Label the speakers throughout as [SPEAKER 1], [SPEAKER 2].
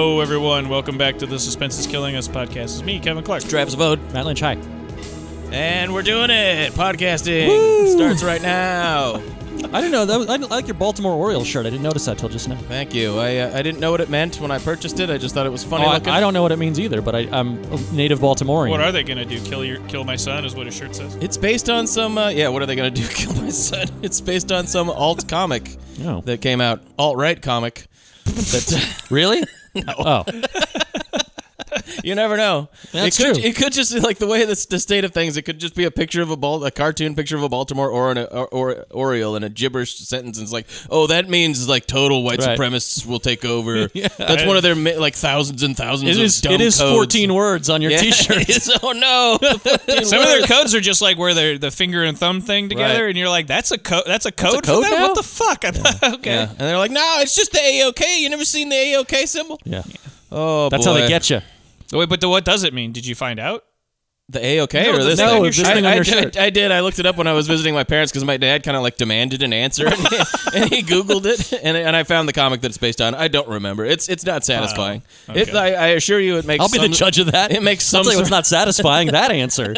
[SPEAKER 1] and welcome back to the Suspense is Killing Us podcast. It's me, Kevin Clark.
[SPEAKER 2] Travis Vode, Matt Lynch, hi.
[SPEAKER 1] And we're doing it! Podcasting
[SPEAKER 2] Woo!
[SPEAKER 1] starts right now.
[SPEAKER 2] I didn't know that. Was, I, I like your Baltimore Orioles shirt. I didn't notice that till just now.
[SPEAKER 1] Thank you. I, uh, I didn't know what it meant when I purchased it. I just thought it was funny
[SPEAKER 2] Oh, I,
[SPEAKER 1] looking.
[SPEAKER 2] I don't know what it means either, but I, I'm a native Baltimorean.
[SPEAKER 3] What are they gonna do? Kill your kill my son is what his shirt says.
[SPEAKER 1] It's based on some. Uh, yeah, what are they going to do? Kill my son? It's based on some alt comic
[SPEAKER 2] Oh.
[SPEAKER 1] that came out. Alt right comic. That
[SPEAKER 2] really? Oh,
[SPEAKER 1] you never know.
[SPEAKER 2] That's
[SPEAKER 1] it could,
[SPEAKER 2] true.
[SPEAKER 1] It could just be like the way that's the state of things. It could just be a picture of a ball, a cartoon picture of a Baltimore or an or, or, Oriole in a gibberish sentence. And it's like, oh, that means like total white
[SPEAKER 2] Right.
[SPEAKER 1] supremacists will take over. That's one of their mi- like thousands and thousands.
[SPEAKER 2] it
[SPEAKER 1] of
[SPEAKER 2] is.
[SPEAKER 1] Dumb
[SPEAKER 2] It is
[SPEAKER 1] codes.
[SPEAKER 2] 14 words on your
[SPEAKER 1] Yeah,
[SPEAKER 2] T-shirt.
[SPEAKER 1] it is. oh no. 14
[SPEAKER 3] Some of
[SPEAKER 1] words.
[SPEAKER 3] their codes are just like where they're the finger and thumb thing together,
[SPEAKER 1] Right.
[SPEAKER 3] and you're like, that's a code. That's a code,
[SPEAKER 1] code
[SPEAKER 3] for that.
[SPEAKER 1] now?
[SPEAKER 3] What the fuck? I thought okay.
[SPEAKER 1] Yeah. And they're like, no, it's just the AOK. You never seen the AOK symbol?
[SPEAKER 2] Yeah,
[SPEAKER 1] Oh,
[SPEAKER 2] that's how they get you.
[SPEAKER 3] Wait, but the, what does it mean? Did you find out?
[SPEAKER 1] The AOK
[SPEAKER 3] No,
[SPEAKER 1] or this
[SPEAKER 3] the-
[SPEAKER 1] thing?
[SPEAKER 3] no, this
[SPEAKER 1] I,
[SPEAKER 2] thing on
[SPEAKER 1] I
[SPEAKER 2] your
[SPEAKER 1] did-
[SPEAKER 2] shirt.
[SPEAKER 1] I did. I looked it up when I was visiting my parents because my dad kind of like demanded an answer, and he, and he Googled it, and, and I found the comic that it's based on. I don't remember. It's it's not satisfying. It, I, I assure you, it makes.
[SPEAKER 2] Oh, I'll be the
[SPEAKER 1] some-
[SPEAKER 2] judge of that.
[SPEAKER 1] It makes some.
[SPEAKER 2] Sounds like it's
[SPEAKER 1] Sort,
[SPEAKER 2] not satisfying that answer.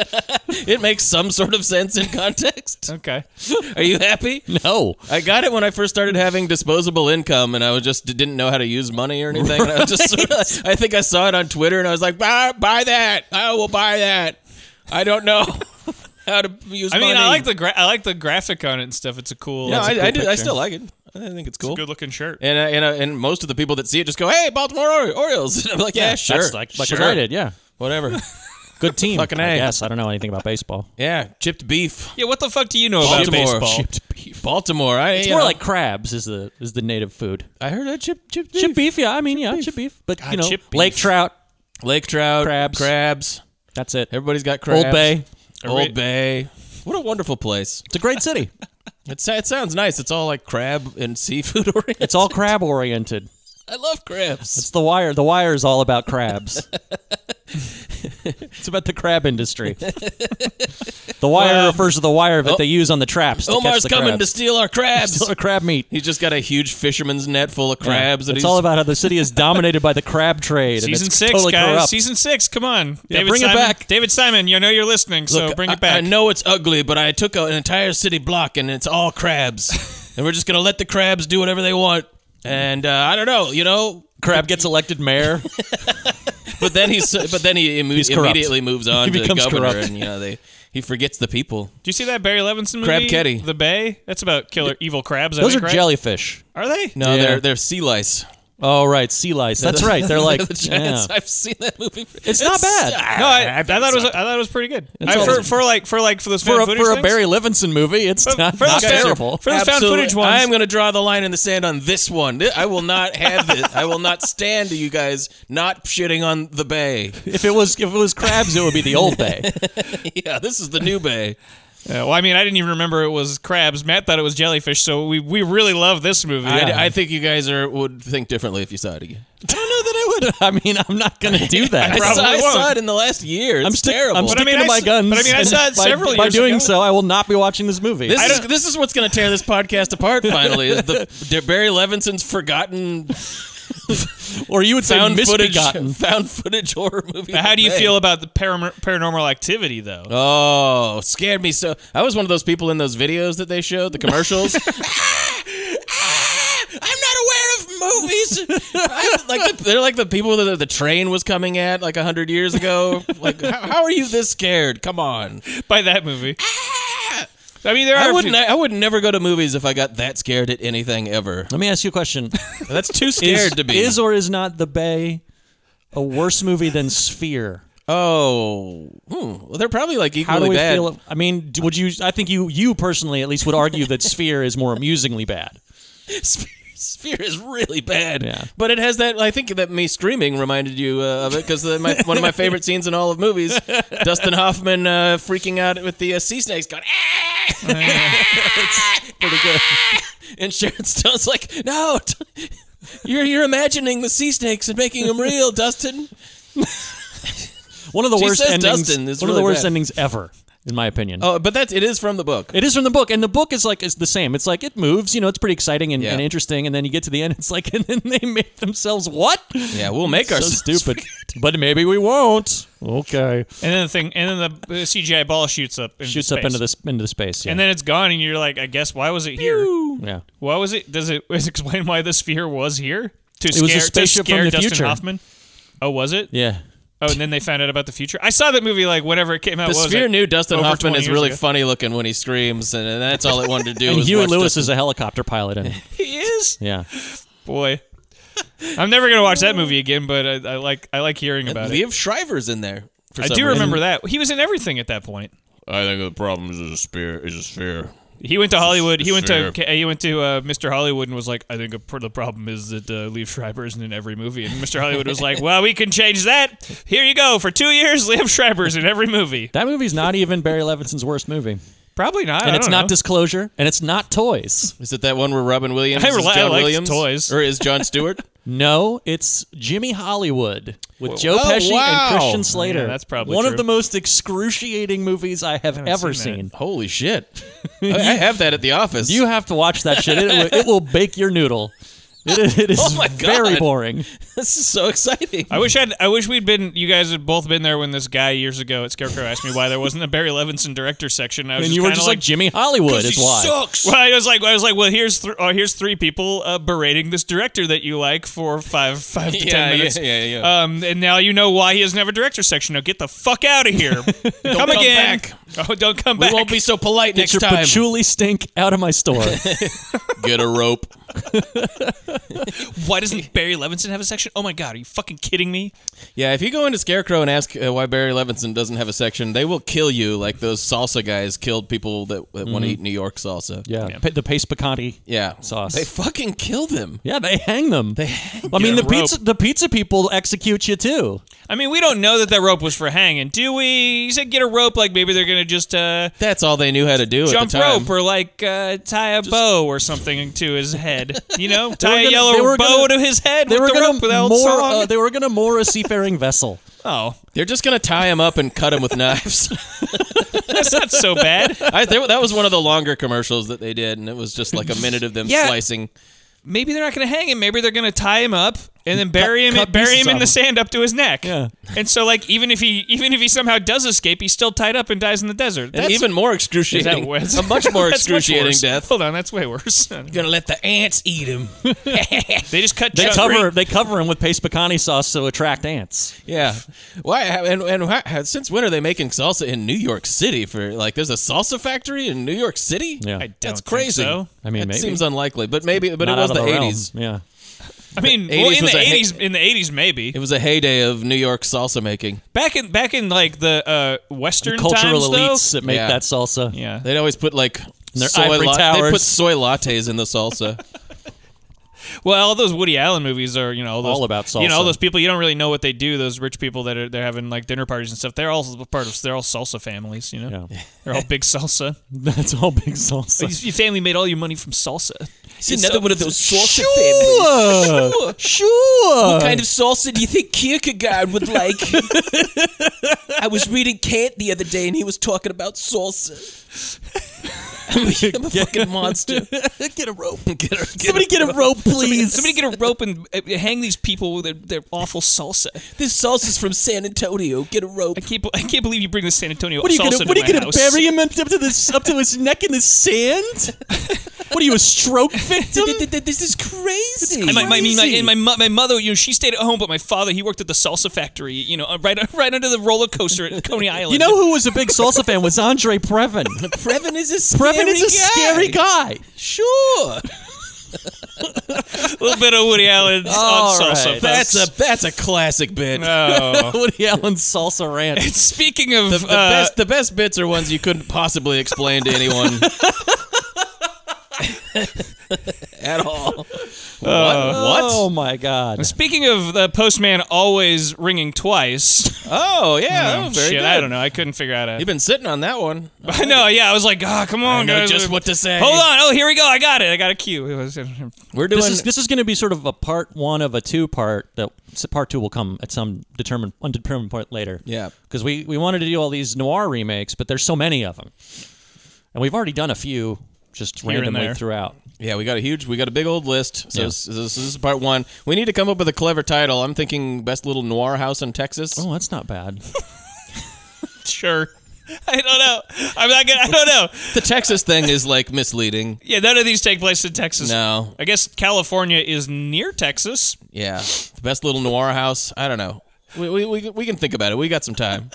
[SPEAKER 1] it makes some sort of sense in context.
[SPEAKER 3] Okay.
[SPEAKER 1] Are you happy?
[SPEAKER 2] No.
[SPEAKER 1] I got it when I first started having disposable income, and I was just didn't know how to use money or anything. And I was just sort of, I think I saw it on Twitter, and I was like, buy, buy that. I will buy that. I don't know how to use.
[SPEAKER 3] I mean,
[SPEAKER 1] money.
[SPEAKER 3] I like the gra- I like the graphic on it and stuff. It's a cool.
[SPEAKER 1] No,
[SPEAKER 3] it's a
[SPEAKER 1] I,
[SPEAKER 3] cool
[SPEAKER 1] I, do, I
[SPEAKER 3] picture.
[SPEAKER 1] still like it. I think it's cool.
[SPEAKER 3] Good looking shirt.
[SPEAKER 1] and, uh, and, uh, and most of the people that see it just go, "Hey, Baltimore Ori- Orioles." And I'm like, "Yeah, sure,
[SPEAKER 2] That's like, like
[SPEAKER 1] sure,
[SPEAKER 2] what I did. Yeah.
[SPEAKER 1] whatever."
[SPEAKER 2] Good team.
[SPEAKER 1] Fucking
[SPEAKER 2] I
[SPEAKER 1] A.
[SPEAKER 2] guess I don't know anything about baseball.
[SPEAKER 1] yeah, chipped beef.
[SPEAKER 3] Yeah. What the fuck do you know about
[SPEAKER 1] Baltimore.
[SPEAKER 3] baseball?
[SPEAKER 1] Baltimore. I,
[SPEAKER 2] It's
[SPEAKER 1] you
[SPEAKER 2] more
[SPEAKER 1] know,
[SPEAKER 2] like crabs is the is the native food.
[SPEAKER 1] I heard that chip, chip, beef.
[SPEAKER 2] Chip beef, yeah. I mean, yeah, chip beef. But you know,
[SPEAKER 3] chip beef.
[SPEAKER 2] lake trout.
[SPEAKER 1] lake trout,
[SPEAKER 2] Crabs.
[SPEAKER 1] crabs.
[SPEAKER 2] That's it.
[SPEAKER 1] Everybody's got crabs.
[SPEAKER 2] Old Bay.
[SPEAKER 1] Old Bay. What a wonderful place.
[SPEAKER 2] It's a great city.
[SPEAKER 1] It's, it sounds nice. It's all like crab and seafood oriented.
[SPEAKER 2] It's all crab oriented.
[SPEAKER 1] I love crabs.
[SPEAKER 2] It's the wire. The wire is all about crabs. it's about the crab industry. the wire refers to the wire that they use on the traps. To catch
[SPEAKER 1] Omar's
[SPEAKER 2] the
[SPEAKER 1] coming to
[SPEAKER 2] crabs.
[SPEAKER 1] steal our crabs.
[SPEAKER 2] Still a crab meat.
[SPEAKER 1] He's just got a huge fisherman's net full of crabs.
[SPEAKER 2] Yeah.
[SPEAKER 1] That
[SPEAKER 2] It's
[SPEAKER 1] he's,
[SPEAKER 2] all about how the city is dominated by the crab trade. and
[SPEAKER 3] Season
[SPEAKER 2] it's
[SPEAKER 3] six,
[SPEAKER 2] totally
[SPEAKER 3] guys.
[SPEAKER 2] corrupt.
[SPEAKER 3] Season six. Come on,
[SPEAKER 2] bring it
[SPEAKER 3] Simon,
[SPEAKER 2] back.
[SPEAKER 3] David Simon. You know you're listening, so
[SPEAKER 1] Look,
[SPEAKER 3] bring
[SPEAKER 1] I,
[SPEAKER 3] it back.
[SPEAKER 1] I know it's ugly, but I took a, an entire city block and it's all crabs. and we're just going to let the crabs do whatever they want. And uh, I don't know, you know.
[SPEAKER 2] crab gets elected mayor.
[SPEAKER 1] But then he's but then he imme-
[SPEAKER 2] corrupt.
[SPEAKER 1] immediately moves on
[SPEAKER 2] He
[SPEAKER 1] to
[SPEAKER 2] becomes
[SPEAKER 1] governor,
[SPEAKER 2] corrupt.
[SPEAKER 1] and you know they he forgets the people.
[SPEAKER 3] do you see that Barry Levinson movie?
[SPEAKER 1] Crab Ketty.
[SPEAKER 3] The Bay. That's about killer evil crabs. I
[SPEAKER 2] Those are
[SPEAKER 3] think, right?
[SPEAKER 2] jellyfish.
[SPEAKER 3] Are they?
[SPEAKER 1] No,
[SPEAKER 2] Yeah.
[SPEAKER 1] they're they're sea lice.
[SPEAKER 2] Oh right, sea lice. That's right. They're like
[SPEAKER 1] the giants.
[SPEAKER 2] yeah.
[SPEAKER 1] I've seen that movie. ah,
[SPEAKER 2] It's not bad.
[SPEAKER 3] No, I, I thought it was I thought it was pretty good. I, for, for like for like for those
[SPEAKER 2] for
[SPEAKER 3] found
[SPEAKER 2] a,
[SPEAKER 3] footage
[SPEAKER 2] for a
[SPEAKER 3] things,
[SPEAKER 2] Barry Levinson movie. It's not,
[SPEAKER 3] for those
[SPEAKER 2] not
[SPEAKER 3] guys-
[SPEAKER 2] terrible.
[SPEAKER 3] for those found footage ones.
[SPEAKER 1] I am going to draw the line in the sand on this one. I will not have it. I will not stand to you guys not shitting on the bay.
[SPEAKER 2] If it was if it was crabs, it would be the old bay.
[SPEAKER 1] Yeah, this is the new bay.
[SPEAKER 3] Yeah, well, I mean, I didn't even remember it was crabs. Matt thought it was jellyfish, so we we really love this movie.
[SPEAKER 1] I, I think you guys are would think differently if you saw it again.
[SPEAKER 2] I don't know that I would. I mean, I'm not going to do that.
[SPEAKER 3] I
[SPEAKER 1] I saw,
[SPEAKER 3] Probably
[SPEAKER 1] I
[SPEAKER 3] won't.
[SPEAKER 1] saw it in the last year. It's
[SPEAKER 2] I'm, stick-
[SPEAKER 1] terrible.
[SPEAKER 2] I'm
[SPEAKER 3] But I mean,
[SPEAKER 2] sticking to
[SPEAKER 3] I
[SPEAKER 2] my
[SPEAKER 3] s-
[SPEAKER 2] guns.
[SPEAKER 3] but I mean, I
[SPEAKER 2] and
[SPEAKER 3] saw it
[SPEAKER 2] by-
[SPEAKER 3] several
[SPEAKER 2] By
[SPEAKER 3] years
[SPEAKER 2] doing
[SPEAKER 3] ago.
[SPEAKER 2] so, I will not be watching this movie.
[SPEAKER 1] this
[SPEAKER 2] I-
[SPEAKER 1] is, this is what's going to tear this podcast apart. Finally, is the De- Barry Levinson's forgotten
[SPEAKER 2] or you would say
[SPEAKER 1] found footage
[SPEAKER 2] misbegotten.
[SPEAKER 1] found footage horror movie.
[SPEAKER 3] But how do you
[SPEAKER 1] Bay.
[SPEAKER 3] feel about the param- paranormal activity, though?
[SPEAKER 1] Oh, scared me so. I was one of those people in those videos that they showed, the commercials. I'm not aware of movies. I'm, like the, they're like the people that the train was coming at like hundred years ago. Like, how, how are you this scared? Come on.
[SPEAKER 3] By that movie,
[SPEAKER 2] Ah!
[SPEAKER 3] I mean, there are.
[SPEAKER 1] I
[SPEAKER 3] a
[SPEAKER 1] wouldn't.
[SPEAKER 3] few-
[SPEAKER 1] I would never go to movies if I got that scared at anything ever.
[SPEAKER 2] Let me ask you a question:
[SPEAKER 1] That's too
[SPEAKER 2] is,
[SPEAKER 1] scared to be.
[SPEAKER 2] is or is not the Bay a worse movie than Sphere?
[SPEAKER 1] oh, hmm. well, they're probably like
[SPEAKER 2] How
[SPEAKER 1] equally
[SPEAKER 2] do we
[SPEAKER 1] bad.
[SPEAKER 2] feel? I mean, d- would you? I think you, you personally, at least, would argue that Sphere is more amusingly bad.
[SPEAKER 1] Sphere, Sphere is really bad.
[SPEAKER 2] Yeah.
[SPEAKER 1] But it has that. I think that me screaming reminded you uh, of it because one of my favorite scenes in all of movies, Dustin Hoffman uh, freaking out with the uh, sea snakes going. "Ah!" it's pretty good. And Sharon Stone's like, "No, t- you're you're imagining the sea snakes and making them real, Dustin."
[SPEAKER 2] One of the
[SPEAKER 1] She
[SPEAKER 2] worst
[SPEAKER 1] says
[SPEAKER 2] endings.
[SPEAKER 1] Dustin is
[SPEAKER 2] one of the
[SPEAKER 1] really
[SPEAKER 2] worst
[SPEAKER 1] bad.
[SPEAKER 2] endings ever. in my opinion.
[SPEAKER 1] Oh, but that's it is from the book.
[SPEAKER 2] It is from the book, and the book is like it's the same. It's like it moves, you know, it's pretty exciting and,
[SPEAKER 1] Yeah.
[SPEAKER 2] and interesting, and then you get to the end, it's like, and then they make themselves what?
[SPEAKER 1] Yeah, we'll make
[SPEAKER 2] So
[SPEAKER 1] ourselves
[SPEAKER 2] stupid, but maybe we won't. Okay,
[SPEAKER 3] And then the thing, and then the uh, CGI ball shoots up, into
[SPEAKER 2] shoots up
[SPEAKER 3] space.
[SPEAKER 2] into this into the space, yeah.
[SPEAKER 3] and then it's gone, and you're like, I guess why was it here?
[SPEAKER 2] yeah.
[SPEAKER 3] Why was it? Does it is it explain why the sphere was here? To
[SPEAKER 2] was
[SPEAKER 3] scare,
[SPEAKER 2] a spaceship
[SPEAKER 3] to scare
[SPEAKER 2] from the
[SPEAKER 3] Dustin
[SPEAKER 2] future.
[SPEAKER 3] Hoffman. Oh, was it?
[SPEAKER 2] Yeah.
[SPEAKER 3] Oh, and then they found out about the future. I saw that movie like whenever it came out.
[SPEAKER 1] The
[SPEAKER 3] what was
[SPEAKER 1] sphere
[SPEAKER 3] it?
[SPEAKER 1] knew Dustin
[SPEAKER 3] Over
[SPEAKER 1] Hoffman
[SPEAKER 3] 20
[SPEAKER 1] is
[SPEAKER 3] years
[SPEAKER 1] really
[SPEAKER 3] ago.
[SPEAKER 1] funny looking when he screams, and, and that's all it wanted to do.
[SPEAKER 2] And
[SPEAKER 1] was
[SPEAKER 2] Huey
[SPEAKER 1] watch
[SPEAKER 2] Lewis
[SPEAKER 1] Dustin-
[SPEAKER 2] is a helicopter pilot, and
[SPEAKER 3] He is.
[SPEAKER 2] yeah,
[SPEAKER 3] Boy, I'm never gonna watch that movie again. But I, I like I like hearing about it.
[SPEAKER 1] Liev Shriver's in there. For
[SPEAKER 3] I
[SPEAKER 1] some
[SPEAKER 3] do
[SPEAKER 1] reason.
[SPEAKER 3] remember that he was in everything at that point.
[SPEAKER 4] I think the problem is a sphere. Is a sphere.
[SPEAKER 3] He went to Hollywood. He went to
[SPEAKER 4] Sure.
[SPEAKER 3] he went to uh, Mr. Hollywood and was like, "I think a, pr- the problem is that uh, Liev Schreiber isn't in every movie." And Mr. Hollywood was like, "Well, we can change that. Here you go. For two years, Liev Schreiber's in every movie.
[SPEAKER 2] that movie's not even Barry Levinson's worst movie,
[SPEAKER 3] Probably not.
[SPEAKER 2] and it's not
[SPEAKER 3] Know.
[SPEAKER 2] disclosure, and it's not toys.
[SPEAKER 1] Is it that one where Robin Williams
[SPEAKER 3] I
[SPEAKER 1] is
[SPEAKER 3] rel- I
[SPEAKER 1] John
[SPEAKER 3] liked
[SPEAKER 1] Williams,
[SPEAKER 3] toys.
[SPEAKER 1] or is John Stewart?
[SPEAKER 2] No, it's Jimmy Hollywood with Joe
[SPEAKER 1] Oh,
[SPEAKER 2] Pesci
[SPEAKER 1] wow.
[SPEAKER 2] and Christian Slater.
[SPEAKER 3] Yeah, that's probably
[SPEAKER 2] one
[SPEAKER 3] true.
[SPEAKER 2] of the most excruciating movies I have ever
[SPEAKER 3] seen that.
[SPEAKER 2] seen.
[SPEAKER 1] Holy shit! I, I have that at the office.
[SPEAKER 2] You have to watch that shit. It, will- it will bake your noodle. It is, it is
[SPEAKER 1] Oh my
[SPEAKER 2] very
[SPEAKER 1] God.
[SPEAKER 2] boring.
[SPEAKER 1] this is so exciting.
[SPEAKER 3] I wish I'd, I wish we'd been you guys had both been there when this guy years ago at Scarecrow asked me why there wasn't a Barry Levinson director section. I was
[SPEAKER 2] And you were
[SPEAKER 3] kinda
[SPEAKER 2] just like, Jimmy Hollywood is why.
[SPEAKER 3] Well, I was like, I was like, well, here's th- oh, here's three people uh, berating this director that you like for five five to ten
[SPEAKER 1] Yeah,
[SPEAKER 3] minutes.
[SPEAKER 1] yeah, yeah, yeah.
[SPEAKER 3] Um, and now you know why he doesn't have a director section. Now get the fuck out of here. come,
[SPEAKER 1] come
[SPEAKER 3] again.
[SPEAKER 1] back.
[SPEAKER 3] Oh, don't come
[SPEAKER 1] We
[SPEAKER 3] back.
[SPEAKER 1] won't be so polite
[SPEAKER 2] Get
[SPEAKER 1] next
[SPEAKER 2] your
[SPEAKER 1] time.
[SPEAKER 2] patchouli stink out of my store.
[SPEAKER 1] Get a rope.
[SPEAKER 3] why doesn't Barry Levinson have a section? Oh my god, are you fucking kidding me?
[SPEAKER 1] Yeah, if you go into Scarecrow and ask uh, why Barry Levinson doesn't have a section, they will kill you like those salsa guys killed people that, that want to eat New York salsa.
[SPEAKER 2] Mm-hmm. yeah, pa- the paste picante.
[SPEAKER 1] Yeah.
[SPEAKER 2] Sauce.
[SPEAKER 1] They fucking kill them.
[SPEAKER 2] Yeah, they hang them. They I mean,
[SPEAKER 3] Get a
[SPEAKER 2] the
[SPEAKER 3] rope.
[SPEAKER 2] pizza the pizza people execute you too.
[SPEAKER 3] I mean, we don't know that that rope was for hanging, do we? You said get a rope, like maybe they're gonna just uh,
[SPEAKER 1] That's all they knew how to do at
[SPEAKER 3] jump
[SPEAKER 1] the time.
[SPEAKER 3] rope or like uh, tie a bow or something to his head. You know, tie a
[SPEAKER 2] gonna- they
[SPEAKER 3] yellow
[SPEAKER 2] were
[SPEAKER 3] bow to
[SPEAKER 2] gonna-
[SPEAKER 3] his head
[SPEAKER 2] They
[SPEAKER 3] with
[SPEAKER 2] were
[SPEAKER 3] the
[SPEAKER 2] gonna
[SPEAKER 3] rope with the old
[SPEAKER 2] more.
[SPEAKER 3] song.
[SPEAKER 2] Uh, they were gonna moor a seafaring vessel.
[SPEAKER 3] oh,
[SPEAKER 1] They're just going to tie him up and cut him with knives.
[SPEAKER 3] that's not so bad.
[SPEAKER 1] I, they, that was one of the longer commercials that they did, and it was just like a minute of them
[SPEAKER 3] Yeah.
[SPEAKER 1] slicing.
[SPEAKER 3] maybe they're not going to hang him. Maybe they're going to tie him up and then bury him
[SPEAKER 2] cut
[SPEAKER 3] bury
[SPEAKER 2] pieces
[SPEAKER 3] him in
[SPEAKER 2] off
[SPEAKER 3] the
[SPEAKER 2] him.
[SPEAKER 3] sand up to his neck.
[SPEAKER 2] Yeah.
[SPEAKER 3] And so like even if he even if he somehow does escape, he's still tied up and dies in the desert.
[SPEAKER 1] And
[SPEAKER 3] That's
[SPEAKER 1] even more
[SPEAKER 3] is that
[SPEAKER 1] excruciating.
[SPEAKER 3] worse?
[SPEAKER 1] a much more
[SPEAKER 3] That's much
[SPEAKER 1] excruciating
[SPEAKER 3] worse.
[SPEAKER 1] death.
[SPEAKER 3] Hold on, that's way worse.
[SPEAKER 1] Gonna let the ants eat him.
[SPEAKER 3] they just cut
[SPEAKER 2] They
[SPEAKER 3] Chuck
[SPEAKER 2] cover.
[SPEAKER 3] Green-
[SPEAKER 2] They cover him with paste picante sauce to attract ants.
[SPEAKER 1] Yeah. Why? And, and why, since when are they making salsa in New York City? For like, there's a salsa factory in New York City.
[SPEAKER 2] Yeah.
[SPEAKER 3] I don't
[SPEAKER 1] That's
[SPEAKER 3] think
[SPEAKER 1] crazy.
[SPEAKER 3] so.
[SPEAKER 2] I mean,
[SPEAKER 1] That
[SPEAKER 2] maybe.
[SPEAKER 1] seems unlikely, but maybe. But
[SPEAKER 2] Not
[SPEAKER 1] it was
[SPEAKER 2] out
[SPEAKER 1] the
[SPEAKER 2] of realm.
[SPEAKER 1] '80s.
[SPEAKER 2] Yeah.
[SPEAKER 3] I mean, well,
[SPEAKER 1] 80s
[SPEAKER 3] in
[SPEAKER 1] was
[SPEAKER 3] the
[SPEAKER 1] a hit.
[SPEAKER 3] 80s in the 80s maybe.
[SPEAKER 1] It was a heyday of New York salsa making.
[SPEAKER 3] Back in back in like the uh western
[SPEAKER 2] Cultural
[SPEAKER 3] times,
[SPEAKER 2] elites that make
[SPEAKER 1] Yeah.
[SPEAKER 2] that salsa.
[SPEAKER 3] Though, yeah.
[SPEAKER 1] They'd always put like
[SPEAKER 2] their
[SPEAKER 1] soy
[SPEAKER 2] ivory
[SPEAKER 1] latte. They put
[SPEAKER 2] towers.
[SPEAKER 1] soy lattes in the salsa.
[SPEAKER 3] Well, all those Woody Allen movies are, you know, all, those,
[SPEAKER 2] All about
[SPEAKER 3] You know, all
[SPEAKER 2] salsa.
[SPEAKER 3] those people you don't really know what they do. Those rich people that are they're having like dinner parties and stuff. They're all part of. They're all salsa families. You know,
[SPEAKER 2] Yeah.
[SPEAKER 3] they're all big salsa.
[SPEAKER 2] That's all big salsa.
[SPEAKER 3] Your family made all your money from salsa.
[SPEAKER 1] It's another one of those salsa
[SPEAKER 2] Sure. Sure.
[SPEAKER 1] of salsa do you think Kierkegaard would like? I was reading Kant the other day, and he was talking about salsa. I'm a fucking monster.
[SPEAKER 2] Get a rope.
[SPEAKER 1] Get her- get
[SPEAKER 2] Somebody
[SPEAKER 1] her-
[SPEAKER 2] get a rope, please.
[SPEAKER 3] Somebody get a rope and uh, hang these people with their, their awful salsa.
[SPEAKER 1] This salsa's from San Antonio. Get a rope.
[SPEAKER 3] I can't. I can't believe you bring the San Antonio
[SPEAKER 2] What are you
[SPEAKER 3] salsa
[SPEAKER 2] gonna?
[SPEAKER 3] to
[SPEAKER 2] What are you
[SPEAKER 3] my
[SPEAKER 2] gonna
[SPEAKER 3] house.
[SPEAKER 2] bury him up to this up to his neck in the sand? What are you, a stroke victim?
[SPEAKER 1] Th- th- th- This is crazy.
[SPEAKER 3] And my, my, I mean, my,
[SPEAKER 2] Crazy.
[SPEAKER 3] and my, mo- my mother, you know, she stayed at home, but my father, he worked at the salsa factory, you know, uh, right right under the roller coaster at Coney Island.
[SPEAKER 2] You know who was a big salsa fan was Andre Previn.
[SPEAKER 1] Previn is a scary
[SPEAKER 2] Previn is a scary guy.
[SPEAKER 1] Sure.
[SPEAKER 3] a little bit of Woody Allen
[SPEAKER 2] All
[SPEAKER 3] on salsa.
[SPEAKER 2] right.
[SPEAKER 1] That's a Uh, that's a classic bit.
[SPEAKER 3] Oh.
[SPEAKER 2] Woody Allen's salsa rant.
[SPEAKER 3] Speaking of
[SPEAKER 1] the, the
[SPEAKER 3] uh,
[SPEAKER 1] best the best bits are ones you couldn't possibly explain to anyone. at all. Uh,
[SPEAKER 2] Oh my god.
[SPEAKER 3] uh, Speaking of the postman always ringing twice.
[SPEAKER 1] Oh yeah, that was very
[SPEAKER 3] shit,
[SPEAKER 1] good.
[SPEAKER 3] I don't know. I couldn't figure out. A,
[SPEAKER 1] You've been sitting on that one.
[SPEAKER 3] I know. Yeah, I was like, ah, come on,
[SPEAKER 1] I know
[SPEAKER 3] guys.
[SPEAKER 1] just what to say.
[SPEAKER 3] Hold on. Oh, here we go. I got it. I got a cue. It was,
[SPEAKER 1] We're doing
[SPEAKER 2] This is this is going to be sort of a part one of a two part. That s- part two will come at some determined undetermined point later.
[SPEAKER 1] Yeah.
[SPEAKER 2] because we we wanted to do all these noir remakes, but there's so many of them, and we've already done a few just
[SPEAKER 3] and
[SPEAKER 2] randomly
[SPEAKER 3] there.
[SPEAKER 2] throughout.
[SPEAKER 1] yeah. We got a huge, we got a big old list. So
[SPEAKER 2] Yeah.
[SPEAKER 1] this, this is part one. We need to come up with a clever title. I'm thinking best little noir house in Texas.
[SPEAKER 2] Oh, that's not bad.
[SPEAKER 3] sure. I don't know. I'm not gonna. I don't know.
[SPEAKER 1] The Texas thing is like misleading.
[SPEAKER 3] Yeah, none of these take place in Texas.
[SPEAKER 1] No,
[SPEAKER 3] I guess California is near Texas.
[SPEAKER 1] yeah, the best little noir house. I don't know. We we, we, we can think about it. We got some time.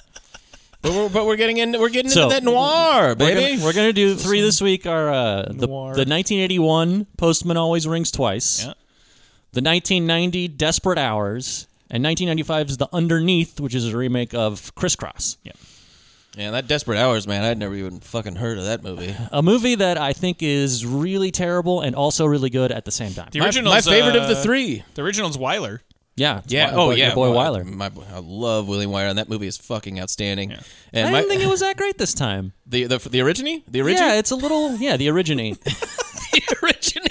[SPEAKER 1] But we're, but we're getting in. We're getting
[SPEAKER 2] So,
[SPEAKER 1] into that noir,
[SPEAKER 2] We're
[SPEAKER 1] baby.
[SPEAKER 2] gonna, we're gonna do three this week. Are uh, the, the
[SPEAKER 3] Noir.
[SPEAKER 2] 1981 Postman Always Rings Twice,
[SPEAKER 3] Yeah.
[SPEAKER 2] the 1990 Desperate Hours, and 1995's The Underneath, which is a remake of Crisscross.
[SPEAKER 1] yeah, that Desperate Hours, man. I'd never even fucking heard of that movie.
[SPEAKER 2] A movie that I think is really terrible and also really good at the same time.
[SPEAKER 3] The
[SPEAKER 1] My,
[SPEAKER 3] original's
[SPEAKER 1] my favorite of the
[SPEAKER 3] uh,
[SPEAKER 1] three.
[SPEAKER 3] The original's Weiler.
[SPEAKER 2] Yeah. it's
[SPEAKER 1] Yeah.
[SPEAKER 2] Wi-
[SPEAKER 1] oh,
[SPEAKER 2] boy-
[SPEAKER 1] yeah.
[SPEAKER 2] your boy
[SPEAKER 1] my-
[SPEAKER 2] Weiler.
[SPEAKER 1] My, boy- I love William Wyler, and that movie is fucking outstanding.
[SPEAKER 2] I
[SPEAKER 1] And
[SPEAKER 2] didn't
[SPEAKER 1] my,
[SPEAKER 2] think it was that great this time.
[SPEAKER 1] the the the origine, the origine,
[SPEAKER 2] Yeah, it's a little. Yeah, the originate.
[SPEAKER 1] the origine.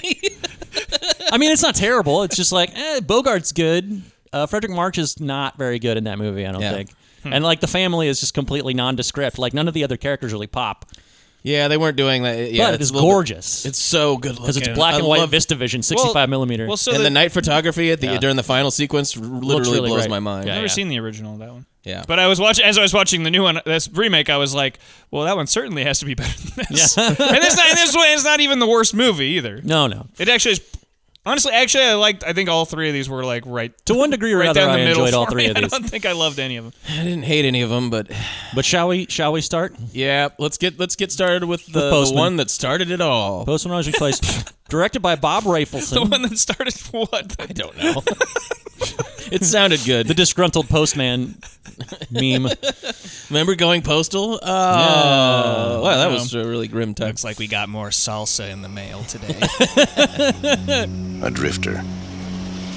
[SPEAKER 2] I mean, it's not terrible. It's just like eh, Bogart's good. Uh, Frederick March is not very good in that movie. I don't
[SPEAKER 1] Yeah.
[SPEAKER 2] think.
[SPEAKER 3] Hmm.
[SPEAKER 2] And like the family is just completely nondescript. Like none of the other characters really pop.
[SPEAKER 1] yeah, they weren't doing that. Yeah,
[SPEAKER 2] but it
[SPEAKER 1] it's
[SPEAKER 2] is
[SPEAKER 1] a little bit-
[SPEAKER 2] gorgeous.
[SPEAKER 1] it's so good looking.
[SPEAKER 2] because it's black
[SPEAKER 1] I
[SPEAKER 2] and white
[SPEAKER 1] love-
[SPEAKER 2] VistaVision, sixty-five millimeter.
[SPEAKER 3] Well, so
[SPEAKER 1] and
[SPEAKER 3] the,
[SPEAKER 1] the night photography at the
[SPEAKER 2] Yeah.
[SPEAKER 1] during the final sequence r- literally
[SPEAKER 2] really
[SPEAKER 1] blows
[SPEAKER 2] great.
[SPEAKER 1] my mind.
[SPEAKER 2] Yeah.
[SPEAKER 3] I've never seen the original that one.
[SPEAKER 1] Yeah.
[SPEAKER 3] But I was watching as I was watching the new one, this remake. I was like, well, that one certainly has to be better than this.
[SPEAKER 2] Yeah.
[SPEAKER 3] and this and this one is not even the worst movie either.
[SPEAKER 2] no, no.
[SPEAKER 3] It actually is. Honestly, actually, I liked. I think all three of these were like right.
[SPEAKER 2] To one degree or
[SPEAKER 3] Right
[SPEAKER 2] another,
[SPEAKER 3] down the
[SPEAKER 2] I
[SPEAKER 3] middle
[SPEAKER 2] enjoyed all
[SPEAKER 3] for
[SPEAKER 2] three
[SPEAKER 3] me.
[SPEAKER 2] of these.
[SPEAKER 3] I don't think I loved any of them.
[SPEAKER 1] I didn't hate any of them, but
[SPEAKER 2] But shall we? Shall we start?
[SPEAKER 1] yeah, let's get let's get started with the, the
[SPEAKER 2] Postman.
[SPEAKER 1] one that started it all.
[SPEAKER 2] Postman Rogers Place, directed by Bob
[SPEAKER 3] The
[SPEAKER 2] Rafelson,
[SPEAKER 3] one that started what? I don't know.
[SPEAKER 1] It sounded good.
[SPEAKER 2] the disgruntled postman meme.
[SPEAKER 1] Remember going postal? Oh, wow, that was a really grim time.
[SPEAKER 3] Looks like we got more salsa in the mail today.
[SPEAKER 5] a drifter,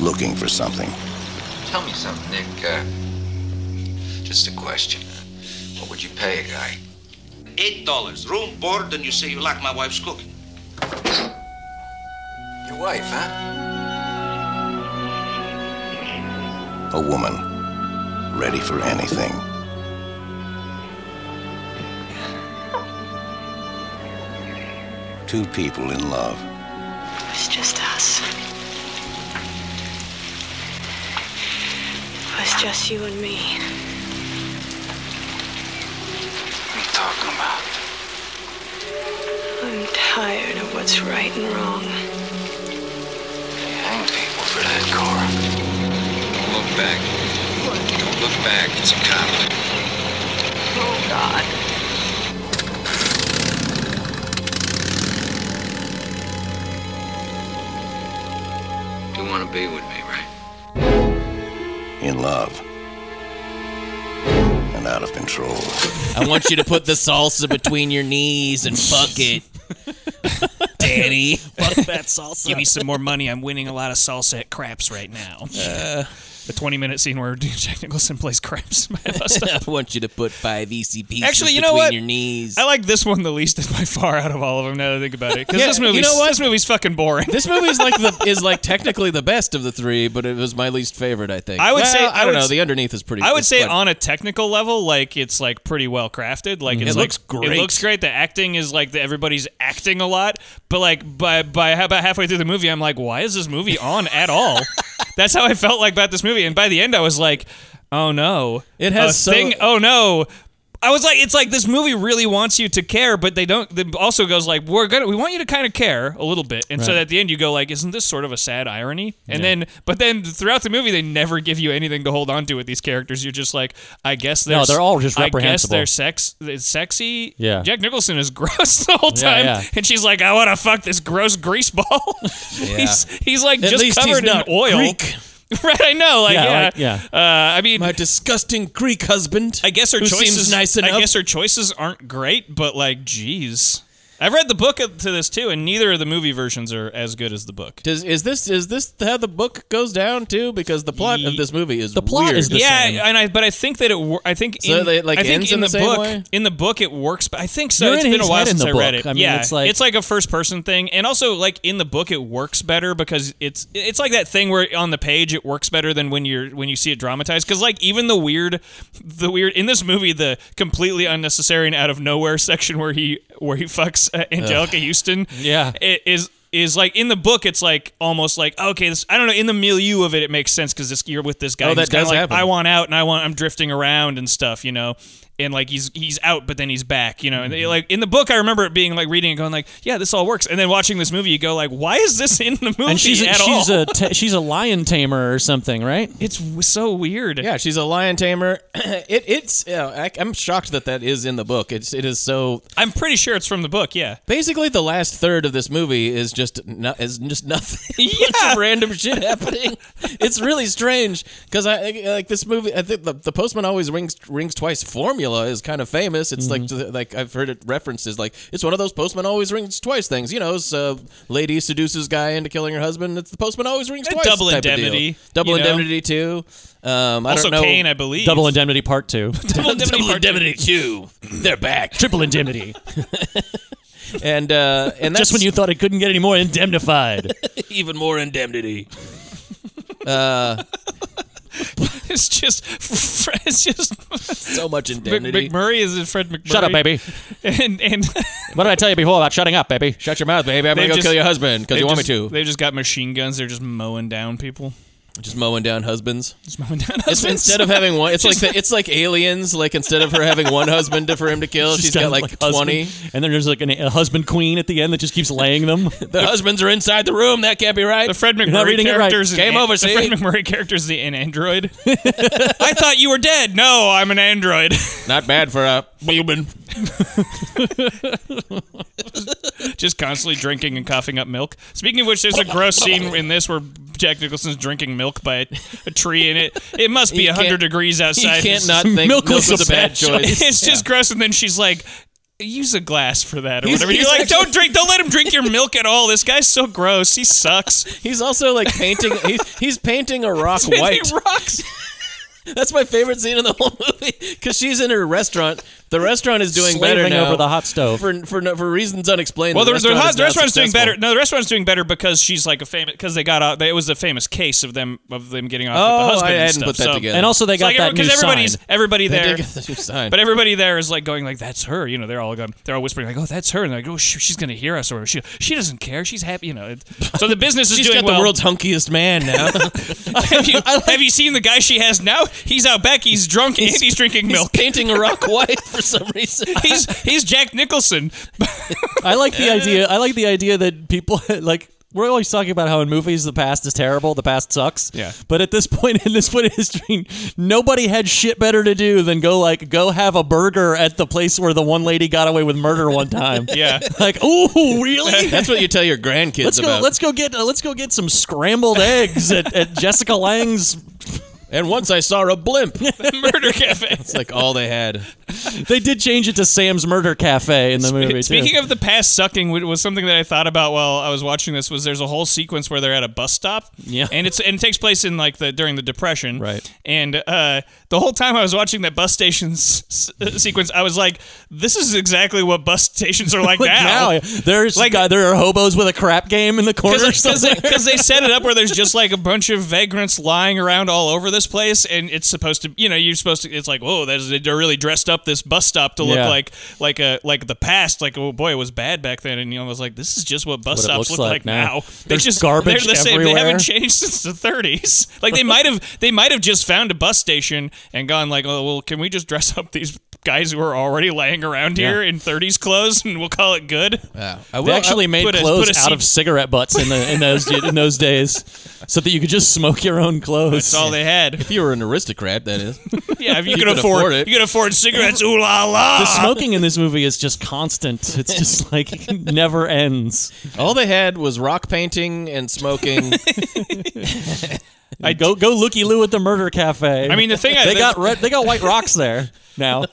[SPEAKER 5] looking for something.
[SPEAKER 6] Tell me something, Nick. Uh, just a question. Uh, What would you pay a guy?
[SPEAKER 7] Eight dollars, room, board, and you say you like my wife's cooking.
[SPEAKER 6] Your wife, huh?
[SPEAKER 5] A woman, ready for anything. Two people in love,
[SPEAKER 8] It's just us. It was just you and me.
[SPEAKER 6] What are you talking about?
[SPEAKER 8] I'm tired of what's right and wrong.
[SPEAKER 6] You hang people for that, Cora. Don't look back. Don't look back. It's a conflict.
[SPEAKER 8] Oh, God.
[SPEAKER 6] You want to be with me, right?
[SPEAKER 5] in love, and out of control.
[SPEAKER 1] I want you to put the salsa between your knees and fuck it. Danny. Fuck that salsa.
[SPEAKER 3] Give me some more money. I'm winning a lot of salsa at craps right now. the 20 minute scene where Jack Nicholson plays craps. by bus stop.
[SPEAKER 1] I want you to put five ECPs
[SPEAKER 3] Actually, you know
[SPEAKER 1] between
[SPEAKER 3] what?
[SPEAKER 1] your knees.
[SPEAKER 3] I like this one the least by far out of all of them. Now that I think about it, because
[SPEAKER 1] Yeah,
[SPEAKER 3] this movie,
[SPEAKER 1] you know what?
[SPEAKER 3] this movie's fucking boring.
[SPEAKER 1] this movie is like the is like technically the best of the three, but it was my least favorite. I think.
[SPEAKER 3] I would
[SPEAKER 1] Well,
[SPEAKER 3] say-
[SPEAKER 1] I,
[SPEAKER 3] I
[SPEAKER 1] don't
[SPEAKER 3] would
[SPEAKER 1] know.
[SPEAKER 3] s-
[SPEAKER 1] The underneath is pretty.
[SPEAKER 3] I would
[SPEAKER 1] is
[SPEAKER 3] say
[SPEAKER 1] quite-
[SPEAKER 3] on a technical level, like it's like pretty well crafted. Like it's
[SPEAKER 1] Mm-hmm. It
[SPEAKER 3] like,
[SPEAKER 1] looks great.
[SPEAKER 3] It looks great. The acting is like the, everybody's acting a lot, but like by by how about halfway through the movie, I'm like, why is this movie on at all? That's how I felt like about this movie. And by the end, I was like, oh no,
[SPEAKER 1] It has
[SPEAKER 3] a
[SPEAKER 1] so-
[SPEAKER 3] thing. Oh no. I was like, it's like this movie really wants you to care, but they don't. They also goes like, we're gonna, we want you to kind of care a little bit, and so at the end you go like, isn't this sort of a sad irony? And then, but then throughout the movie they never give you anything to hold on to with these characters. You're just like, I guess they're
[SPEAKER 2] No, they're all just
[SPEAKER 3] I guess
[SPEAKER 2] reprehensible.
[SPEAKER 3] they're sex, it's sexy.
[SPEAKER 2] Yeah.
[SPEAKER 3] Jack Nicholson is gross the whole
[SPEAKER 2] Yeah,
[SPEAKER 3] time,
[SPEAKER 2] yeah.
[SPEAKER 3] and she's like, I want to fuck this gross grease ball. he's he's like
[SPEAKER 1] At
[SPEAKER 3] just
[SPEAKER 1] least
[SPEAKER 3] covered
[SPEAKER 1] he's not
[SPEAKER 3] in oil.
[SPEAKER 1] Greek.
[SPEAKER 3] right? I know. Like
[SPEAKER 2] Yeah,
[SPEAKER 3] yeah,
[SPEAKER 2] like- yeah.
[SPEAKER 3] Uh, I mean,
[SPEAKER 1] My disgusting Greek husband.
[SPEAKER 3] I guess her
[SPEAKER 1] who
[SPEAKER 3] choices.
[SPEAKER 1] seems nice
[SPEAKER 3] I
[SPEAKER 1] enough.
[SPEAKER 3] guess her choices aren't great, but like, geez, I've read the book to this too, and neither of the movie versions are as good as the book.
[SPEAKER 1] Does is this is this how the book goes down too? Because the plot of this movie is
[SPEAKER 2] The plot
[SPEAKER 1] weird.
[SPEAKER 2] is the
[SPEAKER 3] yeah,
[SPEAKER 2] same.
[SPEAKER 3] and I but I think that it. wor- I think
[SPEAKER 1] So
[SPEAKER 3] in,
[SPEAKER 1] they, like,
[SPEAKER 3] I think
[SPEAKER 1] ends
[SPEAKER 3] in
[SPEAKER 1] in the same
[SPEAKER 3] book
[SPEAKER 1] way?
[SPEAKER 3] in the book it works, but I think so.
[SPEAKER 2] You're
[SPEAKER 3] it's
[SPEAKER 2] in
[SPEAKER 3] been a
[SPEAKER 2] his
[SPEAKER 3] while
[SPEAKER 2] head in
[SPEAKER 3] since
[SPEAKER 2] the
[SPEAKER 3] I read
[SPEAKER 2] book.
[SPEAKER 3] it.
[SPEAKER 2] I mean,
[SPEAKER 3] yeah,
[SPEAKER 2] it's like-
[SPEAKER 3] a first person thing, and also like in the book it works better because it's it's like that thing where on the page it works better than when you're when you see it dramatized because like even the weird the weird in this movie the completely unnecessary and out of nowhere section where he where he fucks uh, Angelica Houston
[SPEAKER 2] Yeah.
[SPEAKER 3] it is is like in the book it's like almost like okay this i don't know in the milieu of it it makes sense because this you're with this guy
[SPEAKER 1] Oh, that
[SPEAKER 3] who's kinda
[SPEAKER 1] does
[SPEAKER 3] like,
[SPEAKER 1] happen.
[SPEAKER 3] i want out and i want i'm drifting around and stuff you know and like he's he's out but then he's back you know and like in the book i remember it being like reading and going like yeah this all works and then watching this movie you go like why is this in the movie
[SPEAKER 2] and she's a,
[SPEAKER 3] at
[SPEAKER 2] she's
[SPEAKER 3] all
[SPEAKER 2] a ta- she's a lion tamer or something, right?
[SPEAKER 3] it's w- so weird
[SPEAKER 1] Yeah, she's a lion tamer. it it's uh, I, I'm shocked that that is in the book. It's it is so
[SPEAKER 3] i'm pretty sure it's from the book yeah
[SPEAKER 1] basically the last third of this movie is just no, is just nothing. Bunch
[SPEAKER 3] Yeah.
[SPEAKER 1] of random shit happening. it's really strange because I I- like this movie. I think the, the Postman always rings rings twice. Formula is kind of famous. It's
[SPEAKER 3] Mm-hmm.
[SPEAKER 1] like like I've heard it referenced as like it's one of those Postman always rings twice things. You know, it's, uh, lady seduces guy into killing her husband. It's the Postman always rings
[SPEAKER 3] A
[SPEAKER 1] twice.
[SPEAKER 3] Eh, double
[SPEAKER 1] type of deal.
[SPEAKER 3] indemnity,
[SPEAKER 1] Double
[SPEAKER 3] you know?
[SPEAKER 1] indemnity too. Um, I
[SPEAKER 3] also
[SPEAKER 1] don't know.
[SPEAKER 3] kane i believe
[SPEAKER 2] Double Indemnity Part Two,
[SPEAKER 3] Double indemnity, part two.
[SPEAKER 1] two. They're back.
[SPEAKER 2] Triple Indemnity.
[SPEAKER 1] And uh, and that's
[SPEAKER 2] Just when you thought it couldn't get any more indemnified,
[SPEAKER 1] even more indemnity.
[SPEAKER 3] it's just it's just
[SPEAKER 1] So much indemnity.
[SPEAKER 3] mcmurray is it fred mcmurray
[SPEAKER 2] shut up, baby.
[SPEAKER 3] and and
[SPEAKER 2] What did I tell you before about shutting up, baby?
[SPEAKER 1] Shut your mouth, baby. I'm
[SPEAKER 3] They've
[SPEAKER 1] gonna go
[SPEAKER 3] just-
[SPEAKER 1] kill your husband because
[SPEAKER 3] They
[SPEAKER 1] you want me
[SPEAKER 3] just-
[SPEAKER 1] to.
[SPEAKER 3] They've just got machine guns. They're just mowing down people.
[SPEAKER 1] Just mowing down husbands.
[SPEAKER 3] Just mowing down
[SPEAKER 1] It's,
[SPEAKER 3] husbands.
[SPEAKER 1] instead of having one, it's like the, it's like aliens. Like instead of her having one husband to, for him to kill, she's got like,
[SPEAKER 2] husband-
[SPEAKER 1] twenty.
[SPEAKER 2] and then there's like an, a husband queen at the end that just keeps laying them.
[SPEAKER 1] The husbands are inside the room. That can't be right.
[SPEAKER 3] the Fred
[SPEAKER 2] not
[SPEAKER 3] McMurray
[SPEAKER 2] reading it right.
[SPEAKER 3] characters. in
[SPEAKER 1] Game
[SPEAKER 3] An-
[SPEAKER 1] over,
[SPEAKER 3] The
[SPEAKER 1] see?
[SPEAKER 3] Fred McMurray characters the- in Android. I thought you were dead. No, I'm an android.
[SPEAKER 1] Not bad for a human.
[SPEAKER 3] just constantly drinking and coughing up milk. Speaking of which, there's a gross scene in this where Jack Nicholson's drinking milk by a, a tree, and it it must be
[SPEAKER 1] He can't-
[SPEAKER 3] hundred degrees
[SPEAKER 1] You
[SPEAKER 3] outside.
[SPEAKER 1] can't not think
[SPEAKER 2] milk
[SPEAKER 1] milk
[SPEAKER 2] was
[SPEAKER 1] was,
[SPEAKER 2] a
[SPEAKER 1] a bad
[SPEAKER 2] bad
[SPEAKER 1] choice.
[SPEAKER 3] It's just gross. And then she's like, use a glass for that or
[SPEAKER 1] He's-
[SPEAKER 3] whatever. You're
[SPEAKER 1] he's
[SPEAKER 3] like, don't
[SPEAKER 1] actually-
[SPEAKER 3] drink, don't let him drink your milk at all. This guy's so gross. He sucks.
[SPEAKER 1] He's also like painting. He's, he's painting a rock white.
[SPEAKER 3] He rocks.
[SPEAKER 1] That's my favorite scene in the whole movie because she's in her restaurant. The restaurant is doing better
[SPEAKER 2] Slaving
[SPEAKER 1] now
[SPEAKER 2] over the hot stove.
[SPEAKER 1] for for, no- for reasons unexplained.
[SPEAKER 3] Well, the, the,
[SPEAKER 1] restaurant
[SPEAKER 3] hot-
[SPEAKER 1] is
[SPEAKER 3] the
[SPEAKER 1] now
[SPEAKER 3] restaurant's doing
[SPEAKER 1] successful.
[SPEAKER 3] better. No, the restaurant's doing better because she's like a famous because they got out. It was a famous case of them of them getting off with
[SPEAKER 1] Oh,
[SPEAKER 3] the husband.
[SPEAKER 1] I
[SPEAKER 3] and
[SPEAKER 1] hadn't
[SPEAKER 3] stuff,
[SPEAKER 1] put that
[SPEAKER 3] so.
[SPEAKER 1] together.
[SPEAKER 2] and also they
[SPEAKER 3] It's
[SPEAKER 2] got
[SPEAKER 3] like
[SPEAKER 2] that new
[SPEAKER 3] because everybody's
[SPEAKER 2] sign.
[SPEAKER 3] everybody
[SPEAKER 1] They
[SPEAKER 3] there.
[SPEAKER 1] did get the new sign.
[SPEAKER 3] But everybody there is like going like that's her, you know. They're all going, they're all whispering like, oh, that's her, and they're like, oh, she, she's gonna hear us or she she doesn't care, she's happy, you know. It- So the business is
[SPEAKER 1] She's
[SPEAKER 3] doing
[SPEAKER 1] got
[SPEAKER 3] well.
[SPEAKER 1] the world's hunkiest man now.
[SPEAKER 3] have, you, have you seen the guy she has now? He's out back, he's drunk, and he's drinking milk.
[SPEAKER 1] He's painting a rock white for some reason.
[SPEAKER 3] He's he's Jack Nicholson.
[SPEAKER 2] I like the idea. I like the idea that people like. We're always talking about how in movies the past is terrible, the past sucks.
[SPEAKER 3] Yeah.
[SPEAKER 2] But at this point in this point in history, nobody had shit better to do than go like go have a burger at the place where the one lady got away with murder one time.
[SPEAKER 3] Yeah.
[SPEAKER 2] Like, ooh, really?
[SPEAKER 1] That's what you tell your grandkids
[SPEAKER 2] Let's go.
[SPEAKER 1] about.
[SPEAKER 2] Let's go get. Uh, let's go get some scrambled eggs at, at Jessica Lang's.
[SPEAKER 1] and once I saw a blimp. It's
[SPEAKER 3] Murder Cafe.
[SPEAKER 1] like all they had.
[SPEAKER 2] They did change it to Sam's Murder Cafe in the movie
[SPEAKER 3] Speaking
[SPEAKER 2] too.
[SPEAKER 3] of the past sucking, wh- was something that I thought about while I was watching this. Was there's a whole sequence where they're at a bus stop,
[SPEAKER 2] Yeah.
[SPEAKER 3] and it's and it takes place in like the during the depression,
[SPEAKER 2] Right.
[SPEAKER 3] And uh, the whole time I was watching that bus station s- s- sequence, I was like, this is exactly what bus stations are like,
[SPEAKER 2] Like now, there's
[SPEAKER 3] Like-
[SPEAKER 2] like, guy, there are hobos with a crap game in the corner.
[SPEAKER 3] because
[SPEAKER 2] somewhere.
[SPEAKER 3] they set it up where there's just like a bunch of vagrants lying around all over this place, and it's supposed to, you know, you're supposed to. It's like, whoa, that is, they're really dressed up this bus stop to look
[SPEAKER 2] Yeah.
[SPEAKER 3] like like a like the past. Like, oh boy, it was bad back then, and you know, I was like, this is just what bus
[SPEAKER 2] What it
[SPEAKER 3] stops look
[SPEAKER 2] looks
[SPEAKER 3] like,
[SPEAKER 2] like
[SPEAKER 3] now.
[SPEAKER 2] now.
[SPEAKER 3] They
[SPEAKER 2] There's
[SPEAKER 3] just
[SPEAKER 2] garbage
[SPEAKER 3] They're the same. They
[SPEAKER 2] everywhere.
[SPEAKER 3] haven't changed since the 30s. Like they might have they might have just found a bus station and gone like, oh well, can we just dress up these guys who are already laying around here in 30s clothes and we'll call it good.
[SPEAKER 1] uh,
[SPEAKER 2] They
[SPEAKER 1] I will,
[SPEAKER 2] actually made
[SPEAKER 3] uh, put a-
[SPEAKER 2] clothes
[SPEAKER 3] put a
[SPEAKER 2] out of
[SPEAKER 3] seat-
[SPEAKER 2] cigarette butts in the in those in those days, so that you could just smoke your own clothes.
[SPEAKER 3] That's all they had.
[SPEAKER 1] if you were an aristocrat, that is.
[SPEAKER 3] Yeah, if you,
[SPEAKER 1] You
[SPEAKER 3] can
[SPEAKER 1] could
[SPEAKER 3] afford,
[SPEAKER 1] afford it.
[SPEAKER 3] you can afford cigarettes. Ooh la la.
[SPEAKER 2] the smoking in this movie is just constant. It's just like it never ends.
[SPEAKER 1] All they had was rock painting and smoking.
[SPEAKER 2] I go go looky loo at the murder cafe.
[SPEAKER 3] I mean, the thing I
[SPEAKER 2] they got red, they got white rocks there now.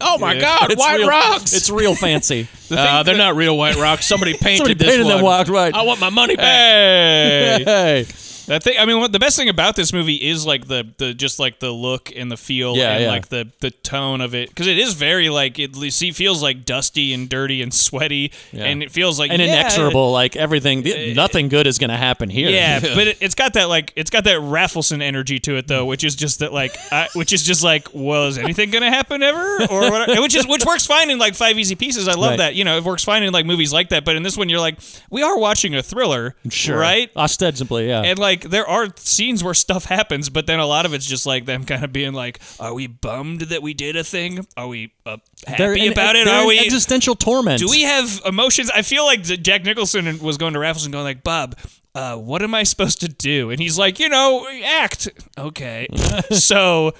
[SPEAKER 1] Oh my God!
[SPEAKER 2] It's
[SPEAKER 1] White
[SPEAKER 2] real-
[SPEAKER 1] rocks.
[SPEAKER 2] It's real fancy.
[SPEAKER 1] uh, they're not real white rocks. Somebody painted
[SPEAKER 2] Somebody
[SPEAKER 1] this
[SPEAKER 2] painted
[SPEAKER 1] one.
[SPEAKER 2] them white, right.
[SPEAKER 3] Oh.
[SPEAKER 1] I want my money back.
[SPEAKER 3] Hey.
[SPEAKER 2] hey.
[SPEAKER 3] That thing. I mean, what, the best thing about this movie is like the the just like the look and the feel
[SPEAKER 2] Yeah,
[SPEAKER 3] and
[SPEAKER 2] yeah.
[SPEAKER 3] like the the tone of it because it is very like it le- see feels like dusty and dirty and sweaty and it feels like
[SPEAKER 2] And
[SPEAKER 3] yeah, Eh.
[SPEAKER 2] inexorable, like everything. the- nothing good is going to happen here.
[SPEAKER 3] Yeah, but it, it's got that like it's got that Raffleson energy to it though, which is just that like I, which is just like well, is anything gonna happen ever or what? Which is which works fine in like Five Easy Pieces. I love
[SPEAKER 2] Right.
[SPEAKER 3] that. You know, it works fine in like movies like that. But in this one, you're like we are watching a thriller,
[SPEAKER 2] sure.
[SPEAKER 3] Right?
[SPEAKER 2] Ostensibly, yeah.
[SPEAKER 3] And like there are scenes where stuff happens, but then a lot of it's just like them kind of being like, "Are we bummed that we did a thing? Are we uh,
[SPEAKER 2] They're
[SPEAKER 3] happy
[SPEAKER 2] in- e- eh,
[SPEAKER 3] about it?
[SPEAKER 2] they're
[SPEAKER 3] Are
[SPEAKER 2] in
[SPEAKER 3] we?
[SPEAKER 2] existential torment?
[SPEAKER 3] do we have emotions?" I feel like that Jack Nicholson was going to Raffles and going like, "Bob, uh, what am I supposed to do?" And he's like, "You know, act. Okay, so."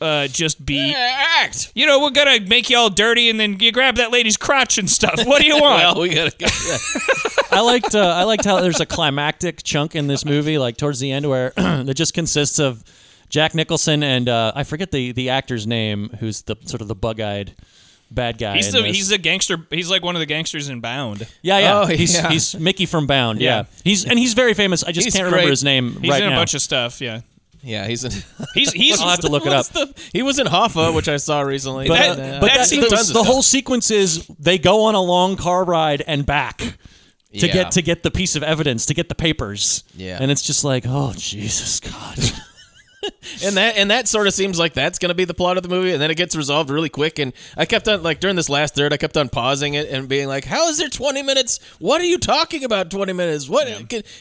[SPEAKER 3] Uh, just be act. You know, we're gonna make y'all dirty, and then you grab that lady's crotch and stuff. What do you want?
[SPEAKER 1] Well, we gotta. Go.
[SPEAKER 2] I liked uh, I liked how there's a climactic chunk in this movie, like towards the end, where that just consists of Jack Nicholson and uh, I forget the the actor's name, who's the sort of the bug eyed bad guy.
[SPEAKER 3] he's
[SPEAKER 2] in
[SPEAKER 3] the
[SPEAKER 2] this.
[SPEAKER 3] he's a gangster. He's like one of the gangsters in Bound.
[SPEAKER 2] yeah yeah
[SPEAKER 1] Oh,
[SPEAKER 2] he's
[SPEAKER 1] yeah.
[SPEAKER 2] he's Mickey from Bound yeah.
[SPEAKER 3] Yeah.
[SPEAKER 2] he's and he's very famous. I just
[SPEAKER 1] He's
[SPEAKER 2] can't
[SPEAKER 1] great.
[SPEAKER 2] remember his name
[SPEAKER 3] He's
[SPEAKER 2] right
[SPEAKER 3] in a
[SPEAKER 2] now.
[SPEAKER 3] bunch of stuff. Yeah.
[SPEAKER 1] Yeah, he's in.
[SPEAKER 3] He's he's
[SPEAKER 2] I'll have to look it up.
[SPEAKER 1] What's the- he was in Hoffa, which I saw recently.
[SPEAKER 2] But,
[SPEAKER 3] That-
[SPEAKER 2] uh,
[SPEAKER 1] uh,
[SPEAKER 2] but
[SPEAKER 3] that
[SPEAKER 2] that-
[SPEAKER 3] scene-
[SPEAKER 2] the,
[SPEAKER 1] tons
[SPEAKER 2] the
[SPEAKER 1] of stuff.
[SPEAKER 2] whole sequence is they go on a long car ride and back to
[SPEAKER 1] Yeah.
[SPEAKER 2] get to get the piece of evidence to get the papers.
[SPEAKER 1] Yeah.
[SPEAKER 2] and it's just like, oh Jesus God.
[SPEAKER 1] and that and that sort of seems like that's going to be the plot of the movie, and then it gets resolved really quick. And I kept on like during this last third, I kept on pausing it and being like, "How is there twenty minutes? What are you talking about? Twenty minutes? What?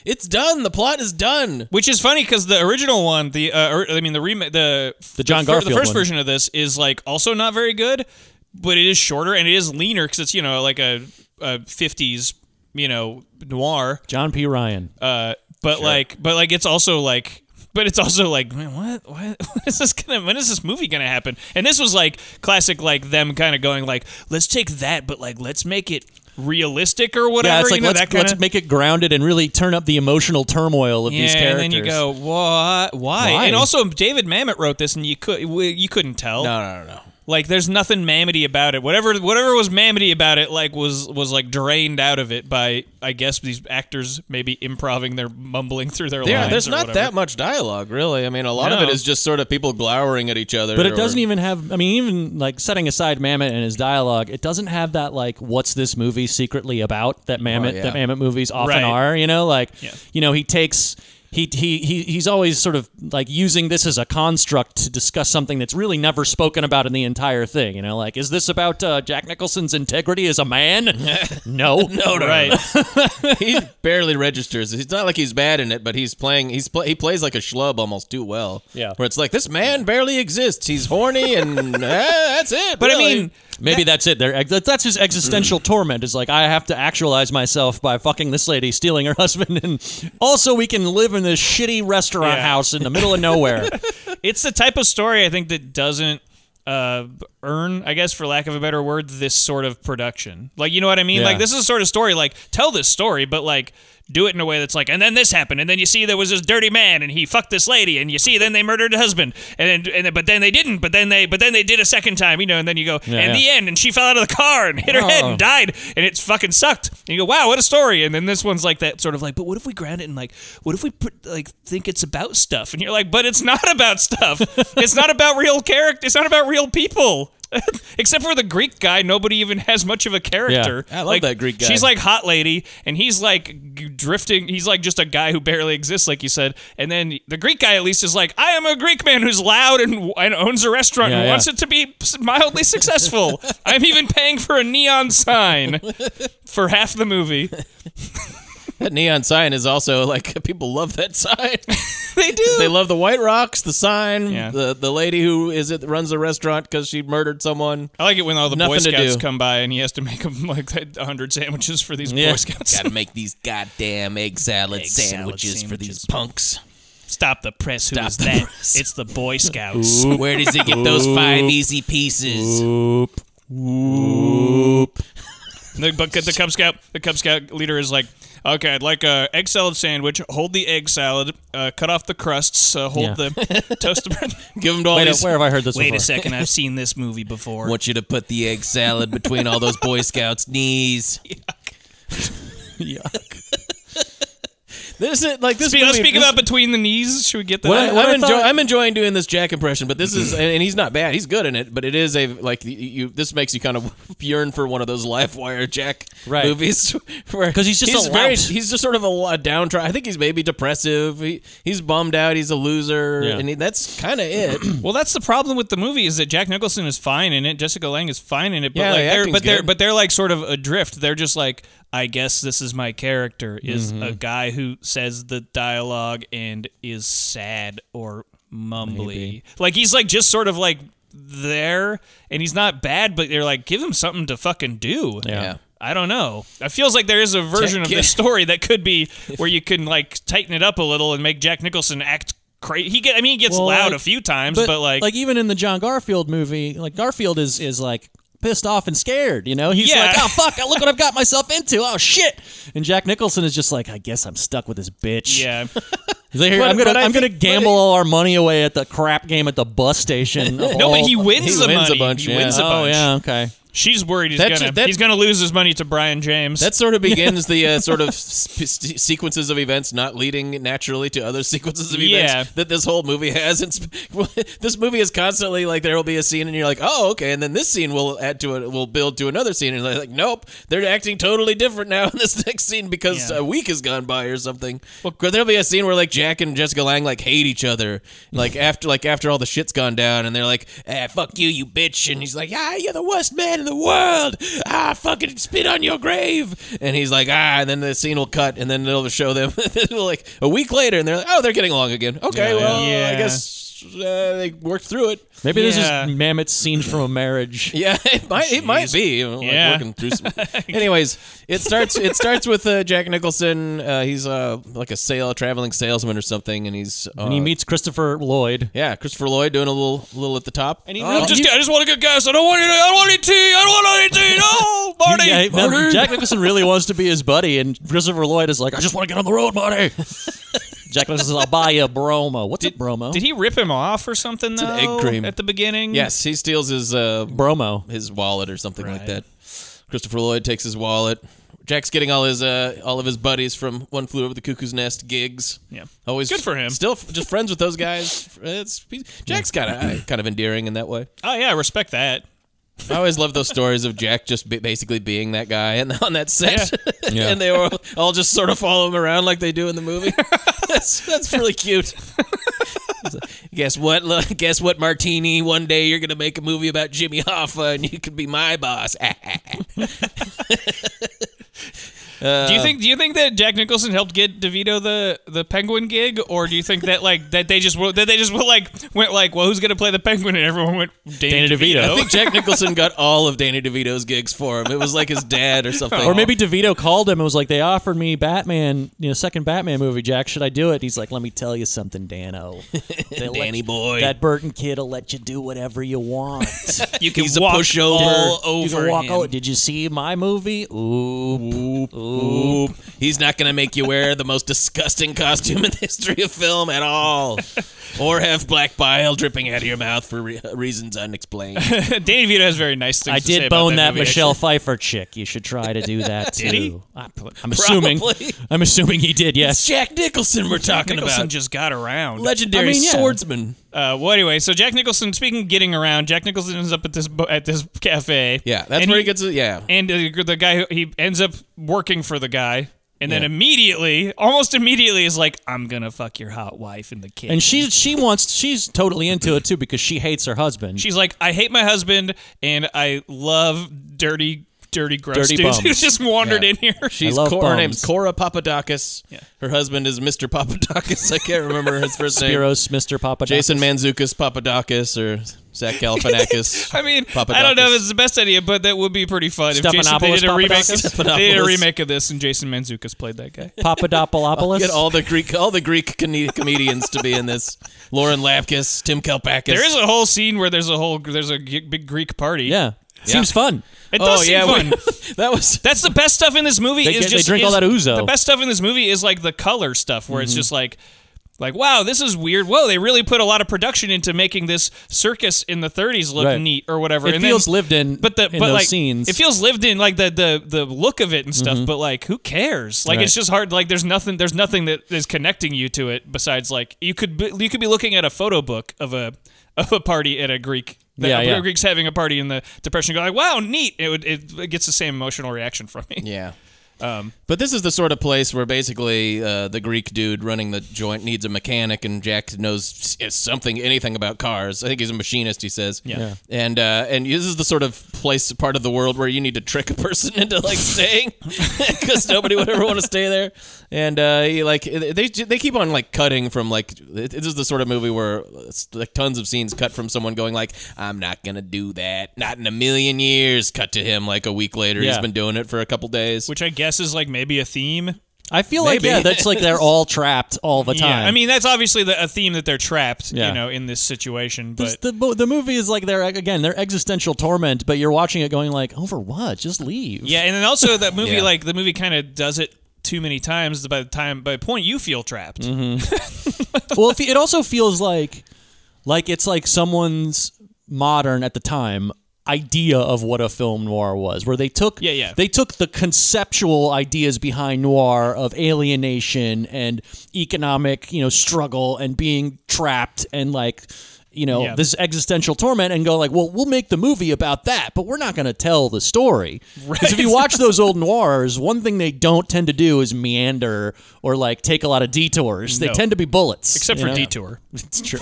[SPEAKER 1] It's done. The plot is done."
[SPEAKER 3] Which is funny because the original one, the uh, or- I mean the remake, the
[SPEAKER 2] The John
[SPEAKER 3] fir- the
[SPEAKER 2] Garfield
[SPEAKER 3] first
[SPEAKER 2] one.
[SPEAKER 3] version of this is like also not very good, but it is shorter and it is leaner because it's you know like a, a 50s you know noir.
[SPEAKER 2] John P. Ryan.
[SPEAKER 3] Uh, but like but like it's also like. But it's also like, man, what, what, what is this gonna? When is this movie gonna happen? And this was like classic, like them kind of going like, let's take that, but like let's make it realistic or whatever.
[SPEAKER 2] yeah, it's like
[SPEAKER 3] you know,
[SPEAKER 2] let's,
[SPEAKER 3] that kinda-
[SPEAKER 2] let's make it grounded and really turn up the emotional turmoil of these characters.
[SPEAKER 3] And then you go, what? Why?
[SPEAKER 2] Why?
[SPEAKER 3] And also, David Mamet wrote this, and you could w- you couldn't tell.
[SPEAKER 1] No, no, no, no.
[SPEAKER 3] Like, there's nothing Mamety about it. Whatever whatever was Mamety about it, like was was like drained out of it by I guess these actors maybe improving their mumbling through their
[SPEAKER 1] There,
[SPEAKER 3] lines.
[SPEAKER 1] there's
[SPEAKER 3] or
[SPEAKER 1] not
[SPEAKER 3] whatever.
[SPEAKER 1] that much dialogue, really. I mean, a lot of
[SPEAKER 3] No.
[SPEAKER 1] it is just sort of people glowering at each other.
[SPEAKER 2] But
[SPEAKER 1] or-
[SPEAKER 2] it doesn't even have. I mean, even like setting aside Mamet and his dialogue, it doesn't have that like, "What's this movie secretly about?" That Mamet,
[SPEAKER 1] yeah.
[SPEAKER 2] that Mamet movies often
[SPEAKER 3] Right.
[SPEAKER 2] are. You know, like,
[SPEAKER 3] Yeah.
[SPEAKER 2] you know, he takes. He, he, he, he's always sort of like using this as a construct to discuss something that's really never spoken about in the entire thing. You know, like, is this about uh, Jack Nicholson's integrity as a man? no. no,
[SPEAKER 3] Right.
[SPEAKER 1] he barely registers. It's not like he's bad in it, but he's playing. He's pl- he plays like a schlub almost too well.
[SPEAKER 2] Yeah.
[SPEAKER 1] where it's like this man barely exists. He's horny, and eh, that's it.
[SPEAKER 3] But I
[SPEAKER 1] really.
[SPEAKER 3] mean, Mm.
[SPEAKER 2] Maybe that's it. They're, that- that's his existential torment. Is like I have to actualize myself by fucking this lady, stealing her husband, and also we can live in this shitty restaurant
[SPEAKER 3] Yeah.
[SPEAKER 2] house in the middle of nowhere.
[SPEAKER 3] it's the type of story I think that doesn't uh, earn, I guess, for lack of a better word, this sort of production. Like, you know what I mean?
[SPEAKER 2] Yeah.
[SPEAKER 3] Like, this is the sort of story. Like, tell this story, but like, do it in a way that's like, and then this happened, and then you see there was this dirty man, and he fucked this lady, and you see then they murdered her husband, and then, and then, but then they didn't, but then they, but then they did a second time, you know, and then you go, and
[SPEAKER 2] yeah.
[SPEAKER 3] the end, and she fell out of the car and hit her head and died, and it's fucking sucked. And you go, wow, what a story. And then this one's like that sort of like, but what if we ground it in like, what if we put like think it's about stuff? And you're like, but it's not about stuff. it's not about real character. It's not about real people. Except for the Greek guy, nobody even has much of a character.
[SPEAKER 1] Yeah. I love
[SPEAKER 3] Like,
[SPEAKER 1] that Greek guy.
[SPEAKER 3] She's like hot lady, and he's like g- drifting. He's like just a guy who barely exists, like you said. And then the Greek guy at least is like, I am a Greek man who's loud and, and owns a restaurant
[SPEAKER 2] Yeah,
[SPEAKER 3] and
[SPEAKER 2] yeah.
[SPEAKER 3] wants it to be mildly successful. I'm even paying for a neon sign for half the movie.
[SPEAKER 1] that neon sign is also like people love that sign.
[SPEAKER 3] They do.
[SPEAKER 1] they love the White Rocks, the sign,
[SPEAKER 3] Yeah.
[SPEAKER 1] the the lady who is it runs the restaurant because she murdered someone.
[SPEAKER 3] I like it when all the Boy
[SPEAKER 1] Nothing to
[SPEAKER 3] Scouts
[SPEAKER 1] do.
[SPEAKER 3] come by and he has to make them like a hundred sandwiches for these Boy Scouts.
[SPEAKER 1] Gotta make these goddamn egg salad
[SPEAKER 3] salad
[SPEAKER 1] sandwiches, for
[SPEAKER 3] sandwiches.
[SPEAKER 1] these punks.
[SPEAKER 3] Stop the press. Who is
[SPEAKER 1] Stop the
[SPEAKER 3] that?
[SPEAKER 1] press.
[SPEAKER 3] It's the Boy Scouts.
[SPEAKER 1] Where does he get those five easy pieces?
[SPEAKER 3] The, but the Cub Scout, the Cub Scout leader is like, Okay, I'd like a egg salad sandwich. Hold the egg salad. Uh, cut off the crusts. Uh, hold
[SPEAKER 2] Yeah.
[SPEAKER 3] them. Toast the bread.
[SPEAKER 1] Give them to all
[SPEAKER 2] Wait,
[SPEAKER 1] these.
[SPEAKER 2] where have I heard this
[SPEAKER 3] Wait
[SPEAKER 2] before?
[SPEAKER 3] a second, I've seen this movie before.
[SPEAKER 1] want you to put the egg salad between all those Boy Scouts' knees.
[SPEAKER 2] Yuck.
[SPEAKER 1] This is like this.
[SPEAKER 3] Speak, let's
[SPEAKER 1] movie-
[SPEAKER 3] speak
[SPEAKER 1] this-
[SPEAKER 3] about between the knees. Should we get that?
[SPEAKER 1] Well, I,
[SPEAKER 2] what I
[SPEAKER 1] am enjoy,
[SPEAKER 2] thought-
[SPEAKER 1] I'm enjoying doing this Jack impression, but this is, and and he's not bad. He's good in it, but it is a like you- you. This makes you kind of yearn for one of those live wire Jack
[SPEAKER 2] Right.
[SPEAKER 1] movies, where
[SPEAKER 2] 'Cause he's just a
[SPEAKER 1] very,
[SPEAKER 2] lout.
[SPEAKER 1] he's just sort of a, lo- a downtrodden. I think he's maybe depressive. He, he's bummed out. He's a loser,
[SPEAKER 2] Yeah.
[SPEAKER 1] and he, that's kind of it.
[SPEAKER 3] Well, that's the problem with the movie is that Jack Nicholson is fine in it, Jessica Lange is fine in it, but
[SPEAKER 1] Yeah,
[SPEAKER 3] like
[SPEAKER 1] the
[SPEAKER 3] they're
[SPEAKER 1] acting's
[SPEAKER 3] but they're
[SPEAKER 1] good.
[SPEAKER 3] but they're like sort of adrift. They're just like, I guess this is my character is
[SPEAKER 1] Mm-hmm.
[SPEAKER 3] a guy who says the dialogue and is sad or mumbly. Like he's like just sort of like there and he's not bad, but they're like, give him something to fucking do.
[SPEAKER 2] Yeah.
[SPEAKER 3] I don't know. It feels like there is a version of
[SPEAKER 1] Jack-
[SPEAKER 3] this story that could be where you can like tighten it up a little and make Jack Nicholson act crazy. He get, I mean, he gets
[SPEAKER 2] Well,
[SPEAKER 3] loud
[SPEAKER 2] like-
[SPEAKER 3] a few times,
[SPEAKER 2] But,
[SPEAKER 3] but, like,
[SPEAKER 2] even in the John Garfield movie, like Garfield is is like pissed off and scared. You know, he's
[SPEAKER 3] Yeah.
[SPEAKER 2] like, oh fuck, look what I've got myself into. Oh shit. And Jack Nicholson is just like, I guess I'm stuck with this bitch.
[SPEAKER 3] yeah,
[SPEAKER 2] He's like, "Here,
[SPEAKER 1] But-
[SPEAKER 2] I'm gonna
[SPEAKER 1] but I
[SPEAKER 2] I'm gonna
[SPEAKER 1] think-
[SPEAKER 2] gamble all our money away at the crap game at the bus station.
[SPEAKER 3] no, but he wins
[SPEAKER 1] he
[SPEAKER 3] the
[SPEAKER 1] wins a
[SPEAKER 3] money.
[SPEAKER 1] bunch,
[SPEAKER 3] he
[SPEAKER 1] yeah.
[SPEAKER 3] wins a
[SPEAKER 2] Oh
[SPEAKER 3] bunch.
[SPEAKER 2] yeah, okay.
[SPEAKER 3] She's worried he's
[SPEAKER 1] That's-
[SPEAKER 3] gonna
[SPEAKER 1] that-
[SPEAKER 3] he's gonna lose his money to Brian James.
[SPEAKER 1] That sort of begins the uh, sort of sp- s- sequences of events not leading naturally to other sequences of events
[SPEAKER 3] Yeah.
[SPEAKER 1] that this whole movie has. It's, this movie is constantly like there will be a scene and you're like, oh, okay, and then this scene will add to it, will build to another scene, and they're like, nope, they're acting totally different now in this next scene because uh,
[SPEAKER 3] Yeah.
[SPEAKER 1] a week has gone by or something. Well, there'll be a scene where like Jack and Jessica Lang like hate each other, like after like after all the shit's gone down, and they're like, ah, fuck you, you bitch, and he's like, ah, you're the worst man in the world, ah, fucking spit on your grave, and he's like, ah, and then the scene will cut, and then it'll show them like a week later, and they're like, oh, they're getting along again. Okay, well,
[SPEAKER 3] Yeah.
[SPEAKER 1] I guess uh, they worked through it.
[SPEAKER 2] Maybe
[SPEAKER 3] Yeah.
[SPEAKER 2] this is Mammoth scenes from a marriage.
[SPEAKER 1] Yeah, it might it might be. you know, like
[SPEAKER 3] Yeah.
[SPEAKER 1] working through some- Anyways, it starts it starts with uh, Jack Nicholson. Uh, he's uh, like a sale traveling salesman or something, and he's uh,
[SPEAKER 2] And he meets Christopher Lloyd.
[SPEAKER 1] yeah Christopher Lloyd doing a little little at the top. Uh, And he
[SPEAKER 3] I'm just, I just want to get gas. I don't want any. I don't want any tea. I don't want any tea. No, Marty.
[SPEAKER 2] Yeah, now,
[SPEAKER 3] Marty.
[SPEAKER 2] Jack Nicholson really wants to be his buddy, and Christopher Lloyd is like, I just want to get on the road, Marty. Jack Nicholson says, I'll buy you a bromo. What's a bromo?
[SPEAKER 3] Did he rip him off or something? It's though,
[SPEAKER 1] an egg cream.
[SPEAKER 3] at the beginning.
[SPEAKER 1] yes, he steals his uh,
[SPEAKER 2] bromo.
[SPEAKER 1] his wallet or something like that. Christopher Lloyd takes his wallet. Jack's getting all his uh, all of his buddies from One Flew Over the Cuckoo's Nest gigs.
[SPEAKER 3] Yeah.
[SPEAKER 1] Always
[SPEAKER 3] Good for him.
[SPEAKER 1] Still f- just friends with those guys. It's, he's- Jack's kind of kind of endearing in that way.
[SPEAKER 3] Oh yeah, I respect that.
[SPEAKER 1] I always love those stories of Jack just ba- basically being that guy and on that set,
[SPEAKER 2] Yeah.
[SPEAKER 1] and they were all just sort of follow him around like they do in the movie. that's that's really cute. guess what? lo- Guess what, Martini? One day you're gonna make a movie about Jimmy Hoffa, and you could be my boss.
[SPEAKER 3] do you think? Do you think that Jack Nicholson helped get DeVito the the Penguin gig, or do you think that like that they just were, that they just were like went like, well, who's gonna play the Penguin? And everyone went Danny,
[SPEAKER 2] Danny DeVito.
[SPEAKER 1] I
[SPEAKER 3] DeVito.
[SPEAKER 1] think Jack Nicholson got all of Danny DeVito's gigs for him. It was like his dad or something.
[SPEAKER 2] Or maybe DeVito called him and was like, "They offered me Batman, you know, second Batman movie. Jack, should I do it?" And he's like, "Let me tell you something, Dano. They let
[SPEAKER 1] Danny
[SPEAKER 2] you-
[SPEAKER 1] boy.
[SPEAKER 2] that Burton kid'll let you do whatever you want.
[SPEAKER 3] you can
[SPEAKER 1] He's a pushover.
[SPEAKER 3] all over
[SPEAKER 2] you can walk
[SPEAKER 3] him.
[SPEAKER 2] out. Did you see my movie? Oop, oop,
[SPEAKER 1] Oop. He's not going to make you wear the most disgusting costume in the history of film at all, or have black bile dripping out of your mouth for re- reasons unexplained.
[SPEAKER 3] Danny DeVito has very nice things.
[SPEAKER 2] I
[SPEAKER 3] to say
[SPEAKER 2] did
[SPEAKER 3] about
[SPEAKER 2] bone that,
[SPEAKER 3] movie,
[SPEAKER 2] Michelle Pfeiffer chick. You should try to do that too.
[SPEAKER 3] he?
[SPEAKER 2] I, am assuming.
[SPEAKER 1] Probably.
[SPEAKER 2] I'm assuming he did.
[SPEAKER 1] It's
[SPEAKER 2] Yes.
[SPEAKER 1] Jack Nicholson we're
[SPEAKER 3] Jack
[SPEAKER 1] talking
[SPEAKER 3] Nicholson
[SPEAKER 1] about.
[SPEAKER 3] just got around.
[SPEAKER 1] Legendary
[SPEAKER 2] I mean, yeah.
[SPEAKER 1] swordsman.
[SPEAKER 3] Uh, well, anyway, so Jack Nicholson. Speaking of getting around, Jack Nicholson ends up at this bo- at this cafe.
[SPEAKER 1] Yeah, that's
[SPEAKER 3] And
[SPEAKER 1] where he, gets it. Yeah.
[SPEAKER 3] And uh, the guy who he ends up working for the guy, and then
[SPEAKER 1] Yeah.
[SPEAKER 3] immediately, almost immediately, is like, "I'm gonna fuck your hot wife and the kid."
[SPEAKER 2] And she she wants she's totally into it too because she hates her husband.
[SPEAKER 3] she's like, "I hate my husband, and I love dirty, dirty, gross
[SPEAKER 2] Dirty
[SPEAKER 3] dudes who
[SPEAKER 2] bums.
[SPEAKER 3] just wandered
[SPEAKER 1] Yeah.
[SPEAKER 3] in here."
[SPEAKER 1] She's
[SPEAKER 2] love
[SPEAKER 1] Cor- her
[SPEAKER 2] bums.
[SPEAKER 1] name's Cora Papadakis. Her husband is Mr. Papadakis. I can't remember his first name.
[SPEAKER 2] Spiros, Mr. Papa.
[SPEAKER 1] Jason Manzukis Papadakis or Zach Galifianakis.
[SPEAKER 3] I mean,
[SPEAKER 1] Papadakis.
[SPEAKER 3] I don't know if it's the best idea, but that would be pretty fun if Jason, they
[SPEAKER 2] Stephanopoulos
[SPEAKER 3] did a remake.
[SPEAKER 2] Papadakis?
[SPEAKER 3] They did a
[SPEAKER 1] Stephanopoulos.
[SPEAKER 3] remake of this, and Jason Manzukis played that guy.
[SPEAKER 2] Papadopoulos.
[SPEAKER 1] Get all the Greek, all the Greek com- comedians to be in this. Lauren Lapkus, Tim Kalpakis.
[SPEAKER 3] There is a whole scene where there's a whole there's a g- big Greek party.
[SPEAKER 2] Yeah. Seems fun.
[SPEAKER 3] It
[SPEAKER 1] oh
[SPEAKER 3] does seem
[SPEAKER 1] yeah,
[SPEAKER 3] fun.
[SPEAKER 1] we- that was
[SPEAKER 3] That's the best stuff in this movie.
[SPEAKER 2] They
[SPEAKER 3] is
[SPEAKER 2] get- they
[SPEAKER 3] just
[SPEAKER 2] drink all
[SPEAKER 3] is-
[SPEAKER 2] that ouzo.
[SPEAKER 3] The best stuff in this movie is like the color stuff, where it's
[SPEAKER 2] Mm-hmm.
[SPEAKER 3] just like, like wow, this is weird. Whoa, they really put a lot of production into making this circus in the 30s look
[SPEAKER 2] Right.
[SPEAKER 3] neat or whatever.
[SPEAKER 2] It
[SPEAKER 3] and
[SPEAKER 2] feels
[SPEAKER 3] then,
[SPEAKER 2] lived in.
[SPEAKER 3] but the
[SPEAKER 2] in
[SPEAKER 3] but
[SPEAKER 2] those
[SPEAKER 3] like
[SPEAKER 2] scenes. Mm-hmm.
[SPEAKER 3] it feels lived in, like the the the look of it and stuff. But like, who cares? Like, it's
[SPEAKER 2] Right.
[SPEAKER 3] just hard. Like, there's nothing. There's nothing that is connecting you to it besides like you could be, you could be looking at a photo book of a of a party at a Greek. that
[SPEAKER 2] Yeah,
[SPEAKER 3] a
[SPEAKER 2] yeah.
[SPEAKER 3] Greeks having a party in the depression. Go like, wow, neat. It would it, it gets the same emotional reaction from me.
[SPEAKER 1] yeah. Um, but this is the sort of place where basically uh, the Greek dude running the joint needs a mechanic, and Jack knows s- something, anything about cars. I think he's a machinist. He says,
[SPEAKER 3] Yeah. Yeah.
[SPEAKER 1] And uh, and this is the sort of place, part of the world where you need to trick a person into like staying, because nobody would ever want to stay there. And uh, he, like they they keep on like cutting from like this is the sort of movie where it's, like tons of scenes cut from someone going like I'm not gonna do that, not in a million years. Cut to him like a week later. He's
[SPEAKER 2] Yeah.
[SPEAKER 1] been doing it for a couple days.
[SPEAKER 3] which I guess is like maybe a theme.
[SPEAKER 2] I feel like
[SPEAKER 1] Maybe.
[SPEAKER 2] yeah, that's like they're all trapped all the time.
[SPEAKER 3] Yeah, I mean that's obviously the, a theme that they're trapped,
[SPEAKER 2] Yeah.
[SPEAKER 3] you know, in this situation.
[SPEAKER 2] This-
[SPEAKER 3] But
[SPEAKER 2] the bo- the movie is like their again their existential torment, but you're watching it going like, over what? Just leave.
[SPEAKER 3] yeah, and then also that movie,
[SPEAKER 1] Yeah.
[SPEAKER 3] like the movie, kind of does it too many times. By the time, by the point, you feel trapped.
[SPEAKER 2] Mm-hmm. well, it fe- it also feels like like it's like someone's modern at the time idea of what a film noir was where they took
[SPEAKER 3] Yeah, yeah.
[SPEAKER 2] they took the conceptual ideas behind noir of alienation and economic you know struggle and being trapped and like you know
[SPEAKER 3] Yeah.
[SPEAKER 2] this existential torment and go like well we'll make the movie about that but we're not going to tell the story because if you watch those old noirs one thing they don't tend to do is meander or like take a lot of detours they
[SPEAKER 3] No.
[SPEAKER 2] tend to be bullets
[SPEAKER 3] Except
[SPEAKER 2] you
[SPEAKER 3] for
[SPEAKER 2] know?
[SPEAKER 3] Detour.
[SPEAKER 2] It's true.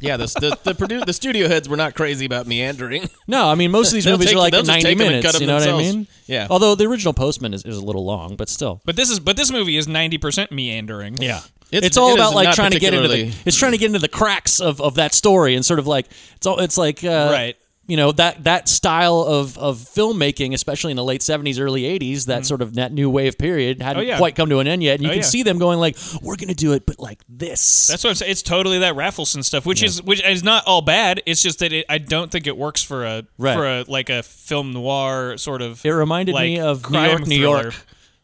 [SPEAKER 1] Yeah, the the the, produ- the studio heads were not crazy about meandering.
[SPEAKER 2] No, I mean most of these
[SPEAKER 1] They'll
[SPEAKER 2] movies
[SPEAKER 1] take-
[SPEAKER 2] are like
[SPEAKER 1] they'll just
[SPEAKER 2] 90
[SPEAKER 1] take 'em and cut
[SPEAKER 2] minutes.
[SPEAKER 1] 'em
[SPEAKER 2] You know what I
[SPEAKER 1] themselves.
[SPEAKER 2] mean?
[SPEAKER 1] Yeah.
[SPEAKER 2] Although the original Postman is, is a little long, but still.
[SPEAKER 3] But this is but this movie is ninety percent meandering.
[SPEAKER 2] Yeah. It's,
[SPEAKER 1] It's-
[SPEAKER 2] all
[SPEAKER 1] it
[SPEAKER 2] about
[SPEAKER 1] is
[SPEAKER 2] like
[SPEAKER 1] not
[SPEAKER 2] trying to get into the
[SPEAKER 1] particularly-
[SPEAKER 2] it's trying to get into the cracks of, of that story and sort of like it's all it's like uh,
[SPEAKER 3] Right.
[SPEAKER 2] you know that that style of, of filmmaking especially in the late 70s early 80s
[SPEAKER 1] Mm-hmm.
[SPEAKER 2] that sort of that new wave period hadn't
[SPEAKER 3] Oh, yeah.
[SPEAKER 2] quite come to an end yet and you
[SPEAKER 3] Oh,
[SPEAKER 2] can
[SPEAKER 3] yeah.
[SPEAKER 2] see them going like we're going to do it but like this
[SPEAKER 3] That's what I'm saying. It's totally that Raffleson stuff, which is which is not all bad. It's just that it, I don't think it works for a
[SPEAKER 2] Right.
[SPEAKER 3] for a like a film noir sort of.
[SPEAKER 2] It reminded
[SPEAKER 3] like,
[SPEAKER 2] me of New
[SPEAKER 3] crime
[SPEAKER 2] York, New York,
[SPEAKER 3] thriller.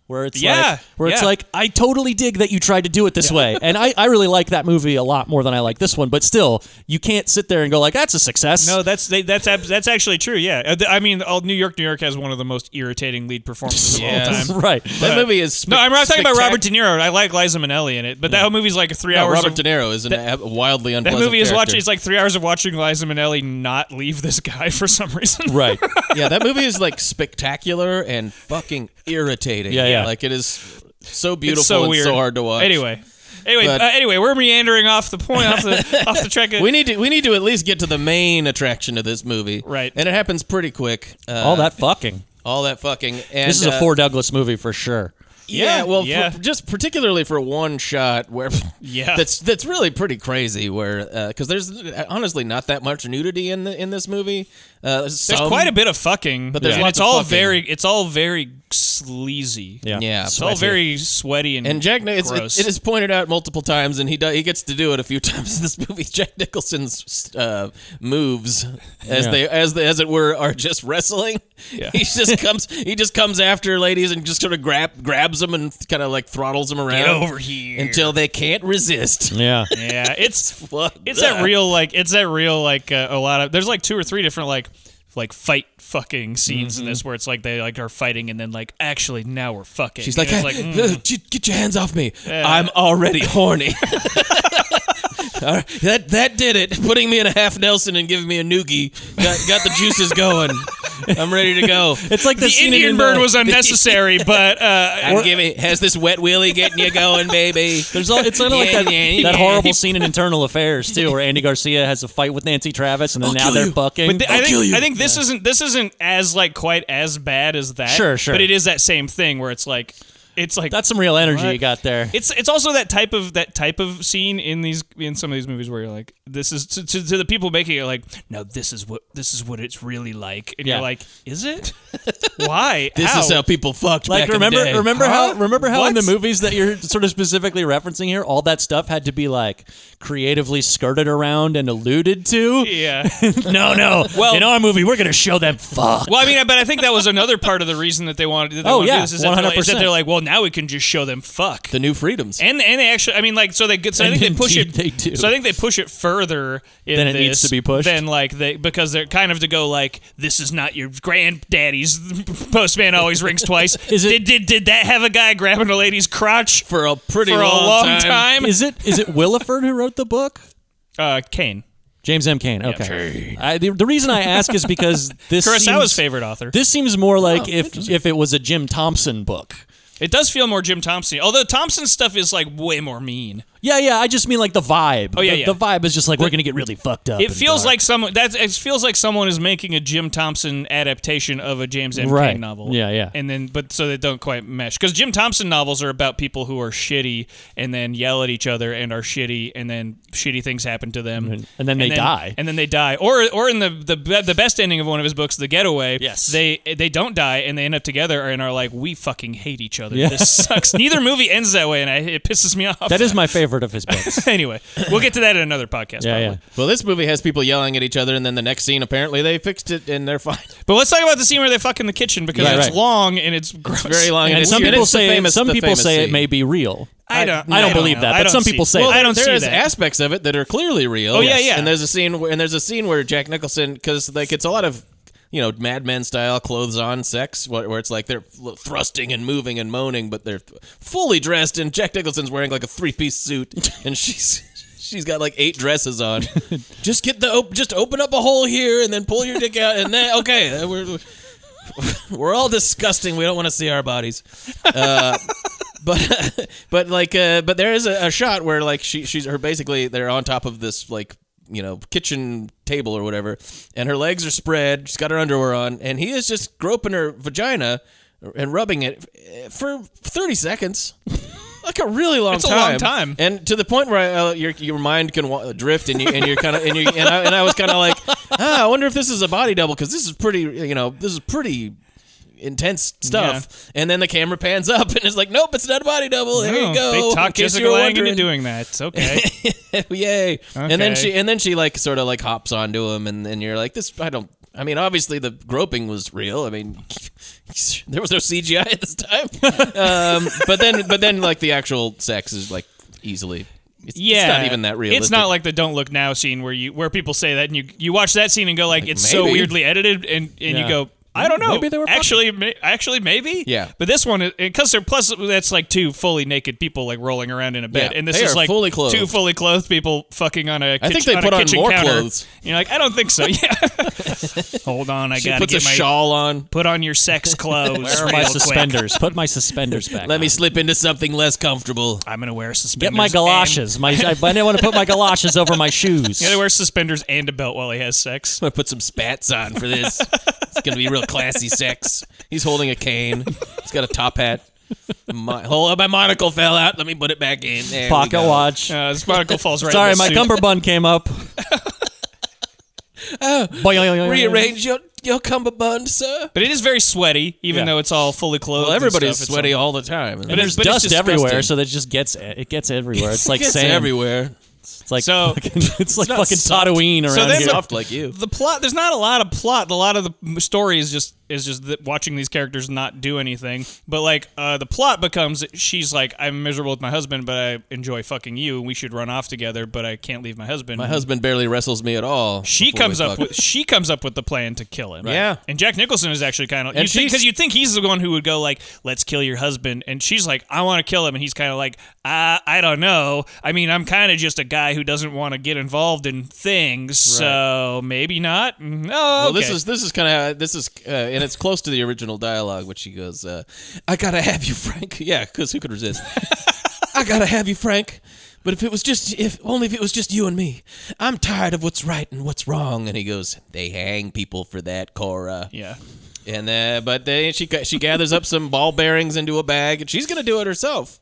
[SPEAKER 2] where it's
[SPEAKER 3] Yeah,
[SPEAKER 2] like, where it's
[SPEAKER 3] yeah.
[SPEAKER 2] like, I totally dig that you tried to do it this way, and I, I really like that movie a lot more than I like this one. But still, you can't sit there and go like, that's a success.
[SPEAKER 3] No, that's they, that's ab- that's actually true. Yeah, Uh, th- I mean, all, New York, New York has one of the most irritating lead performances of all
[SPEAKER 1] Yes.
[SPEAKER 3] time.
[SPEAKER 2] right.
[SPEAKER 1] That movie is spe-
[SPEAKER 3] No, I'm not talking about Robert
[SPEAKER 1] spectac-
[SPEAKER 3] De Niro. I like Liza Minnelli in it, but that whole movie's like three
[SPEAKER 1] No,
[SPEAKER 3] hours.
[SPEAKER 1] Robert
[SPEAKER 3] of,
[SPEAKER 1] De Niro is an ab- wildly
[SPEAKER 3] that
[SPEAKER 1] unpleasant.
[SPEAKER 3] movie is watching.
[SPEAKER 1] character.
[SPEAKER 3] It's like three hours of watching Liza Minnelli not leave this guy for some reason.
[SPEAKER 2] Right.
[SPEAKER 1] yeah, that movie is like spectacular and fucking irritating.
[SPEAKER 2] Yeah, yeah.
[SPEAKER 1] Like it is so beautiful
[SPEAKER 3] it's so
[SPEAKER 1] and
[SPEAKER 3] weird.
[SPEAKER 1] so hard to watch.
[SPEAKER 3] Anyway, anyway,
[SPEAKER 1] But-
[SPEAKER 3] uh, anyway, we're meandering off the point, off the off the track. Of,
[SPEAKER 1] We need to we need to at least get to the main attraction of this movie,
[SPEAKER 3] Right.
[SPEAKER 1] And it happens pretty quick. Uh,
[SPEAKER 2] all that fucking.
[SPEAKER 1] all that fucking. And,
[SPEAKER 2] This is a
[SPEAKER 1] uh,
[SPEAKER 2] Ford Douglas movie for sure.
[SPEAKER 1] Yeah,
[SPEAKER 3] Yeah,
[SPEAKER 1] well, for-
[SPEAKER 3] yeah.
[SPEAKER 1] just particularly for one shot where
[SPEAKER 3] Yeah.
[SPEAKER 1] that's that's really pretty crazy. Where because there's uh, honestly not that much nudity in the in this movie. Uh,
[SPEAKER 3] there's quite a bit of fucking, but
[SPEAKER 1] there's
[SPEAKER 3] and
[SPEAKER 1] lots
[SPEAKER 3] it's
[SPEAKER 1] of
[SPEAKER 3] all
[SPEAKER 1] fucking.
[SPEAKER 3] very it's all very sleazy.
[SPEAKER 2] Yeah.
[SPEAKER 1] Yeah,
[SPEAKER 3] It's all very sweaty and
[SPEAKER 1] And Jack, Ni- it's,
[SPEAKER 3] gross.
[SPEAKER 1] it, it is pointed out multiple times, and he do, he gets to do it a few times in this movie. Jack Nicholson's uh, moves, as
[SPEAKER 2] Yeah.
[SPEAKER 1] they as they, as it were, are just wrestling.
[SPEAKER 3] Yeah.
[SPEAKER 1] He just comes he just comes after ladies and just sort of grab grabs them and kind of like throttles them around
[SPEAKER 3] Get over here
[SPEAKER 1] until they can't resist.
[SPEAKER 2] Yeah.
[SPEAKER 3] yeah, it's
[SPEAKER 1] Fuck
[SPEAKER 3] It's that real like it's that real like uh, a lot of there's like two or three different like like fight fucking scenes
[SPEAKER 1] Mm-hmm.
[SPEAKER 3] in this where it's like they like are fighting and then like actually now we're fucking.
[SPEAKER 1] She's
[SPEAKER 3] And
[SPEAKER 1] like,
[SPEAKER 3] it's
[SPEAKER 1] "Hey,
[SPEAKER 3] mm.
[SPEAKER 1] uh, j- get your hands off me! I'm already horny. All right, that that did it. Putting me in a half Nelson and giving me a noogie got, got the juices going. I'm ready to go.
[SPEAKER 2] It's like
[SPEAKER 3] "Mm,
[SPEAKER 2] the,
[SPEAKER 3] the
[SPEAKER 2] scene in
[SPEAKER 3] Indian
[SPEAKER 2] the-
[SPEAKER 3] bird was unnecessary, but uh,
[SPEAKER 1] I'm giving. Has this wet wheelie getting you going, baby?
[SPEAKER 2] There's all, it's sort of like
[SPEAKER 1] Yeah,
[SPEAKER 2] that,
[SPEAKER 1] yeah,
[SPEAKER 2] that
[SPEAKER 1] yeah.
[SPEAKER 2] horrible scene in Internal Affairs too, where Andy Garcia has a fight with Nancy Travis, and then
[SPEAKER 1] I'll
[SPEAKER 2] now
[SPEAKER 1] kill
[SPEAKER 2] they're
[SPEAKER 1] you.
[SPEAKER 2] fucking.
[SPEAKER 3] But th- I
[SPEAKER 1] I'll
[SPEAKER 3] think
[SPEAKER 1] kill you.
[SPEAKER 3] I think this isn't this isn't as like quite as bad as that.
[SPEAKER 2] Sure, sure.
[SPEAKER 3] But it is that same thing where it's like it's like
[SPEAKER 2] That's some real energy
[SPEAKER 3] What?
[SPEAKER 2] you got there.
[SPEAKER 3] it's it's also that type of that type of scene in these in some of these movies where you're like this is to, to, to the people making it like no this is what this is what it's really like and
[SPEAKER 2] Yeah.
[SPEAKER 3] you're like is it Why?
[SPEAKER 1] This
[SPEAKER 3] How?
[SPEAKER 1] is how people fucked
[SPEAKER 2] Like
[SPEAKER 1] back
[SPEAKER 2] remember
[SPEAKER 1] in the day.
[SPEAKER 2] remember
[SPEAKER 3] Huh?
[SPEAKER 2] how remember how in the
[SPEAKER 3] What?
[SPEAKER 2] movies that you're sort of specifically referencing here, all that stuff had to be like creatively skirted around and alluded to.
[SPEAKER 3] Yeah.
[SPEAKER 2] no, no.
[SPEAKER 3] Well-
[SPEAKER 2] Well, in our movie, we're gonna show them fuck.
[SPEAKER 3] Well, I mean, but I think that was another part of the reason that they wanted. That they
[SPEAKER 2] Oh,
[SPEAKER 3] wanted to do
[SPEAKER 2] yeah,
[SPEAKER 3] this is that they're, like, is that
[SPEAKER 2] 100%.
[SPEAKER 3] they're like, well, now we can just show them fuck.
[SPEAKER 1] the new freedoms.
[SPEAKER 3] and and they actually, I mean, like, so they get- so I
[SPEAKER 2] And
[SPEAKER 3] think they push it.
[SPEAKER 2] indeed they do.
[SPEAKER 3] So I think they push it further in
[SPEAKER 2] Than it
[SPEAKER 3] this
[SPEAKER 2] needs to be pushed.
[SPEAKER 3] Than like they because they're kind of to go like this is not your granddaddy's postman always rings twice.
[SPEAKER 2] Is it-
[SPEAKER 3] did, did did that have a guy grabbing a lady's crotch
[SPEAKER 1] for a pretty
[SPEAKER 3] for a
[SPEAKER 1] long,
[SPEAKER 3] long
[SPEAKER 1] time.
[SPEAKER 3] time?
[SPEAKER 2] is it is it Williford who wrote the book?
[SPEAKER 3] Uh, Kane
[SPEAKER 2] James M. Cain. Okay. I, the, the reason I ask is because this
[SPEAKER 3] Kurosawa's
[SPEAKER 2] seems,
[SPEAKER 3] favorite author.
[SPEAKER 2] This seems more like if if it was a Jim Thompson book.
[SPEAKER 3] it does feel more Jim Thompson, although Thompson's stuff is like way more mean.
[SPEAKER 2] Yeah, yeah. I just mean like the vibe.
[SPEAKER 3] Oh, yeah,
[SPEAKER 2] the,
[SPEAKER 3] yeah.
[SPEAKER 2] the vibe is just like we're gonna get really fucked up.
[SPEAKER 3] It
[SPEAKER 2] and
[SPEAKER 3] feels
[SPEAKER 2] dark.
[SPEAKER 3] like someone that it feels like someone is making a Jim Thompson adaptation of a James M.
[SPEAKER 2] Right.
[SPEAKER 3] Cain novel.
[SPEAKER 2] Yeah, yeah.
[SPEAKER 3] And then, but so they don't quite mesh because Jim Thompson novels are about people who are shitty and then yell at each other and are shitty and then shitty things happen to them
[SPEAKER 2] And- and then they die.
[SPEAKER 3] and then they die or or in the the be- the best ending of one of his books, The Getaway.
[SPEAKER 2] Yes.
[SPEAKER 3] they they don't die and they end up together and are like we fucking hate each other.
[SPEAKER 2] Yeah.
[SPEAKER 3] This sucks. Neither movie ends that way and I, it pisses me off.
[SPEAKER 2] that is my favorite of his books.
[SPEAKER 3] anyway. We'll get to that in another podcast.
[SPEAKER 2] yeah,
[SPEAKER 3] probably.
[SPEAKER 2] yeah.
[SPEAKER 1] Well, this movie has people yelling at each other, and then the next scene, apparently, they fixed it and they're fine.
[SPEAKER 3] But let's talk about the scene where they fuck in the kitchen because
[SPEAKER 2] Yeah,
[SPEAKER 3] it's
[SPEAKER 2] right.
[SPEAKER 3] long and it's gross.
[SPEAKER 1] Very long.
[SPEAKER 2] And
[SPEAKER 1] it's
[SPEAKER 2] some
[SPEAKER 1] weird.
[SPEAKER 2] people
[SPEAKER 1] It's the
[SPEAKER 2] say
[SPEAKER 1] famous-
[SPEAKER 2] some
[SPEAKER 1] the
[SPEAKER 2] people
[SPEAKER 1] famous
[SPEAKER 2] say it
[SPEAKER 1] scene.
[SPEAKER 2] may be real.
[SPEAKER 3] I don't.
[SPEAKER 2] I don't believe
[SPEAKER 3] know.
[SPEAKER 2] that,
[SPEAKER 3] I
[SPEAKER 2] but
[SPEAKER 3] don't
[SPEAKER 2] some
[SPEAKER 3] see-
[SPEAKER 2] people say
[SPEAKER 3] Well,
[SPEAKER 2] that.
[SPEAKER 3] I don't
[SPEAKER 1] There
[SPEAKER 3] see
[SPEAKER 1] is
[SPEAKER 3] that.
[SPEAKER 1] aspects of it that are clearly real.
[SPEAKER 3] Oh, yeah, yeah.
[SPEAKER 1] And there's a scene where, and there's a scene where Jack Nicholson because like it's a lot of you know Mad Men style clothes on sex where, where it's like they're thrusting and moving and moaning, but they're fully dressed, and Jack Nicholson's wearing like a three piece suit, and she's. She's got like eight dresses on. just get the op- just open up a hole here and then pull your dick out and then okay, we're we're all disgusting. We don't want to see our bodies. Uh, but but like uh, but there is a, a shot where like she she's her basically they're on top of this like you know kitchen table or whatever, and her legs are spread. She's got her underwear on, and he is just groping her vagina and rubbing it uh, for thirty seconds. Like a really long
[SPEAKER 3] It's a
[SPEAKER 1] time.
[SPEAKER 3] long time.
[SPEAKER 1] and to the point where uh, your your mind can wa- drift, and you and you're kind of and you and I, and I was kind of like, ah, I wonder if this is a body double because this is pretty, you know, this is pretty intense stuff. And then the camera pans up and it's like, nope, it's not a body double. There
[SPEAKER 3] Oh,
[SPEAKER 1] you go.
[SPEAKER 3] Big talk
[SPEAKER 1] In case
[SPEAKER 3] Jessica
[SPEAKER 1] you were
[SPEAKER 3] Lange into
[SPEAKER 1] wondering.
[SPEAKER 3] doing that. It's okay.
[SPEAKER 1] Yay. And
[SPEAKER 3] Okay.
[SPEAKER 1] then she and then she like sort of like hops onto him and, and you're like, this I don't I mean, obviously the groping was real. I mean, there was no CGI at this time. um, but then but then like the actual sex is like easily it's,
[SPEAKER 3] yeah.
[SPEAKER 1] it's not even that realistic.
[SPEAKER 3] It's not like the "Don't Look Now" scene where you where people say that and you you watch that scene and go like, it's so
[SPEAKER 1] maybe.
[SPEAKER 3] weirdly edited and and you
[SPEAKER 2] Yeah.
[SPEAKER 3] go. I don't know.
[SPEAKER 2] Maybe they were fucking.
[SPEAKER 3] actually, ma- actually, maybe.
[SPEAKER 1] Yeah.
[SPEAKER 3] But this one, because they're plus that's like two fully naked people like rolling around in a bed,
[SPEAKER 1] Yeah,
[SPEAKER 3] and this
[SPEAKER 1] they
[SPEAKER 3] is
[SPEAKER 1] are
[SPEAKER 3] like
[SPEAKER 1] fully clothed.
[SPEAKER 3] two fully clothed people fucking on a. Kitchen,
[SPEAKER 1] I think they
[SPEAKER 3] on
[SPEAKER 1] put
[SPEAKER 3] a
[SPEAKER 1] on
[SPEAKER 3] kitchen
[SPEAKER 1] more
[SPEAKER 3] counter.
[SPEAKER 1] clothes.
[SPEAKER 3] And you're like, I don't think so. Yeah. Hold on, I
[SPEAKER 1] she
[SPEAKER 3] gotta
[SPEAKER 1] puts a
[SPEAKER 3] get my
[SPEAKER 1] shawl on.
[SPEAKER 3] put on your sex clothes.
[SPEAKER 2] Where are my
[SPEAKER 3] real quick.
[SPEAKER 2] suspenders? Put my suspenders back.
[SPEAKER 1] Let me
[SPEAKER 2] on.
[SPEAKER 1] slip into something less comfortable.
[SPEAKER 3] I'm gonna wear suspenders.
[SPEAKER 2] get my galoshes. My I, I didn't want to put my galoshes over my shoes.
[SPEAKER 3] And, he wears suspenders and a belt while he has sex.
[SPEAKER 1] I'm gonna put some spats on for this. it's gonna be real classy sex. He's holding a cane. He's got a top hat. My, hold up, my monocle fell out. Let me put it back in. There we
[SPEAKER 2] Pocket
[SPEAKER 1] go.
[SPEAKER 2] watch.
[SPEAKER 3] Uh, his monocle falls right.
[SPEAKER 2] Sorry,
[SPEAKER 3] in the
[SPEAKER 2] my
[SPEAKER 3] suit.
[SPEAKER 2] cummerbund came up. oh,
[SPEAKER 1] Rearrange your your cummerbund, sir.
[SPEAKER 3] But it is very sweaty, even
[SPEAKER 2] Yeah.
[SPEAKER 3] though it's all fully clothed.
[SPEAKER 1] Well,
[SPEAKER 3] and
[SPEAKER 1] everybody's
[SPEAKER 3] stuff. It's
[SPEAKER 1] sweaty
[SPEAKER 3] all-
[SPEAKER 1] all the time.
[SPEAKER 3] But it's-
[SPEAKER 2] There's dust
[SPEAKER 1] disgusting.
[SPEAKER 2] everywhere, so that just gets it gets everywhere. It's like
[SPEAKER 1] It's
[SPEAKER 2] sand.
[SPEAKER 1] everywhere.
[SPEAKER 2] It's like
[SPEAKER 3] So-
[SPEAKER 2] fucking, it's like
[SPEAKER 1] not
[SPEAKER 2] fucking
[SPEAKER 1] soft.
[SPEAKER 2] Tatooine around
[SPEAKER 3] then
[SPEAKER 2] here.
[SPEAKER 3] the-
[SPEAKER 1] Soft like you.
[SPEAKER 3] the plot. There's not a lot of plot. A lot of the story is just is just that watching these characters not do anything. But like uh, the plot becomes, she's like, I'm miserable with my husband, but I enjoy fucking you, and we should run off together. But I can't leave my husband.
[SPEAKER 1] My husband barely wrestles me at all.
[SPEAKER 3] She
[SPEAKER 1] before we
[SPEAKER 3] comes up
[SPEAKER 1] fuck.
[SPEAKER 3] with she comes up with the plan to kill him.
[SPEAKER 1] Yeah.
[SPEAKER 3] and Jack Nicholson is actually kind of
[SPEAKER 1] And
[SPEAKER 3] because you
[SPEAKER 1] she's-
[SPEAKER 3] would think he's the one who would go like, "Let's kill your husband," and she's like, "I want to kill him," and he's kind of like, "I I don't know. I mean, I'm kind of just a guy who doesn't want to get involved in things, so maybe not." Mm, oh, No,
[SPEAKER 1] Well, this is this is kind of this is uh, and it's close to the original dialogue, which she goes, uh, "I gotta have you, Frank." Yeah, because who could resist? I gotta have you, Frank. But if it was just if only if it was just you and me, I'm tired of what's right and what's wrong. And he goes, "They hang people for that, Cora."
[SPEAKER 3] yeah.
[SPEAKER 1] And uh, but then she ga- she gathers up some ball bearings into a bag, and she's gonna do it herself.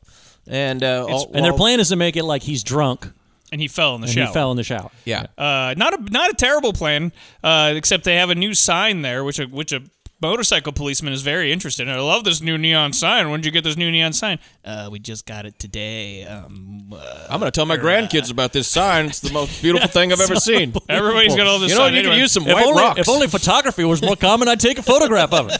[SPEAKER 1] And uh, all,
[SPEAKER 2] and their
[SPEAKER 1] all-
[SPEAKER 2] plan is to make it like he's drunk
[SPEAKER 3] And he fell in the
[SPEAKER 2] and
[SPEAKER 3] shower.
[SPEAKER 2] he fell in the shower.
[SPEAKER 1] Yeah,
[SPEAKER 3] Uh, not a not a terrible plan, uh, except they have a new sign there, which a, which a motorcycle policeman is very interested. I love this new neon sign. When did you get this new neon sign? Uh, we just got it today. Um, uh,
[SPEAKER 1] I'm going to tell my grandkids about this sign. It's the most beautiful thing I've ever seen.
[SPEAKER 3] everybody's got all this.
[SPEAKER 1] You know,
[SPEAKER 3] sign
[SPEAKER 1] you
[SPEAKER 3] anyway.
[SPEAKER 1] could use some
[SPEAKER 2] If
[SPEAKER 1] white
[SPEAKER 2] only,
[SPEAKER 1] rocks.
[SPEAKER 2] if only photography was more common, I'd take a photograph of it.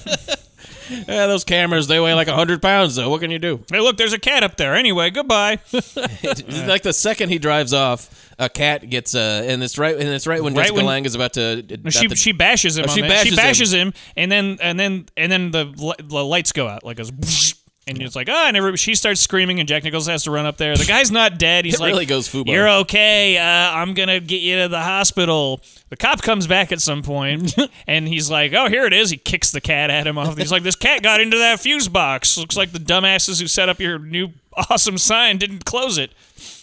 [SPEAKER 1] yeah, those cameras, they weigh like 100 pounds, though. What can you do?
[SPEAKER 3] Hey, look, there's a cat up there. Anyway, goodbye.
[SPEAKER 1] It's like the second he drives off, a cat gets, uh, and it's right, and it's right when
[SPEAKER 3] Right
[SPEAKER 1] Jessica
[SPEAKER 3] when-
[SPEAKER 1] Lange is about to. uh, about
[SPEAKER 3] she
[SPEAKER 1] to-
[SPEAKER 3] she bashes him.
[SPEAKER 1] Oh,
[SPEAKER 3] on
[SPEAKER 1] she
[SPEAKER 3] that.
[SPEAKER 1] bashes
[SPEAKER 3] she
[SPEAKER 1] him.
[SPEAKER 3] bashes him. and then and then and then the, li- the lights go out like a. whoosh, And it's like, ah, and everybody, she starts screaming, and Jack Nichols has to run up there. The guy's not dead. He's
[SPEAKER 1] It
[SPEAKER 3] like,
[SPEAKER 1] really goes fubar.
[SPEAKER 3] You're okay. Uh, I'm gonna get you to the hospital. The cop comes back at some point, and he's like, oh, here it is. He kicks the cat at him off. He's like, this cat got into that fuse box. Looks like the dumbasses who set up your new awesome sign didn't close it.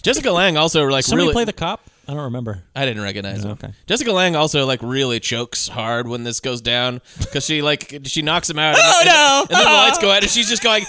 [SPEAKER 1] Jessica Lange also like
[SPEAKER 2] Somebody
[SPEAKER 1] really.
[SPEAKER 2] play the cop? I don't remember.
[SPEAKER 1] I didn't recognize him.
[SPEAKER 2] okay.
[SPEAKER 1] Jessica Lange also like really chokes hard when this goes down because she like she knocks him out. And,
[SPEAKER 3] Oh,
[SPEAKER 1] and-
[SPEAKER 3] no.
[SPEAKER 1] And then the lights go out and she's just going.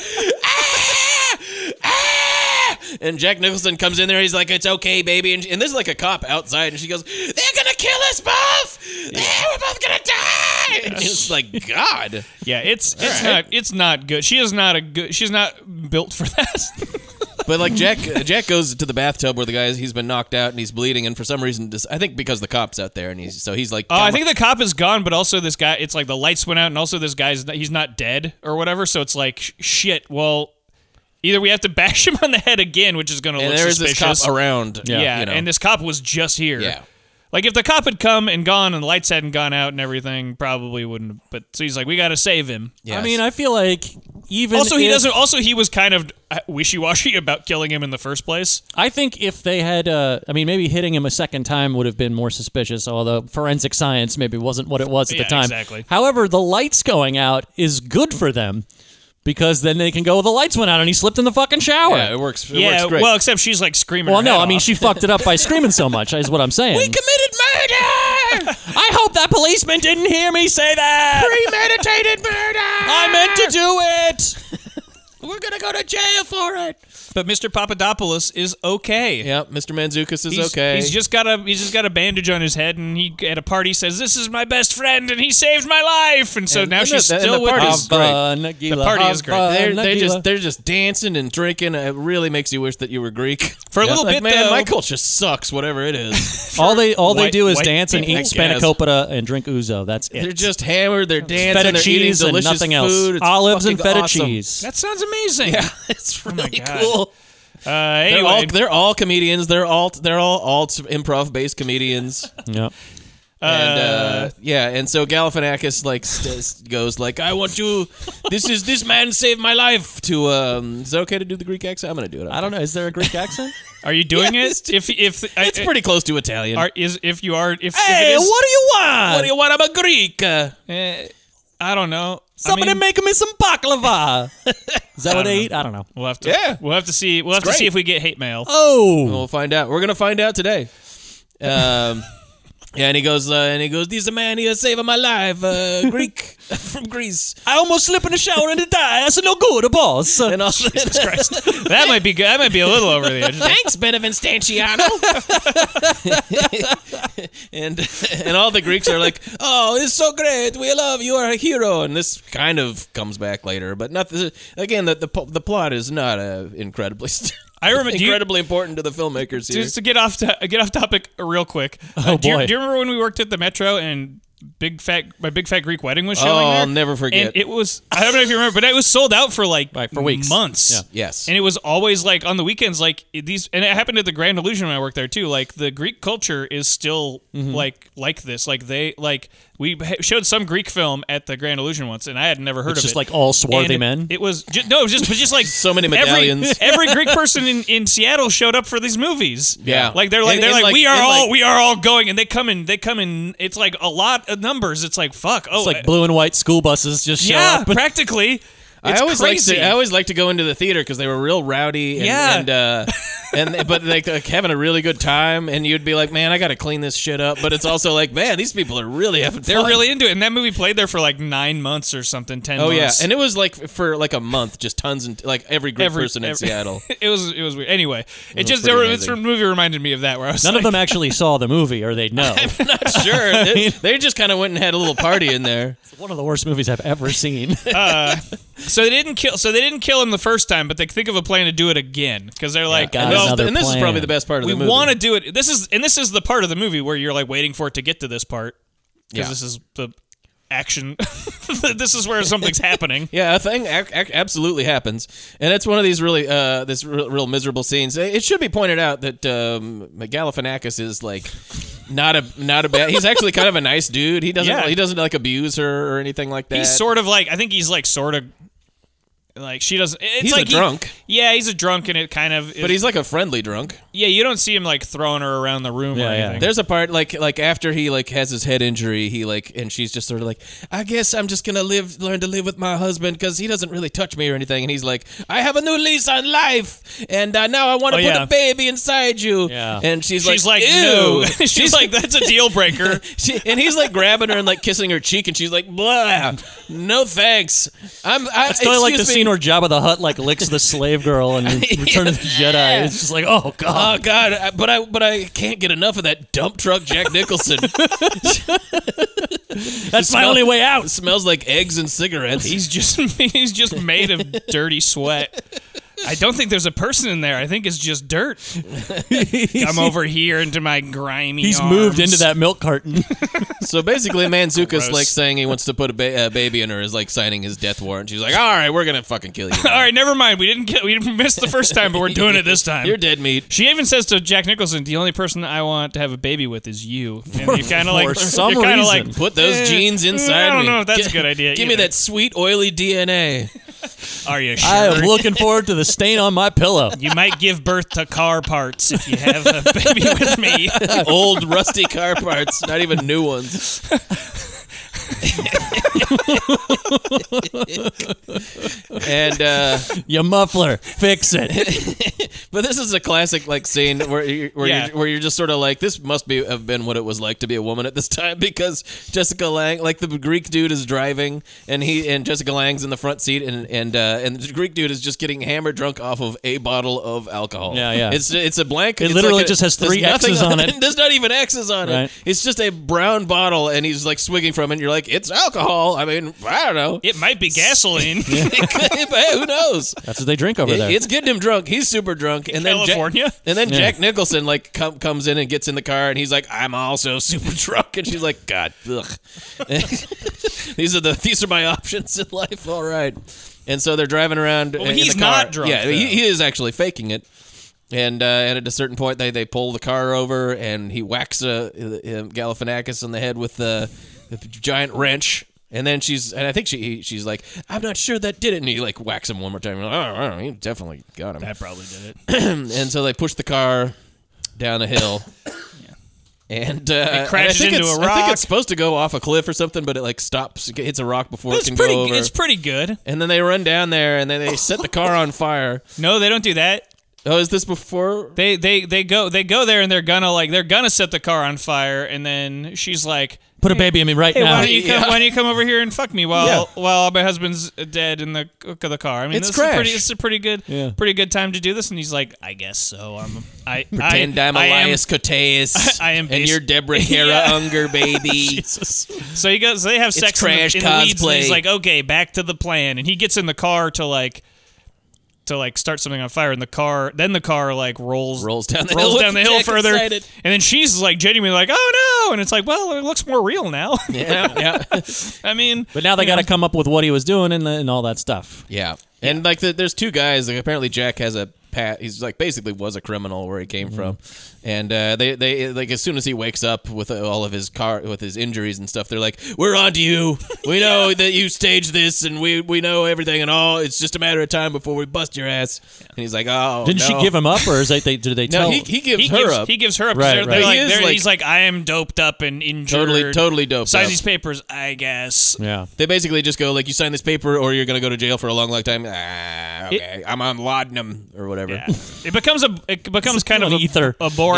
[SPEAKER 1] "Ah! Ah!" And Jack Nicholson comes in there. He's like, "It's okay, baby." And, and there's like a cop outside, and she goes, "They're gonna kill us both. Yeah, we're both gonna die." And it's like God.
[SPEAKER 3] Yeah, it's it's not it's not good. She is not a good. She's not built for that.
[SPEAKER 1] But like Jack, Jack goes to the bathtub where the guy he's been knocked out and he's bleeding, and for some reason, this, I think because the cop's out there, and he's so he's like,
[SPEAKER 3] Oh, I think the cop is gone, but also this guy. It's like the lights went out, and also this guy's he's not dead or whatever. So it's like sh- shit. Well, either we have to bash him on the head again, which is going to
[SPEAKER 1] and
[SPEAKER 3] look
[SPEAKER 1] there's this
[SPEAKER 3] suspicious.
[SPEAKER 1] cop around.
[SPEAKER 3] yeah,
[SPEAKER 1] you know.
[SPEAKER 3] and this cop was just here.
[SPEAKER 1] Yeah.
[SPEAKER 3] Like if the cop had come and gone and the lights hadn't gone out and everything, probably wouldn't. But so he's like, we got to save him.
[SPEAKER 1] Yes.
[SPEAKER 2] I mean, I feel like even
[SPEAKER 3] Also, he
[SPEAKER 2] if-
[SPEAKER 3] doesn't. Also, he was kind of uh, wishy-washy about killing him in the first place.
[SPEAKER 2] I think if they had, uh, I mean, maybe hitting him a second time would have been more suspicious. Although forensic science maybe wasn't what it was at
[SPEAKER 3] Yeah,
[SPEAKER 2] the time.
[SPEAKER 3] exactly.
[SPEAKER 2] However, the lights going out is good for them because then they can go. The lights went out, and he slipped in the fucking shower.
[SPEAKER 1] yeah, it works. It
[SPEAKER 3] yeah.
[SPEAKER 1] works great.
[SPEAKER 3] Well, except she's like screaming.
[SPEAKER 2] well,
[SPEAKER 3] her
[SPEAKER 2] no,
[SPEAKER 3] head
[SPEAKER 2] I mean,
[SPEAKER 3] off.
[SPEAKER 2] she fucked it up by screaming so much. Is what I'm saying.
[SPEAKER 1] mm.
[SPEAKER 2] We committed murder. I hope that policeman didn't hear me say that.
[SPEAKER 1] premeditated murder.
[SPEAKER 2] I meant to do it.
[SPEAKER 1] We're gonna go to jail for it.
[SPEAKER 3] But Mr. Papadopoulos is okay.
[SPEAKER 1] Yeah, Mr. Manzukis is
[SPEAKER 3] He's,
[SPEAKER 1] okay.
[SPEAKER 3] He's just got a he's just got a bandage on his head, and he at a party says, "This is my best friend, and he saved my life." And so
[SPEAKER 1] And-
[SPEAKER 3] now
[SPEAKER 1] and the-
[SPEAKER 3] she's
[SPEAKER 1] and the
[SPEAKER 3] still with Uh,
[SPEAKER 1] party-
[SPEAKER 3] us.
[SPEAKER 1] Great.
[SPEAKER 2] Havana, Gila,
[SPEAKER 3] The party is great.
[SPEAKER 1] they're,
[SPEAKER 2] Havana,
[SPEAKER 1] they
[SPEAKER 2] Gila.
[SPEAKER 1] just they're just dancing and drinking. It really makes you wish that you were Greek.
[SPEAKER 3] For a little
[SPEAKER 1] Like,
[SPEAKER 3] bit,
[SPEAKER 1] man,
[SPEAKER 3] though-
[SPEAKER 1] my culture sucks. Whatever it is,
[SPEAKER 2] all they all they
[SPEAKER 3] white-
[SPEAKER 2] do is
[SPEAKER 3] white
[SPEAKER 2] dance and
[SPEAKER 3] people,
[SPEAKER 2] eat
[SPEAKER 1] I guess.
[SPEAKER 2] spanakopita and drink ouzo. That's it.
[SPEAKER 1] they're just hammered. They're dancing.
[SPEAKER 2] feta
[SPEAKER 1] they're eating
[SPEAKER 2] cheese and
[SPEAKER 1] delicious
[SPEAKER 2] nothing else.
[SPEAKER 1] food. It's
[SPEAKER 2] Olives and
[SPEAKER 1] fucking
[SPEAKER 2] feta
[SPEAKER 1] awesome.
[SPEAKER 2] cheese.
[SPEAKER 3] that sounds amazing.
[SPEAKER 1] Yeah,
[SPEAKER 2] Oh
[SPEAKER 1] it's really
[SPEAKER 3] God.
[SPEAKER 1] cool.
[SPEAKER 3] Uh,
[SPEAKER 1] They're
[SPEAKER 3] anyway,
[SPEAKER 1] all they're all comedians. They're all they're all all improv based comedians.
[SPEAKER 2] Yeah.
[SPEAKER 1] and uh, yeah, and so Galifianakis like st- st- goes like, "I want you. This is this man saved my life." To um, is it okay to do the Greek accent? I'm gonna do it.
[SPEAKER 2] I don't know. Is there a Greek accent?
[SPEAKER 3] are you doing
[SPEAKER 1] Yeah,
[SPEAKER 3] it? If if
[SPEAKER 1] It's
[SPEAKER 3] I-
[SPEAKER 1] pretty close to Italian.
[SPEAKER 3] Are, is if you are if,
[SPEAKER 2] hey,
[SPEAKER 3] if it is,
[SPEAKER 2] what do you want?
[SPEAKER 1] what do you want? I'm a Greek. Uh,
[SPEAKER 3] Eh, I don't know. I
[SPEAKER 2] Somebody
[SPEAKER 3] mean,
[SPEAKER 2] make me some baklava. is that what they
[SPEAKER 3] know.
[SPEAKER 2] eat? I don't know.
[SPEAKER 3] we'll have to
[SPEAKER 1] Yeah.
[SPEAKER 3] we'll have to see we'll have to
[SPEAKER 1] great.
[SPEAKER 3] see if we get hate mail.
[SPEAKER 2] Oh,
[SPEAKER 1] We'll find out. We're gonna find out today. Um, yeah, and he goes, uh, and he goes, "This is a man here saving my life, uh, Greek from Greece."
[SPEAKER 2] I almost slip in the shower and die. That's no good, boss.
[SPEAKER 1] And all Jesus Christ.
[SPEAKER 3] That might be good. That might be a little over the edge.
[SPEAKER 1] Thanks, Benevinstantiano. and and all the Greeks are like, "Oh, it's so great. We love you. Are a hero." And this kind of comes back later, but nothing. Again, the the, po- the plot is not uh, incredibly st-
[SPEAKER 3] I remember. do you-
[SPEAKER 1] incredibly important to the filmmakers here.
[SPEAKER 3] just to get off to, get off topic real quick. Uh,
[SPEAKER 2] Oh,
[SPEAKER 3] do, you,
[SPEAKER 2] boy.
[SPEAKER 3] do you remember when we worked at the Metro and Big Fat my Big Fat Greek Wedding was
[SPEAKER 1] Oh,
[SPEAKER 3] showing? there?
[SPEAKER 1] I'll never forget.
[SPEAKER 3] And it was I don't know if you remember, but it was sold out for like
[SPEAKER 2] Right, for weeks.
[SPEAKER 3] months.
[SPEAKER 2] Yeah.
[SPEAKER 1] Yes.
[SPEAKER 3] and it was always like on the weekends, like it- these, and it happened at the Grand Illusion when I worked there too. Like the Greek culture is still
[SPEAKER 2] Mm-hmm.
[SPEAKER 3] like like this. Like they like we ha- showed some Greek film at the Grand Illusion once, and I had never heard
[SPEAKER 2] It's
[SPEAKER 3] of
[SPEAKER 2] just
[SPEAKER 3] it.
[SPEAKER 2] like all swarthy
[SPEAKER 3] And
[SPEAKER 2] men?
[SPEAKER 3] It was just, no, it was just it was just like
[SPEAKER 1] So many
[SPEAKER 3] every-
[SPEAKER 1] medallions.
[SPEAKER 3] Every, Greek person in, in Seattle showed up for these movies.
[SPEAKER 1] Yeah.
[SPEAKER 3] like they're like
[SPEAKER 1] And-
[SPEAKER 3] they're
[SPEAKER 1] and
[SPEAKER 3] like,
[SPEAKER 1] like-
[SPEAKER 3] we are
[SPEAKER 1] and
[SPEAKER 3] all
[SPEAKER 1] like-
[SPEAKER 3] we are all going, and they come in they come in. It's like a lot of numbers. It's like fuck. Oh,
[SPEAKER 2] it's
[SPEAKER 3] I-
[SPEAKER 2] like blue and white school buses just show
[SPEAKER 3] yeah,
[SPEAKER 2] up.
[SPEAKER 3] practically.
[SPEAKER 1] I
[SPEAKER 3] It's
[SPEAKER 1] always
[SPEAKER 3] crazy.
[SPEAKER 1] like to I always like to go into the theater because they were real rowdy. And,
[SPEAKER 3] Yeah.
[SPEAKER 1] And, uh, and but like, like having a really good time, and you'd be like, man, I got to clean this shit up. But it's also like, man, these people are really having
[SPEAKER 3] They're
[SPEAKER 1] fun.
[SPEAKER 3] really into it, and that movie played there for like nine months or something. Ten.
[SPEAKER 1] Oh yeah,
[SPEAKER 3] months.
[SPEAKER 1] and it was like for like a month, just tons and like every group
[SPEAKER 3] Every-
[SPEAKER 1] person in
[SPEAKER 3] every-
[SPEAKER 1] Seattle.
[SPEAKER 3] it was it was weird. Anyway, it,
[SPEAKER 1] was
[SPEAKER 3] just there were,
[SPEAKER 1] pretty
[SPEAKER 3] this
[SPEAKER 1] amazing.
[SPEAKER 3] movie reminded me of that where I was
[SPEAKER 2] None
[SPEAKER 3] like,
[SPEAKER 2] of them actually saw the movie, or they'd know.
[SPEAKER 1] sure, they, they just kind of went and had a little party in there.
[SPEAKER 2] One of the worst movies I've ever seen.
[SPEAKER 3] So they didn't kill. So they didn't kill him the first time, but they think of a plan to do it again because they're like,
[SPEAKER 2] got
[SPEAKER 1] And this,
[SPEAKER 3] "Well,
[SPEAKER 1] is-
[SPEAKER 2] another
[SPEAKER 1] and this is
[SPEAKER 2] plan.
[SPEAKER 1] probably the best part of
[SPEAKER 3] we
[SPEAKER 1] the movie.
[SPEAKER 3] want to do it. This is and this is the part of the movie where you're like waiting for it to get to this part because
[SPEAKER 1] Yeah.
[SPEAKER 3] this is the action. this is where something's happening.
[SPEAKER 1] Yeah, a thing ac- ac- absolutely happens, and it's one of these really uh, this real, real miserable scenes. It should be pointed out that um, Galifianakis is like not a not a bad. He's actually kind of a nice dude. He doesn't
[SPEAKER 3] Yeah.
[SPEAKER 1] he doesn't like abuse her or anything like that.
[SPEAKER 3] He's sort of like I think he's like sort of like she doesn't. It's
[SPEAKER 1] He's a
[SPEAKER 3] like he-
[SPEAKER 1] drunk.
[SPEAKER 3] yeah, he's a drunk, and it kind of.
[SPEAKER 1] but he's like a friendly drunk.
[SPEAKER 3] yeah. You don't see him like throwing her around the room or
[SPEAKER 2] Yeah, yeah.
[SPEAKER 3] anything.
[SPEAKER 1] There's a part like like after he like has his head injury, he like and she's just sort of like, I guess I'm just gonna live, learn to live with my husband because he doesn't really touch me or anything. And he's like, I have a new lease on life, and uh, now I want
[SPEAKER 3] Oh,
[SPEAKER 1] to put
[SPEAKER 3] yeah.
[SPEAKER 1] a baby inside you.
[SPEAKER 2] Yeah.
[SPEAKER 1] And she's,
[SPEAKER 3] She's like,
[SPEAKER 1] like,
[SPEAKER 3] no.
[SPEAKER 1] Ew.
[SPEAKER 3] She's like, that's a deal breaker.
[SPEAKER 1] She, and he's like grabbing her and like kissing her cheek, and she's like, blah, no thanks. I'm. I,
[SPEAKER 2] I still like the
[SPEAKER 1] excuse me.
[SPEAKER 2] scene where Jabba the Hutt like licks the slave girl in Return of the Jedi. It's just like, oh
[SPEAKER 1] Oh
[SPEAKER 2] god.
[SPEAKER 1] God! I- But I but I can't get enough of that dump truck Jack Nicholson.
[SPEAKER 2] That's my only way out.
[SPEAKER 1] smells like eggs and cigarettes.
[SPEAKER 3] He's just he's just made of dirty sweat. I don't think there's a person in there. I think it's just dirt. Come over here into my grimy.
[SPEAKER 2] He's
[SPEAKER 3] arms.
[SPEAKER 2] moved into that milk carton.
[SPEAKER 1] So basically, Manzukas
[SPEAKER 3] Gross.
[SPEAKER 1] like saying he wants to put a ba- uh, baby in her is like signing his death warrant. She's like, "All right, we're gonna fucking kill you.
[SPEAKER 3] All right, never mind. We didn't get. We missed the first time, but we're doing it this time.
[SPEAKER 1] You're dead meat."
[SPEAKER 3] She even says to Jack Nicholson, "The only person I want to have a baby with is you." And you kind of like
[SPEAKER 2] for some
[SPEAKER 3] you're kinda
[SPEAKER 2] reason.
[SPEAKER 3] like,
[SPEAKER 1] Put those
[SPEAKER 3] eh,
[SPEAKER 1] jeans inside.
[SPEAKER 3] I don't
[SPEAKER 1] me.
[SPEAKER 3] know if that's
[SPEAKER 1] Gi-
[SPEAKER 3] a good idea.
[SPEAKER 1] Give me
[SPEAKER 3] either.
[SPEAKER 1] that sweet oily DNA.
[SPEAKER 3] Are you sure?
[SPEAKER 2] I am looking forward to the stain on my pillow.
[SPEAKER 3] you might give birth to car parts if you have a baby with me.
[SPEAKER 1] Old rusty car parts, not even new ones. and uh,
[SPEAKER 2] Your muffler, fix it.
[SPEAKER 1] but this is a classic like scene where you're, where,
[SPEAKER 3] Yeah.
[SPEAKER 1] you're, where you're just sort of like this must be have been what it was like to be a woman at this time because Jessica Lang like the Greek dude is driving and he and Jessica Lang's in the front seat and and uh, and the Greek dude is just getting hammered drunk off of a bottle of alcohol.
[SPEAKER 2] Yeah, yeah.
[SPEAKER 1] It's it's a blank.
[SPEAKER 2] It
[SPEAKER 1] it's
[SPEAKER 2] literally
[SPEAKER 1] like a-
[SPEAKER 2] just has
[SPEAKER 1] there's
[SPEAKER 2] three
[SPEAKER 1] nothing
[SPEAKER 2] X's on it.
[SPEAKER 1] There's not even X's on
[SPEAKER 2] Right.
[SPEAKER 1] it. It's just a brown bottle and he's like swigging from it. and You're like it's alcohol. I mean I don't know.
[SPEAKER 3] It might be gasoline.
[SPEAKER 1] Hey, Who knows?
[SPEAKER 2] That's what they drink over
[SPEAKER 1] It-
[SPEAKER 2] there.
[SPEAKER 1] It's getting him drunk. He's super drunk, and then Jack-
[SPEAKER 3] California?
[SPEAKER 1] and then
[SPEAKER 2] Yeah.
[SPEAKER 1] Jack Nicholson like com- comes in and gets in the car, and he's like, "I'm also super drunk," and she's like, "God, ugh." these are the these are my options in life. All right, and so they're driving around. in
[SPEAKER 3] he's
[SPEAKER 1] the car.
[SPEAKER 3] not drunk,
[SPEAKER 1] Yeah, he,
[SPEAKER 3] though.
[SPEAKER 1] he is actually faking it. And, uh, and at a certain point, they, they pull the car over, and he whacks uh, uh, Galifianakis on the head with the, the giant wrench. And then she's, and I think she he- she's like, I'm not sure that did it. And he like whacks him one more time. You're like, oh, oh, he definitely got him.
[SPEAKER 3] I probably did it.
[SPEAKER 1] And so they push the car down the hill. And uh, and I
[SPEAKER 3] crashes
[SPEAKER 1] think
[SPEAKER 3] into
[SPEAKER 1] it's-
[SPEAKER 3] a
[SPEAKER 1] I think
[SPEAKER 3] rock.
[SPEAKER 1] it's supposed to go off a cliff or something, but it like stops, it hits a rock before it
[SPEAKER 3] It's
[SPEAKER 1] can
[SPEAKER 3] pretty.
[SPEAKER 1] go over.
[SPEAKER 3] It's pretty good.
[SPEAKER 1] and then they run down there, and then they set the car on fire.
[SPEAKER 3] No, they don't do that.
[SPEAKER 1] Oh, is this before?
[SPEAKER 3] They they they go they go there and they're gonna like they're gonna set the car on fire and then she's like,
[SPEAKER 2] Put a baby in me right
[SPEAKER 3] "Hey,
[SPEAKER 2] now.
[SPEAKER 3] why don't you come? Why don't you come over here and fuck me while
[SPEAKER 1] Yeah.
[SPEAKER 3] while my husband's dead in the c- the car?" I mean,
[SPEAKER 1] It's
[SPEAKER 3] this is a pretty.
[SPEAKER 1] Crash.
[SPEAKER 3] It's a pretty good
[SPEAKER 2] Yeah.
[SPEAKER 3] pretty good time to do this. And he's like, "I guess so. I'm I
[SPEAKER 1] Pretend
[SPEAKER 3] I,
[SPEAKER 1] I, am
[SPEAKER 3] I am-
[SPEAKER 1] Elias Koteas.
[SPEAKER 3] I- I am
[SPEAKER 1] And
[SPEAKER 3] bas-
[SPEAKER 1] you're Deborah Kara
[SPEAKER 3] Yeah.
[SPEAKER 1] Unger, baby.
[SPEAKER 3] So he goes. So they have sex in the-
[SPEAKER 1] trash
[SPEAKER 3] in, the, weeds. And
[SPEAKER 1] cosplay.
[SPEAKER 3] he's like, "Okay, back to the plan." And he gets in the car to like. To like start something on fire, and the car, then the car like rolls
[SPEAKER 1] Rolls down the
[SPEAKER 3] rolls
[SPEAKER 1] hill
[SPEAKER 3] down the
[SPEAKER 1] with
[SPEAKER 3] hill
[SPEAKER 1] Jack
[SPEAKER 3] further,
[SPEAKER 1] inside it.
[SPEAKER 3] and then she's like genuinely like, "Oh no!" And it's like, "Well, it looks more real now."
[SPEAKER 1] yeah. yeah.
[SPEAKER 3] I mean,
[SPEAKER 2] But now they got to come up with what he was doing and, and all that stuff.
[SPEAKER 1] Yeah. And like the, there's two guys. Like apparently Jack has a pat. He's like basically was a criminal where he came from, And uh, they they like as soon as he wakes up with uh, all of his car with his injuries and stuff, they're like, "We're on to you. We know that you staged this, and we we know everything and all. It's just a matter of time before we bust your ass." And he's like, "Oh,
[SPEAKER 2] Didn't
[SPEAKER 1] no."
[SPEAKER 2] she give him up, or is they, they did they
[SPEAKER 1] No,
[SPEAKER 2] tell?
[SPEAKER 1] he, he gives
[SPEAKER 3] he
[SPEAKER 1] her
[SPEAKER 3] gives,
[SPEAKER 1] up.
[SPEAKER 3] He gives her up.
[SPEAKER 2] Right,
[SPEAKER 3] They're- they're
[SPEAKER 2] right.
[SPEAKER 3] like-
[SPEAKER 1] He is
[SPEAKER 3] they're-
[SPEAKER 1] like-
[SPEAKER 3] he's like, I am doped up and injured.
[SPEAKER 1] totally totally dope.
[SPEAKER 3] Signs
[SPEAKER 1] up.
[SPEAKER 3] these papers, I guess.
[SPEAKER 2] yeah.
[SPEAKER 1] They basically just go like, "You sign this paper, or you're gonna go to jail for a long, long time." Ah, okay, I'm on laudanum or whatever.
[SPEAKER 3] Yeah. It becomes a it becomes kind of a,
[SPEAKER 2] an ether.
[SPEAKER 3] a boring.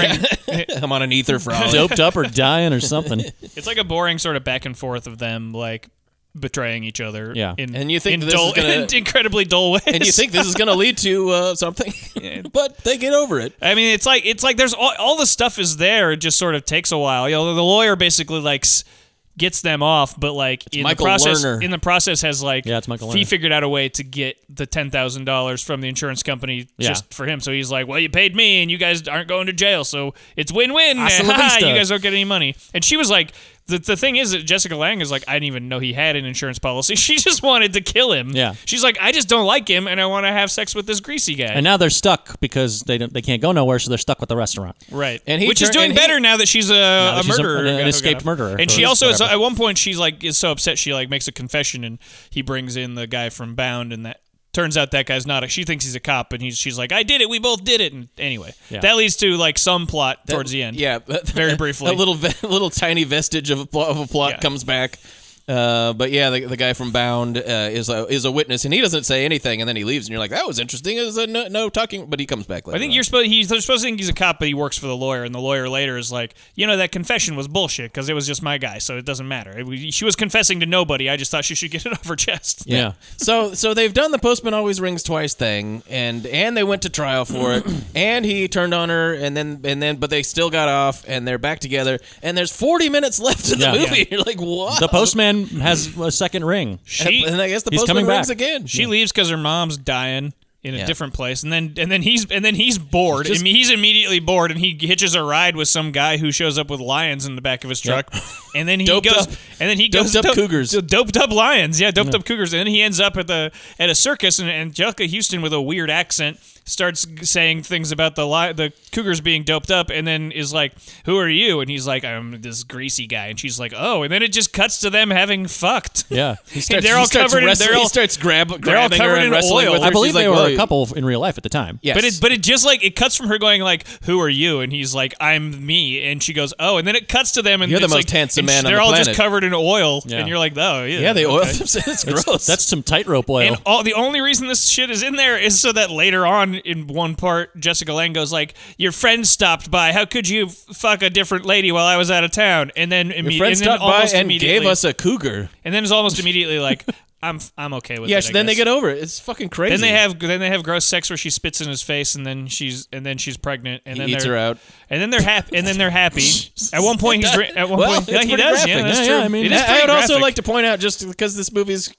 [SPEAKER 1] I'm on an ether frog.
[SPEAKER 2] Doped up or dying or something.
[SPEAKER 3] It's like a boring sort of back and forth of them like betraying each other.
[SPEAKER 2] Yeah.
[SPEAKER 3] in,
[SPEAKER 1] And you think
[SPEAKER 3] in
[SPEAKER 1] this is
[SPEAKER 3] dull,
[SPEAKER 1] gonna-
[SPEAKER 3] in incredibly dull ways.
[SPEAKER 1] and you think this is going to lead to uh, something, but they get over it.
[SPEAKER 3] I mean, it's like it's like there's all, all the stuff is there. It just sort of takes a while. You know, the lawyer basically like s- gets them off, but like in
[SPEAKER 1] Michael
[SPEAKER 3] the process,
[SPEAKER 1] Lerner.
[SPEAKER 3] in the process has like
[SPEAKER 2] Yeah, it's Michael
[SPEAKER 3] he
[SPEAKER 2] Lerner.
[SPEAKER 3] figured out a way to get the ten thousand dollars from the insurance company
[SPEAKER 2] Yeah.
[SPEAKER 3] just for him. So he's like, well, you paid me, and you guys aren't going to jail, so it's win-win.
[SPEAKER 2] Hasta la
[SPEAKER 3] Ha ha,
[SPEAKER 2] vista.
[SPEAKER 3] you guys don't get any money. And she was like. The, the thing is that Jessica Lang is like I didn't even know he had an insurance policy. She just wanted to kill him.
[SPEAKER 2] Yeah.
[SPEAKER 3] She's like I just don't like him and I want to have sex with this greasy guy.
[SPEAKER 2] And now they're stuck because they don't, they can't go nowhere, so they're stuck with the restaurant.
[SPEAKER 3] Right.
[SPEAKER 1] And he
[SPEAKER 3] Which is
[SPEAKER 1] tur-
[SPEAKER 3] doing
[SPEAKER 1] and he-
[SPEAKER 3] better now that she's a, a
[SPEAKER 2] that she's a-
[SPEAKER 3] murderer.
[SPEAKER 2] an- an
[SPEAKER 3] who got-
[SPEAKER 2] escaped
[SPEAKER 3] who got-
[SPEAKER 2] murderer,
[SPEAKER 3] And she
[SPEAKER 2] or
[SPEAKER 3] also is,
[SPEAKER 2] whatever.
[SPEAKER 3] at one point she's like is so upset she like makes a confession and he brings in the guy from Bound and that turns out that guy's not a she thinks he's a cop and he's she's like, I did it, we both did it and anyway.
[SPEAKER 2] Yeah.
[SPEAKER 3] That leads to like some plot towards the end.
[SPEAKER 1] Yeah, but
[SPEAKER 3] Very briefly.
[SPEAKER 1] a little ve- little tiny vestige of a plot, of a plot
[SPEAKER 3] Yeah.
[SPEAKER 1] comes back. Uh, but yeah, the, the guy from Bound uh, is a is a witness, and he doesn't say anything, and then he leaves, and you're like, "That was interesting." Is a no, no talking, but he comes back later.
[SPEAKER 3] I think
[SPEAKER 1] on.
[SPEAKER 3] you're supposed he's they're supposed to think he's a cop, but he works for the lawyer, and the lawyer later is like, you know, that confession was bullshit because it was just my guy, so it doesn't matter. It was- she was confessing to nobody. I just thought she should get it off her chest.
[SPEAKER 2] Yeah.
[SPEAKER 1] so so they've done the postman always rings twice thing, and and they went to trial for it, and he turned on her, and then and then but they still got off, and they're back together, and there's 40 minutes left in the
[SPEAKER 2] Yeah.
[SPEAKER 1] movie.
[SPEAKER 2] Yeah.
[SPEAKER 1] You're like, what?
[SPEAKER 2] The postman has a second ring.
[SPEAKER 3] She,
[SPEAKER 1] and I guess the
[SPEAKER 2] he's
[SPEAKER 1] postman
[SPEAKER 2] coming back.
[SPEAKER 1] rings again.
[SPEAKER 3] She leaves because her mom's dying in a
[SPEAKER 1] Yeah.
[SPEAKER 3] different place, and then and then he's and then he's bored.
[SPEAKER 1] Just-
[SPEAKER 3] I mean, he's immediately bored, and he hitches a ride with some guy who shows up with lions in the back of his truck, and then he
[SPEAKER 1] Doped
[SPEAKER 3] goes
[SPEAKER 1] up-
[SPEAKER 3] and then he
[SPEAKER 1] doped
[SPEAKER 3] goes
[SPEAKER 1] up cougars.
[SPEAKER 3] doped up lions, yeah, doped up cougars, and then he ends up at the at a circus, and Angelica Houston with a weird accent starts g- saying things about the li- the cougars being doped up, and then is like, "Who are you?" And he's like, "I'm this greasy guy," and she's like, "Oh," and then it just cuts to them having fucked.
[SPEAKER 2] Yeah.
[SPEAKER 1] starts-
[SPEAKER 3] they're all
[SPEAKER 1] he starts
[SPEAKER 3] covered in-
[SPEAKER 1] wrestling-
[SPEAKER 3] they're all-
[SPEAKER 1] he starts grab,
[SPEAKER 3] all
[SPEAKER 1] grabbing her
[SPEAKER 3] covered
[SPEAKER 1] and
[SPEAKER 3] in
[SPEAKER 1] wrestling
[SPEAKER 3] oil.
[SPEAKER 1] with her.
[SPEAKER 2] I believe
[SPEAKER 1] She's like,
[SPEAKER 2] they were
[SPEAKER 1] "Well,
[SPEAKER 2] a couple in real life at the time.
[SPEAKER 1] Yes.
[SPEAKER 3] But it but it just like it cuts from her going like, "Who are you?" and he's like, "I'm me," and she goes, "Oh," and then it cuts to them and
[SPEAKER 1] You're the
[SPEAKER 3] it's
[SPEAKER 1] most
[SPEAKER 3] like-
[SPEAKER 1] handsome
[SPEAKER 3] and
[SPEAKER 1] man on
[SPEAKER 3] They're
[SPEAKER 1] the
[SPEAKER 3] all just
[SPEAKER 1] planet.
[SPEAKER 3] covered in oil,
[SPEAKER 2] Yeah.
[SPEAKER 3] and you're like, "Oh yeah,
[SPEAKER 1] yeah, they oil
[SPEAKER 3] okay."
[SPEAKER 1] themselves. It's gross.
[SPEAKER 2] That's some tightrope oil.
[SPEAKER 3] And all the only reason this shit is in there is so that later on in one part, Jessica Lange goes like, "Your friend stopped by. How could you f- fuck a different lady while I was out of town?" And then
[SPEAKER 1] Your
[SPEAKER 3] immediately,
[SPEAKER 1] friend
[SPEAKER 3] and then
[SPEAKER 1] stopped by
[SPEAKER 3] almost
[SPEAKER 1] and gave
[SPEAKER 3] immediately-
[SPEAKER 1] us a cougar.
[SPEAKER 3] and then it's almost immediately like, "I'm f- I'm okay with
[SPEAKER 1] Yeah,
[SPEAKER 3] it." I
[SPEAKER 1] so then they
[SPEAKER 3] guess.
[SPEAKER 1] get over it. It's fucking crazy.
[SPEAKER 3] Then they have then they have gross sex where she spits in his face and then she's and then she's pregnant and then
[SPEAKER 1] eats
[SPEAKER 3] they're-
[SPEAKER 1] her out.
[SPEAKER 3] and then they're happy and then they're happy. at one point he's dri- at one
[SPEAKER 1] Well,
[SPEAKER 3] point
[SPEAKER 1] it's
[SPEAKER 3] yeah, he
[SPEAKER 1] pretty
[SPEAKER 3] does
[SPEAKER 1] graphic.
[SPEAKER 3] yeah that's
[SPEAKER 2] Yeah,
[SPEAKER 3] true.
[SPEAKER 2] yeah, I mean-
[SPEAKER 3] it is
[SPEAKER 1] I, I
[SPEAKER 3] pretty
[SPEAKER 1] would also
[SPEAKER 3] graphic.
[SPEAKER 1] like to point out, just because this movie's,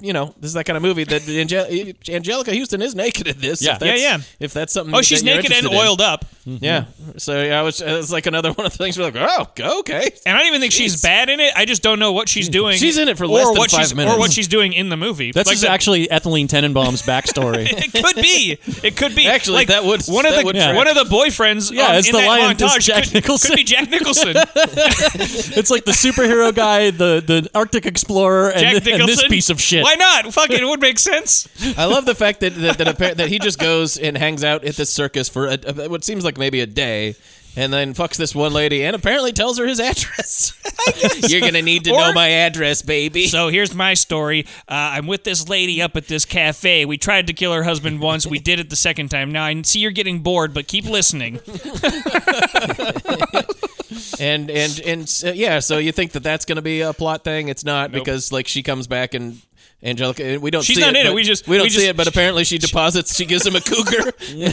[SPEAKER 1] you know, this is that kind of movie that Angel- Angelica Houston is naked in this.
[SPEAKER 2] Yeah.
[SPEAKER 1] if that's,
[SPEAKER 3] Yeah, yeah.
[SPEAKER 1] If that's something.
[SPEAKER 3] oh
[SPEAKER 1] that
[SPEAKER 3] she's
[SPEAKER 1] you're
[SPEAKER 3] naked and
[SPEAKER 1] interested in. Mm-hmm.
[SPEAKER 3] oiled up
[SPEAKER 1] Yeah. So yeah, I was, it's like another one of the things we're like, oh, okay.
[SPEAKER 3] and I don't even think she's bad in it. I just don't know what she's doing.
[SPEAKER 1] She's in it for
[SPEAKER 3] or
[SPEAKER 1] less than
[SPEAKER 3] what
[SPEAKER 1] five
[SPEAKER 3] she's,
[SPEAKER 1] minutes.
[SPEAKER 3] or what she's doing in the movie.
[SPEAKER 2] That's
[SPEAKER 3] Like,
[SPEAKER 2] is
[SPEAKER 3] the-
[SPEAKER 2] actually Ethylene Tenenbaum's backstory.
[SPEAKER 3] It could be. It could be.
[SPEAKER 1] Actually,
[SPEAKER 3] like,
[SPEAKER 1] that would-
[SPEAKER 3] one of
[SPEAKER 1] that
[SPEAKER 3] the
[SPEAKER 1] would
[SPEAKER 2] track.
[SPEAKER 3] one of the boyfriends.
[SPEAKER 2] Yeah,
[SPEAKER 3] um,
[SPEAKER 2] it's
[SPEAKER 3] in
[SPEAKER 2] the
[SPEAKER 3] that
[SPEAKER 2] lion,
[SPEAKER 3] montage
[SPEAKER 2] it's Jack
[SPEAKER 3] could,
[SPEAKER 2] Nicholson.
[SPEAKER 3] could be Jack Nicholson.
[SPEAKER 2] it's like the superhero guy, the, the Arctic explorer, and,
[SPEAKER 3] Jack
[SPEAKER 2] thi-
[SPEAKER 3] Nicholson.
[SPEAKER 2] and this piece of shit.
[SPEAKER 3] Why not? Fuck it. It would make sense.
[SPEAKER 1] I love the fact that that, that, appa- that he just goes and hangs out at this circus for a, a- what seems like maybe a day, and then fucks this one lady, and apparently tells her his address. You're gonna need to know
[SPEAKER 3] Or-
[SPEAKER 1] my address, baby.
[SPEAKER 3] So here's my story. Uh, I'm with this lady up at this cafe. We tried to kill her husband once. We did it the second time. Now I see you're getting bored, but keep listening.
[SPEAKER 1] and and and so, yeah, so you think that that's gonna be a plot thing? It's not because like she comes back and. Angelica, we don't.
[SPEAKER 3] She's
[SPEAKER 1] see
[SPEAKER 3] not in it,
[SPEAKER 1] but-
[SPEAKER 3] we just-
[SPEAKER 1] we don't
[SPEAKER 3] we
[SPEAKER 1] see
[SPEAKER 3] just-
[SPEAKER 1] it, but apparently she deposits. She gives him a cougar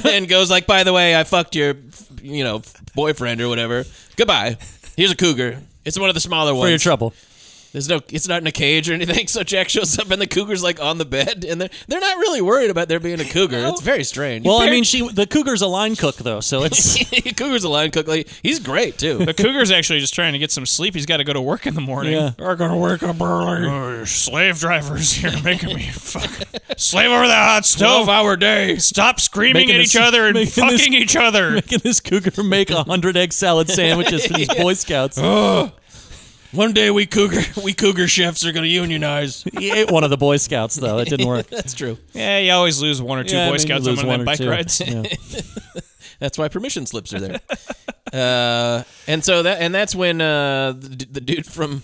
[SPEAKER 1] and goes like, "By the way, I fucked your, you know, boyfriend or whatever. Goodbye. Here's a cougar. It's one of the smaller
[SPEAKER 2] For your
[SPEAKER 1] ones.
[SPEAKER 2] trouble.
[SPEAKER 1] There's no, it's not in a cage or anything. So Jack shows up, and the cougar's like on the bed, and they're they're not really worried about there being a cougar. It's very strange.
[SPEAKER 2] Well, I mean, she the cougar's a line cook though, so it's
[SPEAKER 1] cougar's a lion cook. Like, he's great too.
[SPEAKER 3] The cougar's actually just trying to get some sleep. He's got to go to work in the morning.
[SPEAKER 2] Yeah.
[SPEAKER 3] I gotta wake up early. Oh, slave drivers here making me fuck slave over the hot stove.
[SPEAKER 1] hour day.
[SPEAKER 3] Stop screaming
[SPEAKER 2] Making
[SPEAKER 3] at
[SPEAKER 2] this-
[SPEAKER 3] each other and
[SPEAKER 2] making
[SPEAKER 3] fucking
[SPEAKER 2] this-
[SPEAKER 3] each other.
[SPEAKER 2] making this cougar make a hundred egg salad sandwiches for these Boy Scouts.
[SPEAKER 1] One day we cougar we cougar chefs are gonna unionize.
[SPEAKER 2] He ate one of the Boy Scouts though. It didn't work.
[SPEAKER 1] That's true.
[SPEAKER 3] Yeah, you always lose one or two
[SPEAKER 2] Yeah, I
[SPEAKER 3] Boy
[SPEAKER 2] mean, you
[SPEAKER 3] Scouts on
[SPEAKER 2] lose
[SPEAKER 3] one of
[SPEAKER 2] one
[SPEAKER 3] them
[SPEAKER 2] or
[SPEAKER 3] bike
[SPEAKER 2] two.
[SPEAKER 3] rides.
[SPEAKER 2] Yeah.
[SPEAKER 1] That's why permission slips are there. uh, and so that and that's when uh, the, d- the dude from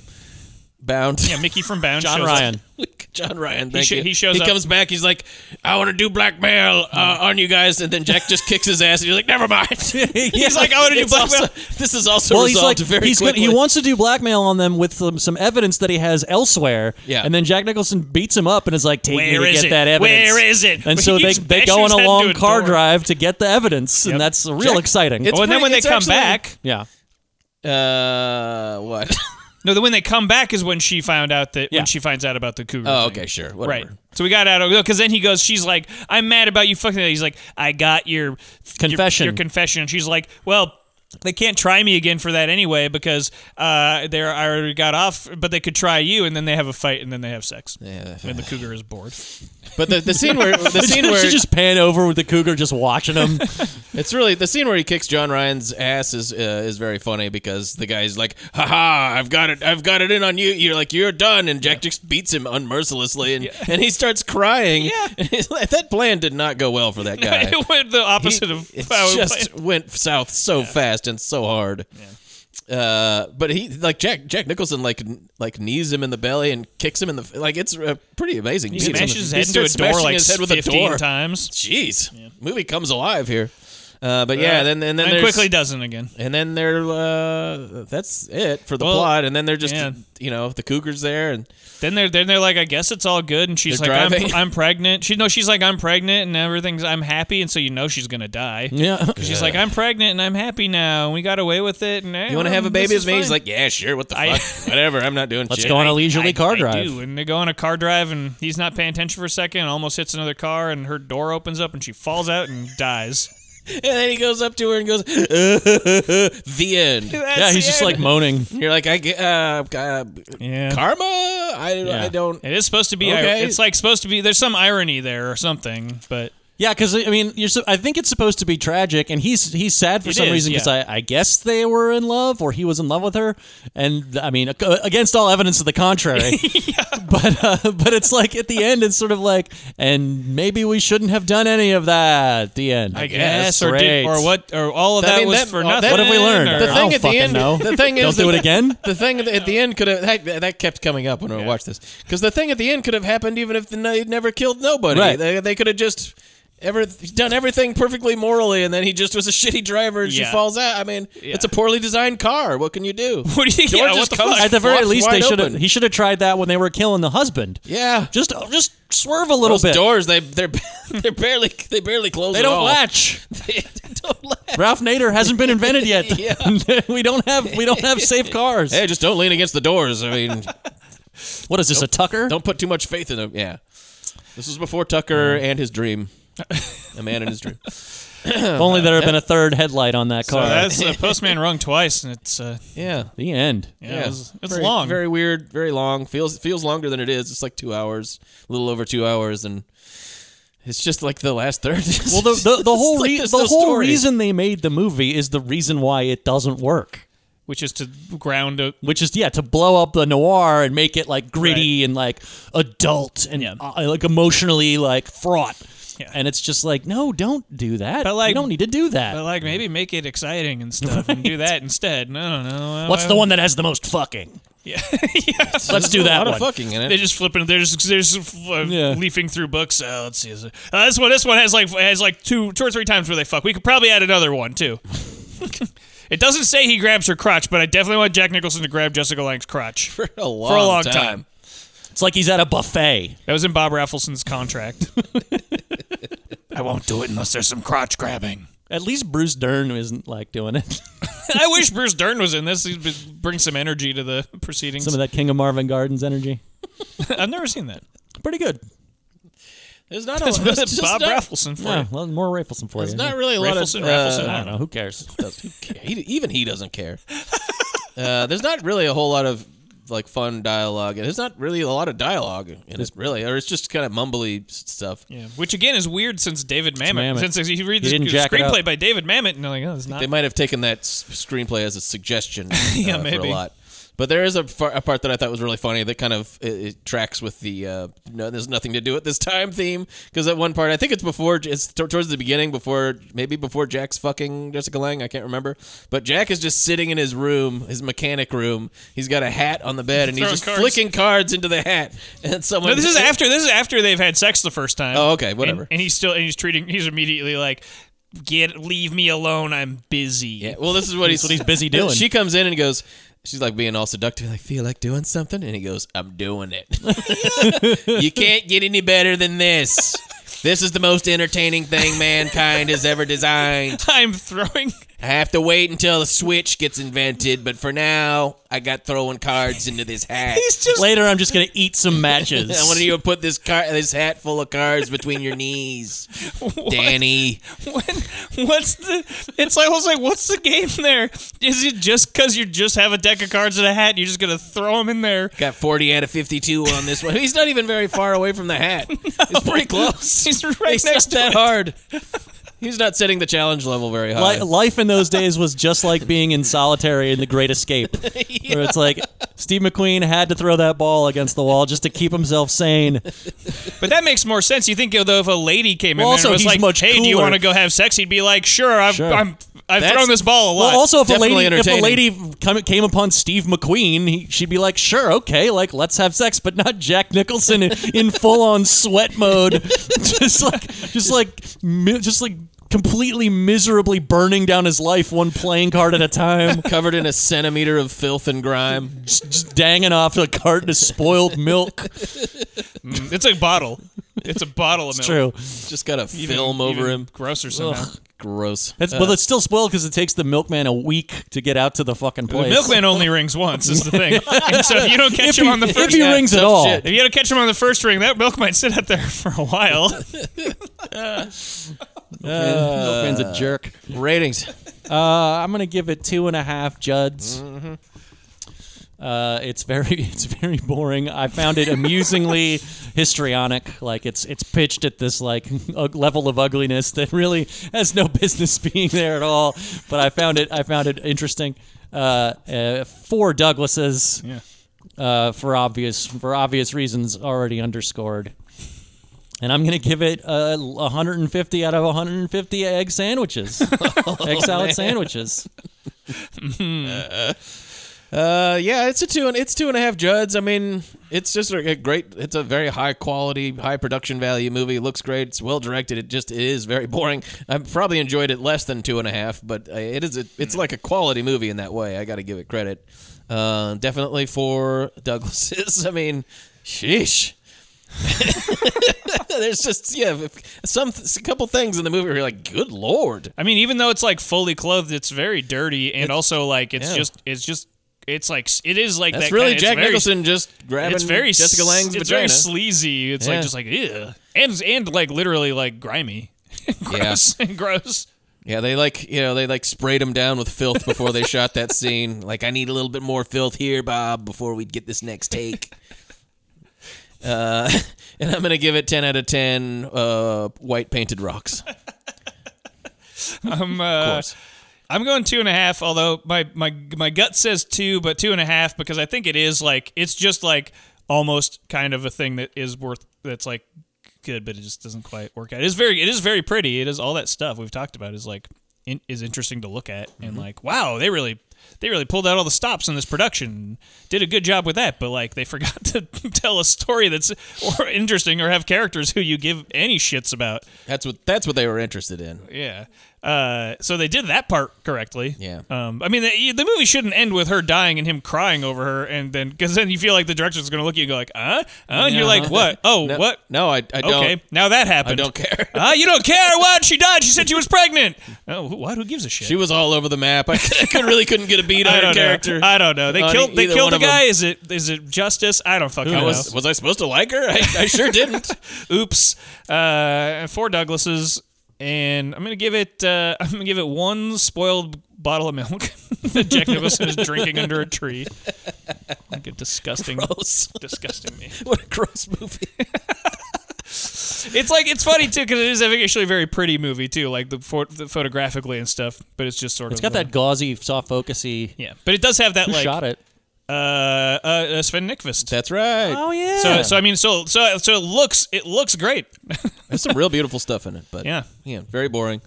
[SPEAKER 1] Bound.
[SPEAKER 3] Yeah, Mickey from Bound.
[SPEAKER 2] John
[SPEAKER 3] shows
[SPEAKER 2] Ryan.
[SPEAKER 3] Up.
[SPEAKER 1] John Ryan,
[SPEAKER 3] He
[SPEAKER 1] thank
[SPEAKER 3] sh-
[SPEAKER 1] you.
[SPEAKER 3] he shows
[SPEAKER 1] He
[SPEAKER 3] up-
[SPEAKER 1] comes back. He's like, "I want to do blackmail uh, on you guys," and then Jack just kicks his ass. and He's like, "Never mind."
[SPEAKER 3] He's like, "I wanna do
[SPEAKER 1] It's also-
[SPEAKER 3] blackmail."
[SPEAKER 1] This is also
[SPEAKER 2] Well, he's like
[SPEAKER 1] resolved very
[SPEAKER 2] he's gonna,
[SPEAKER 1] quickly.
[SPEAKER 2] he wants to do blackmail on them with some, some evidence that he has elsewhere.
[SPEAKER 1] Yeah.
[SPEAKER 2] And then Jack Nicholson beats him up and is like, "Take me
[SPEAKER 3] Where
[SPEAKER 2] to
[SPEAKER 3] is
[SPEAKER 2] get
[SPEAKER 3] it?
[SPEAKER 2] that evidence."
[SPEAKER 3] Where is it? Well,
[SPEAKER 2] And so
[SPEAKER 3] he
[SPEAKER 2] they
[SPEAKER 3] keeps
[SPEAKER 2] they
[SPEAKER 3] bashing
[SPEAKER 2] go on
[SPEAKER 3] his
[SPEAKER 2] a
[SPEAKER 3] head
[SPEAKER 2] long
[SPEAKER 3] into a
[SPEAKER 2] car
[SPEAKER 3] door.
[SPEAKER 2] drive to get the evidence, and that's real exciting.
[SPEAKER 1] it's
[SPEAKER 3] Well, and then when
[SPEAKER 1] pretty-
[SPEAKER 3] they
[SPEAKER 1] it's
[SPEAKER 3] come
[SPEAKER 1] actually-
[SPEAKER 3] back,
[SPEAKER 2] yeah.
[SPEAKER 1] Uh, what?
[SPEAKER 3] no, the when they come back is when she found out that
[SPEAKER 2] Yeah.
[SPEAKER 3] when she finds out about the cougar.
[SPEAKER 1] oh,
[SPEAKER 3] thing.
[SPEAKER 1] okay, sure,
[SPEAKER 3] Right.
[SPEAKER 1] whatever.
[SPEAKER 3] So we got out of because then he goes. She's like, "I'm mad about you fucking." that." He's like, "I got your your-
[SPEAKER 2] Confession.
[SPEAKER 3] Your, confession." And she's like, "Well." They can't try me again for that anyway because uh, they're I already got off, but they could try you, and then they have a fight, and then they have sex. Yeah, and the cougar is bored.
[SPEAKER 1] But the, the scene where the
[SPEAKER 2] She
[SPEAKER 1] scene
[SPEAKER 2] should
[SPEAKER 1] where
[SPEAKER 2] just pan over with the cougar just watching him.
[SPEAKER 1] It's really the scene where he kicks John Ryan's ass is uh, is very funny because the guy's like, "Ha ha! I've got it! I've got it in on you!" You're like, "You're done!" And Jack just beats him unmercilessly, and, and he starts crying.
[SPEAKER 3] Yeah.
[SPEAKER 1] that plan did not go well for that guy.
[SPEAKER 3] it went the
[SPEAKER 1] He-
[SPEAKER 3] opposite of
[SPEAKER 1] it
[SPEAKER 3] how we planned.
[SPEAKER 1] just went south so fast and so hard. Uh, but he like Jack Jack Nicholson like kn- like knees him in the belly and kicks him in the like it's uh, pretty amazing.
[SPEAKER 3] He
[SPEAKER 1] beating.
[SPEAKER 3] smashes his head into a
[SPEAKER 1] starts
[SPEAKER 3] door
[SPEAKER 1] smashing
[SPEAKER 3] like
[SPEAKER 1] his head with a
[SPEAKER 3] 15
[SPEAKER 1] door.
[SPEAKER 3] times.
[SPEAKER 1] Jeez, movie comes alive here. Uh, but yeah, then
[SPEAKER 3] and
[SPEAKER 1] and then there's-
[SPEAKER 3] quickly doesn't again.
[SPEAKER 1] and then they're uh, that's it for the
[SPEAKER 3] Well,
[SPEAKER 1] plot, and then they're just
[SPEAKER 3] yeah.
[SPEAKER 1] you know the cougars there, and
[SPEAKER 3] Then they're then they're like, I guess it's all good, and she's
[SPEAKER 1] They're
[SPEAKER 3] like, I'm,
[SPEAKER 1] driving.
[SPEAKER 3] I'm pregnant. She no, she's like, I'm pregnant, and everything's I'm happy, and so you know she's gonna die.
[SPEAKER 2] yeah.
[SPEAKER 3] She's like, I'm pregnant and I'm happy now. and We got away with it. And eh,
[SPEAKER 1] you want to have a baby with me? He's like, yeah, sure, what the
[SPEAKER 3] I-
[SPEAKER 1] fuck, whatever, I'm not doing
[SPEAKER 2] Let's
[SPEAKER 1] shit.
[SPEAKER 2] go on a leisurely car drive.
[SPEAKER 3] And they go on a car drive, and he's not paying attention for a second, and almost hits another car, and her door opens up, and she falls out and dies.
[SPEAKER 1] And then he goes up to her and goes, the end.
[SPEAKER 2] Yeah, he's just like moaning.
[SPEAKER 1] And you're like, I get uh, uh,
[SPEAKER 3] yeah.
[SPEAKER 1] karma. I I don't.
[SPEAKER 3] It is supposed to be.
[SPEAKER 1] Okay.
[SPEAKER 3] It's like supposed to be. There's some irony there or something, but
[SPEAKER 2] Yeah, because I mean, you're so, I think it's supposed to be tragic, and he's he's sad for
[SPEAKER 3] It
[SPEAKER 2] some
[SPEAKER 3] is,
[SPEAKER 2] reason because
[SPEAKER 3] yeah.
[SPEAKER 2] I, I guess they were in love or he was in love with her, and I mean, ac- uh, against all evidence to the contrary. But uh, but it's like at the end, it's sort of like, and maybe we shouldn't have done any of that. At the end,
[SPEAKER 3] I guess or
[SPEAKER 2] Great.
[SPEAKER 3] did, or what or all of
[SPEAKER 1] I
[SPEAKER 3] that
[SPEAKER 1] mean,
[SPEAKER 3] was
[SPEAKER 1] that-
[SPEAKER 3] for
[SPEAKER 1] all-
[SPEAKER 3] nothing.
[SPEAKER 1] that-
[SPEAKER 2] What have we learned?
[SPEAKER 1] The
[SPEAKER 3] or-
[SPEAKER 1] thing
[SPEAKER 2] I don't
[SPEAKER 1] at the
[SPEAKER 2] fucking
[SPEAKER 1] end-
[SPEAKER 2] know.
[SPEAKER 1] the thing is
[SPEAKER 2] don't do
[SPEAKER 1] that-
[SPEAKER 2] it again.
[SPEAKER 1] The thing at the, at the end could have that, that kept coming up when I watched this because the thing at the end could have happened even if the, they never killed nobody.
[SPEAKER 2] Right.
[SPEAKER 1] They, they could have just ever done everything perfectly morally, and then he just was a shitty driver and
[SPEAKER 3] Yeah.
[SPEAKER 1] she falls out. I mean, it's a poorly designed car. What can you do?
[SPEAKER 3] What do you-
[SPEAKER 1] Door
[SPEAKER 3] yeah,
[SPEAKER 1] just
[SPEAKER 3] what the
[SPEAKER 1] comes
[SPEAKER 3] fuck?
[SPEAKER 2] At the very
[SPEAKER 1] flops
[SPEAKER 2] least,
[SPEAKER 1] wide
[SPEAKER 2] they should have
[SPEAKER 1] open.
[SPEAKER 2] he should have tried that when they were killing the husband.
[SPEAKER 1] Yeah,
[SPEAKER 2] Just uh, just swerve a little
[SPEAKER 1] those
[SPEAKER 2] bit.
[SPEAKER 1] doors they they're they're barely they barely close.
[SPEAKER 2] they
[SPEAKER 1] at
[SPEAKER 2] don't
[SPEAKER 1] all.
[SPEAKER 2] latch.
[SPEAKER 1] they don't latch.
[SPEAKER 2] Ralph Nader hasn't been invented yet. we don't have we don't have safe cars.
[SPEAKER 1] Hey, just don't lean against the doors. I mean,
[SPEAKER 2] what is this a Tucker?
[SPEAKER 1] Don't put too much faith in him. Yeah. This was before Tucker and his dream. A man in his dream.
[SPEAKER 2] If only there had been a third headlight on that
[SPEAKER 3] So
[SPEAKER 2] car.
[SPEAKER 3] that's the postman rung twice, and it's uh,
[SPEAKER 1] Yeah.
[SPEAKER 2] the end.
[SPEAKER 3] yeah, it was- it's
[SPEAKER 1] Very-
[SPEAKER 3] long.
[SPEAKER 1] Very weird, very long. Feels feels longer than it is. It's like two hours, a little over two hours, and it's just like the last third.
[SPEAKER 2] Well, the the, the
[SPEAKER 1] It's
[SPEAKER 2] whole
[SPEAKER 1] like
[SPEAKER 2] re-
[SPEAKER 1] there's
[SPEAKER 2] the
[SPEAKER 1] no
[SPEAKER 2] whole
[SPEAKER 1] story.
[SPEAKER 2] reason they made the movie is the reason why it doesn't work.
[SPEAKER 3] which is to ground a
[SPEAKER 2] Which is yeah to blow up the noir and make it like gritty and like adult and
[SPEAKER 3] Yeah.
[SPEAKER 2] uh, like emotionally like fraught.
[SPEAKER 3] Yeah.
[SPEAKER 2] And it's just like no, don't do that.
[SPEAKER 3] But, like-
[SPEAKER 2] you don't need to do that.
[SPEAKER 3] But uh, like maybe make it exciting and stuff, and do that instead. No, no, no.
[SPEAKER 2] What's the one that has the most fucking?
[SPEAKER 3] Yeah,
[SPEAKER 2] Let's do
[SPEAKER 1] a
[SPEAKER 2] that
[SPEAKER 1] lot
[SPEAKER 2] one.
[SPEAKER 1] of fucking in
[SPEAKER 3] they
[SPEAKER 1] it.
[SPEAKER 3] just flipping. They're just they're just, uh,
[SPEAKER 2] Yeah.
[SPEAKER 3] leafing through books. Uh, let's see. is it- Uh, this one, this one has like has like two, two or three times where they fuck. We could probably add another one too. it doesn't say he grabs her crotch, but I definitely want Jack Nicholson to grab Jessica Lange's crotch.
[SPEAKER 1] For a long,
[SPEAKER 3] a long time.
[SPEAKER 2] It's like he's at a buffet.
[SPEAKER 3] That was in Bob Raffleson's contract. I won't do it unless there's some crotch grabbing.
[SPEAKER 2] At least Bruce Dern isn't like doing it.
[SPEAKER 3] I wish Bruce Dern was in this. He'd be- bring some energy to the proceedings.
[SPEAKER 2] Some of that King of Marvin Gardens energy.
[SPEAKER 3] I've never seen that.
[SPEAKER 2] Pretty good.
[SPEAKER 1] There's not a
[SPEAKER 3] That's,
[SPEAKER 1] there's just uh,
[SPEAKER 3] Bob
[SPEAKER 1] not,
[SPEAKER 3] Raffleson for
[SPEAKER 2] Yeah,
[SPEAKER 3] you.
[SPEAKER 2] well, more Rafelson for
[SPEAKER 1] There's
[SPEAKER 2] you.
[SPEAKER 1] not really a lot
[SPEAKER 3] Raffleson,
[SPEAKER 1] of
[SPEAKER 3] Raffleson,
[SPEAKER 1] uh,
[SPEAKER 2] I don't know. Who cares?
[SPEAKER 1] he, even he doesn't care. uh, there's not really a whole lot of like fun dialogue, and there's not really a lot of dialogue in it, really, or it's just kind of mumbly s- stuff.
[SPEAKER 3] Yeah. Which again is weird since David Mamet.
[SPEAKER 2] Mamet.
[SPEAKER 3] Since you read
[SPEAKER 2] He
[SPEAKER 3] this
[SPEAKER 2] didn't jack it up.
[SPEAKER 3] screenplay by David Mamet, and you're like, oh, it's not.
[SPEAKER 1] They might have taken that s- screenplay as a suggestion uh,
[SPEAKER 3] Yeah,
[SPEAKER 1] for
[SPEAKER 3] maybe.
[SPEAKER 1] a lot. But there is a, far, a part that I thought was really funny that kind of it, it tracks with the uh, no, there's nothing to do at this time theme because that one part I think it's before it's t- towards the beginning before maybe before Jack's fucking Jessica Lang I can't remember but Jack is just sitting in his room his mechanic room he's got a hat on the bed and he's
[SPEAKER 3] Throwing
[SPEAKER 1] just
[SPEAKER 3] cards.
[SPEAKER 1] flicking cards into the hat and someone
[SPEAKER 3] No, this is after. This is after they've had sex the first time.
[SPEAKER 1] Oh, okay,
[SPEAKER 3] And-
[SPEAKER 1] whatever.
[SPEAKER 3] And, he's still. And he's treating. He's immediately like, get leave me alone. I'm busy.
[SPEAKER 1] Yeah, well, this is what he's
[SPEAKER 2] what he's busy doing.
[SPEAKER 1] She comes in and goes, she's like being all seductive, like feel like doing something, and he goes, I'm doing it. you can't get any better than this. This is the most entertaining thing mankind has ever designed.
[SPEAKER 3] I'm throwing.
[SPEAKER 1] I have to wait until the switch gets invented, but for now, I got throwing cards into this hat.
[SPEAKER 3] He's just.
[SPEAKER 2] Later, I'm just gonna eat some matches.
[SPEAKER 1] I want you to put this car, this hat full of cards between your knees,
[SPEAKER 3] What?
[SPEAKER 1] Danny.
[SPEAKER 3] When, what's the? It's like I was like, what's the game there? Is it just because you just have a deck of cards and a hat? You're just gonna throw them in there?
[SPEAKER 1] Got 40 out of 52 on this one. He's not even very far away from the hat. It's pretty close.
[SPEAKER 3] He's right
[SPEAKER 1] It's
[SPEAKER 3] next
[SPEAKER 1] not
[SPEAKER 3] to
[SPEAKER 1] that
[SPEAKER 3] it.
[SPEAKER 1] hard. He's not setting the challenge level very high.
[SPEAKER 2] Li- life in those days was just like being in solitary in The Great Escape, where it's like Steve McQueen had to throw that ball against the wall just to keep himself sane.
[SPEAKER 3] But that makes more sense. You think though, if a lady came
[SPEAKER 2] Well,
[SPEAKER 3] in there
[SPEAKER 2] also,
[SPEAKER 3] and was
[SPEAKER 2] he's
[SPEAKER 3] like,
[SPEAKER 2] much
[SPEAKER 3] "Hey, do you
[SPEAKER 2] cooler.
[SPEAKER 3] want to go have sex?" He'd be like, "Sure, I've
[SPEAKER 2] Sure.
[SPEAKER 3] I'm, I've
[SPEAKER 1] That's-
[SPEAKER 3] thrown this ball a lot."
[SPEAKER 2] Well, also if a
[SPEAKER 1] Definitely
[SPEAKER 2] lady if a
[SPEAKER 1] entertaining.
[SPEAKER 2] lady come, came upon Steve McQueen, he, she'd be like, "Sure, okay, like let's have sex," but not Jack Nicholson in, in full on sweat mode, just like just like mi- just like completely miserably burning down his life one playing card at a time.
[SPEAKER 1] Covered in a centimeter of filth and grime.
[SPEAKER 2] Just, just danging off a carton of spoiled milk.
[SPEAKER 3] it's a bottle. It's a bottle of milk.
[SPEAKER 2] True.
[SPEAKER 1] Just got a
[SPEAKER 3] Even-
[SPEAKER 1] film over
[SPEAKER 3] even
[SPEAKER 1] him.
[SPEAKER 3] Grosser somehow.
[SPEAKER 1] Gross.
[SPEAKER 2] That's,
[SPEAKER 1] Uh,
[SPEAKER 2] well, it's still spoiled because it takes the milkman a week to get out to the fucking
[SPEAKER 3] The
[SPEAKER 2] place.
[SPEAKER 3] milkman only rings once is the thing. and so if you don't catch
[SPEAKER 2] if
[SPEAKER 3] him
[SPEAKER 2] he,
[SPEAKER 3] on the
[SPEAKER 2] if
[SPEAKER 3] first
[SPEAKER 2] he
[SPEAKER 1] Yeah,
[SPEAKER 2] rings at
[SPEAKER 1] tough
[SPEAKER 2] all,
[SPEAKER 1] shit.
[SPEAKER 3] if you don't catch him on the first ring, that milk might sit out there for a while.
[SPEAKER 2] milkman's a jerk.
[SPEAKER 1] Uh, ratings.
[SPEAKER 2] Uh, I'm gonna give it two and a half Juds. Uh, it's very, it's very boring. I found it amusingly histrionic. Like it's, it's pitched at this like ug- level of ugliness that really has no business being there at all. But I found it, I found it interesting. Uh, uh, four Douglases, uh, for obvious, for obvious reasons already underscored. And I'm gonna give it uh, 150 out of 150 egg sandwiches, egg salad sandwiches.
[SPEAKER 1] Uh, yeah, it's a two and it's two and a half Juds. I mean, it's just a, a great. It's a very high quality, high production value movie. It looks great. It's well directed. It just it is very boring. I probably enjoyed it less than two and a half, but uh, it is. A, it's like a quality movie in that way. I got to give it credit. Uh, definitely for Douglas's. I mean, sheesh. There's just yeah, if- some a couple things in the movie where you're like, good lord.
[SPEAKER 3] I mean, even though it's like fully clothed, it's very dirty and also like it's
[SPEAKER 1] yeah.
[SPEAKER 3] just it's just it's like s- it is like
[SPEAKER 1] That's
[SPEAKER 3] that kinda-
[SPEAKER 1] really
[SPEAKER 3] it's
[SPEAKER 1] Jack
[SPEAKER 3] very-
[SPEAKER 1] Nicholson just grabbing
[SPEAKER 3] It's very s-
[SPEAKER 1] Jessica Lang's
[SPEAKER 3] It's
[SPEAKER 1] vagina.
[SPEAKER 3] very sleazy. It's
[SPEAKER 1] Yeah.
[SPEAKER 3] like just like ew. and and like literally like grimy, gross and gross.
[SPEAKER 1] Yeah, they like you know they like sprayed him down with filth before they shot that scene. Like, I need a little bit more filth here, Bob, before we get this next take. uh, and I'm gonna give it ten out of ten. Uh, white painted rocks.
[SPEAKER 3] I'm uh,
[SPEAKER 1] course.
[SPEAKER 3] I'm going two and a half. Although my my my gut says two, but two and a half because I think it is like it's just like almost kind of a thing that is worth that's like good, but it just doesn't quite work out. It's very it is very pretty. It is all that stuff we've talked about is like in, is interesting to look at and like wow they really. They really pulled out all the stops in this production. Did a good job with that, but like they forgot to tell a story that's or interesting or have characters who you give any shits about.
[SPEAKER 1] That's what that's what they were interested in.
[SPEAKER 3] Yeah. Uh, so they did that part correctly.
[SPEAKER 1] Yeah.
[SPEAKER 3] Um, I mean, the, the movie shouldn't end with her dying and him crying over her, and then because then you feel like the director's going to look at you and go like, "Huh?" huh? And you're like, "What? Oh,
[SPEAKER 1] No,
[SPEAKER 3] what?
[SPEAKER 1] No, I, I
[SPEAKER 3] Okay,
[SPEAKER 1] don't.
[SPEAKER 3] now that happened.
[SPEAKER 1] I don't care.
[SPEAKER 3] Ah, you don't care. What? She died. She said she was pregnant. Oh, who- what? Who gives a shit?
[SPEAKER 1] She was all over the map. I, could, really couldn't get a beat on
[SPEAKER 3] I
[SPEAKER 1] her
[SPEAKER 3] don't
[SPEAKER 1] character.
[SPEAKER 3] know. I don't know. They
[SPEAKER 1] On
[SPEAKER 3] killed. They
[SPEAKER 1] either
[SPEAKER 3] killed
[SPEAKER 1] one
[SPEAKER 3] the
[SPEAKER 1] of 'em.
[SPEAKER 3] guy. Is it? Is it justice? I don't fucking
[SPEAKER 1] I
[SPEAKER 3] know.
[SPEAKER 1] was, was I supposed to like her? I, I sure didn't.
[SPEAKER 3] Oops. Uh, four Douglases, and I'm gonna give it. Uh, I'm gonna give it one spoiled bottle of milk that Jack Nicholson is drinking under a tree. Like a disgusting,
[SPEAKER 1] Gross.
[SPEAKER 3] disgusting man.
[SPEAKER 1] What a gross movie.
[SPEAKER 3] It's like it's funny too because it is actually a very pretty movie too, like the, pho- the photographically and stuff. But it's just sort
[SPEAKER 2] It's
[SPEAKER 3] of
[SPEAKER 2] got
[SPEAKER 3] uh,
[SPEAKER 2] that gauzy, soft focusy.
[SPEAKER 3] Yeah, but it does have that
[SPEAKER 2] Who
[SPEAKER 3] like
[SPEAKER 2] shot it?
[SPEAKER 3] uh uh, uh Sven Nykvist.
[SPEAKER 1] That's right.
[SPEAKER 2] oh, yeah.
[SPEAKER 3] so, so I mean, so so so it looks it looks great.
[SPEAKER 1] There's some real beautiful stuff in it, but
[SPEAKER 3] Yeah.
[SPEAKER 1] yeah, very boring.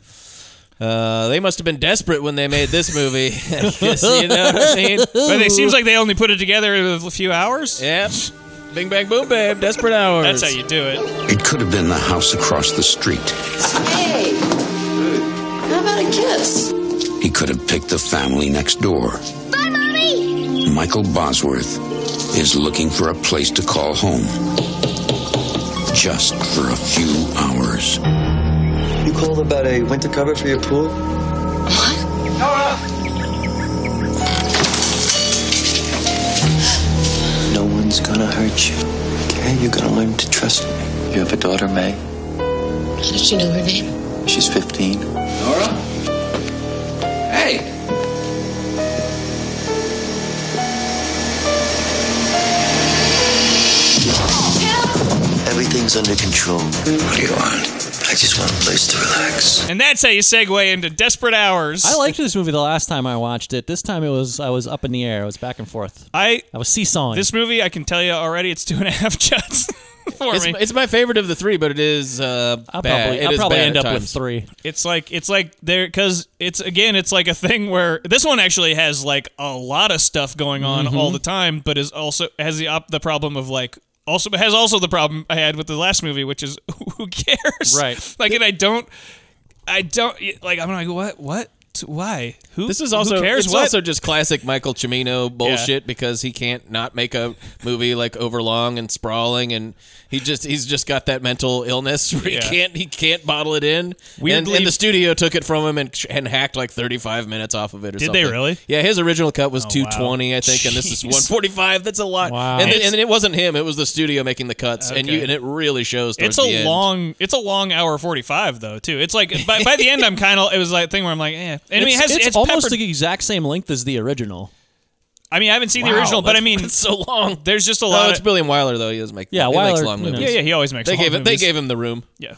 [SPEAKER 1] Uh, they must have been desperate when they made this movie. I guess, you know what I mean?
[SPEAKER 3] But it seems like they only put it together in a few hours.
[SPEAKER 1] Yep. Bing bang boom babe. Desperate hours.
[SPEAKER 3] That's how you do it.
[SPEAKER 5] It could have been the house across the street.
[SPEAKER 9] Hey, how about a kiss?
[SPEAKER 5] He could have picked the family next door.
[SPEAKER 9] Bye, mommy.
[SPEAKER 5] Michael Bosworth is looking for a place to call home. Just for a few hours.
[SPEAKER 10] You called about a winter cover for your pool? No one's gonna hurt you. Okay, you gotta learn to trust me. You have a daughter, May.
[SPEAKER 9] How did you know her name?
[SPEAKER 10] She's 15.
[SPEAKER 7] Nora? Hey!
[SPEAKER 10] Everything's under control. What do you want? I just want a place to relax.
[SPEAKER 3] And that's how you segue into Desperate Hours.
[SPEAKER 2] I liked this movie the last time I watched it. This time it was I was up in the air. I was back and forth.
[SPEAKER 3] I
[SPEAKER 2] I was seesawing.
[SPEAKER 3] this movie. I can tell you already. It's two and a half shots for
[SPEAKER 1] It's,
[SPEAKER 3] me.
[SPEAKER 1] it's my favorite of the three, but it is uh,
[SPEAKER 2] I'll
[SPEAKER 1] bad.
[SPEAKER 2] probably,
[SPEAKER 1] It
[SPEAKER 2] I'll
[SPEAKER 1] is
[SPEAKER 2] probably
[SPEAKER 1] bad
[SPEAKER 2] end
[SPEAKER 1] at
[SPEAKER 2] up with
[SPEAKER 1] times.
[SPEAKER 2] three.
[SPEAKER 3] It's like it's like there because it's again it's like a thing where this one actually has like a lot of stuff going on
[SPEAKER 1] Mm-hmm.
[SPEAKER 3] all the time, but is also has the op- the problem of like also has also the problem I had with the last movie, which is who cares,
[SPEAKER 2] Right.
[SPEAKER 3] Like, and I don't, I don't like I'm like what what why who
[SPEAKER 1] This is also
[SPEAKER 3] who cares
[SPEAKER 1] it's
[SPEAKER 3] what
[SPEAKER 1] also just classic Michael Cimino bullshit because he can't not make a movie like overlong and sprawling and he just he's just got that mental illness where
[SPEAKER 3] Yeah.
[SPEAKER 1] he can't he can't bottle it in. and,
[SPEAKER 3] Weirdly-
[SPEAKER 1] and the studio took it from him and and hacked like 35 minutes off of it or
[SPEAKER 3] Did they
[SPEAKER 1] something.
[SPEAKER 3] really? Oh,
[SPEAKER 1] Yeah, his original cut was 220 I think and this is
[SPEAKER 3] Jeez.
[SPEAKER 1] 145. That's a lot.
[SPEAKER 2] Wow.
[SPEAKER 1] And, then,
[SPEAKER 3] It's-
[SPEAKER 1] and it wasn't him, it was the studio making the cuts and you
[SPEAKER 3] Okay.
[SPEAKER 1] and it really shows towards
[SPEAKER 3] It's
[SPEAKER 1] the
[SPEAKER 3] a
[SPEAKER 1] end.
[SPEAKER 3] long, it's a long hour forty five though too. It's like by, by the end I'm kind of it was like a thing where I'm like, eh. And I mean, it has
[SPEAKER 2] it's
[SPEAKER 3] it's
[SPEAKER 2] almost
[SPEAKER 3] peppered-
[SPEAKER 2] the exact same length as the original.
[SPEAKER 3] I mean, I haven't seen the
[SPEAKER 2] Wow,
[SPEAKER 3] original, but I
[SPEAKER 2] that's-
[SPEAKER 3] mean,
[SPEAKER 1] that's so long.
[SPEAKER 3] There's just a
[SPEAKER 1] Oh,
[SPEAKER 3] lot.
[SPEAKER 1] it's
[SPEAKER 3] of,
[SPEAKER 1] William Wyler though. He does make
[SPEAKER 2] Yeah,
[SPEAKER 1] he makes
[SPEAKER 2] Wyler,
[SPEAKER 1] long
[SPEAKER 2] you know.
[SPEAKER 1] movies.
[SPEAKER 3] yeah, yeah, he always makes.
[SPEAKER 1] They
[SPEAKER 3] long
[SPEAKER 1] gave him they
[SPEAKER 3] movies.
[SPEAKER 1] gave him the room.
[SPEAKER 3] Yeah.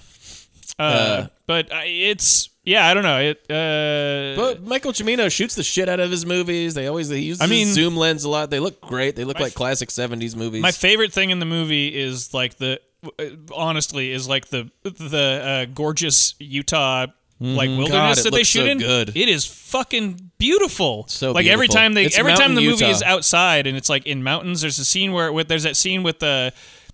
[SPEAKER 3] Uh, but I, it's yeah, I don't know. It uh
[SPEAKER 1] But Michael Cimino shoots the shit out of his movies. They always they use
[SPEAKER 3] I
[SPEAKER 1] I
[SPEAKER 3] mean-
[SPEAKER 1] mean, zoom lens a lot. They look great. They look like classic '70s movies.
[SPEAKER 3] my favorite thing in the movie is like the uh, honestly is like the the uh, gorgeous Utah like wilderness
[SPEAKER 1] Mm-hmm. God, it
[SPEAKER 3] that they
[SPEAKER 1] looks
[SPEAKER 3] shoot
[SPEAKER 1] so
[SPEAKER 3] in.
[SPEAKER 1] good.
[SPEAKER 3] It is fucking beautiful.
[SPEAKER 1] So
[SPEAKER 3] like every
[SPEAKER 1] beautiful.
[SPEAKER 3] time they
[SPEAKER 1] It's
[SPEAKER 3] every time
[SPEAKER 1] mountain
[SPEAKER 3] the movie
[SPEAKER 1] Utah.
[SPEAKER 3] is outside and it's like in mountains. There's a scene where with there's that scene with the.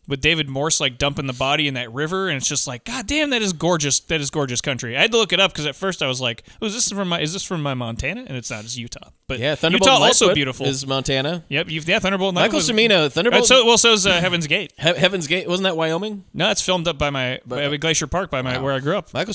[SPEAKER 3] With David Morse like dumping the body in that river, and it's just like, God damn, that is gorgeous. That is gorgeous country. I had to look it up because at first I was like, oh, is this from my? Is this from my Montana? And it's not. It's Utah. But
[SPEAKER 1] yeah, Thunderbolt
[SPEAKER 3] Utah also
[SPEAKER 1] Lightfoot
[SPEAKER 3] beautiful.
[SPEAKER 1] is Montana.
[SPEAKER 3] Yep, you've yeah, Thunderbolt. and
[SPEAKER 1] Michael
[SPEAKER 3] Lightfoot.
[SPEAKER 1] Cimino, Thunderbolt.
[SPEAKER 3] Uh, so well, so's uh, Heaven's Gate.
[SPEAKER 1] He- Heaven's Gate wasn't that Wyoming?
[SPEAKER 3] No, it's filmed up by my by, by Glacier Park by my where I grew up.
[SPEAKER 1] Michael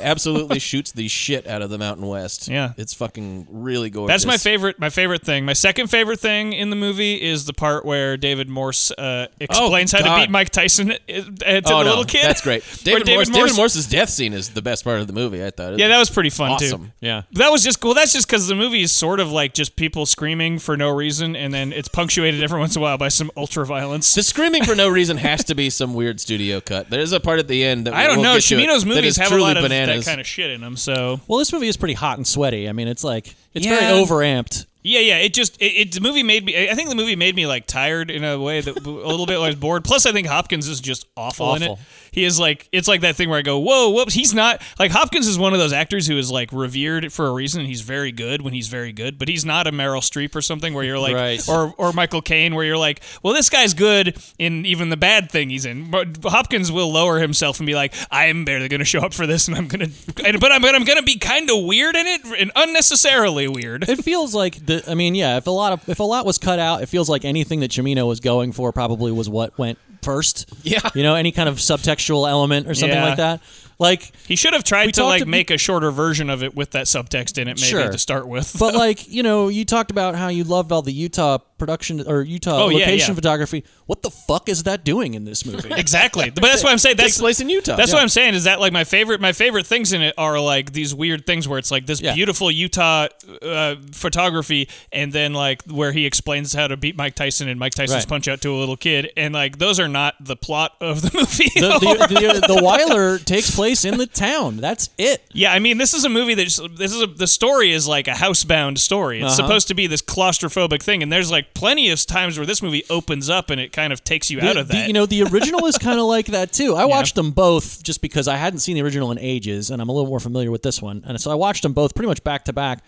[SPEAKER 1] absolutely shoots the shit out of the Mountain West.
[SPEAKER 3] Yeah.
[SPEAKER 1] it's fucking really gorgeous.
[SPEAKER 3] That's my favorite. My favorite thing. My second favorite thing in the movie is the part where David Morse uh, explains how to
[SPEAKER 1] Oh, God.
[SPEAKER 3] beat Mike Tyson uh, uh, to
[SPEAKER 1] Oh
[SPEAKER 3] the
[SPEAKER 1] no,
[SPEAKER 3] little kid.
[SPEAKER 1] that's great.
[SPEAKER 3] Where
[SPEAKER 1] David, Morse, David Morse's death scene is the best part of the movie. I thought.
[SPEAKER 3] Yeah, that was pretty fun too.
[SPEAKER 1] Awesome.
[SPEAKER 2] Yeah.
[SPEAKER 3] That was just well. That's just because the movie is sort of like just people screaming for no reason, and then it's punctuated every once in a while by some ultra violence.
[SPEAKER 1] The screaming for no reason has to be some weird studio cut. There's a part at the end that
[SPEAKER 3] I don't
[SPEAKER 1] we'll
[SPEAKER 3] know.
[SPEAKER 1] get to it
[SPEAKER 3] Shimino's
[SPEAKER 1] that
[SPEAKER 3] movies
[SPEAKER 1] is
[SPEAKER 3] have a
[SPEAKER 1] truly
[SPEAKER 3] lot of
[SPEAKER 1] bananas.
[SPEAKER 3] that kind of shit in them. So
[SPEAKER 2] Well, this movie is pretty hot and sweaty. I mean, it's like it's
[SPEAKER 3] Yeah.
[SPEAKER 2] very overamped.
[SPEAKER 3] Yeah, yeah. It just it, it the movie made me. I think the movie made me like tired in a way that a little bit. I was bored. Plus, I think Hopkins is just awful, in it.
[SPEAKER 2] Awful.
[SPEAKER 3] He is like it's like that thing where I go, whoa, whoops. He's not like Hopkins is one of those actors who is like revered for a reason. He's very good when he's very good, but he's not a Meryl Streep or something where you're like,
[SPEAKER 2] Right.
[SPEAKER 3] or or Michael Caine where you're like, well, this guy's good in even the bad thing he's in. But Hopkins will lower himself and be like, I'm barely going to show up for this, and I'm gonna, and, but I'm but I'm gonna be kind of weird in it and unnecessarily weird.
[SPEAKER 2] It feels like the. I mean, yeah. If a lot of if a lot was cut out, it feels like anything that Chimino was going for probably was what went first.
[SPEAKER 1] Yeah.
[SPEAKER 2] You know, any kind of subtextual element or something
[SPEAKER 3] Yeah.
[SPEAKER 2] like that. Like,
[SPEAKER 3] He should have tried
[SPEAKER 2] We
[SPEAKER 3] to
[SPEAKER 2] talked
[SPEAKER 3] like
[SPEAKER 2] ab-
[SPEAKER 3] make a shorter version of it with that subtext in it, maybe
[SPEAKER 2] Sure.
[SPEAKER 3] to start with.
[SPEAKER 2] but like you know, you talked about how you loved all the Utah production or Utah
[SPEAKER 3] Oh, yeah,
[SPEAKER 2] location
[SPEAKER 3] yeah.
[SPEAKER 2] photography. What the fuck is that doing in this movie?
[SPEAKER 3] exactly, but that's what I'm saying. That's
[SPEAKER 1] takes place in Utah.
[SPEAKER 3] That's
[SPEAKER 1] Yeah.
[SPEAKER 3] what I'm saying. Is that like my favorite? My favorite things in it are like these weird things where it's like this
[SPEAKER 2] Yeah.
[SPEAKER 3] beautiful Utah uh, photography, and then like where he explains how to beat Mike Tyson and Mike Tyson's
[SPEAKER 2] Right.
[SPEAKER 3] punch out to a little kid, and like those are not the plot of the movie.
[SPEAKER 2] the, the, the, the Weiler takes place in the town. That's it.
[SPEAKER 3] Yeah, I mean, this is a movie that's this is a, the story is like a housebound story. It's
[SPEAKER 2] Uh-huh.
[SPEAKER 3] supposed to be this claustrophobic thing, and there's like plenty of times where this movie opens up and it kind of takes you out
[SPEAKER 2] The-
[SPEAKER 3] of
[SPEAKER 2] the-
[SPEAKER 3] that.
[SPEAKER 2] you know, the original is kind of like that too. I watched them both just because I hadn't seen the original in ages, and I'm a little more familiar with this one, and so I watched them both pretty much back to back.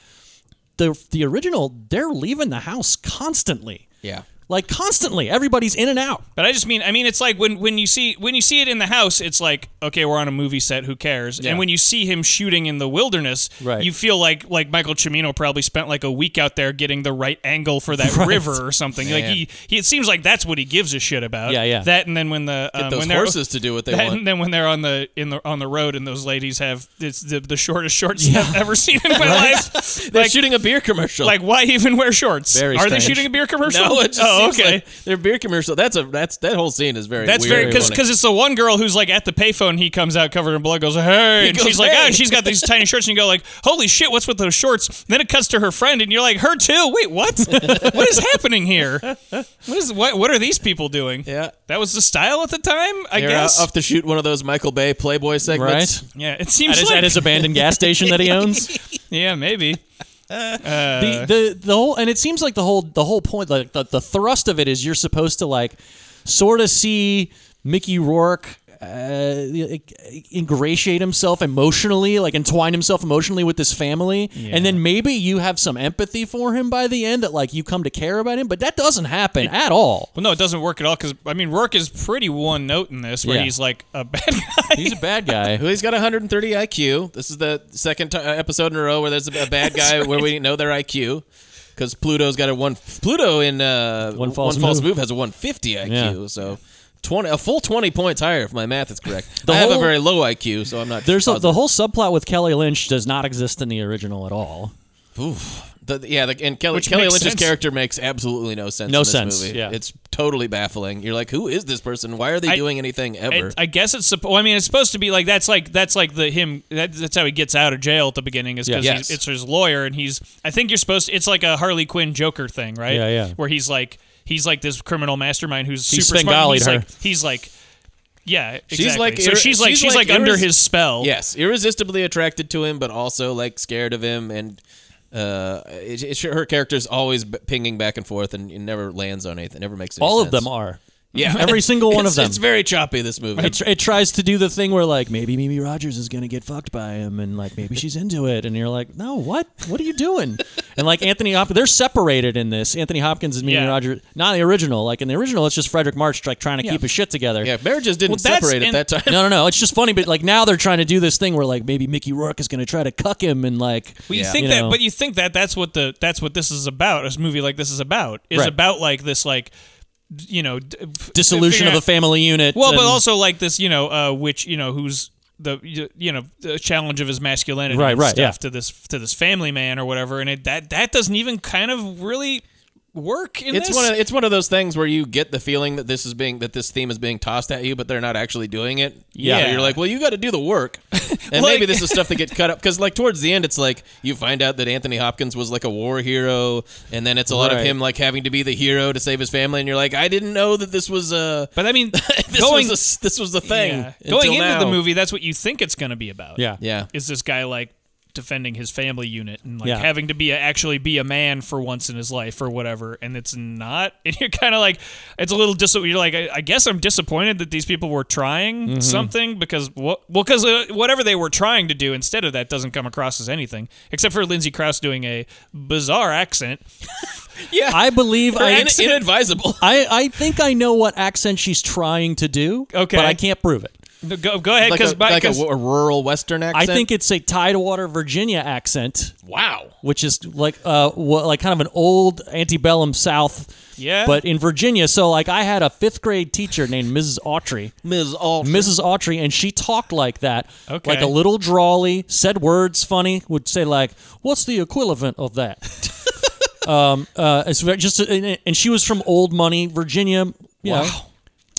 [SPEAKER 2] The the original, they're leaving the house constantly.
[SPEAKER 1] Yeah.
[SPEAKER 2] Like constantly, everybody's in and out.
[SPEAKER 3] But I just mean, I mean, it's like when when you see when you see it in the house, it's like okay, we're on a movie set, who cares? And when you see him shooting in the wilderness,
[SPEAKER 2] Right.
[SPEAKER 3] you feel like like Michael Cimino probably spent like a week out there getting the right angle for that river or something. Like he, he, it seems like that's what he gives a shit about.
[SPEAKER 2] Yeah, yeah.
[SPEAKER 3] That and then when the um,
[SPEAKER 1] those
[SPEAKER 3] when they're-
[SPEAKER 1] horses to do what they
[SPEAKER 3] that
[SPEAKER 1] want.
[SPEAKER 3] and then when they're on the in the on the road and those ladies have it's the, the shortest shorts I've ever seen in my life.
[SPEAKER 1] They're
[SPEAKER 3] like,
[SPEAKER 1] shooting a beer commercial.
[SPEAKER 3] like why even wear shorts?
[SPEAKER 1] Very
[SPEAKER 3] Are they
[SPEAKER 1] strange.
[SPEAKER 3] shooting a beer commercial?
[SPEAKER 1] No, it just
[SPEAKER 3] oh,
[SPEAKER 1] seems
[SPEAKER 3] okay.
[SPEAKER 1] like their beer commercial. That's a that's that whole scene is very.
[SPEAKER 3] That's
[SPEAKER 1] weird
[SPEAKER 3] very
[SPEAKER 1] and
[SPEAKER 3] because
[SPEAKER 1] funny.
[SPEAKER 3] because it's the one girl who's like at the payphone. He comes out covered in blood, goes hey, and
[SPEAKER 1] goes,
[SPEAKER 3] she's like,
[SPEAKER 1] "Hey."
[SPEAKER 3] oh, she's got these tiny shorts, and you go like, holy shit, what's with those shorts? And then it cuts to her friend, and you're like, her too. Wait, what? what is happening here? What is what? What are these people doing?
[SPEAKER 1] Yeah.
[SPEAKER 3] that was the style at the time, I
[SPEAKER 1] they're
[SPEAKER 3] guess.
[SPEAKER 1] out off to shoot one of those Michael Bay Playboy segments.
[SPEAKER 3] yeah, it
[SPEAKER 2] At
[SPEAKER 3] seems
[SPEAKER 2] his,
[SPEAKER 3] like
[SPEAKER 2] at his abandoned gas station that he owns.
[SPEAKER 3] yeah, maybe.
[SPEAKER 2] the, the the whole and it seems like the whole the whole point like the, the thrust of it is you're supposed to like sort of see Mickey Rourke uh, ingratiate himself emotionally, like entwine himself emotionally with this family, and then maybe you have some empathy for him by the end that like you come to care about him, but that doesn't happen at all.
[SPEAKER 3] Well, no, it doesn't work at all because I mean, Rourke is pretty one note in this, where
[SPEAKER 2] Yeah.
[SPEAKER 3] he's like a bad guy.
[SPEAKER 2] He's a bad guy.
[SPEAKER 1] Well, he's got 130 IQ. This is the second t- episode in a row where there's a bad guy where we know their IQ because Pluto's got a one. Pluto in uh,
[SPEAKER 2] One False
[SPEAKER 1] move. has a 150 IQ.
[SPEAKER 2] Yeah.
[SPEAKER 1] So. 20, a full 20 points higher if my math is correct.
[SPEAKER 2] The
[SPEAKER 1] I have
[SPEAKER 2] whole-
[SPEAKER 1] a very low IQ, so I'm not.
[SPEAKER 2] There's a, the
[SPEAKER 1] positive.
[SPEAKER 2] whole subplot with Kelly Lynch does not exist in the original at all.
[SPEAKER 1] The- yeah, the, and Kelly,
[SPEAKER 3] Which
[SPEAKER 1] Kelly
[SPEAKER 3] makes
[SPEAKER 1] Lynch's
[SPEAKER 3] sense.
[SPEAKER 1] character makes absolutely no sense.
[SPEAKER 2] No
[SPEAKER 1] in this
[SPEAKER 2] sense,
[SPEAKER 1] Movie.
[SPEAKER 2] yeah.
[SPEAKER 1] it's totally baffling. You're like, who is this person? Why are they
[SPEAKER 3] I-
[SPEAKER 1] doing anything
[SPEAKER 3] I-
[SPEAKER 1] ever?
[SPEAKER 3] I guess it's. suppo- Well, I mean, it's supposed to be like that's like that's like the him. That, that's how he gets out of jail at the beginning is because
[SPEAKER 1] Yeah. Yes.
[SPEAKER 3] it's his lawyer and he's. I think you're supposed. to It's like a Harley Quinn Joker thing, right?
[SPEAKER 2] Yeah, yeah.
[SPEAKER 3] Where he's like he's like this criminal mastermind who's
[SPEAKER 2] He
[SPEAKER 3] super smart. and He's
[SPEAKER 2] Svengali'd
[SPEAKER 3] like he's like. Yeah, exactly.
[SPEAKER 1] She's like
[SPEAKER 3] so
[SPEAKER 1] ir-
[SPEAKER 3] she's like she's,
[SPEAKER 1] she's
[SPEAKER 3] like,
[SPEAKER 1] like
[SPEAKER 3] under
[SPEAKER 1] irres-
[SPEAKER 3] his spell.
[SPEAKER 1] yes, irresistibly attracted to him, but also like scared of him, and uh, it, it, her character's always b- pinging back and forth, and it never lands on anything. Never makes any
[SPEAKER 2] All of
[SPEAKER 1] sense.
[SPEAKER 2] them are.
[SPEAKER 1] Yeah,
[SPEAKER 2] Every single one of
[SPEAKER 1] It's-
[SPEAKER 2] them.
[SPEAKER 1] It's very choppy. This movie.
[SPEAKER 2] it, tr- it tries to do the thing where like maybe Mimi Rogers is gonna get fucked by him and like maybe she's into it and you're like no what what are you doing and like Anthony Hopkins they're separated in this Anthony Hopkins and Mimi
[SPEAKER 3] Yeah.
[SPEAKER 2] Rogers not the original like in the original it's just Frederick March like trying to keep his shit together
[SPEAKER 1] yeah, marriages didn't
[SPEAKER 3] Well, that's
[SPEAKER 1] separate
[SPEAKER 3] in-
[SPEAKER 1] at that time.
[SPEAKER 2] no no no it's just funny but like now they're trying to do this thing where like maybe Mickey Rourke is gonna try to cuck him and like
[SPEAKER 3] Well, you
[SPEAKER 1] Yeah.
[SPEAKER 3] think
[SPEAKER 2] You
[SPEAKER 3] that,
[SPEAKER 2] know.
[SPEAKER 3] but you think that that's what the that's what this is about. This movie like this is about is
[SPEAKER 2] Right.
[SPEAKER 3] about like this like, d- you know, d- f-
[SPEAKER 2] dissolution
[SPEAKER 3] figuring
[SPEAKER 2] of
[SPEAKER 3] out-
[SPEAKER 2] the family unit
[SPEAKER 3] Well, but
[SPEAKER 2] and-
[SPEAKER 3] also like this, you know, uh, which you know who's the you you know the challenge of his masculinity,
[SPEAKER 2] Right,
[SPEAKER 3] and
[SPEAKER 2] right,
[SPEAKER 3] stuff
[SPEAKER 2] yeah.
[SPEAKER 3] to this to this family man or whatever, and it, that that doesn't even kind of really work in
[SPEAKER 1] It's
[SPEAKER 3] this.
[SPEAKER 1] one of it's one of those things where you get the feeling that this is being that this theme is being tossed at you, but they're not actually doing it.
[SPEAKER 3] Yeah.
[SPEAKER 1] So you're like, well, you got to do the work,
[SPEAKER 3] Like-
[SPEAKER 1] and maybe this is stuff that get cut up because like towards the end, it's like you find out that Anthony Hopkins was like a war hero, and then it's a lot of
[SPEAKER 2] Right.
[SPEAKER 1] him like having to be the hero to save his family, and you're like, I didn't know that this was uh,
[SPEAKER 3] but I mean,
[SPEAKER 1] this
[SPEAKER 3] going
[SPEAKER 1] was a, this was the thing
[SPEAKER 3] yeah. going
[SPEAKER 1] until
[SPEAKER 3] into
[SPEAKER 1] now.
[SPEAKER 3] the movie, that's what you think it's going to be about.
[SPEAKER 2] yeah
[SPEAKER 1] Yeah,
[SPEAKER 3] is this guy like defending his family unit and like
[SPEAKER 2] Yeah.
[SPEAKER 3] having to be a, actually be a man for once in his life or whatever, and it's not. And you're kind of like, it's a little dis. You're like, I, I guess I'm disappointed that these people were trying something because what? Well, because uh, whatever they were trying to do instead of that doesn't come across as anything except for Lindsey Krause doing a bizarre accent.
[SPEAKER 1] Yeah.
[SPEAKER 2] I believe I
[SPEAKER 1] In- inadvisable.
[SPEAKER 2] I, I think I know what accent she's trying to do.
[SPEAKER 3] Okay.
[SPEAKER 2] But I can't prove it.
[SPEAKER 3] No, Go, go ahead,
[SPEAKER 1] Like,
[SPEAKER 3] because
[SPEAKER 1] a, like a, a rural Western
[SPEAKER 2] I
[SPEAKER 1] accent.
[SPEAKER 2] think it's a Tidewater, Virginia accent,
[SPEAKER 1] wow.
[SPEAKER 2] which is like uh wha- like kind of an old antebellum South.
[SPEAKER 3] Yeah.
[SPEAKER 2] But in Virginia, so like I had a fifth grade teacher named Mrs. Autry.
[SPEAKER 1] Ms. Alt.
[SPEAKER 2] Mrs. Autry, and she talked like that,
[SPEAKER 3] Okay.
[SPEAKER 2] like a little drawly, said words funny, would say like, "What's the equivalent of that?" um, uh, it's ve- just, and and she was from Old Money, Virginia. You wow.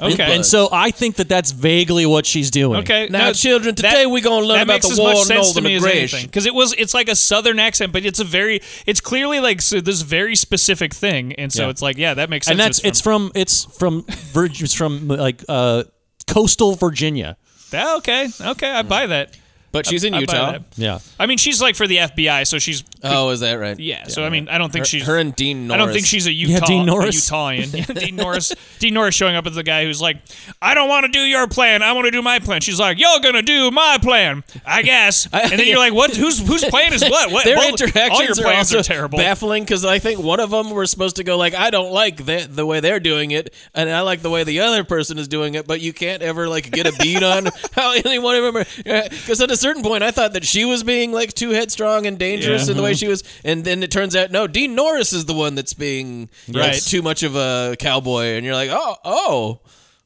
[SPEAKER 3] okay,
[SPEAKER 2] And, so I think that that's vaguely what she's doing.
[SPEAKER 3] Okay.
[SPEAKER 1] Now, children, today we're gonna learn
[SPEAKER 3] that
[SPEAKER 1] about
[SPEAKER 3] makes
[SPEAKER 1] the
[SPEAKER 3] as
[SPEAKER 1] war
[SPEAKER 3] much
[SPEAKER 1] and
[SPEAKER 3] sense
[SPEAKER 1] all
[SPEAKER 3] to
[SPEAKER 1] the
[SPEAKER 3] me as
[SPEAKER 1] migration.
[SPEAKER 3] anything because it was it's like a southern accent, but it's a very it's clearly like so this very specific thing, and so
[SPEAKER 2] Yeah.
[SPEAKER 3] it's like yeah, that makes sense.
[SPEAKER 2] And that's it's from it's from Virg- it's from like uh, coastal Virginia.
[SPEAKER 3] from- Ah, okay, okay, I buy that.
[SPEAKER 1] But she's in
[SPEAKER 3] I buy
[SPEAKER 1] Utah.
[SPEAKER 3] that.
[SPEAKER 2] Yeah.
[SPEAKER 3] I mean, she's like for the FBI, so she's
[SPEAKER 1] Oh, is that right?
[SPEAKER 3] yeah. So I mean, I don't think
[SPEAKER 1] Her,
[SPEAKER 3] she's
[SPEAKER 1] her and Dean
[SPEAKER 3] I
[SPEAKER 1] Norris.
[SPEAKER 3] don't think she's a Utah,
[SPEAKER 2] Dean
[SPEAKER 3] a
[SPEAKER 2] Norris.
[SPEAKER 3] Utahian. Yeah, Dean Norris. Dean Norris showing up as the guy who's like, I don't want to do your plan. I want to do my plan. She's like, You're gonna do my plan, I guess. And then you're like, What? Who's whose plan is what? What?
[SPEAKER 1] Their
[SPEAKER 3] both-
[SPEAKER 1] interactions
[SPEAKER 3] all your
[SPEAKER 1] are,
[SPEAKER 3] plans
[SPEAKER 1] also
[SPEAKER 3] terrible.
[SPEAKER 1] baffling because I think one of them were supposed to go like, "I don't like that the way they're doing it, and I like the way the other person is doing it." But you can't ever like get a beat on how any one of them. Because at a certain point, I thought that she was being like too headstrong and dangerous in the
[SPEAKER 3] Mm-hmm.
[SPEAKER 1] way she was, and then it turns out no, Dean Norris is the one that's being like,
[SPEAKER 3] Right.
[SPEAKER 1] too much of a cowboy, and you're like, "Oh, oh,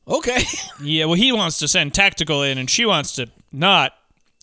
[SPEAKER 1] okay,
[SPEAKER 3] yeah, well, he wants to send tactical in, and she wants to not.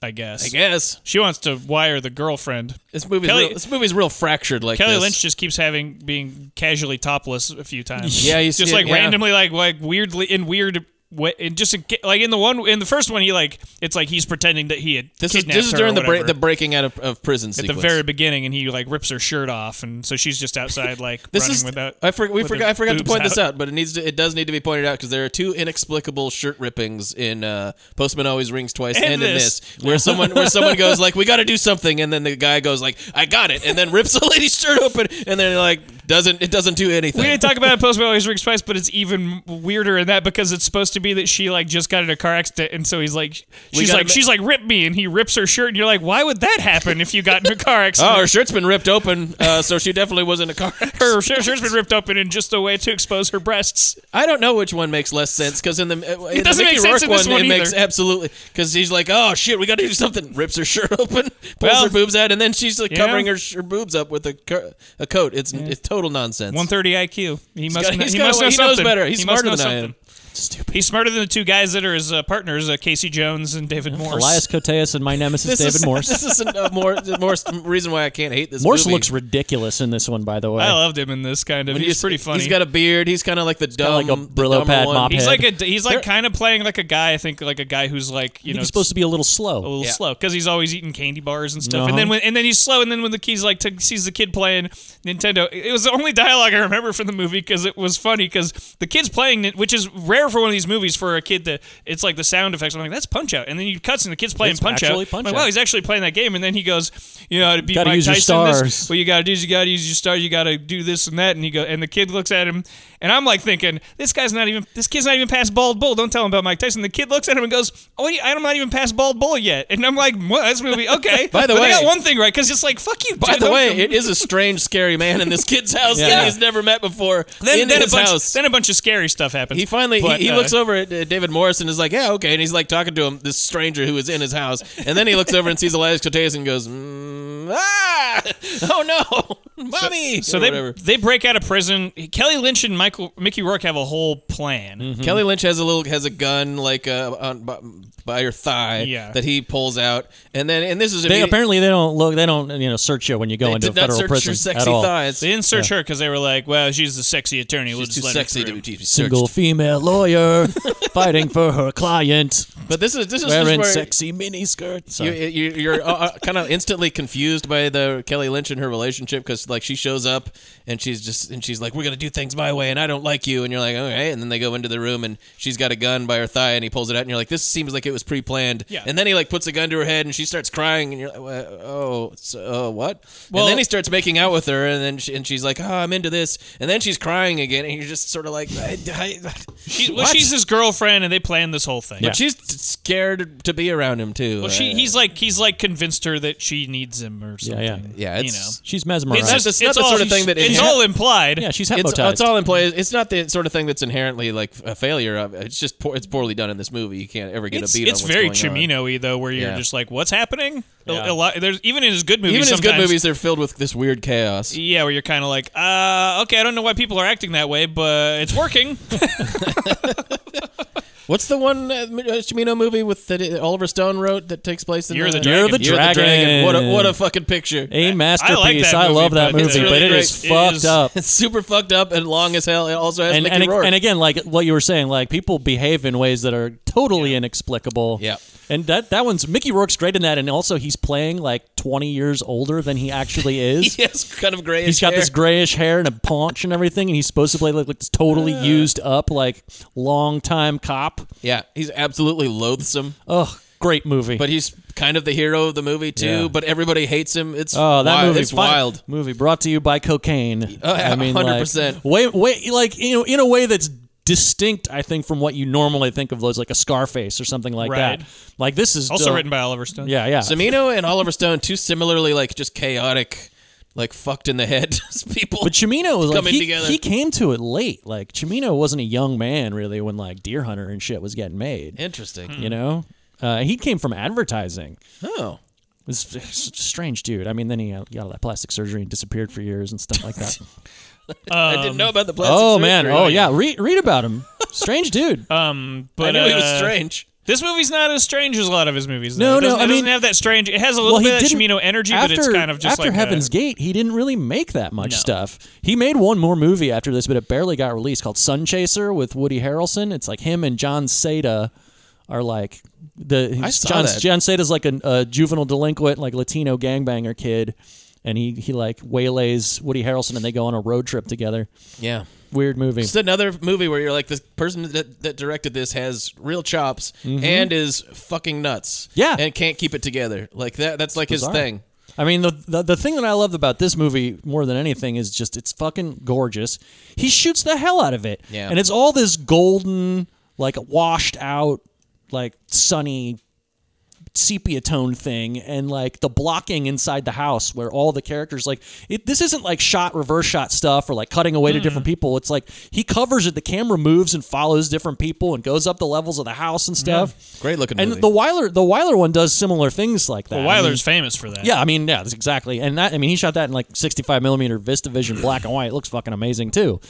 [SPEAKER 3] I guess.
[SPEAKER 1] I guess
[SPEAKER 3] She wants to wire the girlfriend.
[SPEAKER 1] this movie's
[SPEAKER 3] Kelly-
[SPEAKER 1] real, this movie's real fractured." Like
[SPEAKER 3] Kelly
[SPEAKER 1] this.
[SPEAKER 3] Lynch just keeps having being casually topless a few times.
[SPEAKER 1] Yeah, he's-
[SPEAKER 3] just like
[SPEAKER 1] yeah.
[SPEAKER 3] randomly, like like weirdly in weird. wa- And just in ca- like in the one in the first one, he like it's like he's pretending that he had
[SPEAKER 1] This is
[SPEAKER 3] kidnapped
[SPEAKER 1] this is
[SPEAKER 3] her or
[SPEAKER 1] during the break
[SPEAKER 3] whatever
[SPEAKER 1] the breaking out of, of prison
[SPEAKER 3] at
[SPEAKER 1] sequence.
[SPEAKER 3] the very beginning, and he like rips her shirt off, and so she's just outside like
[SPEAKER 1] This
[SPEAKER 3] running
[SPEAKER 1] is
[SPEAKER 3] without.
[SPEAKER 1] I forgot we
[SPEAKER 3] with
[SPEAKER 1] forgot
[SPEAKER 3] her
[SPEAKER 1] I forgot to
[SPEAKER 3] boobs
[SPEAKER 1] point this out, but it needs to, it does need to be pointed out because there are two inexplicable shirt rippings in uh, Postman Always Rings Twice and,
[SPEAKER 3] And
[SPEAKER 1] in
[SPEAKER 3] this.
[SPEAKER 1] this where someone where someone goes like we got to do something and then the guy goes like I got it and then rips the lady's shirt open and then like doesn't it doesn't do anything.
[SPEAKER 3] We didn't talk about it post Always Rings Twice, but it's even weirder in that because it's supposed to be that she like just got in a car accident, and so he's like, she's
[SPEAKER 1] gotta
[SPEAKER 3] like,
[SPEAKER 1] ma-
[SPEAKER 3] she's like, rip me, and he rips her shirt, and you're like, why would that happen if you got in a car accident?
[SPEAKER 1] Oh, her shirt's been ripped open, uh, so she definitely was in a car.
[SPEAKER 3] her shirt, has been ripped open in just a way to expose her breasts.
[SPEAKER 1] I don't know which one makes less sense because in the in the
[SPEAKER 3] doesn't
[SPEAKER 1] Mickey
[SPEAKER 3] make sense
[SPEAKER 1] Rourke
[SPEAKER 3] in this
[SPEAKER 1] one,
[SPEAKER 3] one
[SPEAKER 1] it makes
[SPEAKER 3] either.
[SPEAKER 1] absolutely because he's like, oh shit, we got to do something. Rips her shirt open, pulls
[SPEAKER 3] Well,
[SPEAKER 1] her boobs out, and then she's like
[SPEAKER 3] yeah.
[SPEAKER 1] covering her, sh- her boobs up with a, co- a coat. It's it's total nonsense.
[SPEAKER 3] 130 IQ. He must.
[SPEAKER 1] got-
[SPEAKER 3] kn-
[SPEAKER 1] he's
[SPEAKER 3] he
[SPEAKER 1] got-
[SPEAKER 3] must know
[SPEAKER 1] he knows
[SPEAKER 3] something.
[SPEAKER 1] better. He's
[SPEAKER 3] He must
[SPEAKER 1] smarter
[SPEAKER 3] know
[SPEAKER 1] than I am.
[SPEAKER 3] something. Stupid. He's smarter than the two guys that are his uh, partners, uh, Casey Jones and David Morse.
[SPEAKER 2] Elias Coteas and my nemesis
[SPEAKER 1] this
[SPEAKER 2] David
[SPEAKER 1] is
[SPEAKER 2] Morse.
[SPEAKER 1] this is a more Morse reason why I can't hate this.
[SPEAKER 2] Morse
[SPEAKER 1] movie.
[SPEAKER 2] looks ridiculous in this one, by the way.
[SPEAKER 3] I loved him in this kind of.
[SPEAKER 1] When
[SPEAKER 3] He's, pretty funny.
[SPEAKER 1] He's got a beard. He's kind of like the
[SPEAKER 2] kinda like
[SPEAKER 1] dumb,
[SPEAKER 2] a
[SPEAKER 1] the
[SPEAKER 2] Brillo
[SPEAKER 1] dumber
[SPEAKER 2] pad
[SPEAKER 1] one.
[SPEAKER 2] mop
[SPEAKER 3] He's
[SPEAKER 2] head.
[SPEAKER 3] like a. He's like kind of playing like a guy. I think like a guy who's like you know
[SPEAKER 2] He's supposed to be a little slow.
[SPEAKER 3] a little
[SPEAKER 1] Yeah.
[SPEAKER 3] slow because he's always eating candy bars and stuff.
[SPEAKER 2] Uh-huh.
[SPEAKER 3] And then when and then he's slow. And then when the kid's like t- sees the kid playing Nintendo, it was the only dialogue I remember from the movie because it was funny because the kid's playing, it, which is rare for one of these movies for a kid to. It's like the sound effects. I'm like, that's Punch Out. And then you cuts and the kid's playing
[SPEAKER 2] It's
[SPEAKER 3] Punch Out.
[SPEAKER 2] actually Punch
[SPEAKER 3] I'm like,
[SPEAKER 2] Out.
[SPEAKER 3] wow, he's actually playing that game. And then he goes, you know, to beat
[SPEAKER 2] Gotta
[SPEAKER 3] Mike
[SPEAKER 2] use your
[SPEAKER 3] Tyson. this-
[SPEAKER 2] stars.
[SPEAKER 3] what you gotta do is you gotta use your stars. You gotta do this and that. And he go, and the kid looks at him, and I'm like thinking, this guy's not even, this kid's not even past bald bull. Don't tell him about Mike Tyson. The kid looks at him and goes, oh, yeah, I'm not even past bald bull yet. And I'm like, what? This movie, okay.
[SPEAKER 1] By
[SPEAKER 3] But
[SPEAKER 1] the
[SPEAKER 3] they
[SPEAKER 1] way-
[SPEAKER 3] got one thing right because it's like, fuck you.
[SPEAKER 1] By
[SPEAKER 3] dude.
[SPEAKER 1] the
[SPEAKER 3] Don't-
[SPEAKER 1] way, it is a strange, scary man in this kid's house
[SPEAKER 2] Yeah.
[SPEAKER 1] that he's never met before.
[SPEAKER 3] then,
[SPEAKER 1] in
[SPEAKER 3] then a
[SPEAKER 1] his
[SPEAKER 3] bunch,
[SPEAKER 1] house.
[SPEAKER 3] then a bunch of scary stuff happens.
[SPEAKER 1] He finally
[SPEAKER 3] But,
[SPEAKER 1] he, he
[SPEAKER 3] uh,
[SPEAKER 1] looks over at uh, David Morris and is like, "Yeah, okay." And he's like talking to him, this stranger who is in his house. And then he looks over and sees Elias Coteas and goes, mm, "Ah, oh no, mommy!"
[SPEAKER 3] So
[SPEAKER 1] or
[SPEAKER 3] they
[SPEAKER 1] whatever.
[SPEAKER 3] they break out of prison. Kelly Lynch and Michael Mickey Rourke have a whole plan.
[SPEAKER 1] Kelly Lynch has a little has a gun like uh, on, by, by her thigh
[SPEAKER 3] Yeah.
[SPEAKER 1] that he pulls out, and then and this is
[SPEAKER 2] They
[SPEAKER 1] immedi-
[SPEAKER 2] apparently they don't look. They don't you know search you when you go
[SPEAKER 1] they
[SPEAKER 2] into
[SPEAKER 1] did
[SPEAKER 2] a
[SPEAKER 1] not
[SPEAKER 2] federal
[SPEAKER 1] search
[SPEAKER 2] prison
[SPEAKER 1] her
[SPEAKER 2] at
[SPEAKER 1] sexy
[SPEAKER 2] all.
[SPEAKER 1] thighs.
[SPEAKER 3] They didn't search her because they were like, well, she's the sexy attorney. We'll
[SPEAKER 1] She's
[SPEAKER 3] just
[SPEAKER 1] too
[SPEAKER 3] let
[SPEAKER 1] sexy
[SPEAKER 3] her
[SPEAKER 1] to
[SPEAKER 3] through.
[SPEAKER 1] be searched.
[SPEAKER 2] Single female lawyer fighting for her client,
[SPEAKER 1] But this is this is just
[SPEAKER 2] wearing
[SPEAKER 1] where
[SPEAKER 2] sexy miniskirts.
[SPEAKER 1] you, you, you're uh, uh, kind of instantly confused by the Kelly Lynch and her relationship because like she shows up and she's just and she's like we're gonna do things my way and I don't like you and you're like okay and then they go into the room and she's got a gun by her thigh and he pulls it out and you're like this seems like it was pre-planned
[SPEAKER 3] Yeah.
[SPEAKER 1] and then he like puts a gun to her head and she starts crying and you're like well, oh so, uh, what
[SPEAKER 3] Well-
[SPEAKER 1] and then he starts making out with her and then she, and she's like oh I'm into this and then she's crying again and you're just sort of like I, I-
[SPEAKER 3] She, well,
[SPEAKER 1] What?
[SPEAKER 3] she's his girlfriend, and they planned this whole thing.
[SPEAKER 1] but she's scared to be around him too Uh,
[SPEAKER 3] Well, she he's like he's like convinced her that she needs him or something.
[SPEAKER 2] yeah.
[SPEAKER 1] yeah
[SPEAKER 3] you
[SPEAKER 1] it's
[SPEAKER 3] know.
[SPEAKER 2] She's mesmerized.
[SPEAKER 1] It's just- it's not the sort of thing that
[SPEAKER 3] it's
[SPEAKER 1] inhe-
[SPEAKER 3] all implied.
[SPEAKER 2] yeah, she's
[SPEAKER 1] it's,
[SPEAKER 2] hypnotized.
[SPEAKER 1] it's all in play. It's not the sort of thing that's inherently like a failure. of- It's just poor, it's poorly done in this movie. You can't ever get
[SPEAKER 3] it's,
[SPEAKER 1] a beat
[SPEAKER 3] it's
[SPEAKER 1] on what's
[SPEAKER 3] very
[SPEAKER 1] going on.
[SPEAKER 3] Chimino-y though, where you're
[SPEAKER 1] Yeah.
[SPEAKER 3] just like, what's happening? A-
[SPEAKER 2] Yeah.
[SPEAKER 3] A, lot. There's even in his good movies.
[SPEAKER 1] Even his good
[SPEAKER 3] sometimes-
[SPEAKER 1] movies, they're filled with this weird chaos.
[SPEAKER 3] Yeah, where you're kind of like, uh, okay, I don't know why people are acting that way, but it's working.
[SPEAKER 1] What's the one uh, m- uh, Chimino movie with that uh, Oliver Stone wrote that takes place in
[SPEAKER 3] You're
[SPEAKER 1] uh,
[SPEAKER 3] the Dragon.
[SPEAKER 2] You're the
[SPEAKER 1] You're the
[SPEAKER 2] Dragon.
[SPEAKER 1] What a what a fucking picture.
[SPEAKER 2] a masterpiece. I,
[SPEAKER 3] that movie,
[SPEAKER 2] love that
[SPEAKER 3] but
[SPEAKER 2] movie,
[SPEAKER 3] it's really
[SPEAKER 2] but it
[SPEAKER 3] great.
[SPEAKER 2] is
[SPEAKER 3] It
[SPEAKER 2] fucked
[SPEAKER 3] is-
[SPEAKER 2] up.
[SPEAKER 1] It's super fucked up and long as hell. It also has
[SPEAKER 2] And,
[SPEAKER 1] Mickey
[SPEAKER 2] and,
[SPEAKER 1] Rourke.
[SPEAKER 2] and again, like what you were saying, like people behave in ways that are totally inexplicable.
[SPEAKER 1] Yeah.
[SPEAKER 2] And that, that one's Mickey Rourke's great in that, and also he's playing like 20 years older than he actually is.
[SPEAKER 1] he has kind of gray.
[SPEAKER 2] He's got this grayish hair and a paunch and everything, and he's supposed to play like, like this totally
[SPEAKER 1] Uh.
[SPEAKER 2] used up, like long time cop.
[SPEAKER 1] Yeah, he's absolutely loathsome,
[SPEAKER 2] Ugh, great movie.
[SPEAKER 1] but he's kind of the hero of the movie too.
[SPEAKER 2] Yeah.
[SPEAKER 1] But everybody hates him. It's
[SPEAKER 2] Oh, that
[SPEAKER 1] wild.
[SPEAKER 2] movie!
[SPEAKER 1] It's wild.
[SPEAKER 2] movie brought to you by cocaine.
[SPEAKER 1] Oh, yeah,
[SPEAKER 2] I mean, like,
[SPEAKER 1] 100%.
[SPEAKER 2] way, way, like you know, in a way that's distinct. I think from what you normally think of those, like a Scarface or something like
[SPEAKER 3] Right.
[SPEAKER 2] that. Like this is
[SPEAKER 3] also
[SPEAKER 2] uh,
[SPEAKER 3] written by Oliver Stone.
[SPEAKER 2] Yeah, yeah.
[SPEAKER 1] Zamino and Oliver Stone, two similarly like just chaotic, like fucked in the head people.
[SPEAKER 2] but Chimino was like
[SPEAKER 1] coming
[SPEAKER 2] he,
[SPEAKER 1] together.
[SPEAKER 2] he came to it late. Like Chimino wasn't a young man really when like Deer Hunter and shit was getting made.
[SPEAKER 1] Interesting.
[SPEAKER 3] Hmm.
[SPEAKER 2] you know, uh, he came from advertising.
[SPEAKER 1] Oh,
[SPEAKER 2] It was a strange dude. I mean, then he got all that plastic surgery and disappeared for years and stuff like that.
[SPEAKER 1] I didn't know
[SPEAKER 3] Um,
[SPEAKER 1] about the plastic
[SPEAKER 2] oh
[SPEAKER 1] surgery.
[SPEAKER 2] man! Oh yeah. Read read about him. Strange dude.
[SPEAKER 1] I
[SPEAKER 3] But
[SPEAKER 1] knew he was
[SPEAKER 3] uh,
[SPEAKER 1] strange.
[SPEAKER 3] This movie's not as strange as a lot of his movies.
[SPEAKER 2] No,
[SPEAKER 3] though. It
[SPEAKER 2] no,
[SPEAKER 3] doesn't-
[SPEAKER 2] I
[SPEAKER 3] it doesn't
[SPEAKER 2] mean-
[SPEAKER 3] have that strange. It has a little bit of that
[SPEAKER 2] didn't-
[SPEAKER 3] Chimino energy, but it's
[SPEAKER 2] after-
[SPEAKER 3] kind of just
[SPEAKER 2] after
[SPEAKER 3] like
[SPEAKER 2] Heaven's
[SPEAKER 3] a,
[SPEAKER 2] Gate. He didn't really make that much
[SPEAKER 3] No.
[SPEAKER 2] stuff. He made one more movie after this, but it barely got released called Sun Chaser with Woody Harrelson. It's like him and John Seda are like the
[SPEAKER 1] saw
[SPEAKER 2] John
[SPEAKER 1] that.
[SPEAKER 2] John Seda's like a, a juvenile delinquent, like Latino gangbanger kid, and he he like waylays Woody Harrelson, and they go on a road trip together.
[SPEAKER 1] Yeah.
[SPEAKER 2] Weird movie.
[SPEAKER 1] It's another movie where you're like, this person that, that directed this has real chops and is fucking nuts.
[SPEAKER 2] Mm-hmm. Yeah.
[SPEAKER 1] And can't keep it together. Like that. That's like his
[SPEAKER 2] bizarre.
[SPEAKER 1] thing.
[SPEAKER 2] I mean, the, the the thing that I loved about this movie more than anything is just it's fucking gorgeous. He shoots the hell out of it,
[SPEAKER 1] Yeah.
[SPEAKER 2] and it's all this golden, like washed out, like sunny sepia tone thing and like the blocking inside the house where all the characters like it, this isn't like shot reverse shot stuff or like cutting away to different people it's like he covers it the camera moves and follows different people and goes up the levels of the house and stuff
[SPEAKER 1] Great looking
[SPEAKER 2] and
[SPEAKER 1] movie.
[SPEAKER 2] the weiler the weiler one does similar things like that I
[SPEAKER 3] Well,
[SPEAKER 2] mean,
[SPEAKER 3] Weiler's famous for that.
[SPEAKER 2] yeah, I mean, yeah, that's exactly. And that, I mean, he shot that in like 65 millimeter VistaVision black and white. It looks fucking amazing too.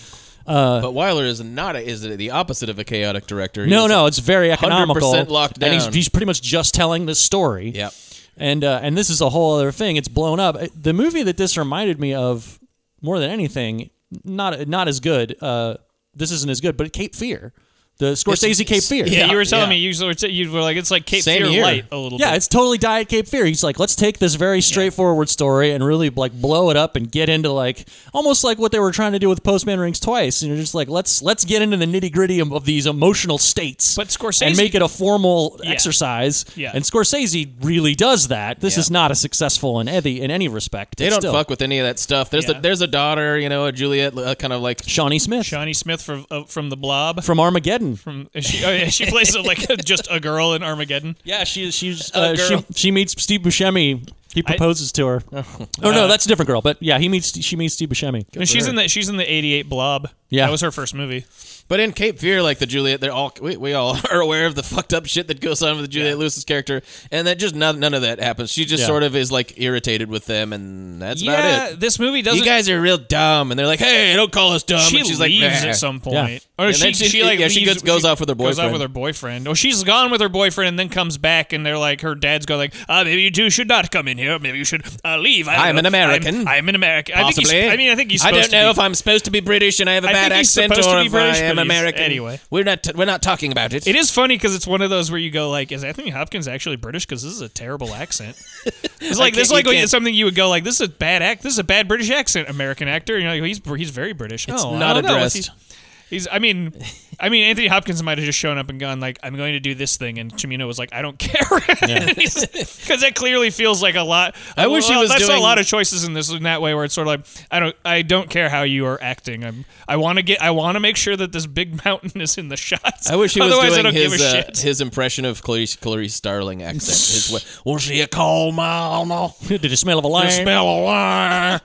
[SPEAKER 1] but Weiler is not a, is the opposite of a chaotic director. He
[SPEAKER 2] No,
[SPEAKER 1] is
[SPEAKER 2] no, it's very economical.
[SPEAKER 1] 100% locked
[SPEAKER 2] And he's,
[SPEAKER 1] down.
[SPEAKER 2] he's pretty much just telling this story.
[SPEAKER 1] Yep.
[SPEAKER 2] And uh, and this is a whole other thing. It's blown up. It- The movie that this reminded me of more than anything, not not as good. Uh, this isn't as good, but Cape Fear, the Scorsese Cape Fear.
[SPEAKER 3] Yeah, you were telling
[SPEAKER 1] yeah.
[SPEAKER 3] me you were, t- you were like it's like Cape
[SPEAKER 1] Same
[SPEAKER 3] Fear
[SPEAKER 1] year.
[SPEAKER 3] light a little
[SPEAKER 2] Yeah,
[SPEAKER 3] bit.
[SPEAKER 2] it's totally Diet Cape Fear. He's like, let's take this very straightforward story and really like blow it up and get into like almost like what they were trying to do with Postman Rings Twice. You know, just like let's let's get into the nitty gritty of, of these emotional states,
[SPEAKER 3] But Scorsese-
[SPEAKER 2] and make it a formal exercise.
[SPEAKER 3] Yeah.
[SPEAKER 2] and Scorsese really does that. This
[SPEAKER 1] Yeah.
[SPEAKER 2] is not as successful in any in any respect.
[SPEAKER 1] They
[SPEAKER 2] It's
[SPEAKER 1] don't
[SPEAKER 2] still-
[SPEAKER 1] fuck with any of that stuff. There's
[SPEAKER 3] Yeah.
[SPEAKER 1] a there's a daughter, you know, a Juliet, uh, kind of like
[SPEAKER 2] Shawnee Smith
[SPEAKER 3] Johnny Smith from uh, from the Blob.
[SPEAKER 2] from Armageddon.
[SPEAKER 3] From is she, oh yeah, she plays uh, like just a girl in Armageddon.
[SPEAKER 2] yeah, she she's
[SPEAKER 1] A
[SPEAKER 2] uh, she
[SPEAKER 1] girl.
[SPEAKER 2] she meets Steve Buscemi. He proposes to her. oh no, that's a different girl. But yeah, he meets she meets Steve Buscemi.
[SPEAKER 3] Uh, And she's in the she's in the '88 Blob.
[SPEAKER 2] Yeah.
[SPEAKER 3] that was her first movie.
[SPEAKER 1] But in Cape Fear, like the Juliet, they're all we, we all are aware of the fucked up shit that goes on with Juliet Lewis's character, and that just none, none of that happens. She just
[SPEAKER 2] Yeah.
[SPEAKER 1] sort of is like irritated with them, and that's
[SPEAKER 3] yeah,
[SPEAKER 1] about it.
[SPEAKER 3] this movie doesn't.
[SPEAKER 1] You guys are real dumb, and they're like, "Hey, don't call us dumb."
[SPEAKER 3] she
[SPEAKER 1] and she's like,
[SPEAKER 3] leaves
[SPEAKER 1] "Nah."
[SPEAKER 3] at some point,
[SPEAKER 2] Yeah.
[SPEAKER 3] or
[SPEAKER 1] And
[SPEAKER 3] she,
[SPEAKER 1] then she-
[SPEAKER 3] she, like
[SPEAKER 1] yeah, she
[SPEAKER 3] leaves-
[SPEAKER 1] goes- goes off with her
[SPEAKER 3] Goes off
[SPEAKER 1] boyfriend.
[SPEAKER 3] with her boyfriend, or she's gone with her boyfriend and then comes back, and they're like, her dad's going like, ah, maybe you two should not come in here. Maybe you should uh, leave. I don't
[SPEAKER 1] I'm
[SPEAKER 3] know.
[SPEAKER 1] an American.
[SPEAKER 3] I'm, I'm an American. I think
[SPEAKER 1] Possibly.
[SPEAKER 3] he's, I mean, I think he's.
[SPEAKER 1] I don't
[SPEAKER 3] supposed to
[SPEAKER 1] know
[SPEAKER 3] be-
[SPEAKER 1] if I'm supposed to be British and I have a
[SPEAKER 3] I
[SPEAKER 1] bad
[SPEAKER 3] think he's
[SPEAKER 1] accent,
[SPEAKER 3] supposed to
[SPEAKER 1] or
[SPEAKER 3] be
[SPEAKER 1] if
[SPEAKER 3] British,
[SPEAKER 1] I am
[SPEAKER 3] but he's-
[SPEAKER 1] American.
[SPEAKER 3] anyway.
[SPEAKER 1] we're not we're not talking about it.
[SPEAKER 3] It is funny because it's one of those where you go like, "Is Anthony Hopkins actually British?" Because this is a terrible accent. It's like this, is
[SPEAKER 1] can't-
[SPEAKER 3] like
[SPEAKER 1] you can't-
[SPEAKER 3] something you would go like, "This is a bad act. This is a bad British accent." American actor, you know, he's he's very British.
[SPEAKER 1] It's
[SPEAKER 3] oh, I
[SPEAKER 1] not
[SPEAKER 3] don't know. Is he-
[SPEAKER 1] addressed.
[SPEAKER 3] He's. I mean, I mean, Anthony Hopkins might have just shown up and gone like, "I'm going to do this thing," and Chimino was like, "I don't care," because that clearly feels like a lot.
[SPEAKER 1] I wish he
[SPEAKER 3] well,
[SPEAKER 1] was
[SPEAKER 3] That's
[SPEAKER 1] doing-
[SPEAKER 3] a lot of choices in this in that way, where it's sort of like, "I don't, I don't care how you are acting. I'm, I want to get, I want to make sure that this big mountain is in the shots.
[SPEAKER 1] I wish he was
[SPEAKER 3] Otherwise, I
[SPEAKER 1] doing
[SPEAKER 3] don't
[SPEAKER 1] his
[SPEAKER 3] give a
[SPEAKER 1] uh,
[SPEAKER 3] shit.
[SPEAKER 1] his impression of Clarice, Clarice Starling accent. His way. Was she a coal miner?
[SPEAKER 2] Did you smell of a
[SPEAKER 1] The
[SPEAKER 2] lion?
[SPEAKER 1] smell of wine.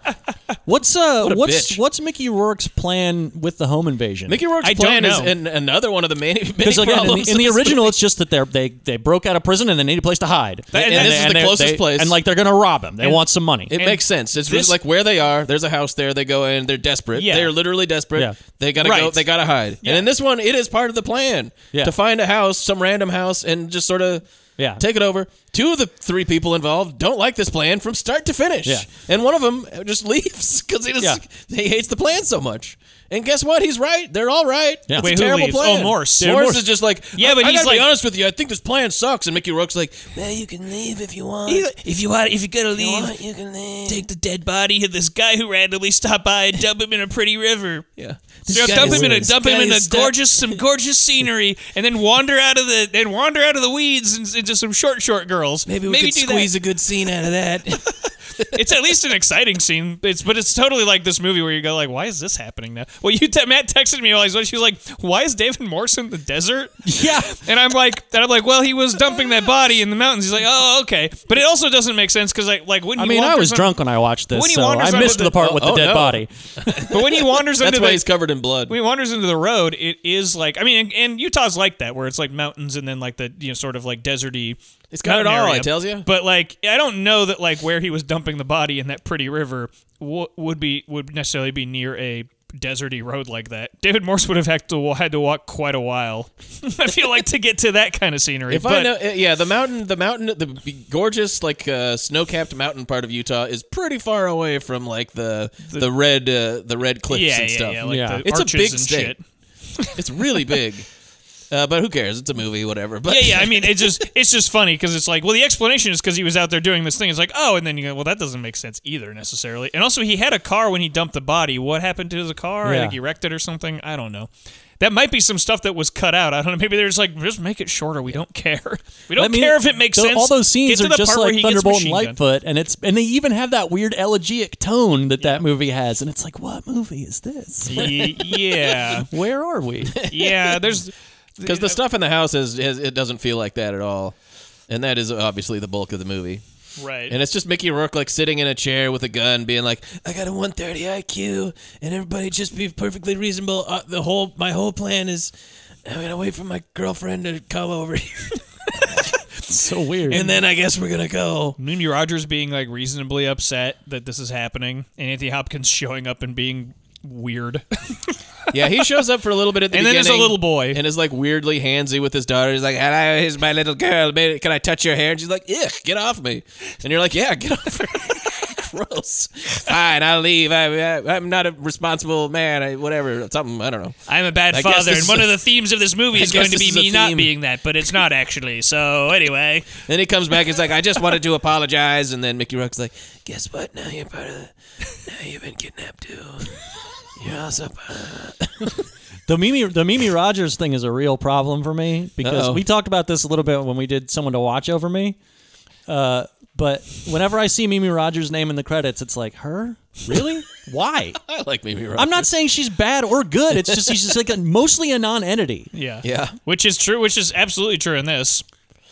[SPEAKER 2] What's uh,
[SPEAKER 1] What a
[SPEAKER 2] what's
[SPEAKER 1] bitch.
[SPEAKER 2] what's Mickey Rourke's plan with the home invasion?
[SPEAKER 1] Mickey Rourke's
[SPEAKER 3] I don't
[SPEAKER 1] plan is
[SPEAKER 3] know.
[SPEAKER 1] in another one of the many, many
[SPEAKER 2] Because again, in
[SPEAKER 1] problems.
[SPEAKER 2] the, in the
[SPEAKER 1] this
[SPEAKER 2] original,
[SPEAKER 1] movie.
[SPEAKER 2] it's just that they they they broke out of prison and they need a place to hide.
[SPEAKER 1] And this is the
[SPEAKER 2] they-
[SPEAKER 1] closest
[SPEAKER 2] they-
[SPEAKER 1] place.
[SPEAKER 2] and like they're gonna rob him. They want some money.
[SPEAKER 1] It makes sense. It's just like where they are. There's a house there. They go in. They're desperate.
[SPEAKER 3] Yeah.
[SPEAKER 1] They're literally desperate.
[SPEAKER 2] Yeah.
[SPEAKER 1] They gotta go.
[SPEAKER 3] Right.
[SPEAKER 1] They gotta hide. And in this one, it is part of the plan
[SPEAKER 2] Yeah.
[SPEAKER 1] to find a house, some random house, and just sort of
[SPEAKER 2] Yeah.
[SPEAKER 1] take it over. Two of the three people involved don't like this plan from start to finish.
[SPEAKER 2] Yeah.
[SPEAKER 1] And one of them just leaves because he just he hates the plan so much. And guess what? He's right. They're all right.
[SPEAKER 2] Yeah.
[SPEAKER 1] It's
[SPEAKER 2] Wait,
[SPEAKER 1] a
[SPEAKER 2] who
[SPEAKER 1] terrible
[SPEAKER 3] leaves?
[SPEAKER 1] plan.
[SPEAKER 3] Oh, Morse. Dude,
[SPEAKER 1] Morse
[SPEAKER 3] Morse-
[SPEAKER 1] is just like,
[SPEAKER 3] Yeah,
[SPEAKER 1] I-
[SPEAKER 3] but
[SPEAKER 1] I
[SPEAKER 3] he's
[SPEAKER 1] gotta be
[SPEAKER 3] like-
[SPEAKER 1] honest with you. I think this plan sucks. And Mickey Rourke's like, well, you can leave if you want.
[SPEAKER 3] if you want, if you gotta leave,
[SPEAKER 1] you can leave.
[SPEAKER 3] take the dead body of this guy who randomly stopped by and dump him in a pretty river.
[SPEAKER 1] Yeah.
[SPEAKER 3] So dump him in a
[SPEAKER 1] This
[SPEAKER 3] dump him
[SPEAKER 1] guy
[SPEAKER 3] in a
[SPEAKER 1] is stuck.
[SPEAKER 3] gorgeous some gorgeous scenery, and then wander out of the then wander out of the weeds and, into some short short girls.
[SPEAKER 1] Maybe we could
[SPEAKER 3] do
[SPEAKER 1] squeeze
[SPEAKER 3] that.
[SPEAKER 1] a good scene out of that.
[SPEAKER 3] It's at least an exciting scene. It's but it's totally like this movie where you go like, why is this happening now? Well, you te- Matt texted me while he was watching, she was like, why is David Morse in the desert?
[SPEAKER 2] yeah,
[SPEAKER 3] And I'm like, and I'm like, well, he was dumping that body in the mountains. He's like, oh, okay, but it also doesn't make sense because like, like when
[SPEAKER 2] I
[SPEAKER 3] he
[SPEAKER 2] mean, I
[SPEAKER 3] wanders
[SPEAKER 2] was
[SPEAKER 3] un-
[SPEAKER 2] drunk when I watched this,
[SPEAKER 3] When he
[SPEAKER 2] so
[SPEAKER 3] wanders
[SPEAKER 2] I
[SPEAKER 3] under
[SPEAKER 2] missed
[SPEAKER 3] the-
[SPEAKER 2] the part with
[SPEAKER 1] oh,
[SPEAKER 2] the dead
[SPEAKER 1] no.
[SPEAKER 2] body.
[SPEAKER 3] But when he wanders
[SPEAKER 1] That's
[SPEAKER 3] into
[SPEAKER 1] why
[SPEAKER 3] the,
[SPEAKER 1] he's covered in blood.
[SPEAKER 3] when he wanders into the road, it is like I mean, and, and Utah's like that, where it's like mountains and then like the you know sort of like deserty.
[SPEAKER 1] It's got it
[SPEAKER 3] mountain
[SPEAKER 1] all,
[SPEAKER 3] area.
[SPEAKER 1] I tells you.
[SPEAKER 3] But like, I don't know that like where he was dumping the body in that pretty river w- would be would necessarily be near a deserty road like that. David Morse would have had to had to walk quite a while. I feel like to get to that kind of scenery.
[SPEAKER 1] If
[SPEAKER 3] but
[SPEAKER 1] I know, uh, yeah, the mountain, the mountain, the b- gorgeous, like uh, snow-capped mountain part of Utah is pretty far away from like the the, red uh, the red cliffs
[SPEAKER 3] yeah,
[SPEAKER 1] and
[SPEAKER 3] yeah,
[SPEAKER 1] stuff.
[SPEAKER 3] yeah, like
[SPEAKER 2] Yeah.
[SPEAKER 3] the
[SPEAKER 1] It's a
[SPEAKER 3] arches
[SPEAKER 1] big
[SPEAKER 3] and shit.
[SPEAKER 1] state. It's really big, uh, but who cares? It's a movie, whatever. But
[SPEAKER 3] yeah, yeah. I mean, it's just it's just funny because it's like, well, the explanation is because he was out there doing this thing. It's like, oh, and then you go, well, that doesn't make sense either necessarily. And also, he had a car when he dumped the body. What happened to the car? I
[SPEAKER 2] Yeah.
[SPEAKER 3] think he wrecked it or something. I don't know. That might be some stuff that was cut out. I don't know. Maybe they're just like, just make it shorter. We don't care. We don't
[SPEAKER 2] I mean,
[SPEAKER 3] care if it makes
[SPEAKER 2] the-
[SPEAKER 3] sense.
[SPEAKER 2] All those scenes
[SPEAKER 3] Get to
[SPEAKER 2] are
[SPEAKER 3] the
[SPEAKER 2] just
[SPEAKER 3] part where
[SPEAKER 2] like
[SPEAKER 3] he gets
[SPEAKER 2] Thunderbolt and
[SPEAKER 3] machine gunned.
[SPEAKER 2] Lightfoot, and it's and they even have that weird elegiac tone that that movie has, and it's like, what movie is this?
[SPEAKER 3] Ye- yeah,
[SPEAKER 2] Where are we?
[SPEAKER 3] yeah. There's
[SPEAKER 1] because the stuff in the house is, is it doesn't feel like that at all, and that is obviously the bulk of the movie.
[SPEAKER 3] right.
[SPEAKER 1] And it's just Mickey Rourke like sitting in a chair with a gun, being like, "I got a 130 IQ, and everybody just be perfectly reasonable. Uh, the whole my whole plan is, I'm gonna wait for my girlfriend to come over here,
[SPEAKER 2] so weird.
[SPEAKER 1] and then I guess we're gonna go."
[SPEAKER 3] Mimi Rogers being like reasonably upset that this is happening, and Anthony Hopkins showing up and being weird.
[SPEAKER 1] Yeah, he shows up for a little bit at the
[SPEAKER 3] And then
[SPEAKER 1] beginning,
[SPEAKER 3] there's a little boy.
[SPEAKER 1] and is like weirdly handsy with his daughter. He's like, "Hello, here's my little girl. May- Can I touch your hair?" And she's like, "Ugh, get off me!" And you're like, "Yeah, get off her." Gross. Fine, I'll leave. I, I, I'm not a responsible man. I, whatever, something. I don't know.
[SPEAKER 3] I'm a bad
[SPEAKER 1] I guess
[SPEAKER 3] father,
[SPEAKER 1] this
[SPEAKER 3] and
[SPEAKER 1] is
[SPEAKER 3] one
[SPEAKER 1] a-
[SPEAKER 3] of the themes of this movie
[SPEAKER 1] I
[SPEAKER 3] is
[SPEAKER 1] guess
[SPEAKER 3] going to
[SPEAKER 1] this
[SPEAKER 3] be
[SPEAKER 1] is a
[SPEAKER 3] me not
[SPEAKER 1] theme.
[SPEAKER 3] being that, but it's not actually. So anyway,
[SPEAKER 1] Then he comes back. He's like, "I just wanted to apologize." And then Mickey Rourke's like, "Guess what? Now you're part of. The, now you've been kidnapped too. You're also part of
[SPEAKER 2] The Mimi the Mimi Rogers thing is a real problem for me because
[SPEAKER 1] Uh-oh.
[SPEAKER 2] we talked about this a little bit when we did someone to watch over me. Uh, but whenever I see Mimi Rogers' name in the credits, it's like her. Really? Why?
[SPEAKER 1] I like Mickey Rourke.
[SPEAKER 2] I'm not saying she's bad or good. It's just she's just like a, mostly a non-entity.
[SPEAKER 3] yeah,
[SPEAKER 1] Yeah,
[SPEAKER 3] which is true, which is absolutely true in this.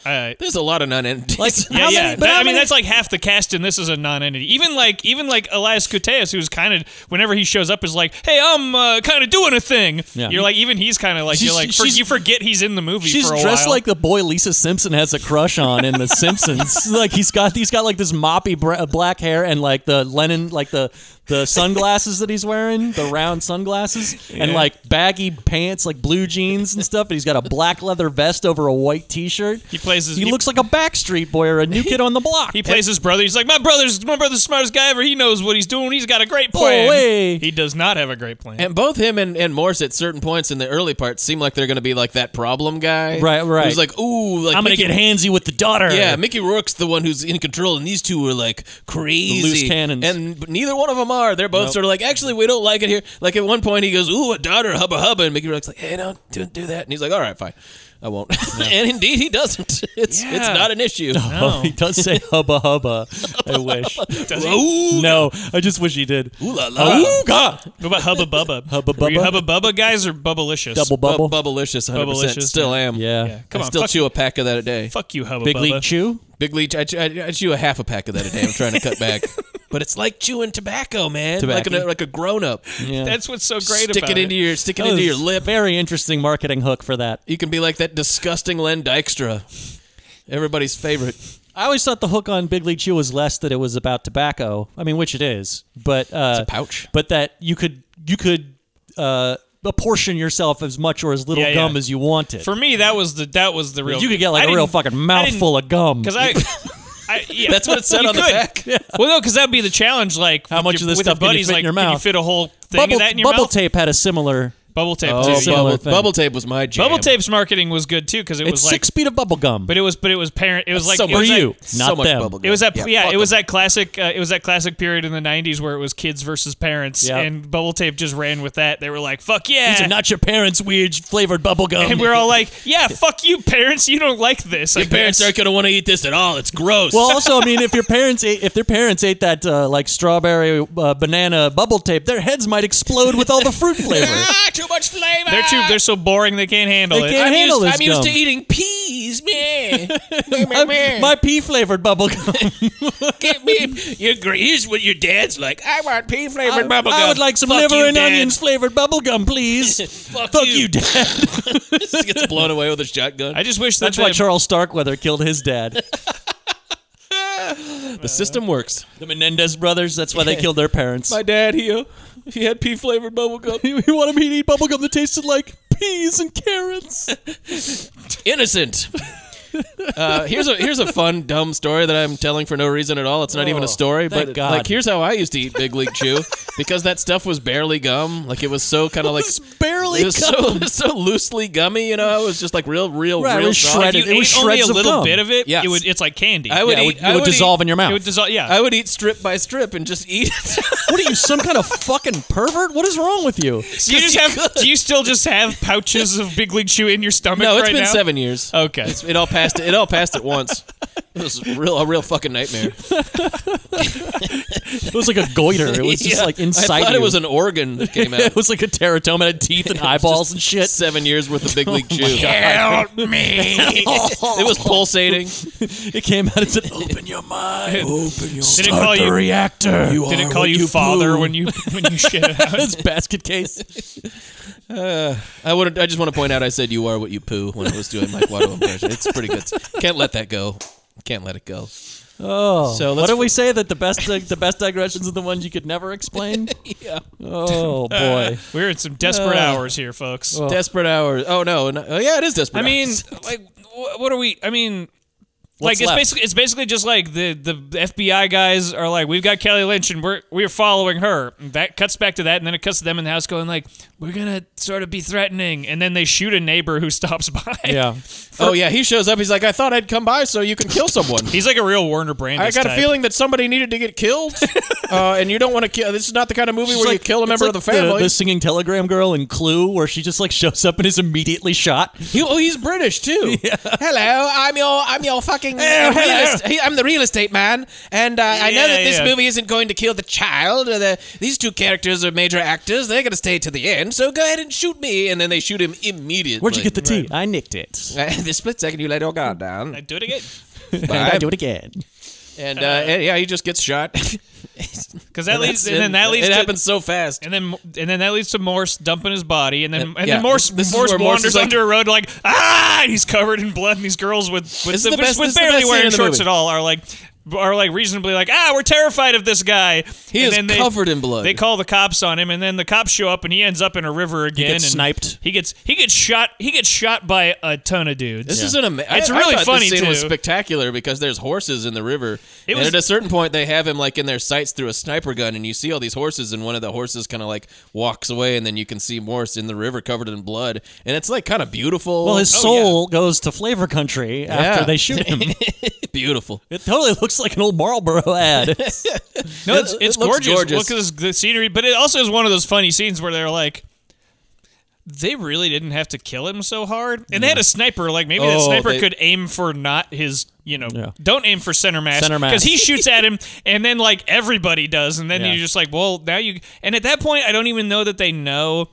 [SPEAKER 3] Uh,
[SPEAKER 1] there's a lot of non-entities.
[SPEAKER 2] Like
[SPEAKER 3] yeah,
[SPEAKER 2] how
[SPEAKER 3] yeah.
[SPEAKER 2] many- but
[SPEAKER 3] That-
[SPEAKER 2] how
[SPEAKER 3] I mean,
[SPEAKER 2] many-
[SPEAKER 3] that's like half the cast in this is a non-entity. Even like, even like Elias Koteas, who's kind of whenever he shows up, is like, "Hey, I'm uh, kind of doing a thing."
[SPEAKER 2] Yeah.
[SPEAKER 3] You're like, even he's kind of like,
[SPEAKER 2] She's-
[SPEAKER 3] you're like, for,
[SPEAKER 2] she's-
[SPEAKER 3] you forget he's in the movie.
[SPEAKER 2] She's
[SPEAKER 3] for a
[SPEAKER 2] dressed
[SPEAKER 3] while.
[SPEAKER 2] like the boy Lisa Simpson has a crush on in The Simpsons. like he's got he's got like this moppy br- black hair and like the Lennon like the the sunglasses that he's wearing, the round sunglasses, and like baggy pants, like blue jeans and stuff. And he's got a black leather vest over a white T-shirt.
[SPEAKER 3] He plays his-
[SPEAKER 2] He,
[SPEAKER 3] he-
[SPEAKER 2] looks like a Backstreet Boy or a New Kid on the Block.
[SPEAKER 3] He plays his brother. He's like, my brother's my brother's the smartest guy ever. He knows what he's doing. He's got a great plan.
[SPEAKER 2] Boy.
[SPEAKER 3] He does not have a great plan.
[SPEAKER 1] And both him and, and Morse at certain points in the early parts seem like they're going to be like that problem guy.
[SPEAKER 2] Right, right.
[SPEAKER 1] Who's like, ooh, like
[SPEAKER 2] I'm gonna
[SPEAKER 1] Mickey-
[SPEAKER 2] get handsy with the daughter.
[SPEAKER 1] Yeah, Mickey Rourke's the one who's in control, and these two are like crazy
[SPEAKER 2] The loose cannons.
[SPEAKER 1] And but neither one of them are. They're both sort of like, actually, we don't like it here. Like at one point, he goes, "Ooh, a daughter, hubba hubba," and Mickey Rourke's like, "Hey, don't don't do that." And he's like, "All right, fine, I won't." and indeed, he doesn't. It's it's
[SPEAKER 3] Yeah.
[SPEAKER 1] not an issue.
[SPEAKER 2] Oh, he does say hubba hubba. I wish.
[SPEAKER 1] Ooh,
[SPEAKER 2] No, I just wish he did.
[SPEAKER 1] ooh la la,
[SPEAKER 2] Oh God!
[SPEAKER 3] what about Hubba Bubba?
[SPEAKER 2] Hubba
[SPEAKER 3] Were you
[SPEAKER 2] Bubba?
[SPEAKER 3] Hubba Bubba guys or Bubblicious?
[SPEAKER 2] Double bubble.
[SPEAKER 1] Bu- bubblicious, hundred percent.
[SPEAKER 3] Bubblicious,
[SPEAKER 1] Still am.
[SPEAKER 2] yeah.
[SPEAKER 3] Yeah. Come
[SPEAKER 1] I
[SPEAKER 3] on,
[SPEAKER 1] still
[SPEAKER 3] fuck,
[SPEAKER 1] chew a pack of that a day.
[SPEAKER 3] fuck you, Hubba
[SPEAKER 2] Big
[SPEAKER 3] Bubba.
[SPEAKER 2] league chew.
[SPEAKER 1] Big leech, I, chew- I, I chew a half a pack of that a day. I'm trying to cut back, but it's like chewing tobacco, man. Like
[SPEAKER 2] Tobacco.
[SPEAKER 1] a like a grown up.
[SPEAKER 2] Yeah.
[SPEAKER 3] That's what's so great
[SPEAKER 1] Stick
[SPEAKER 3] about
[SPEAKER 1] it into your stick it into your lip.
[SPEAKER 2] Very interesting marketing hook for that.
[SPEAKER 1] You can be like that disgusting Len Dykstra, everybody's favorite.
[SPEAKER 2] I always thought the hook on Big League Chew was less that it was about tobacco. I mean, which it is, but uh,
[SPEAKER 1] a pouch.
[SPEAKER 2] But that you could you could uh, apportion yourself as much or as little
[SPEAKER 3] Yeah, yeah.
[SPEAKER 2] gum as you wanted.
[SPEAKER 3] For me, that was the that was the real.
[SPEAKER 2] you could get like
[SPEAKER 3] a
[SPEAKER 2] a real fucking mouthful of gum.
[SPEAKER 3] Because I. I, yeah.
[SPEAKER 1] That's what it said
[SPEAKER 3] You
[SPEAKER 1] on the
[SPEAKER 3] could.
[SPEAKER 1] back.
[SPEAKER 3] Well, no, because that'd be the challenge. Like,
[SPEAKER 2] How
[SPEAKER 3] with
[SPEAKER 2] much
[SPEAKER 3] your-
[SPEAKER 2] of this
[SPEAKER 3] with your
[SPEAKER 2] stuff can you
[SPEAKER 3] buddies,
[SPEAKER 2] fit in
[SPEAKER 3] like,
[SPEAKER 2] your
[SPEAKER 3] can you
[SPEAKER 2] mouth?
[SPEAKER 3] fit a whole thing
[SPEAKER 2] bubble
[SPEAKER 3] of that in your
[SPEAKER 2] bubble
[SPEAKER 3] mouth?
[SPEAKER 2] tape had a similar.
[SPEAKER 3] Bubble tape. too.
[SPEAKER 1] Oh,
[SPEAKER 2] similar
[SPEAKER 1] bubble,
[SPEAKER 2] thing.
[SPEAKER 1] bubble tape was my jam.
[SPEAKER 3] Bubble tape's marketing was good too because it was
[SPEAKER 2] It's
[SPEAKER 3] like
[SPEAKER 2] six feet of bubble gum.
[SPEAKER 3] But it was, but it was parent. It was like
[SPEAKER 1] so
[SPEAKER 3] it
[SPEAKER 1] much,
[SPEAKER 3] was that-
[SPEAKER 2] you.
[SPEAKER 1] so
[SPEAKER 2] not
[SPEAKER 1] much
[SPEAKER 2] them.
[SPEAKER 1] bubble gum.
[SPEAKER 3] it was that. Yeah,
[SPEAKER 1] fuck
[SPEAKER 3] it was
[SPEAKER 1] 'em.
[SPEAKER 3] that classic. Uh, it was that classic period in the '90s where it was kids versus parents,
[SPEAKER 2] Yep.
[SPEAKER 3] and Bubble Tape just ran with that. They were like, "Fuck yeah!"
[SPEAKER 2] These are not your parents' weird flavored bubble gum.
[SPEAKER 3] and we're all like, "Yeah, fuck you, parents. You don't like this.
[SPEAKER 1] Your parents aren't gonna want to eat this at all. It's gross.
[SPEAKER 2] Well, also, I mean, if your parents ate, if their parents ate that uh, like strawberry uh, banana bubble tape, their heads might explode with all the fruit flavor.
[SPEAKER 1] ah, too much flavor.
[SPEAKER 3] They're too. They're so boring. They can't handle
[SPEAKER 2] They
[SPEAKER 3] it.
[SPEAKER 2] can't
[SPEAKER 1] I'm,
[SPEAKER 2] handle
[SPEAKER 1] used,
[SPEAKER 2] this
[SPEAKER 1] I'm used
[SPEAKER 2] gum.
[SPEAKER 1] to eating peas, man. Meh, meh, meh.
[SPEAKER 2] I'm- my pea flavored bubble gum.
[SPEAKER 1] Give me- your gr- here's what your dad's like. I want pea flavored bubble gum.
[SPEAKER 2] I would like some
[SPEAKER 1] Fuck
[SPEAKER 2] liver
[SPEAKER 1] you,
[SPEAKER 2] and
[SPEAKER 1] Dad.
[SPEAKER 2] onions flavored bubble gum, please. Fuck,
[SPEAKER 1] you.
[SPEAKER 2] you. Dad.
[SPEAKER 1] Just gets blown away with a shotgun.
[SPEAKER 3] I just wish that
[SPEAKER 2] That's why
[SPEAKER 3] they-
[SPEAKER 2] Charles Starkweather killed his dad.
[SPEAKER 1] the system works.
[SPEAKER 2] The Menendez brothers. That's why they killed their parents.
[SPEAKER 1] My dad here, he had pea flavored bubble gum.
[SPEAKER 2] he wanted me to eat bubble gum that tasted like peas and carrots.
[SPEAKER 1] innocent. Uh, here's a here's a fun dumb story that I'm telling for no reason at all. It's not even a story,
[SPEAKER 2] thank
[SPEAKER 1] but
[SPEAKER 2] God.
[SPEAKER 1] like here's how I used to eat Big League Chew because that stuff was barely gum. Like it was so kind of like
[SPEAKER 2] was barely
[SPEAKER 1] it was so
[SPEAKER 2] gum.
[SPEAKER 1] it was so loosely gummy. You know, it was just like real real
[SPEAKER 2] Right, it
[SPEAKER 1] real
[SPEAKER 2] was
[SPEAKER 1] soft.
[SPEAKER 2] shredded.
[SPEAKER 1] Like,
[SPEAKER 3] If you
[SPEAKER 2] It was
[SPEAKER 1] you
[SPEAKER 3] ate only
[SPEAKER 2] shreds
[SPEAKER 3] a
[SPEAKER 2] of
[SPEAKER 3] little
[SPEAKER 2] gum.
[SPEAKER 3] bit of it.
[SPEAKER 1] Yes.
[SPEAKER 3] It would. It's like candy.
[SPEAKER 1] I would
[SPEAKER 2] Yeah, it
[SPEAKER 1] eat.
[SPEAKER 2] would- it
[SPEAKER 1] I
[SPEAKER 2] would dissolve
[SPEAKER 1] eat-
[SPEAKER 2] in your mouth.
[SPEAKER 3] It would dissolve. Yeah.
[SPEAKER 1] I would eat strip by strip and just eat it.
[SPEAKER 2] what are you, some kind of fucking pervert? What is wrong with you?
[SPEAKER 3] do you just have? Do you still just have pouches of Big League Chew in your stomach?
[SPEAKER 1] no,
[SPEAKER 3] it's
[SPEAKER 1] it's been seven years.
[SPEAKER 3] Okay.
[SPEAKER 1] It's- it all passed. It all passed at once. It was real a real fucking nightmare.
[SPEAKER 2] It was like a goiter. It was just
[SPEAKER 1] Yeah.
[SPEAKER 2] like inside.
[SPEAKER 1] I thought
[SPEAKER 2] you.
[SPEAKER 1] it was an organ that came out.
[SPEAKER 2] it was like a teratoma that had teeth and eyeballs and shit. Oh
[SPEAKER 1] seven years worth of big league chew. Help me! it was pulsating.
[SPEAKER 2] It came out and said, "Open your mind, open your
[SPEAKER 3] Did it call you?
[SPEAKER 2] reactor." You
[SPEAKER 3] Did it call you, father when you when you shit it out?
[SPEAKER 2] this basket case.
[SPEAKER 1] I would. I just want to point out. I said you are what you poo when I was doing my Watto impression. It's pretty good. Can't let that go. Can't let it go.
[SPEAKER 2] Oh,
[SPEAKER 1] So
[SPEAKER 2] so
[SPEAKER 1] let's-
[SPEAKER 2] why don't we say that the best the best digressions are the ones you could never explain? yeah. Oh boy.
[SPEAKER 3] We're in some desperate hours here, folks.
[SPEAKER 1] Desperate hours. Oh no. no oh, yeah, it is desperate.
[SPEAKER 3] I mean,
[SPEAKER 1] hours.
[SPEAKER 3] like, wh- what are we? I mean,
[SPEAKER 2] What's
[SPEAKER 3] like it's
[SPEAKER 2] left?
[SPEAKER 3] basically it's basically just like the the FBI guys are like, we've got Kelly Lynch and we're we're following her. And that cuts back to that, and then it cuts to them in the house going like, we're gonna sort of be threatening, and then they shoot a neighbor who stops by.
[SPEAKER 2] Yeah.
[SPEAKER 1] oh yeah, he shows up. He's like, I thought I'd come by so you can kill someone.
[SPEAKER 3] he's like a real Warner Brandis.
[SPEAKER 1] I got
[SPEAKER 3] type.
[SPEAKER 1] a feeling that somebody needed to get killed, uh, and you don't want to kill. This is not the kind of movie where you kill a member of the
[SPEAKER 3] uh,
[SPEAKER 1] family.
[SPEAKER 2] The, singing telegram girl in Clue, where she just like shows up and is immediately shot.
[SPEAKER 1] He, oh, he's British too. Hello, I'm your, I'm your fucking, uh, real
[SPEAKER 2] hello.
[SPEAKER 1] est- he- I'm the real estate man, and uh, I know
[SPEAKER 3] Yeah,
[SPEAKER 1] that this
[SPEAKER 3] yeah.
[SPEAKER 1] movie isn't going to kill the child. Or the, these two characters are major actors; they're going to stay to the end. So go ahead and shoot me, and then they shoot him immediately.
[SPEAKER 2] Where'd you get the tea? I nicked it.
[SPEAKER 1] Uh, the split second you let your guard down,
[SPEAKER 3] I do it again
[SPEAKER 2] And I do it again.
[SPEAKER 1] and, uh, and yeah, he just gets shot.
[SPEAKER 3] because that leads, and then that leads.
[SPEAKER 1] It
[SPEAKER 3] to,
[SPEAKER 1] happens so fast.
[SPEAKER 3] And then, and then that leads to Morse dumping his body, and then, and
[SPEAKER 1] yeah,
[SPEAKER 3] then Morse,
[SPEAKER 1] this is
[SPEAKER 3] Morse
[SPEAKER 1] where
[SPEAKER 3] wanders
[SPEAKER 1] Morse is like-
[SPEAKER 3] under a road like ah, and he's covered in blood, and these girls with with,
[SPEAKER 1] This is the
[SPEAKER 3] with-
[SPEAKER 1] best-
[SPEAKER 3] with
[SPEAKER 1] this is the
[SPEAKER 3] barely
[SPEAKER 1] best scene
[SPEAKER 3] wearing
[SPEAKER 1] in the
[SPEAKER 3] shorts
[SPEAKER 1] movie.
[SPEAKER 3] at all are like, are like reasonably like, ah, we're terrified of this guy.
[SPEAKER 1] He
[SPEAKER 3] and
[SPEAKER 1] is
[SPEAKER 3] then they,
[SPEAKER 1] covered in blood.
[SPEAKER 3] They call the cops on him, and then the cops show up, and he ends up in a river again.
[SPEAKER 2] gets
[SPEAKER 3] and
[SPEAKER 2] sniped.
[SPEAKER 3] He gets he gets shot. He gets shot by a ton of dudes.
[SPEAKER 1] This is an amazing.
[SPEAKER 3] It's
[SPEAKER 1] I,
[SPEAKER 3] really
[SPEAKER 1] I thought
[SPEAKER 3] funny
[SPEAKER 1] This scene was
[SPEAKER 3] too.
[SPEAKER 1] spectacular because there's horses in the river,
[SPEAKER 3] It
[SPEAKER 1] and
[SPEAKER 3] was-
[SPEAKER 1] at a certain point they have him like in their sights through a sniper gun, and you see all these horses, and one of the horses kind of like walks away, and then you can see Morse in the river covered in blood, and it's like kind of beautiful. Oh,
[SPEAKER 2] Well, his soul goes to Flavor Country after
[SPEAKER 1] Yeah.
[SPEAKER 2] they shoot him.
[SPEAKER 1] beautiful.
[SPEAKER 2] it totally looks like an old Marlboro ad.
[SPEAKER 3] No, it's,
[SPEAKER 1] It-
[SPEAKER 3] it's
[SPEAKER 1] it looks
[SPEAKER 3] gorgeous.
[SPEAKER 1] gorgeous.
[SPEAKER 3] Look at this, the scenery, but it also is one of those funny scenes where they're like, they really didn't have to kill him so hard, and they had a sniper. Like maybe that
[SPEAKER 1] Oh,
[SPEAKER 3] sniper
[SPEAKER 1] they-
[SPEAKER 3] could aim for not his, you know,
[SPEAKER 2] Yeah.
[SPEAKER 3] don't aim for center mass
[SPEAKER 2] Center mass.
[SPEAKER 3] because he shoots at him, and then like everybody does, and then
[SPEAKER 2] Yeah.
[SPEAKER 3] you're just like, well, now you. And at that point, I don't even know that they know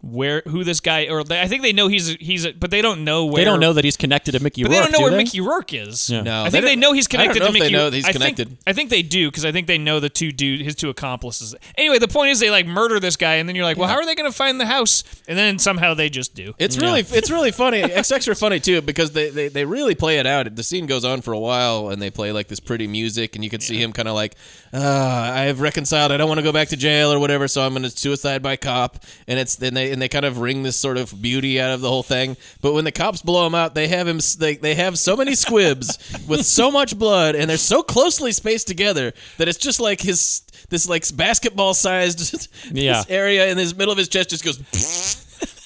[SPEAKER 3] where who this guy or they, I think they know he's he's, a, but they don't know where
[SPEAKER 2] they don't know that he's connected to Mickey
[SPEAKER 3] but
[SPEAKER 2] Rourke.
[SPEAKER 3] they don't know
[SPEAKER 2] do
[SPEAKER 3] where
[SPEAKER 2] they?
[SPEAKER 3] Mickey Rourke is.
[SPEAKER 2] Yeah.
[SPEAKER 1] No,
[SPEAKER 3] I
[SPEAKER 1] they
[SPEAKER 3] think they,
[SPEAKER 1] don't-
[SPEAKER 3] know he's
[SPEAKER 1] I don't
[SPEAKER 3] connected
[SPEAKER 1] know
[SPEAKER 3] to
[SPEAKER 1] if they
[SPEAKER 3] Mickey.
[SPEAKER 1] know
[SPEAKER 3] Rourke.
[SPEAKER 1] that he's
[SPEAKER 3] I think-
[SPEAKER 1] connected.
[SPEAKER 3] I think they do because I think they know the two dude, his two accomplices. Anyway, the point is they like murder this guy, and then you're like, well, how are they going to find the house? And then somehow they just do.
[SPEAKER 1] It's really it's really funny. It's extra funny too because they, they they really play it out. The scene goes on for a while, and they play like this pretty music, and you can see him kind of like, uh, I have reconciled. I don't want to go back to jail or whatever, so I'm going to suicide by cop. And it's and they and they kind of wring this sort of beauty out of the whole thing. But when the cops blow him out, they have him. s- They they have so many squibs with so much blood, and they're so closely spaced together that it's just like his this like basketball sized
[SPEAKER 2] Yeah.
[SPEAKER 1] area in his middle of his chest just goes.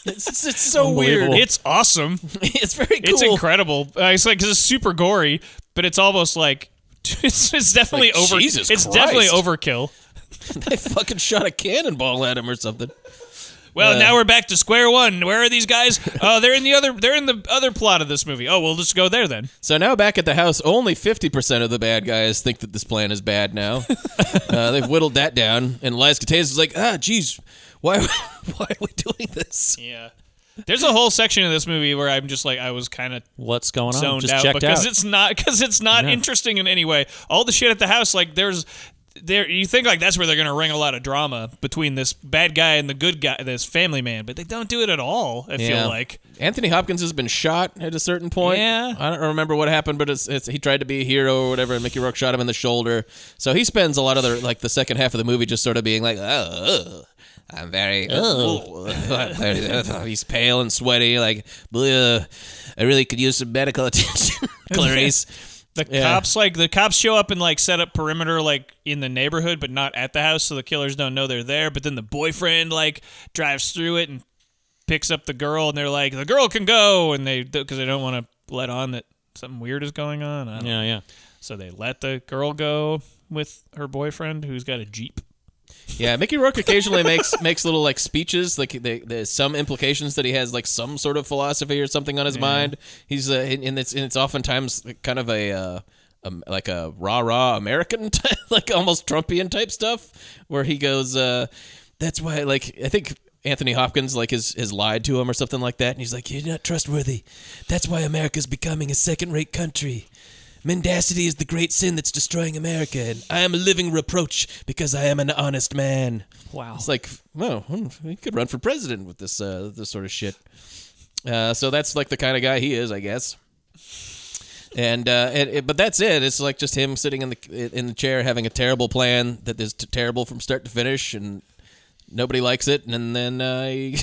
[SPEAKER 1] It's, it's, it's so weird.
[SPEAKER 2] Unbelievable.
[SPEAKER 3] It's awesome.
[SPEAKER 1] It's very cool.
[SPEAKER 3] It's incredible. Uh, it's like 'cause it's super gory, but it's almost like it's, it's definitely
[SPEAKER 1] Like,
[SPEAKER 3] over.
[SPEAKER 1] Jesus
[SPEAKER 3] it's definitely
[SPEAKER 1] Christ.
[SPEAKER 3] overkill.
[SPEAKER 1] They fucking shot a cannonball at him or something.
[SPEAKER 3] Well, now we're back to square one. Where are these guys? Oh, they're in the other. They're in the other plot of this movie. Oh, we'll just go there then.
[SPEAKER 1] So now back at the house, only 50% of the bad guys think that this plan is bad now. uh, they've whittled that down. And Elias Cates is like, ah, geez, why, why are we doing this?
[SPEAKER 3] Yeah. There's a whole section of this movie where I'm just like I was kind of
[SPEAKER 2] What's going on?
[SPEAKER 3] zoned
[SPEAKER 2] Oh, Just
[SPEAKER 3] out
[SPEAKER 2] checked
[SPEAKER 3] because
[SPEAKER 2] out.
[SPEAKER 3] it's not because it's not interesting in any way. All the shit at the house, like there's there you think like that's where they're gonna wring a lot of drama between this bad guy and the good guy, this family man, but they don't do it at all. I
[SPEAKER 1] Yeah.
[SPEAKER 3] feel like
[SPEAKER 1] Anthony Hopkins has been shot at a certain point.
[SPEAKER 3] Yeah.
[SPEAKER 1] I don't remember what happened, but it's, it's he tried to be a hero or whatever, and Mickey Rourke shot him in the shoulder. So he spends a lot of the like the second half of the movie just sort of being like, oh, I'm very, oh, I'm very- oh." he's pale and sweaty, like, "Ugh, I really could use some medical attention, Clarice.
[SPEAKER 3] the
[SPEAKER 1] Yeah.
[SPEAKER 3] cops like the cops show up and like set up perimeter like in the neighborhood, but not at the house, so the killers don't know they're there. But then the boyfriend like drives through it and picks up the girl, and they're like, the girl can go, and they because they don't want to let on that something weird is going on. I don't
[SPEAKER 2] yeah, yeah.
[SPEAKER 3] So they let the girl go with her boyfriend, who's got a jeep.
[SPEAKER 1] Yeah, Mickey Rourke occasionally makes makes little like speeches, like they, there's some implications that he has like some sort of philosophy or something on his mind. He's uh, and, and it's and it's oftentimes kind of a. Uh, um, like a rah rah American, type, like almost Trumpian type stuff, where he goes, uh, "That's why." Like I think Anthony Hopkins like has, has lied to him or something like that, and he's like, "You're not trustworthy. That's why America's becoming a second rate country." Mendacity is the great sin that's destroying America, and I am a living reproach because I am an honest man. Wow. It's like, well, he could run for president with this uh, this sort of shit. Uh, so that's like the kind of guy he is, I guess. And, uh, and it, but that's it. It's like just him sitting in the in the chair having a terrible plan that is t- terrible from start to finish, and nobody likes it. And then uh, he-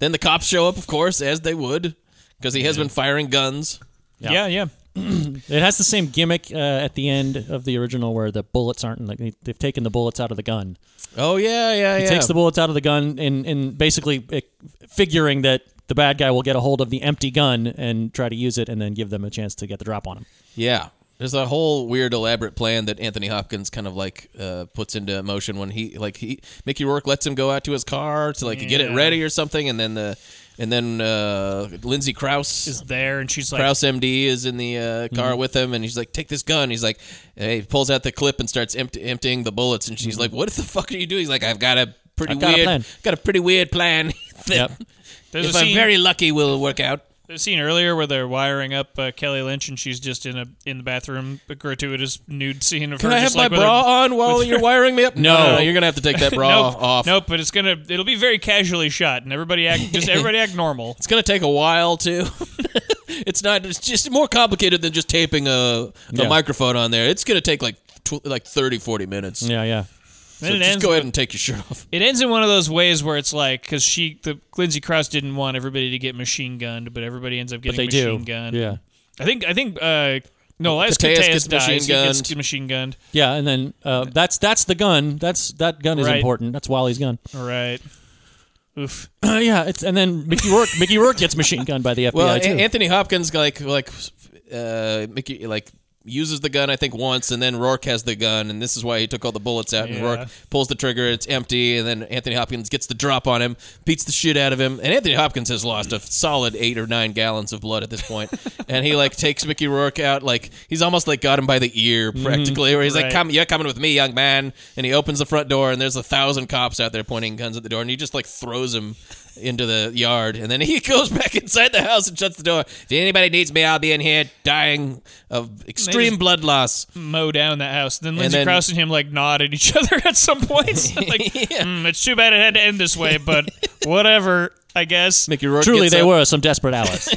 [SPEAKER 1] then the cops show up, of course, as they would, because he has been firing guns.
[SPEAKER 3] Yeah, yeah.
[SPEAKER 2] It has the same gimmick uh, at the end of the original, where the bullets aren't like they- they've taken the bullets out of the gun.
[SPEAKER 1] Oh yeah, yeah,
[SPEAKER 2] He
[SPEAKER 1] yeah.
[SPEAKER 2] takes the bullets out of the gun and and basically eh, figuring that the bad guy will get a hold of the empty gun and try to use it, and then give them a chance to get the drop on him.
[SPEAKER 1] Yeah. There's a whole weird elaborate plan that Anthony Hopkins kind of like uh, puts into motion when he like he Mickey Rourke lets him go out to his car to like get it ready or something, and then the and then uh, Lindsey Krause
[SPEAKER 3] Is there, and she's like,
[SPEAKER 1] Krause MD is in the uh, car with him, and he's like, "Take this gun." He's like, hey, he pulls out the clip and starts empt- emptying the bullets, and she's like, "What the fuck are you doing?" He's like, "I've got a pretty
[SPEAKER 2] I've got a
[SPEAKER 1] weird,
[SPEAKER 2] plan."
[SPEAKER 1] got a pretty weird plan. that
[SPEAKER 2] Yep.
[SPEAKER 3] there's
[SPEAKER 1] if
[SPEAKER 3] a
[SPEAKER 1] I'm
[SPEAKER 3] scene,
[SPEAKER 1] very lucky, will work out."
[SPEAKER 3] there's a scene earlier where they're wiring up uh, Kelly Lynch, and she's just in a in the bathroom, a gratuitous nude scene of
[SPEAKER 1] Can
[SPEAKER 3] her.
[SPEAKER 1] I have
[SPEAKER 3] just
[SPEAKER 1] my
[SPEAKER 3] like, with
[SPEAKER 1] bra
[SPEAKER 3] her-
[SPEAKER 1] on while
[SPEAKER 3] with
[SPEAKER 1] you're
[SPEAKER 3] her-
[SPEAKER 1] wiring me up? No,
[SPEAKER 2] No.
[SPEAKER 1] no, no, you're gonna have to take that bra
[SPEAKER 3] Nope,
[SPEAKER 1] off.
[SPEAKER 3] nope, but it's gonna it'll be very casually shot, and everybody act just everybody act normal.
[SPEAKER 1] It's gonna take a while too. it's not. It's just more complicated than just taping a, a
[SPEAKER 2] Yeah.
[SPEAKER 1] microphone on there. It's gonna take like tw- like 30, 40 minutes.
[SPEAKER 2] Yeah, yeah.
[SPEAKER 1] So
[SPEAKER 3] Then it
[SPEAKER 1] just
[SPEAKER 3] ends
[SPEAKER 1] go
[SPEAKER 3] with-
[SPEAKER 1] ahead and take your shirt off.
[SPEAKER 3] It ends in one of those ways where it's like because she, the Lindsay Krause didn't want everybody to get machine gunned, but everybody ends up
[SPEAKER 2] But
[SPEAKER 3] getting
[SPEAKER 2] they
[SPEAKER 3] machine
[SPEAKER 2] do.
[SPEAKER 3] gunned.
[SPEAKER 2] Yeah.
[SPEAKER 3] I think I think uh, no, Elias
[SPEAKER 1] Mateus
[SPEAKER 3] Mateus
[SPEAKER 1] gets
[SPEAKER 3] dies.
[SPEAKER 1] machine
[SPEAKER 3] He gets
[SPEAKER 1] gunned.
[SPEAKER 3] machine gunned.
[SPEAKER 2] Yeah, and then uh, that's that's the gun. That's that gun is
[SPEAKER 3] Right.
[SPEAKER 2] important. That's Wally's gun.
[SPEAKER 3] All right. Oof.
[SPEAKER 2] Uh, yeah, it's and then Mickey Rourke Mickey Rourke gets machine gunned by the FBI
[SPEAKER 1] Well, An-
[SPEAKER 2] too.
[SPEAKER 1] Anthony Hopkins like like uh, Mickey like uses the gun I think once, and then Rourke has the gun, and this is why he took all the bullets out. And
[SPEAKER 3] Yeah.
[SPEAKER 1] Rourke pulls the trigger, it's empty, and then Anthony Hopkins gets the drop on him, beats the shit out of him, and Anthony Hopkins has lost a solid eight or nine gallons of blood at this point, and he like takes Mickey Rourke out, like he's almost like got him by the ear
[SPEAKER 2] Mm-hmm.
[SPEAKER 1] practically, where he's like,
[SPEAKER 3] Right.
[SPEAKER 1] "Come, you're coming with me, young man," and he opens the front door, and there's a thousand cops out there pointing guns at the door, and he just like throws him into the yard, and then he goes back inside the house and shuts the door. If anybody needs me, I'll be in here dying of extreme blood loss.
[SPEAKER 3] Mow down that house. Then Lindsay
[SPEAKER 1] then-
[SPEAKER 3] Krause and him like nod at each other at some points. like, "Hmm, it's too bad it had to end this way, but whatever. I guess.
[SPEAKER 1] Mickey Rourke
[SPEAKER 2] Truly,
[SPEAKER 1] gets
[SPEAKER 2] they
[SPEAKER 1] up.
[SPEAKER 2] were some desperate hours.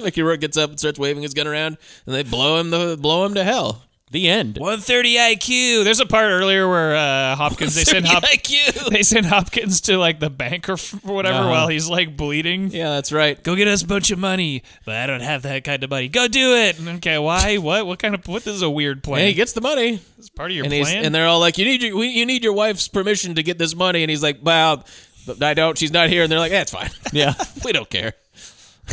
[SPEAKER 1] Mickey Rourke gets up and starts waving his gun around, and they blow him the blow him to hell.
[SPEAKER 2] the end.
[SPEAKER 3] 130 IQ. There's a part earlier where uh, Hopkins they send Hop-
[SPEAKER 1] IQ.
[SPEAKER 3] they send Hopkins to like the bank or f- whatever
[SPEAKER 2] Uh-huh.
[SPEAKER 3] while he's like bleeding.
[SPEAKER 1] Yeah, that's right.
[SPEAKER 3] Go get us a bunch of money, but I don't have that kind of money. Go do it. And, Okay, why? What? What kind of? What? This is a weird plan.
[SPEAKER 1] And he gets the money,
[SPEAKER 3] it's part of your
[SPEAKER 1] and he's,
[SPEAKER 3] plan.
[SPEAKER 1] and they're all like, "You need your, we, you need your wife's permission to get this money," and he's like, "Well, I don't. She's not here," and they're like, "That's fine.
[SPEAKER 2] Yeah,
[SPEAKER 1] we don't care."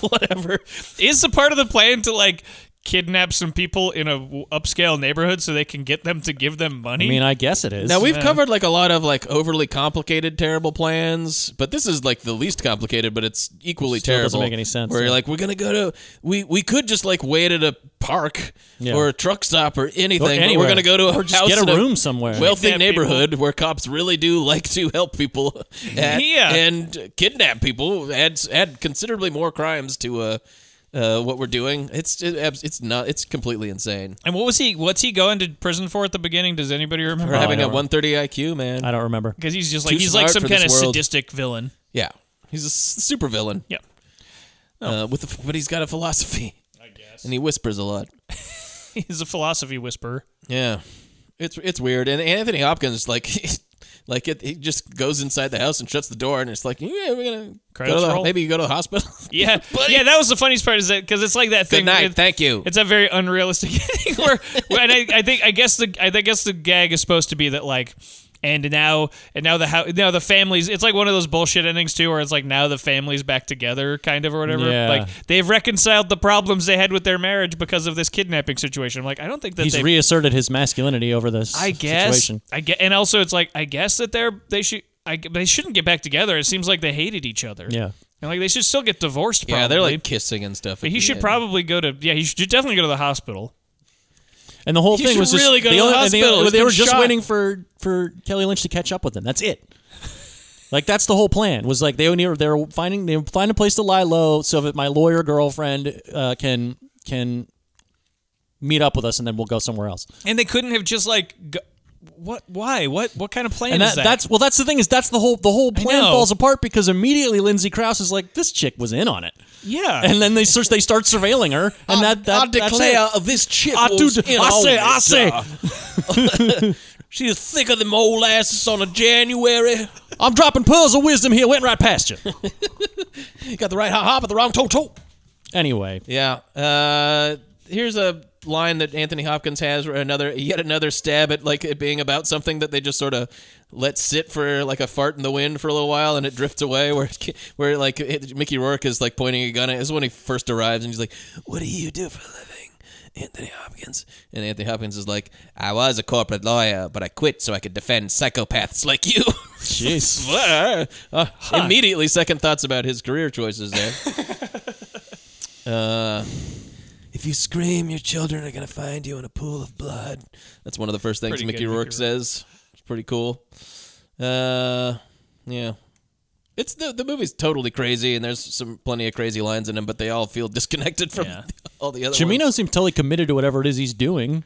[SPEAKER 3] Whatever. Is the part of the plan to like kidnap some people in a w- upscale neighborhood so they can get them to give them money?
[SPEAKER 2] I mean, I guess it is.
[SPEAKER 1] Now we've covered like a lot of like overly complicated, terrible plans, but this is like the least complicated, but it's equally
[SPEAKER 2] Still
[SPEAKER 1] terrible.
[SPEAKER 2] doesn't make any sense,
[SPEAKER 1] Where you're
[SPEAKER 2] yeah.
[SPEAKER 1] like, we're gonna go to we we could just like wait at a park
[SPEAKER 2] Yeah.
[SPEAKER 1] or a truck stop or anything. but
[SPEAKER 2] anywhere.
[SPEAKER 1] we're gonna go to a
[SPEAKER 2] Or just
[SPEAKER 1] house
[SPEAKER 2] get a
[SPEAKER 1] in
[SPEAKER 2] room somewhere.
[SPEAKER 1] wealthy
[SPEAKER 3] Kidnap
[SPEAKER 1] neighborhood where cops really do like to help people, at,
[SPEAKER 3] Yeah.
[SPEAKER 1] and kidnap people. Add add considerably more crimes to uh, uh what we're doing. It's it, it's not it's completely insane.
[SPEAKER 3] and what was he? What's he going to prison for at the beginning? Does anybody remember?
[SPEAKER 1] We're having
[SPEAKER 2] Oh, I
[SPEAKER 1] a
[SPEAKER 2] don't-
[SPEAKER 1] 130 IQ, man.
[SPEAKER 2] I don't remember.
[SPEAKER 3] Because he's just
[SPEAKER 1] Too
[SPEAKER 3] like he's like
[SPEAKER 1] smart
[SPEAKER 3] some
[SPEAKER 1] for
[SPEAKER 3] kind of
[SPEAKER 1] this world.
[SPEAKER 3] sadistic villain.
[SPEAKER 1] Yeah, he's a super villain.
[SPEAKER 3] Yeah.
[SPEAKER 1] Uh, with the, but he's got a philosophy. I guess. And he whispers a lot.
[SPEAKER 3] He's a philosophy whisperer.
[SPEAKER 1] Yeah, it's it's weird. And Anthony Hopkins, like, like it, he just goes inside the house and shuts the door, and it's like, yeah, we're gonna
[SPEAKER 3] Credits
[SPEAKER 1] go to the-
[SPEAKER 3] roll.
[SPEAKER 1] maybe you go to the hospital.
[SPEAKER 3] Yeah, yeah, that was the funniest part is that because it's like that thing.
[SPEAKER 1] Good night,
[SPEAKER 3] it-
[SPEAKER 1] thank you.
[SPEAKER 3] It's a very unrealistic thing where, where- and I, I think I guess the I think- I guess the gag is supposed to be that like. And now, and now the how now the families. It's like one of those bullshit endings too, where it's like now the family's back together, kind of or whatever.
[SPEAKER 2] Yeah.
[SPEAKER 3] Like they've reconciled the problems they had with their marriage because of this kidnapping situation. I'm like, I don't think that
[SPEAKER 2] He's
[SPEAKER 3] they.
[SPEAKER 2] reasserted his masculinity over this.
[SPEAKER 3] I guess.
[SPEAKER 2] Situation.
[SPEAKER 3] I get, and also it's like I guess that they're they should. I, they shouldn't get back together. It seems like they hated each other.
[SPEAKER 2] Yeah.
[SPEAKER 3] and like they should still get divorced. Probably.
[SPEAKER 1] yeah, they're like kissing and stuff.
[SPEAKER 3] But he should probably go to yeah. He should definitely go to the hospital.
[SPEAKER 2] And the whole
[SPEAKER 1] He
[SPEAKER 2] thing
[SPEAKER 1] should
[SPEAKER 2] was just
[SPEAKER 1] really go
[SPEAKER 2] the
[SPEAKER 1] to the
[SPEAKER 2] only, and
[SPEAKER 1] hospital.
[SPEAKER 2] only-
[SPEAKER 1] He's
[SPEAKER 2] they
[SPEAKER 1] been
[SPEAKER 2] were just
[SPEAKER 1] shot.
[SPEAKER 2] waiting for for Kelly Lynch to catch up with them. That's it. Like that's the whole plan. Was like they only they were finding they would find a place to lie low so that my lawyer girlfriend uh, can can meet up with us and then we'll go somewhere else.
[SPEAKER 3] And they couldn't have just like go, what? Why? What? What kind of plan
[SPEAKER 2] And
[SPEAKER 3] is
[SPEAKER 2] that,
[SPEAKER 3] that?
[SPEAKER 2] that's well that's the thing is that's the whole the whole plan
[SPEAKER 3] know.
[SPEAKER 2] falls apart because immediately Lindsay Krause is like this chick was in on it.
[SPEAKER 3] yeah.
[SPEAKER 2] And then they search they start surveilling her and that that that's it.
[SPEAKER 1] this chick
[SPEAKER 2] I do- I say, I say.
[SPEAKER 1] she is thicker than molasses on a January.
[SPEAKER 2] I'm dropping pearls of wisdom here went right past you.
[SPEAKER 1] You got the right hop, hop, but the wrong toe, toe.
[SPEAKER 2] anyway,
[SPEAKER 1] Yeah. Uh, here's a line that Anthony Hopkins has, or another yet another stab at like it being about something that they just sort of let sit for like a fart in the wind for a little while, and it drifts away. Where it- where like it, Mickey Rourke is like pointing a gun at. This is when he first arrives, and he's like, "What do you do for a living?" Anthony Hopkins. And Anthony Hopkins is like, I was a corporate lawyer, but I quit so I could defend psychopaths like you.
[SPEAKER 2] jeez.
[SPEAKER 1] Uh, Immediately, second thoughts about his career choices there. uh, if you scream, your children are going to find you in a pool of blood. That's one of the first things
[SPEAKER 3] Pretty
[SPEAKER 1] Mickey
[SPEAKER 3] good, Mickey
[SPEAKER 1] Rourke
[SPEAKER 3] Rourke.
[SPEAKER 1] says. It's pretty cool. Uh, yeah. It's the the movie's totally crazy, and there's some plenty of crazy lines in them, but they all feel disconnected from
[SPEAKER 3] Yeah.
[SPEAKER 1] all the other. ones.
[SPEAKER 2] Jimino seems totally committed to whatever it is he's doing.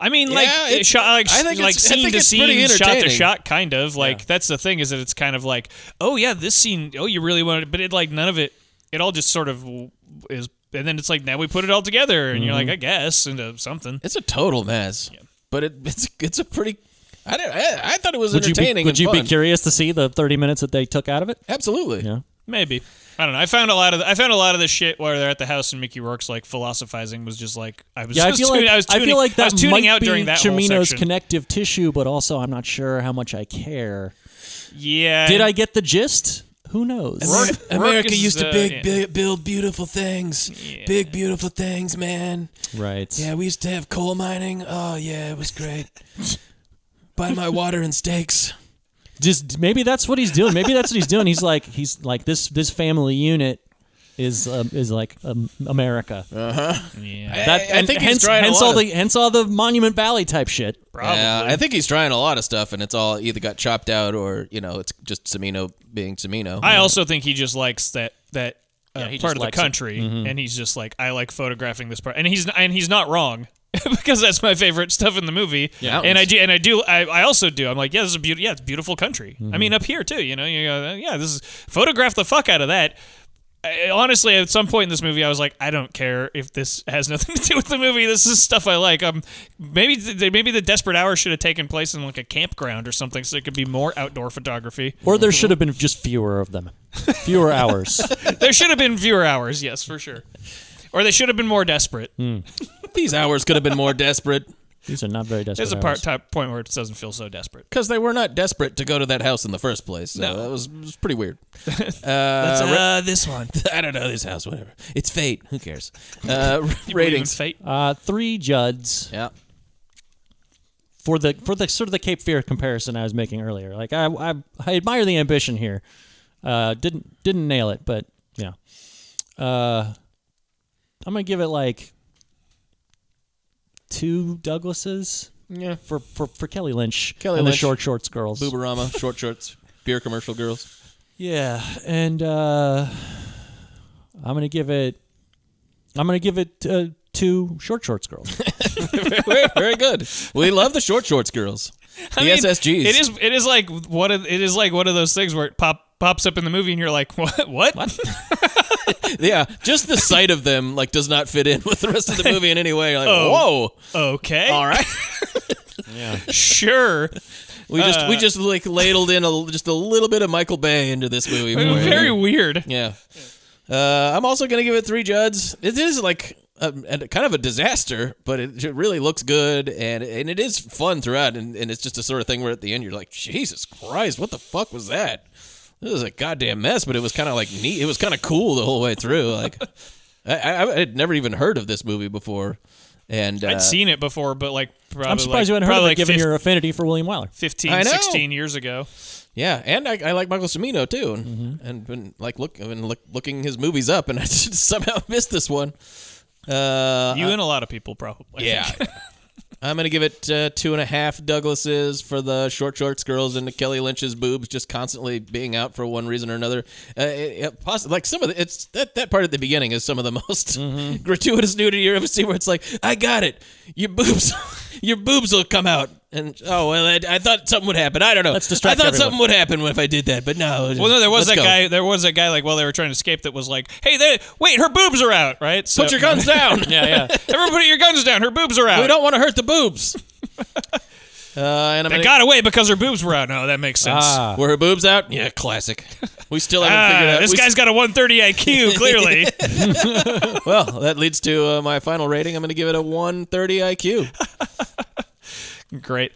[SPEAKER 3] I mean, like,
[SPEAKER 1] Yeah,
[SPEAKER 3] it
[SPEAKER 1] it's-
[SPEAKER 3] shot, like,
[SPEAKER 1] I think
[SPEAKER 3] like
[SPEAKER 1] it's- I
[SPEAKER 3] scene
[SPEAKER 1] think
[SPEAKER 3] to
[SPEAKER 1] it's pretty
[SPEAKER 3] scene, shot to
[SPEAKER 1] entertaining.
[SPEAKER 3] shot, kind of. Like, that's the thing is that it's kind of like, oh yeah, this scene. Oh, you really wanted, but it like none of it. It all just sort of w- is and then it's like now we put it all together, and you're like,
[SPEAKER 1] Mm-hmm.
[SPEAKER 3] I guess into something.
[SPEAKER 1] It's a total mess, but it, it's it's a pretty. I didn't. I, I thought it was
[SPEAKER 2] Would you
[SPEAKER 1] entertaining.
[SPEAKER 2] be, would
[SPEAKER 1] and
[SPEAKER 2] you be
[SPEAKER 1] fun.
[SPEAKER 2] curious to see the 30 minutes that they took out of it?
[SPEAKER 1] Absolutely.
[SPEAKER 2] Yeah.
[SPEAKER 3] Maybe I don't know. I found a lot of I found a lot of this shit where they're at the house and Mickey Rourke's like philosophizing was just like I was.
[SPEAKER 2] Yeah, I
[SPEAKER 3] just
[SPEAKER 2] feel
[SPEAKER 3] tuning,
[SPEAKER 2] like
[SPEAKER 3] I was tuning,
[SPEAKER 2] feel like that
[SPEAKER 3] I was tuning
[SPEAKER 2] might
[SPEAKER 3] out
[SPEAKER 2] be
[SPEAKER 3] during that whole
[SPEAKER 2] Cimino's
[SPEAKER 3] section.
[SPEAKER 2] connective tissue, but also I'm not sure how much I care.
[SPEAKER 3] yeah.
[SPEAKER 2] Did I get the gist? Who knows?
[SPEAKER 3] Rourke- Rourke
[SPEAKER 1] America
[SPEAKER 3] is,
[SPEAKER 1] used to
[SPEAKER 3] uh,
[SPEAKER 1] big,
[SPEAKER 3] yeah.
[SPEAKER 1] big, build beautiful things. Big, beautiful things, man.
[SPEAKER 2] Right.
[SPEAKER 1] Yeah, we used to have coal mining. Oh, yeah, it was great. Buy my water and steaks.
[SPEAKER 2] Just maybe that's what he's doing. Maybe that's what he's doing. He's like he's like this this family unit is um, is like um, America.
[SPEAKER 3] Uh-huh. Yeah.
[SPEAKER 2] That,
[SPEAKER 1] I
[SPEAKER 2] and
[SPEAKER 1] think he's
[SPEAKER 2] hence,
[SPEAKER 1] trying a
[SPEAKER 2] hence
[SPEAKER 1] lot
[SPEAKER 2] all
[SPEAKER 1] of-
[SPEAKER 2] the hence all the Monument Valley type shit.
[SPEAKER 3] Probably.
[SPEAKER 1] Yeah, I think he's trying a lot of stuff, and it's all either got chopped out or you know it's just Semino being Semino.
[SPEAKER 3] I also think he just likes that that uh,
[SPEAKER 2] he just
[SPEAKER 3] part of the
[SPEAKER 2] likes it. Mm-hmm.
[SPEAKER 3] country, and he's just like I like photographing this part, and he's and he's not wrong because that's my favorite stuff in the movie.
[SPEAKER 1] Yeah.
[SPEAKER 3] and I do, and I do, I, I also do. I'm like, yeah, this is a beautiful, yeah, it's a beautiful country. I
[SPEAKER 2] Mm-hmm.
[SPEAKER 3] mean, up here too, you know, you go, yeah, this is photograph the fuck out of that. I, honestly, at some point in this movie, I was like, I don't care if this has nothing to do with the movie. This is stuff I like. Um, maybe the, maybe the Desperate Hour should have taken place in like a campground or something, so it could be more outdoor photography.
[SPEAKER 2] Or there should have been just fewer of them, fewer hours.
[SPEAKER 3] there should have been viewer hours, yes, for sure. Or they should have been more desperate.
[SPEAKER 1] These hours could have been more desperate
[SPEAKER 2] These are not very desperate.
[SPEAKER 3] There's a
[SPEAKER 2] hours.
[SPEAKER 3] part type point where it doesn't feel so desperate.
[SPEAKER 1] because they were not desperate to go to that house in the first place. So that was, was pretty weird.
[SPEAKER 3] That's,
[SPEAKER 1] Uh, ra-
[SPEAKER 3] uh, this one.
[SPEAKER 1] I don't know this house. Whatever. It's fate. Who cares? Uh,
[SPEAKER 3] Believe in
[SPEAKER 1] ratings.
[SPEAKER 3] fate.
[SPEAKER 2] Uh, three Judds.
[SPEAKER 1] Yeah.
[SPEAKER 2] for the for the sort of the Cape Fear comparison I was making earlier. Like I I, I admire the ambition here. Uh, didn't didn't nail it, but yeah. Uh, I'm gonna give it like two Douglases.
[SPEAKER 1] Yeah.
[SPEAKER 2] For, for for Kelly Lynch
[SPEAKER 1] Kelly
[SPEAKER 2] and
[SPEAKER 1] Lynch.
[SPEAKER 2] the short shorts girls.
[SPEAKER 1] Boobarama, short shorts, beer commercial girls.
[SPEAKER 2] Yeah, and uh, I'm gonna give it. I'm gonna give it uh, two short shorts girls.
[SPEAKER 1] Very, very good. We love the short shorts girls. The
[SPEAKER 3] I mean,
[SPEAKER 1] SSGs.
[SPEAKER 3] It is. It is like one of. It is like one of those things where it pop pops up in the movie and you're like, what? What?
[SPEAKER 1] Yeah. Just the sight of them like does not fit in with the rest of the movie in any way. Like, whoa.
[SPEAKER 3] Okay.
[SPEAKER 1] All right.
[SPEAKER 3] Sure.
[SPEAKER 1] We just we just like ladled in a, just a little bit of Michael Bay into this movie. for you.
[SPEAKER 3] Very weird.
[SPEAKER 1] Yeah. Uh, I'm also gonna give it three Juds. It is like a, a kind of a disaster, but it j- really looks good and and it is fun throughout. And, and it's just the sort of thing where at the end you're like, Jesus Christ, what the fuck was that? This is a goddamn mess, but it was kind of like neat. It was kind of cool the whole way through. Like, I, I, I had never even heard of this movie before, and uh,
[SPEAKER 3] I'd seen it before, but like probably.
[SPEAKER 2] I'm
[SPEAKER 3] like,
[SPEAKER 2] surprised you hadn't heard of
[SPEAKER 3] probably
[SPEAKER 2] it,
[SPEAKER 3] like
[SPEAKER 2] given
[SPEAKER 3] fif-
[SPEAKER 2] your affinity for William Wyler.
[SPEAKER 3] 15,
[SPEAKER 1] I know.
[SPEAKER 3] 16 years ago.
[SPEAKER 1] Yeah, and I, I like Michael Cimino too, and
[SPEAKER 3] Mm-hmm.
[SPEAKER 1] and been like look I've been look, looking his movies up, and I just somehow missed this one. Uh,
[SPEAKER 3] You and a lot of people probably.
[SPEAKER 1] Yeah. I'm going to give it uh, two and a half Douglases for the short shorts girls and Kelly Lynch's boobs just constantly being out for one reason or another. Uh, it, it poss- like some of the, it's that, that part at the beginning is some of the most
[SPEAKER 3] Mm-hmm.
[SPEAKER 1] gratuitous nudity you ever see where it's like, I got it. Your boobs, your boobs will come out. And oh, well, I, I thought something would happen. I don't know.
[SPEAKER 2] Let's distract
[SPEAKER 1] I thought
[SPEAKER 2] everyone.
[SPEAKER 1] something would happen if I did that, but no.
[SPEAKER 3] Well, no, there was
[SPEAKER 1] Let's
[SPEAKER 3] that
[SPEAKER 1] go.
[SPEAKER 3] guy. There was that guy. Like while they were trying to escape, that was like, "Hey, they, wait, her boobs are out, right? So,
[SPEAKER 1] Put your guns down.
[SPEAKER 3] uh, yeah, yeah. Everyone, put your guns down. Her boobs are out.
[SPEAKER 1] We don't want to hurt the boobs. Uh, and I'm
[SPEAKER 3] They
[SPEAKER 1] gonna-
[SPEAKER 3] got away because her boobs were out. No, that makes sense. Ah,
[SPEAKER 1] Were her boobs out? Yeah, classic. We still haven't figured out.
[SPEAKER 3] this
[SPEAKER 1] we
[SPEAKER 3] guy's got a 130 IQ. Clearly,
[SPEAKER 1] well, that leads to uh, my final rating. I'm going to give it a 130 IQ.
[SPEAKER 3] great.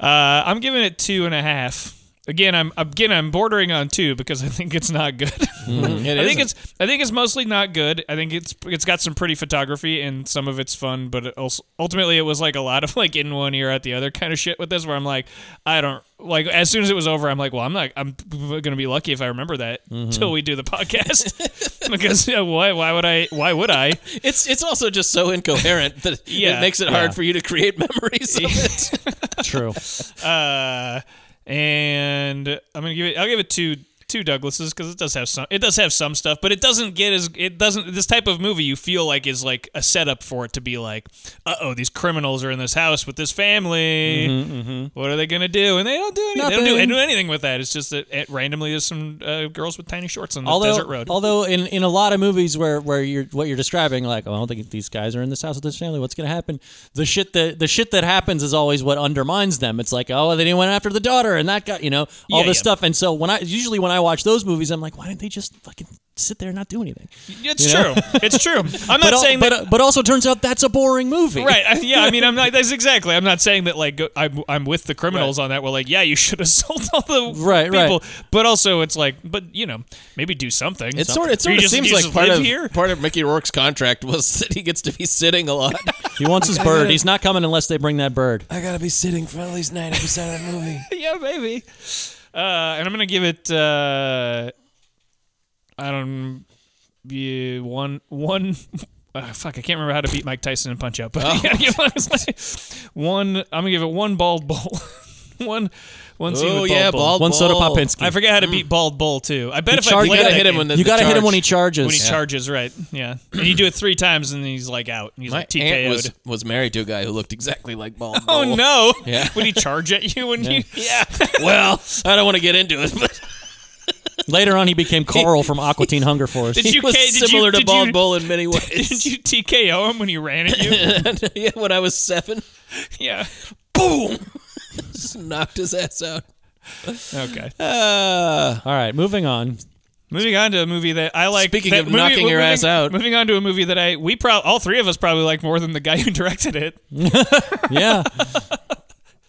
[SPEAKER 3] Uh, I'm giving it two and a half. Again, I'm again I'm bordering on two because I think it's not good.
[SPEAKER 1] Mm-hmm.
[SPEAKER 3] I think it's I think it's mostly not good. I think it's it's got some pretty photography and some of it's fun, but it also, ultimately it was like a lot of like in one ear out the other kind of shit with this. Where I'm like, I don't like. As soon as it was over, I'm like, well, I'm not. I'm gonna be lucky if I remember that until we do the podcast because yeah, why why would I why would I?
[SPEAKER 1] it's it's also just so incoherent that
[SPEAKER 3] Yeah.
[SPEAKER 1] it makes it hard for you to create memories of it.
[SPEAKER 2] True.
[SPEAKER 3] Uh, and I'm gonna give it. I'll give it two two Douglases because it does have some. It does have some stuff, but it doesn't get as it doesn't. This type of movie you feel like is like a setup for it to be like, uh oh, these criminals are in this house with this family. What are they gonna do? And they don't do anything. They don't do, they
[SPEAKER 2] Mm-hmm,
[SPEAKER 3] don't
[SPEAKER 2] Nothing.
[SPEAKER 3] do anything with that. It's just that it, randomly there's some uh, girls with tiny shorts on the
[SPEAKER 2] although,
[SPEAKER 3] desert road.
[SPEAKER 2] although in, in a lot of movies where, where you're what you're describing, like, oh, I don't think these guys are in this house with this family. What's gonna happen? The shit that the shit that happens is always what undermines them. It's like, oh, they didn't went after the daughter, and that guy, you know, all
[SPEAKER 3] Yeah,
[SPEAKER 2] this
[SPEAKER 3] yeah.
[SPEAKER 2] stuff. And so when I usually when I watch those movies, I'm like, why didn't they just fucking sit there and not do anything?
[SPEAKER 3] it's
[SPEAKER 2] you know?
[SPEAKER 3] true. it's true. I'm not
[SPEAKER 2] but, al-
[SPEAKER 3] saying
[SPEAKER 2] but,
[SPEAKER 3] that.
[SPEAKER 2] uh, but also turns out that's a boring movie.
[SPEAKER 3] Right. I- Yeah. I mean, I'm not. That's exactly. I'm not saying that. Like, go- I'm. I'm with the criminals on that. We're like, yeah, you should assault all the
[SPEAKER 2] Right, right.
[SPEAKER 3] people. But also, it's like, but you know, maybe do something.
[SPEAKER 1] It sort of, it
[SPEAKER 3] Or
[SPEAKER 1] sort
[SPEAKER 3] you
[SPEAKER 1] of
[SPEAKER 3] just-
[SPEAKER 1] seems
[SPEAKER 3] you
[SPEAKER 1] like
[SPEAKER 3] just
[SPEAKER 1] part
[SPEAKER 3] live
[SPEAKER 1] of
[SPEAKER 3] here.
[SPEAKER 1] part of Mickey Rourke's contract was that he gets to be sitting a lot.
[SPEAKER 2] He wants his bird. He's not coming unless they bring that bird.
[SPEAKER 1] I gotta be sitting for at least ninety percent of that movie.
[SPEAKER 3] yeah, maybe. Uh, and I'm gonna give it. Uh, I don't. Yeah, one one. Uh, fuck, I can't remember how to beat Mike Tyson and punch out. But
[SPEAKER 1] Oh.
[SPEAKER 3] yeah, yeah, I was like, one. I'm gonna give it one bald bull. one. One scene
[SPEAKER 1] Oh
[SPEAKER 3] with
[SPEAKER 1] yeah,
[SPEAKER 3] bull.
[SPEAKER 1] bald
[SPEAKER 2] One soda
[SPEAKER 1] Bull.
[SPEAKER 2] Popinski.
[SPEAKER 3] oh, I forget how to
[SPEAKER 1] Mm.
[SPEAKER 3] beat Bald Bull too. I bet if I
[SPEAKER 2] charge-
[SPEAKER 3] play
[SPEAKER 2] you gotta
[SPEAKER 3] that
[SPEAKER 1] hit him
[SPEAKER 3] game-
[SPEAKER 1] when the-
[SPEAKER 2] you got to hit him when he
[SPEAKER 1] charge.
[SPEAKER 2] charges.
[SPEAKER 3] when he charges, right? Yeah, and you do it three times, and then he's like out, and he's
[SPEAKER 1] My
[SPEAKER 3] like TKO'd.
[SPEAKER 1] aunt was was married to a guy who looked exactly like Bald
[SPEAKER 3] oh
[SPEAKER 1] Bull.
[SPEAKER 3] no!
[SPEAKER 1] Yeah.
[SPEAKER 3] Would he charge at you when you? Yeah.
[SPEAKER 1] Well, I don't want to get into it, but
[SPEAKER 2] Later on, he became Carl from Aqua Teen Hunger Force.
[SPEAKER 3] Did
[SPEAKER 1] he
[SPEAKER 3] you
[SPEAKER 1] was
[SPEAKER 3] K- did you-
[SPEAKER 1] similar to
[SPEAKER 3] did
[SPEAKER 1] Bald
[SPEAKER 3] you-
[SPEAKER 1] Bull in many
[SPEAKER 3] Did
[SPEAKER 1] ways.
[SPEAKER 3] you TKO him when he ran at you?
[SPEAKER 1] yeah, when I was seven,
[SPEAKER 3] yeah.
[SPEAKER 1] boom, just knocked his ass out.
[SPEAKER 3] Okay.
[SPEAKER 1] Uh,
[SPEAKER 2] All right, moving on.
[SPEAKER 3] Moving on to a movie that I like.
[SPEAKER 1] Speaking
[SPEAKER 3] that
[SPEAKER 1] of knocking your
[SPEAKER 3] moving,
[SPEAKER 1] ass out.
[SPEAKER 3] Moving on to a movie that I we pro- all three of us probably like more than the guy who directed it.
[SPEAKER 2] Yeah.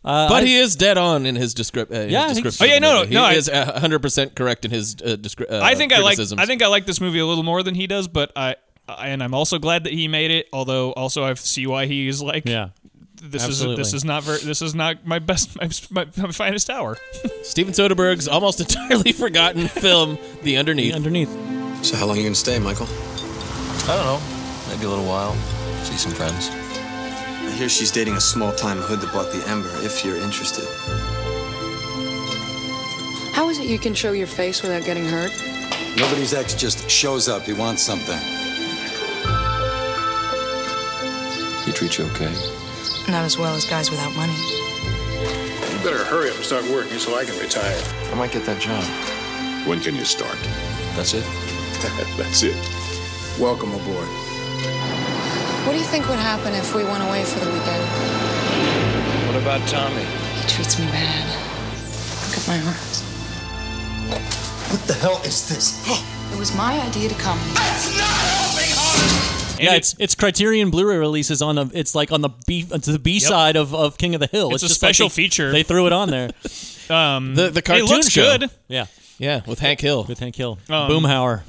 [SPEAKER 1] but he is dead on in his, descrip- uh, in his
[SPEAKER 2] Yeah, I think
[SPEAKER 1] description.
[SPEAKER 2] so.
[SPEAKER 1] of
[SPEAKER 3] Oh, yeah,
[SPEAKER 1] the
[SPEAKER 3] no, no,
[SPEAKER 1] movie.
[SPEAKER 3] no,
[SPEAKER 1] He
[SPEAKER 3] I-
[SPEAKER 1] is is hundred percent correct in his uh, descri- uh,
[SPEAKER 3] I think I like.
[SPEAKER 1] criticisms.
[SPEAKER 3] I think I like this movie a little more than he does, but I. And I'm also glad that he made it. Although, also I see why he's like,
[SPEAKER 2] Yeah.
[SPEAKER 3] this
[SPEAKER 2] absolutely.
[SPEAKER 3] is this is not ver- this is not my best my, my, my finest hour.
[SPEAKER 1] Steven Soderbergh's almost entirely forgotten film, The Underneath.
[SPEAKER 2] Underneath.
[SPEAKER 10] So how long you gonna stay, Michael? I don't know. Maybe a little while. See some friends. I hear she's dating a small-time hood that bought the Ember. If you're interested.
[SPEAKER 9] How is it you can show your face without getting hurt?
[SPEAKER 10] Nobody's ex just shows up. He wants something. He treats you okay.
[SPEAKER 9] Not as well as guys without money.
[SPEAKER 11] You better hurry up and start working so I can retire.
[SPEAKER 10] I might get that job.
[SPEAKER 11] When can you start?
[SPEAKER 10] That's it.
[SPEAKER 11] That's it. Welcome aboard.
[SPEAKER 9] What do you think would happen if we went away for the weekend?
[SPEAKER 10] What about Tommy?
[SPEAKER 9] He treats me bad. Look at my arms.
[SPEAKER 10] What the hell is this?
[SPEAKER 9] It was my idea to come.
[SPEAKER 2] Yeah, it's it's Criterion Blu-ray releases on a it's like on the B it's the B side of, of King of the Hill.
[SPEAKER 3] It's a
[SPEAKER 2] just like
[SPEAKER 3] special
[SPEAKER 2] they-
[SPEAKER 3] feature.
[SPEAKER 2] They threw it on there.
[SPEAKER 3] Um,
[SPEAKER 1] The- the cartoon
[SPEAKER 3] it looks
[SPEAKER 1] show.
[SPEAKER 3] good.
[SPEAKER 2] Yeah,
[SPEAKER 1] Yeah, with Hank Hill.
[SPEAKER 2] with Hank Hill,
[SPEAKER 3] Um,
[SPEAKER 2] Boomhauer.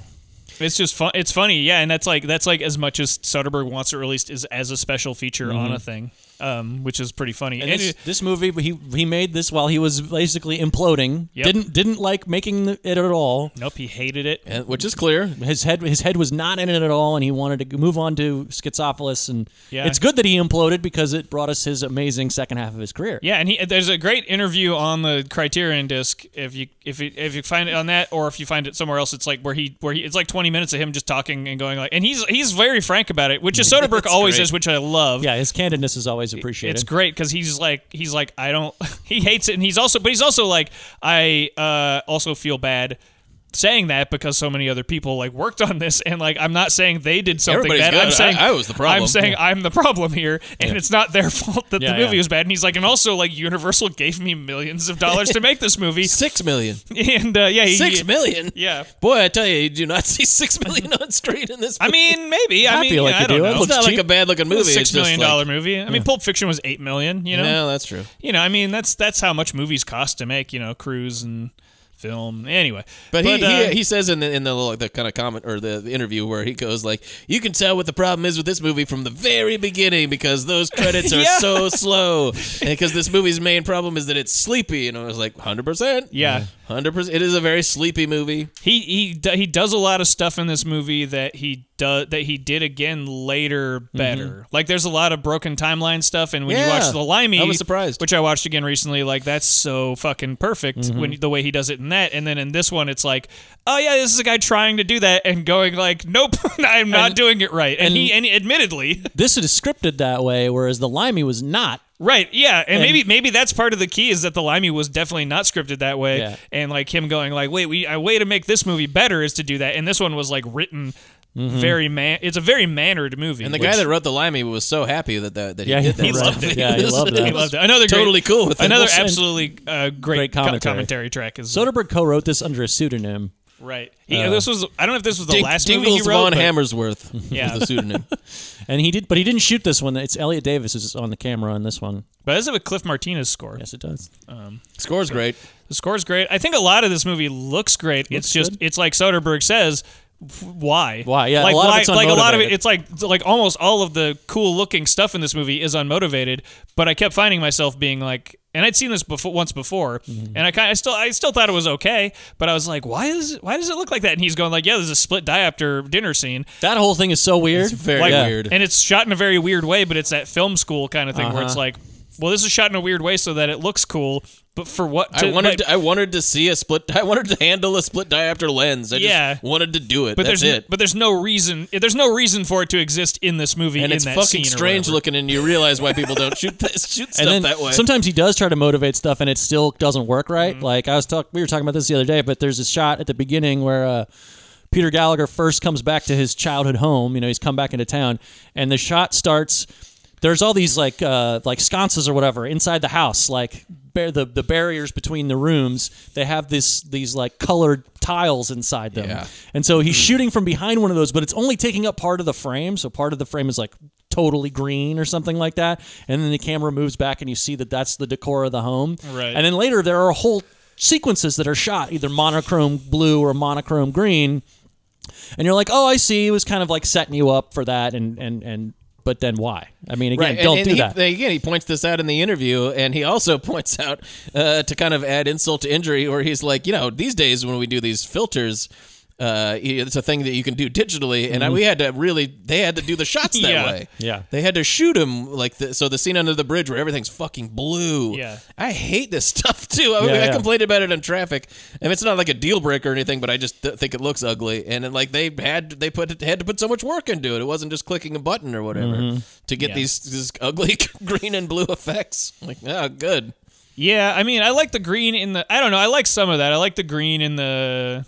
[SPEAKER 3] It's just fun. It's funny, yeah. And that's like that's like as much as Soderbergh wants it released is as a special feature on a thing, um, which is pretty funny.
[SPEAKER 2] And
[SPEAKER 3] And
[SPEAKER 2] this,
[SPEAKER 3] it-
[SPEAKER 2] this movie he he made this while he was basically imploding.
[SPEAKER 3] Yep.
[SPEAKER 2] Didn't didn't like making it at all.
[SPEAKER 3] nope, he hated it.
[SPEAKER 1] Yeah, which is clear.
[SPEAKER 2] His head his head was not in it at all, and he wanted to move on to Schizophilus. And
[SPEAKER 3] Yeah.
[SPEAKER 2] it's good that he imploded because it brought us his amazing second half of his career.
[SPEAKER 3] Yeah, and he, there's a great interview on the Criterion disc if you if you, if you find it on that or if you find it somewhere else. It's like where he where he it's like 20 minutes of him just talking and going like, and he's he's very frank about it, which is Soderbergh always
[SPEAKER 1] great.
[SPEAKER 3] is, which I love.
[SPEAKER 2] Yeah, his candidness is always appreciated.
[SPEAKER 3] It's great because he's like he's like I don't he hates it and he's also but he's also like I uh, also feel bad saying that because so many other people like worked on this and like I'm not saying they did something
[SPEAKER 1] Everybody's
[SPEAKER 3] bad.
[SPEAKER 1] good.
[SPEAKER 3] I'm saying
[SPEAKER 1] I- I was the problem.
[SPEAKER 3] I'm saying I'm the problem here and it's not their fault that
[SPEAKER 2] Yeah,
[SPEAKER 3] the movie
[SPEAKER 2] yeah.
[SPEAKER 3] was bad. And he's like and also like Universal gave me millions of dollars to make this movie
[SPEAKER 1] Six million.
[SPEAKER 3] and uh, yeah he,
[SPEAKER 1] Six million.
[SPEAKER 3] yeah.
[SPEAKER 1] Boy, I tell you, you do not see six million on screen in this.
[SPEAKER 3] I mean, maybe. I,
[SPEAKER 2] I
[SPEAKER 3] mean,
[SPEAKER 2] feel like
[SPEAKER 3] yeah,
[SPEAKER 2] you
[SPEAKER 3] I don't
[SPEAKER 2] do. It
[SPEAKER 3] know.
[SPEAKER 1] it's
[SPEAKER 2] looks
[SPEAKER 1] not like
[SPEAKER 2] cheap.
[SPEAKER 1] a bad looking movie.
[SPEAKER 3] It's a six
[SPEAKER 1] it's just
[SPEAKER 3] million
[SPEAKER 1] like-
[SPEAKER 3] dollar movie. I mean, Pulp Fiction was eight million. You know,
[SPEAKER 1] No, that's true.
[SPEAKER 3] you know, I mean, that's that's how much movies cost to make. You know, cruise and film. Anyway,
[SPEAKER 1] But, he,
[SPEAKER 3] uh,
[SPEAKER 1] he he says in the in the little- the kind of comment or the, the interview where he goes like, you can tell what the problem is with this movie from the very beginning because those credits are
[SPEAKER 3] Yeah.
[SPEAKER 1] so slow, and because this movie's main problem is that it's sleepy. And I was like, hundred percent.
[SPEAKER 3] Yeah.
[SPEAKER 1] Hundred percent. It is a very sleepy movie.
[SPEAKER 3] He he do- he does a lot of stuff in this movie that he does that he did again later better. Like there's a lot of broken timeline stuff, and when you
[SPEAKER 1] Mm-hmm. Yeah.
[SPEAKER 3] watch the Limey,
[SPEAKER 1] I was surprised. Mm-hmm.
[SPEAKER 3] which I watched again recently. Like that's so fucking perfect when the way he does it in that, and then in this one, it's like, oh yeah, this is a guy trying to do that and going like, nope, I'm not doing it right, and,
[SPEAKER 2] and-
[SPEAKER 3] he and he- admittedly.
[SPEAKER 2] This is scripted that way, whereas the Limey was not.
[SPEAKER 3] Right, yeah, and,
[SPEAKER 2] And-
[SPEAKER 3] maybe maybe that's part of the key is that the Limey was definitely not scripted that way,
[SPEAKER 2] Yeah.
[SPEAKER 3] and like him going like, wait, we a way to make this movie better is to do that, and this one was like written very man. It's a very mannered movie,
[SPEAKER 1] Mm-hmm. And the
[SPEAKER 3] which-
[SPEAKER 1] guy that wrote the Limey was so happy that that, that he
[SPEAKER 2] Yeah,
[SPEAKER 1] did that.
[SPEAKER 2] he loved
[SPEAKER 1] stuff.
[SPEAKER 2] it. Yeah, he loved that.
[SPEAKER 3] he loved it. Another great-
[SPEAKER 1] totally cool with it.
[SPEAKER 3] another
[SPEAKER 1] We'll send-
[SPEAKER 3] absolutely uh, great,
[SPEAKER 2] Great
[SPEAKER 3] co-
[SPEAKER 2] commentary.
[SPEAKER 3] commentary track is
[SPEAKER 2] Soderbergh co-wrote this under a pseudonym.
[SPEAKER 3] right. He,
[SPEAKER 2] Uh,
[SPEAKER 3] this was I don't know if this was the
[SPEAKER 1] Ding-
[SPEAKER 3] last
[SPEAKER 1] Dingles
[SPEAKER 3] movie he wrote.
[SPEAKER 1] von
[SPEAKER 3] but-
[SPEAKER 1] Hammersworth
[SPEAKER 3] Yeah.
[SPEAKER 1] was the pseudonym.
[SPEAKER 2] And he did, but he didn't shoot this one. It's Elliot Davis is on the camera on this one.
[SPEAKER 3] But it does have a Cliff Martinez score.
[SPEAKER 2] Yes, it does.
[SPEAKER 3] Um,
[SPEAKER 1] Score's great.
[SPEAKER 3] the score's great. I think a lot of this movie looks great. it's just it's like Soderbergh says, f- why?
[SPEAKER 2] Why? Yeah, a
[SPEAKER 3] like
[SPEAKER 2] lot of
[SPEAKER 3] why-
[SPEAKER 2] it's
[SPEAKER 3] like a lot of it.
[SPEAKER 2] unmotivated.
[SPEAKER 3] It's like like almost all of the cool looking stuff in this movie is unmotivated. But I kept finding myself being like. And I'd seen this before once before,
[SPEAKER 2] Mm-hmm.
[SPEAKER 3] and I kind I still I still thought it was okay, but I was like, why is why does it look like that? And he's going like, yeah, there's a split diopter dinner scene,
[SPEAKER 2] That whole thing is so weird.
[SPEAKER 1] Very
[SPEAKER 3] like,
[SPEAKER 1] weird.
[SPEAKER 3] And it's shot in a very weird way, but it's that film school kind of thing where it's
[SPEAKER 2] Uh-huh.
[SPEAKER 3] like, well, this is shot in a weird way so that it looks cool, but for what?
[SPEAKER 1] I wanted
[SPEAKER 3] like-
[SPEAKER 1] to, I wanted to see a split. I wanted to handle a split diopter lens. I
[SPEAKER 3] Yeah.
[SPEAKER 1] just wanted to do it.
[SPEAKER 3] but
[SPEAKER 1] That's
[SPEAKER 3] there's
[SPEAKER 1] it.
[SPEAKER 3] but there's no reason there's no reason for it to exist in this movie
[SPEAKER 1] and
[SPEAKER 3] in
[SPEAKER 1] it's
[SPEAKER 3] that
[SPEAKER 1] fucking
[SPEAKER 3] scene or
[SPEAKER 1] strange
[SPEAKER 3] whatever.
[SPEAKER 1] looking, and you realize why people don't shoot this, shoot stuff
[SPEAKER 2] and then
[SPEAKER 1] that way.
[SPEAKER 2] sometimes he does try to motivate stuff, and it still doesn't work right. Like I was talk, we were talking about this the other day, but there's a shot at the beginning where uh, Peter Gallagher first comes back to his childhood home. You know, he's come back into town, and the shot starts. There's all these like uh, like sconces or whatever inside the house, like bar- the the barriers between the rooms. They have this these like colored tiles inside them,
[SPEAKER 1] Yeah.
[SPEAKER 2] and so he's shooting from behind one of those, but it's only taking up part of the frame. So part of the frame is like totally green or something like that. And then the camera moves back and you see that that's the decor of the home.
[SPEAKER 3] Right.
[SPEAKER 2] And then later there are whole sequences that are shot either monochrome blue or monochrome green. And you're like, oh, I see. It was kind of like setting you up for that. And, and, and, but then why? I mean, again,
[SPEAKER 1] and-
[SPEAKER 2] don't
[SPEAKER 1] and
[SPEAKER 2] do
[SPEAKER 1] he,
[SPEAKER 2] that.
[SPEAKER 1] Again, he points this out in the interview, and he also points out uh, to kind of add insult to injury, where he's like, you know, these days when we do these filters. Uh, it's a thing that you can do digitally, and I, we had to really. They had to do the shots that
[SPEAKER 3] Mm-hmm. Yeah.
[SPEAKER 1] way.
[SPEAKER 2] Yeah.
[SPEAKER 1] they had to shoot him like the, so. The scene under the bridge where everything's fucking blue.
[SPEAKER 3] Yeah.
[SPEAKER 1] I hate this stuff too. I, mean,
[SPEAKER 2] Yeah,
[SPEAKER 1] I
[SPEAKER 2] yeah.
[SPEAKER 1] complained about it in traffic, and it's not like a deal breaker or anything, but I just th- think it looks ugly. And then, like they had they put had to put so much work into it. It wasn't just clicking a button or whatever to get
[SPEAKER 3] Yeah.
[SPEAKER 1] these, these ugly green and blue effects. Like, oh, good.
[SPEAKER 3] yeah i mean i like the green in the i don't know i like some of that i like the green in the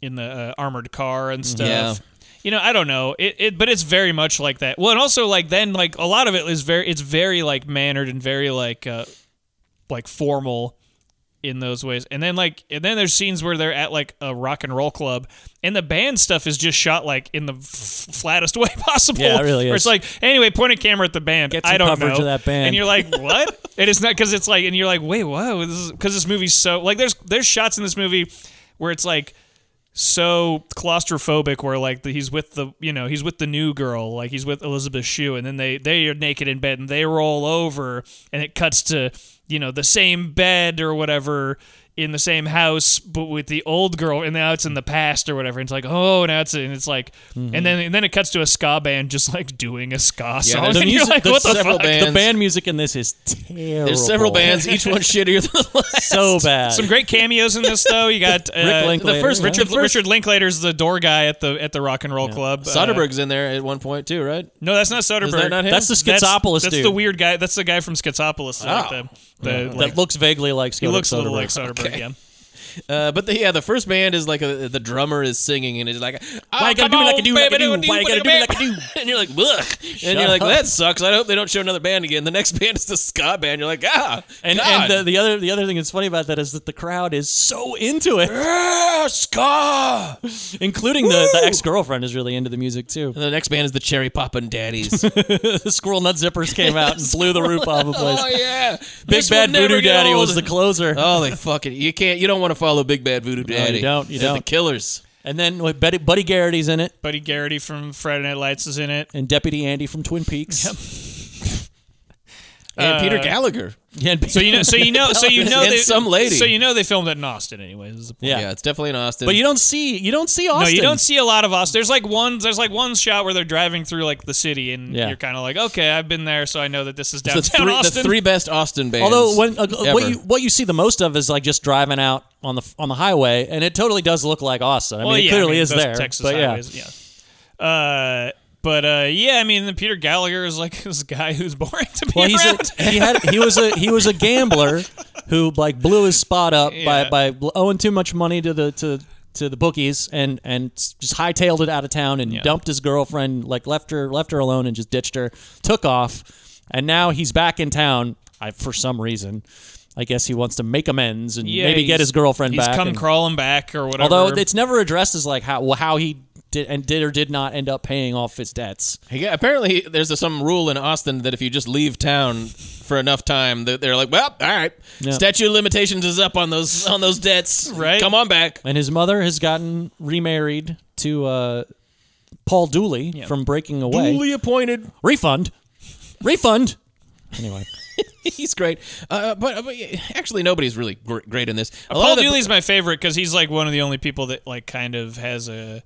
[SPEAKER 3] in the uh, armored car and
[SPEAKER 2] Mm-hmm.
[SPEAKER 3] stuff
[SPEAKER 1] Yeah.
[SPEAKER 3] you know i don't know it, it but it's very much like that well and also like then like a lot of it is very it's very like mannered and very like uh like formal in those ways. And then like and then there's scenes where they're at like a rock and roll club and the band stuff is just shot like in the f- flattest way possible.
[SPEAKER 2] Yeah, it really
[SPEAKER 3] Where
[SPEAKER 2] is.
[SPEAKER 3] it's like anyway, point a camera at the band.
[SPEAKER 2] Get
[SPEAKER 3] I
[SPEAKER 2] some
[SPEAKER 3] don't
[SPEAKER 2] coverage
[SPEAKER 3] know.
[SPEAKER 2] of that band.
[SPEAKER 3] And you're like, "What?" and it's not cuz it's like and you're like, "Wait, whoa, this is cuz this movie's so like there's there's shots in this movie where it's like so claustrophobic where like the, he's with the you know he's with the new girl like he's with elizabeth shue and then they they are naked in bed and they roll over and it cuts to you know the same bed or whatever in the same house but with the old girl and now it's in the past or whatever and it's like oh now it's and it's like and then and then it cuts to a ska band just like doing a ska song
[SPEAKER 1] there's
[SPEAKER 3] and you're
[SPEAKER 1] music-
[SPEAKER 3] like
[SPEAKER 1] there's
[SPEAKER 3] what the
[SPEAKER 1] several
[SPEAKER 3] fuck
[SPEAKER 1] bands.
[SPEAKER 2] the band music in this is terrible.
[SPEAKER 1] There's several bands, each one shittier than the last.
[SPEAKER 2] so bad.
[SPEAKER 3] some great cameos in this though you got uh,
[SPEAKER 2] Rick Linklater.
[SPEAKER 3] the first
[SPEAKER 2] Yeah.
[SPEAKER 3] richard
[SPEAKER 2] The first-
[SPEAKER 3] richard linklater's the door guy at the at the rock and roll club Uh,
[SPEAKER 1] Soderbergh's in there at one point too, right?
[SPEAKER 3] No, that's not Soderbergh.
[SPEAKER 1] Is that not him?
[SPEAKER 2] That's the
[SPEAKER 3] That's,
[SPEAKER 2] Schizopolis
[SPEAKER 3] that's
[SPEAKER 2] dude.
[SPEAKER 3] the weird guy. That's the guy from Schizopolis. I like the, the,
[SPEAKER 2] that
[SPEAKER 3] like,
[SPEAKER 2] looks vaguely like
[SPEAKER 3] he looks a little
[SPEAKER 2] Soderbergh.
[SPEAKER 3] like Soderbergh. Yeah.
[SPEAKER 1] Uh, but the, yeah, the first band is like a, the drummer is singing and it's like, oh,
[SPEAKER 2] Why you gotta do
[SPEAKER 1] come
[SPEAKER 2] me like I
[SPEAKER 1] on,
[SPEAKER 2] do, like I
[SPEAKER 1] baby,
[SPEAKER 2] do?
[SPEAKER 1] do
[SPEAKER 2] Why you gotta do me like I
[SPEAKER 1] do? And you're like, ugh. And you're
[SPEAKER 2] Shut
[SPEAKER 1] like,
[SPEAKER 2] up.
[SPEAKER 1] that sucks. I hope they don't show another band again. The next band is the ska band. You're like, ah,
[SPEAKER 2] And,
[SPEAKER 1] God.
[SPEAKER 2] and the, the other the other thing that's funny about that is that the crowd is so into it.
[SPEAKER 1] Ah, ska.
[SPEAKER 2] including the, the ex girlfriend is really into the music too.
[SPEAKER 1] And the next band is the Cherry Poppin' Daddies.
[SPEAKER 2] the squirrel nut zippers came out and blew the roof off the place.
[SPEAKER 1] oh yeah,
[SPEAKER 2] Big
[SPEAKER 1] This will
[SPEAKER 2] Bad
[SPEAKER 1] never
[SPEAKER 2] Voodoo
[SPEAKER 1] get
[SPEAKER 2] Daddy was
[SPEAKER 1] old.
[SPEAKER 2] the closer.
[SPEAKER 1] Oh, they fucking you can't. You don't want to follow Big Bad Voodoo
[SPEAKER 2] you
[SPEAKER 1] Daddy.
[SPEAKER 2] don't, you
[SPEAKER 1] They're The
[SPEAKER 2] don't.
[SPEAKER 1] Killers.
[SPEAKER 2] And then with Betty, Buddy Garrity's in it,
[SPEAKER 3] Buddy Garrity from Friday Night Lights is in it.
[SPEAKER 2] and Deputy Andy from Twin Peaks.
[SPEAKER 1] And Peter Gallagher.
[SPEAKER 3] so you know, so you know, so you know,
[SPEAKER 1] And
[SPEAKER 3] they,
[SPEAKER 1] some lady.
[SPEAKER 3] So you know they filmed it in Austin, anyways. is the point.
[SPEAKER 1] yeah. it's definitely in Austin.
[SPEAKER 3] But you
[SPEAKER 2] don't see you don't see
[SPEAKER 3] No,
[SPEAKER 1] Austin.
[SPEAKER 3] you don't see a lot of Austin. There's like one, there's like one shot where they're driving through like the city, and
[SPEAKER 1] Yeah.
[SPEAKER 3] you're kind of like, okay, I've been there, so I know that this is
[SPEAKER 1] It's the
[SPEAKER 3] downtown
[SPEAKER 1] three, the
[SPEAKER 3] Austin.
[SPEAKER 1] three best Austin bands.
[SPEAKER 2] Although when uh,
[SPEAKER 1] ever.
[SPEAKER 2] what you what you see the most of is like just driving out on the on the highway, and it totally does look like Austin. I mean,
[SPEAKER 3] Well,
[SPEAKER 2] it
[SPEAKER 3] yeah,
[SPEAKER 2] clearly
[SPEAKER 3] mean,
[SPEAKER 2] is
[SPEAKER 3] those
[SPEAKER 2] there.
[SPEAKER 3] Texas
[SPEAKER 2] but yeah,
[SPEAKER 3] highways, yeah. Uh, but uh, yeah, I mean, the Peter Gallagher is like this guy who's boring to be
[SPEAKER 2] Well, he's
[SPEAKER 3] around.
[SPEAKER 2] a, he had he was a he was a gambler who like blew his spot up
[SPEAKER 3] Yeah.
[SPEAKER 2] by by owing too much money to the to to the bookies and and just hightailed it out of town and dumped his girlfriend like left her left her alone and just ditched her took off and now he's back in town I, for some reason I guess he wants to make amends and
[SPEAKER 3] Yeah,
[SPEAKER 2] maybe get
[SPEAKER 3] he's-
[SPEAKER 2] his girlfriend
[SPEAKER 3] he's
[SPEAKER 2] back
[SPEAKER 3] come
[SPEAKER 2] and-
[SPEAKER 3] crawling back or whatever.
[SPEAKER 2] although it's never addressed as like how well, how he did and did or did not end up paying off his debts
[SPEAKER 1] He- apparently, there's a, some rule in Austin that if you just leave town for enough time, that they're like, well, all right,
[SPEAKER 2] Yeah.
[SPEAKER 1] statute of limitations is up on those on those debts.
[SPEAKER 3] Right.
[SPEAKER 1] Come on back.
[SPEAKER 2] And his mother has gotten remarried to uh, Paul Dooley from Breaking Away.
[SPEAKER 1] Duly appointed.
[SPEAKER 2] Refund. Refund. Anyway.
[SPEAKER 1] He's great. Uh, but, but actually, nobody's really gr- great in this. A lot
[SPEAKER 3] Paul
[SPEAKER 1] of the-
[SPEAKER 3] Dooley's my favorite because he's like one of the only people that like kind of has a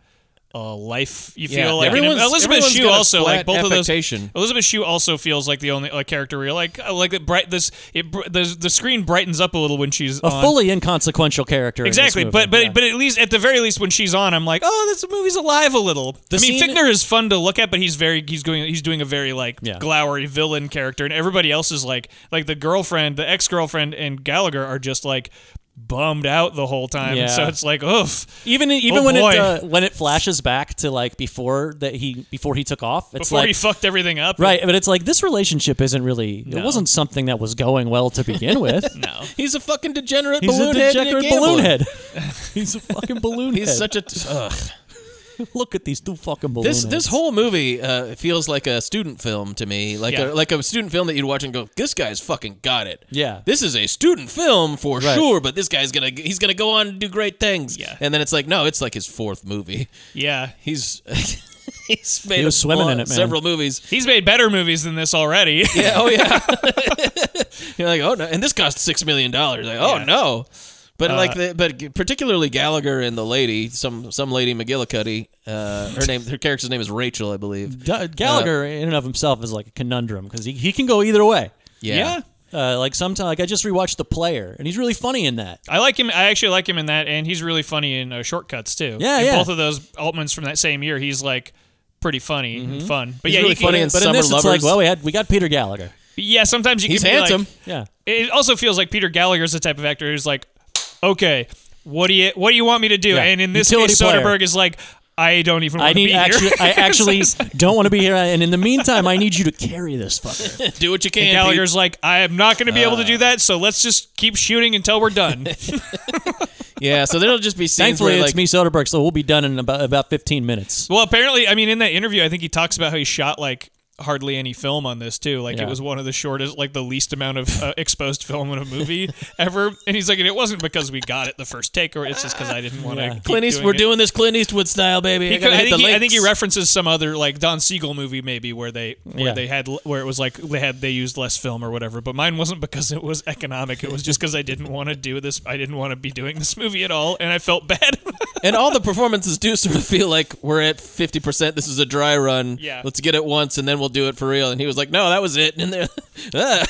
[SPEAKER 3] a life. You
[SPEAKER 1] Yeah.
[SPEAKER 3] feel like and
[SPEAKER 1] Everyone's-
[SPEAKER 3] Elizabeth
[SPEAKER 1] everyone's
[SPEAKER 3] Shue
[SPEAKER 1] got a
[SPEAKER 3] also like
[SPEAKER 1] flat
[SPEAKER 3] both of those.
[SPEAKER 1] affectation.
[SPEAKER 3] Elizabeth Shue also feels like the only like, character where you're like uh, like it bright this it br- the the screen brightens up a little when she's
[SPEAKER 2] A
[SPEAKER 3] on.
[SPEAKER 2] fully inconsequential character. in this
[SPEAKER 3] Exactly,
[SPEAKER 2] movie.
[SPEAKER 3] but but but at least at the very least when she's on, I'm like, oh, this movie's alive a little.
[SPEAKER 2] The
[SPEAKER 3] I mean,
[SPEAKER 2] scene-
[SPEAKER 3] Fichtner is fun to look at, but he's very he's going he's doing a very like
[SPEAKER 2] Yeah.
[SPEAKER 3] glowery villain character, and everybody else is like like the girlfriend, the ex girlfriend, and Gallagher are just like bummed out the whole time.
[SPEAKER 2] Yeah.
[SPEAKER 3] So it's like, oof.
[SPEAKER 2] even even
[SPEAKER 3] Oh,
[SPEAKER 2] when
[SPEAKER 3] boy.
[SPEAKER 2] it uh, when it flashes back to like before that he before he took off, it's
[SPEAKER 3] before
[SPEAKER 2] like
[SPEAKER 3] he fucked everything up,
[SPEAKER 2] right. But it's like this relationship isn't really.
[SPEAKER 3] No.
[SPEAKER 2] It wasn't something that was going well to begin with.
[SPEAKER 3] No,
[SPEAKER 1] He's a fucking degenerate
[SPEAKER 2] He's
[SPEAKER 1] balloon
[SPEAKER 2] a
[SPEAKER 1] head and
[SPEAKER 2] degenerate
[SPEAKER 1] gambler.
[SPEAKER 2] balloon head. He's a fucking balloon
[SPEAKER 1] He's
[SPEAKER 2] head.
[SPEAKER 1] such a. T- ugh.
[SPEAKER 2] Look at these two fucking balloon
[SPEAKER 1] This
[SPEAKER 2] heads.
[SPEAKER 1] this whole movie uh, feels like a student film to me, like
[SPEAKER 2] Yeah.
[SPEAKER 1] a, like a student film that you'd watch and go, "This guy's fucking got it."
[SPEAKER 2] Yeah.
[SPEAKER 1] this is a student film for
[SPEAKER 2] Right.
[SPEAKER 1] sure, but this guy's gonna he's gonna go on and do great things. Yeah, and then it's like, no, it's like his fourth movie.
[SPEAKER 3] Yeah,
[SPEAKER 1] he's he's made
[SPEAKER 2] He was
[SPEAKER 1] a
[SPEAKER 2] swimming
[SPEAKER 1] lot-
[SPEAKER 2] in it, man.
[SPEAKER 1] several movies.
[SPEAKER 3] he's made better movies than this already.
[SPEAKER 1] Yeah, oh yeah. You're like, oh no, and this cost six million dollars. Like, oh
[SPEAKER 3] Yeah.
[SPEAKER 1] no. But
[SPEAKER 3] Uh,
[SPEAKER 1] like the, but particularly Gallagher and the lady, some some lady McGillicuddy, uh, her name, her character's name is Rachel, I believe.
[SPEAKER 2] Da- Gallagher
[SPEAKER 3] Uh,
[SPEAKER 2] in and of himself is like a conundrum because he, he can go either way.
[SPEAKER 1] Yeah.
[SPEAKER 2] Uh, like sometimes, like I just rewatched The Player, and he's really funny in that.
[SPEAKER 3] I like him. I actually like him in that, and he's really funny in uh, Shortcuts too.
[SPEAKER 2] Yeah,
[SPEAKER 3] In
[SPEAKER 2] yeah.
[SPEAKER 3] Both of those Altmans from that same year. He's like pretty funny and fun. But
[SPEAKER 2] Mm-hmm. He's
[SPEAKER 3] yeah,
[SPEAKER 2] really
[SPEAKER 3] you can-
[SPEAKER 2] funny in But in Summer this, it's like, Lovers. well, we had we got Peter Gallagher.
[SPEAKER 3] Yeah, sometimes you
[SPEAKER 1] He's
[SPEAKER 3] can be like-
[SPEAKER 1] handsome.
[SPEAKER 2] Yeah.
[SPEAKER 3] It also feels like Peter Gallagher's the type of actor who's like, okay, what do you what do you want me to do?
[SPEAKER 2] Yeah.
[SPEAKER 3] And in this
[SPEAKER 2] Utility
[SPEAKER 3] case,
[SPEAKER 2] player.
[SPEAKER 3] Soderbergh is like, I don't even. Want
[SPEAKER 2] I need
[SPEAKER 3] to be
[SPEAKER 2] actually,
[SPEAKER 3] Here.
[SPEAKER 2] I
[SPEAKER 3] It's
[SPEAKER 2] actually
[SPEAKER 3] like-
[SPEAKER 2] don't want to be here, and in the meantime, I need you to carry this fucker.
[SPEAKER 1] Do what you can.
[SPEAKER 3] and Gallagher's
[SPEAKER 1] Pete.
[SPEAKER 3] like, I am not going to be able to
[SPEAKER 2] Uh.
[SPEAKER 3] do that. So let's just keep shooting until we're done.
[SPEAKER 1] yeah. So there'll just be scenes
[SPEAKER 2] Thankfully,
[SPEAKER 1] where
[SPEAKER 2] it's
[SPEAKER 1] like,
[SPEAKER 2] me, Soderbergh, so we'll be done in about about fifteen minutes.
[SPEAKER 3] Well, apparently, I mean, in that interview, I think he talks about how he shot like hardly any film on this too. Like
[SPEAKER 2] Yeah.
[SPEAKER 3] it was one of the shortest, like the least amount of uh, exposed film in a movie ever. And he's like, and it wasn't because we got it the first take, or it's just because I didn't want to.
[SPEAKER 2] Yeah.
[SPEAKER 1] Clint Eastwood. We're doing this Clint Eastwood style, baby.
[SPEAKER 3] He
[SPEAKER 1] I,
[SPEAKER 3] could-
[SPEAKER 1] gotta
[SPEAKER 3] I,
[SPEAKER 1] hit
[SPEAKER 3] think
[SPEAKER 1] the
[SPEAKER 3] he, I think he
[SPEAKER 1] links.
[SPEAKER 3] referenced some other like Don Siegel movie maybe where they where
[SPEAKER 2] Yeah.
[SPEAKER 3] they had l- where it was like they had they used less film or whatever. But mine wasn't because it was economic. It was just because I didn't want to do this. I didn't want to be doing this movie at all, and I felt bad.
[SPEAKER 1] and all the performances do sort of feel like we're at fifty percent. This is a dry run.
[SPEAKER 3] Yeah.
[SPEAKER 1] let's get it once, and then we'll do it for real. And he was like, "No, that was it." And they're, ah.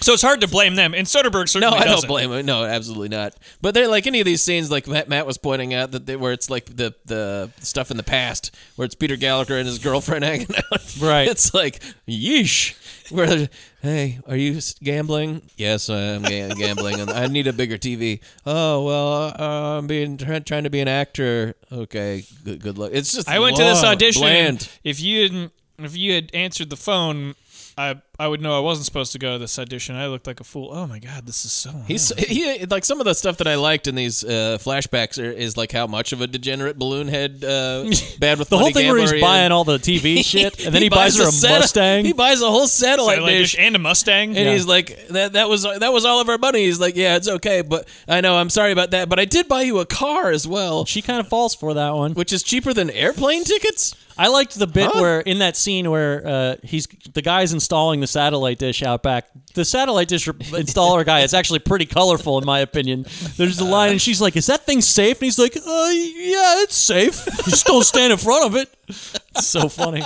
[SPEAKER 3] so it's hard to blame them. And Soderbergh
[SPEAKER 1] No,
[SPEAKER 3] certainly
[SPEAKER 1] I
[SPEAKER 3] doesn't.
[SPEAKER 1] don't blame him. No, absolutely not. But they're like any of these scenes, like Matt, Matt was pointing out, that they, where it's like the the stuff in the past, where it's Peter Gallagher and his girlfriend hanging out.
[SPEAKER 2] Right.
[SPEAKER 1] It's like yeesh. Where they're, hey, are you s- gambling? Yes, I'm ga- gambling, and I need a bigger TV. Oh well, uh, I'm being try- trying to be an actor. Okay, good, good luck. It's just
[SPEAKER 3] I went to this
[SPEAKER 1] blah,
[SPEAKER 3] audition. and
[SPEAKER 1] Bland.
[SPEAKER 3] If you didn't, if you had answered the phone, I I would know I wasn't supposed to go to this audition. I looked like a fool. Oh my god, this is so.
[SPEAKER 1] He's
[SPEAKER 3] annoying.
[SPEAKER 1] he like some of the stuff that I liked in these uh, flashbacks are, is like how much of a degenerate balloon head uh, bad with
[SPEAKER 2] The whole
[SPEAKER 1] money
[SPEAKER 2] thing where
[SPEAKER 1] gambler
[SPEAKER 2] he's
[SPEAKER 1] he is.
[SPEAKER 2] buying all the TV shit, and then he, buys, her a
[SPEAKER 1] sat-
[SPEAKER 2] Mustang.
[SPEAKER 1] He buys a whole satellite,
[SPEAKER 3] Satellite
[SPEAKER 1] dish,
[SPEAKER 3] dish and a Mustang.
[SPEAKER 1] and he's like, "That that was that was all of our money." He's like, "Yeah, it's okay, but I know I'm sorry about that, but I did buy you a car as well,
[SPEAKER 2] she kind of falls for that one.
[SPEAKER 1] which is cheaper than airplane tickets."
[SPEAKER 2] I liked the bit
[SPEAKER 1] Huh?
[SPEAKER 2] where in that scene where uh, he's the guy's installing the satellite dish out back. The satellite dish re- installer guy is actually pretty colorful, in my opinion. There's a line, and she's like, "Is that thing safe?" And he's like, "Uh, yeah, it's safe. Just don't stand in front of it." It's so funny.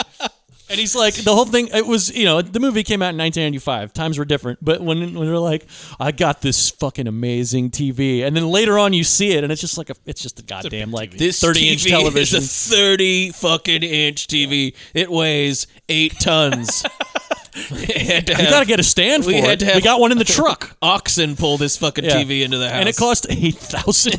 [SPEAKER 2] And he's like, the whole thing, it was, you know, the movie came out in 1995. Times were different. But when, when they're like, I got this fucking amazing TV. And then later on you see it and it's just like, a, it's just a goddamn, like,
[SPEAKER 1] This
[SPEAKER 2] 30 inch
[SPEAKER 1] TV
[SPEAKER 2] television.
[SPEAKER 1] is a 30 fucking inch TV. It weighs eight tons.
[SPEAKER 2] You gotta get a stand for it. We got one in the truck.
[SPEAKER 1] Oxen pull this fucking
[SPEAKER 2] Yeah.
[SPEAKER 1] TV into the house,
[SPEAKER 2] And it cost $8,000.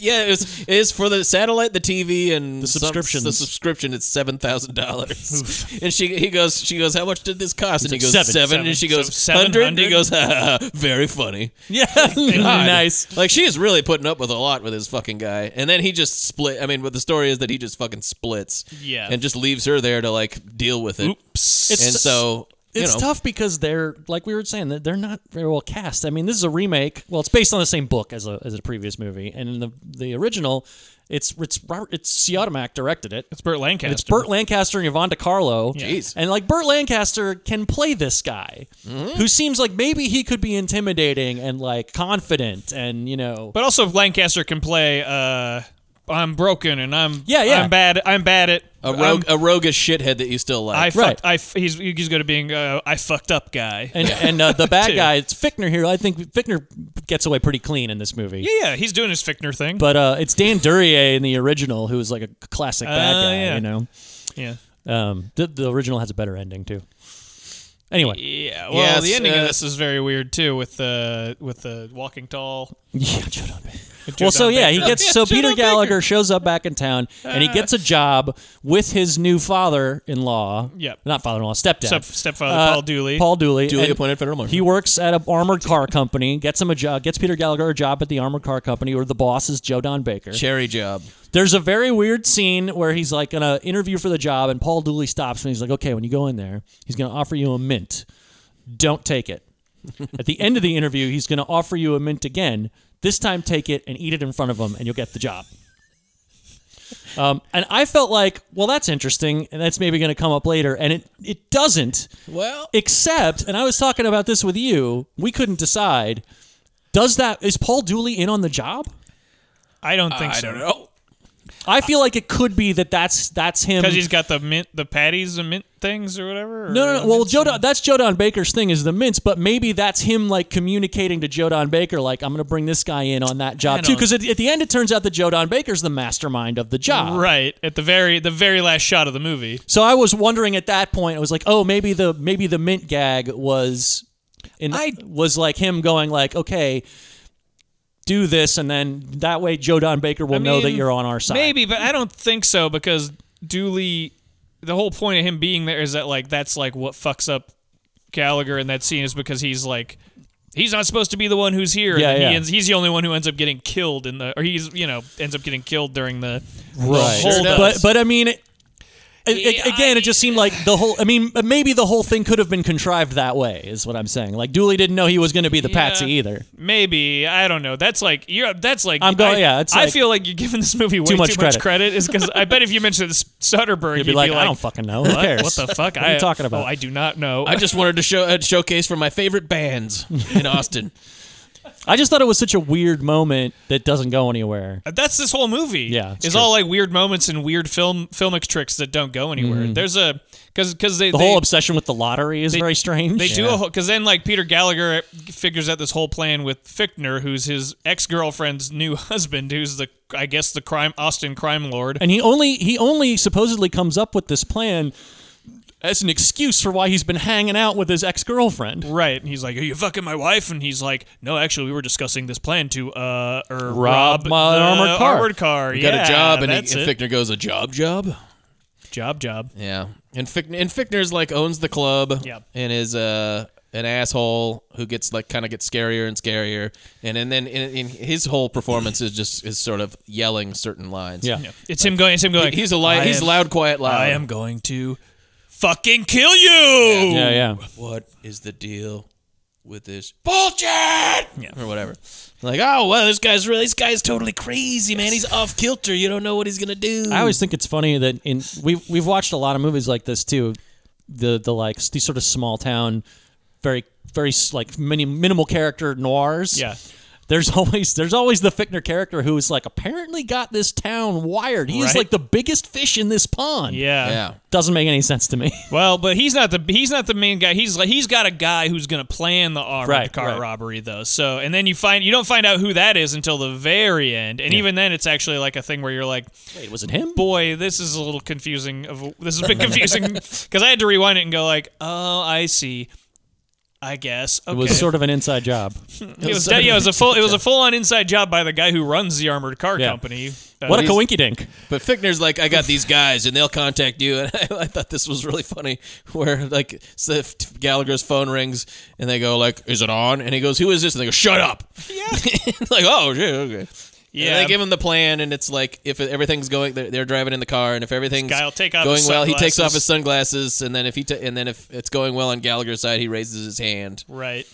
[SPEAKER 1] yeah, it was, it is for the satellite, the TV, and the
[SPEAKER 2] subscriptions.
[SPEAKER 1] the subscription, it's seven thousand dollars. And she, he goes, she goes, how much did this cost? And he
[SPEAKER 2] He's
[SPEAKER 1] goes
[SPEAKER 2] like,
[SPEAKER 1] seven,
[SPEAKER 2] "Seven,
[SPEAKER 1] and
[SPEAKER 2] seven."
[SPEAKER 1] she
[SPEAKER 2] So,
[SPEAKER 1] goes
[SPEAKER 2] seven
[SPEAKER 1] hundred, and he
[SPEAKER 2] hundred?
[SPEAKER 1] goes, ha, ha, ha, very funny.
[SPEAKER 2] Yeah,
[SPEAKER 1] God.
[SPEAKER 2] nice.
[SPEAKER 1] Like she is really putting up with a lot with this fucking guy, and then he just split. I mean, but the story is that he just fucking splits,
[SPEAKER 2] Yeah.
[SPEAKER 1] and just leaves her there to like deal with it.
[SPEAKER 2] Oops.
[SPEAKER 1] and so you
[SPEAKER 2] it's
[SPEAKER 1] know.
[SPEAKER 2] tough because they're like we were saying that they're not very well cast. I mean, this is a remake. Well, it's based on the same book as a as a previous movie, and in the the original, it's it's Robert, it's Siodmak directed it. It's
[SPEAKER 3] Burt
[SPEAKER 2] And it's
[SPEAKER 3] Lancaster.
[SPEAKER 2] Burt Lancaster and Yvonne DiCarlo.
[SPEAKER 3] Yeah. Jeez.
[SPEAKER 2] And like Burt Lancaster can play this guy, who seems like maybe he could be intimidating and like confident and you know.
[SPEAKER 3] But also Lancaster can play. Uh, I'm broken and I'm
[SPEAKER 2] Yeah, yeah.
[SPEAKER 3] I'm bad. I'm bad at
[SPEAKER 1] a rogue, a roguish shithead that you still like.
[SPEAKER 3] I fucked. I f- he's he's good at being uh, I fucked up guy.
[SPEAKER 2] And, and uh, the bad
[SPEAKER 3] Too.
[SPEAKER 2] guy, it's Fichtner here. I think Fichtner gets away pretty clean in this movie.
[SPEAKER 3] Yeah, yeah, he's doing his Fichtner thing.
[SPEAKER 2] But uh, it's Dan Duryea in the original, who was like a classic bad
[SPEAKER 3] Oh,
[SPEAKER 2] guy.
[SPEAKER 3] yeah.
[SPEAKER 2] You know,
[SPEAKER 3] yeah.
[SPEAKER 2] um, the, the original has a better ending too. Anyway,
[SPEAKER 3] Yeah, well, the ending of this is very weird too, with the with the walking tall.
[SPEAKER 2] Yeah, well, so yeah, he gets so Peter Gallagher shows up back in town, and he
[SPEAKER 3] Ah.
[SPEAKER 2] gets a job with his new father-in-law.
[SPEAKER 3] Yep.
[SPEAKER 2] not father-in-law, stepdad, Uh,
[SPEAKER 3] Step- stepfather, Paul Dooley.
[SPEAKER 2] Paul Dooley,
[SPEAKER 1] Dooley
[SPEAKER 2] and
[SPEAKER 1] appointed federal marshal.
[SPEAKER 2] He works at an armored car company. Gets him a job. Gets Peter Gallagher a job at the armored car company, where the boss is Joe Don Baker.
[SPEAKER 1] Cherry job.
[SPEAKER 2] There's a very weird scene where he's like in an interview for the job, and Paul Dooley stops him. and He's like, "Okay, when you go in there, he's going to offer you a mint. Don't take it." At the end of the interview, he's going to offer you a mint again. This time, take it and eat it in front of him, and you'll get the job. Um, and I felt like, well, that's interesting, and that's maybe going to come up later, and it it doesn't.
[SPEAKER 1] Well,
[SPEAKER 2] except, and I was talking about this with you. We couldn't decide. Does that is Paul Dooley in on the job?
[SPEAKER 3] I don't think
[SPEAKER 2] I
[SPEAKER 3] so.
[SPEAKER 2] don't know. I feel like it could be that that's that's him.
[SPEAKER 3] because he's got the mint, the patties, the mint things or whatever. or-
[SPEAKER 2] no, no, no. Well, Joe Don, that's Joe Don Baker's thing is the mints, but maybe that's him like communicating to Joe Don Baker, like I'm going to bring this guy in on that
[SPEAKER 3] I
[SPEAKER 2] job too.
[SPEAKER 3] don't-
[SPEAKER 2] Because at, at the end, it turns out that Joe Don Baker's the mastermind of the job.
[SPEAKER 3] right at the very the very last shot of the movie.
[SPEAKER 2] So I was wondering at that point, I was like, oh, maybe the maybe the mint gag was, in, was like him going like, okay, do this, and then that way Joe Don Baker will
[SPEAKER 3] I
[SPEAKER 2] know that
[SPEAKER 3] mean,
[SPEAKER 2] you're on our side.
[SPEAKER 3] Maybe, but I don't think so because Dooley. The whole point of him being there is that like that's like what fucks up Gallagher in that scene is because he's like he's not supposed to be the one who's here.
[SPEAKER 2] Yeah,
[SPEAKER 3] and
[SPEAKER 2] yeah.
[SPEAKER 3] He ends, he's the only one who ends up getting killed in the or he's you know ends up getting killed during the the hold up.
[SPEAKER 2] but but I mean. It, it- it- again, it just seemed like the whole. I mean, maybe the whole thing could have been contrived that way. Is what I'm saying. Like Dooley didn't know he was going to be the patsy either.
[SPEAKER 3] Maybe I don't know. That's like you're. That's like
[SPEAKER 2] I'm going-
[SPEAKER 3] I,
[SPEAKER 2] yeah, it's
[SPEAKER 3] I
[SPEAKER 2] like-
[SPEAKER 3] feel like you're giving this movie way
[SPEAKER 2] Too much credit.
[SPEAKER 3] Is because I bet if you mentioned this Sutterberg,
[SPEAKER 2] You'd
[SPEAKER 3] you'd
[SPEAKER 2] be like, "I don't fucking know. Who
[SPEAKER 3] What,
[SPEAKER 2] cares?
[SPEAKER 3] What the fuck?
[SPEAKER 2] What are you
[SPEAKER 3] I-
[SPEAKER 2] talking about?"
[SPEAKER 3] Oh, I do not know.
[SPEAKER 1] I just wanted to show uh, showcase for my favorite bands in Austin.
[SPEAKER 2] I just thought it was such a weird moment that doesn't go anywhere.
[SPEAKER 3] That's this whole movie.
[SPEAKER 2] Yeah, it's
[SPEAKER 3] it's
[SPEAKER 2] true.
[SPEAKER 3] all like weird moments and weird film filmic tricks that don't go anywhere.
[SPEAKER 2] Mhm.
[SPEAKER 3] There's a because because they
[SPEAKER 2] The
[SPEAKER 3] they,
[SPEAKER 2] whole obsession with the lottery is very strange.
[SPEAKER 3] They do a whole because then like Peter Gallagher figures out this whole plan with Fichtner, who's his ex girlfriend's new husband, who's the I guess the crime Austin crime lord.
[SPEAKER 2] and he only he only supposedly comes up with this plan as an excuse for why he's been hanging out with his ex girlfriend.
[SPEAKER 3] Right. And he's like, Are you fucking my wife? And he's like, No, actually, we were discussing this plan to, uh, or
[SPEAKER 2] Rob
[SPEAKER 3] rob,
[SPEAKER 2] my
[SPEAKER 3] the
[SPEAKER 2] armored car."
[SPEAKER 3] Armored car.
[SPEAKER 1] We
[SPEAKER 3] yeah,
[SPEAKER 1] got a job, and, he, and
[SPEAKER 3] that's it.
[SPEAKER 1] Fichtner goes, "A job, job."
[SPEAKER 3] Job, job.
[SPEAKER 1] Yeah, and Fichtner, and Fichtner's like owns the club, and is uh, an asshole who gets like kind of gets scarier and scarier, and and then in, in his whole performance is just is sort of yelling certain lines.
[SPEAKER 2] Yeah. Yeah.
[SPEAKER 3] It's him going, it's him going,
[SPEAKER 1] He- he's a li-
[SPEAKER 3] "I
[SPEAKER 1] he's
[SPEAKER 3] am-
[SPEAKER 1] loud, quiet, loud.
[SPEAKER 3] I am going to fucking kill you.
[SPEAKER 2] Yeah, yeah.
[SPEAKER 1] What is the deal with this
[SPEAKER 4] Bullshit!
[SPEAKER 1] or whatever? Like, oh well, this guy's really this guy's totally crazy, man. He's off kilter. You don't know what he's gonna do.
[SPEAKER 2] I always think it's funny that in we've we've watched a lot of movies like this too. the the like s- these sort of small town, very very s- like mini, minimal character noirs.
[SPEAKER 3] Yeah.
[SPEAKER 2] There's always there's always the Fichtner character who is like apparently got this town wired. He is
[SPEAKER 3] Right.
[SPEAKER 2] like the biggest fish in this pond.
[SPEAKER 3] Yeah. Yeah.
[SPEAKER 2] Doesn't make any sense to me.
[SPEAKER 3] Well, but he's not the he's not the main guy. He's like he's got a guy who's going to plan the armored
[SPEAKER 2] Right,
[SPEAKER 3] car
[SPEAKER 2] right.
[SPEAKER 3] robbery though. So and then you find you don't find out who that is until the very end, and even then it's actually like a thing where you're like,
[SPEAKER 2] wait, was it him?
[SPEAKER 3] Boy, this is a little confusing. Of this has been confusing because I had to rewind it and go like, oh, I see. I guess okay.
[SPEAKER 2] It was sort of an inside job.
[SPEAKER 3] It was, yeah, it was a full it was a full on inside job by the guy who runs the armored car company. Uh,
[SPEAKER 2] dink.
[SPEAKER 1] But Fickner's like, I got these guys and they'll contact you. And I, I thought this was really funny where, like, so if Gallagher's phone rings and they go, like, is it on? And he goes, who is this? And they go, shut up. Yeah. like, oh, yeah, okay. Yeah.
[SPEAKER 3] Yeah.
[SPEAKER 1] they give him the plan and it's like, if everything's going, they're, they're driving in the car and if everything's
[SPEAKER 3] This guy'll take off
[SPEAKER 1] going
[SPEAKER 3] his
[SPEAKER 1] well, he takes off
[SPEAKER 3] sunglasses.
[SPEAKER 1] his sunglasses. And then if he, ta- and then if it's going well on Gallagher's side, he raises his hand.
[SPEAKER 3] Right.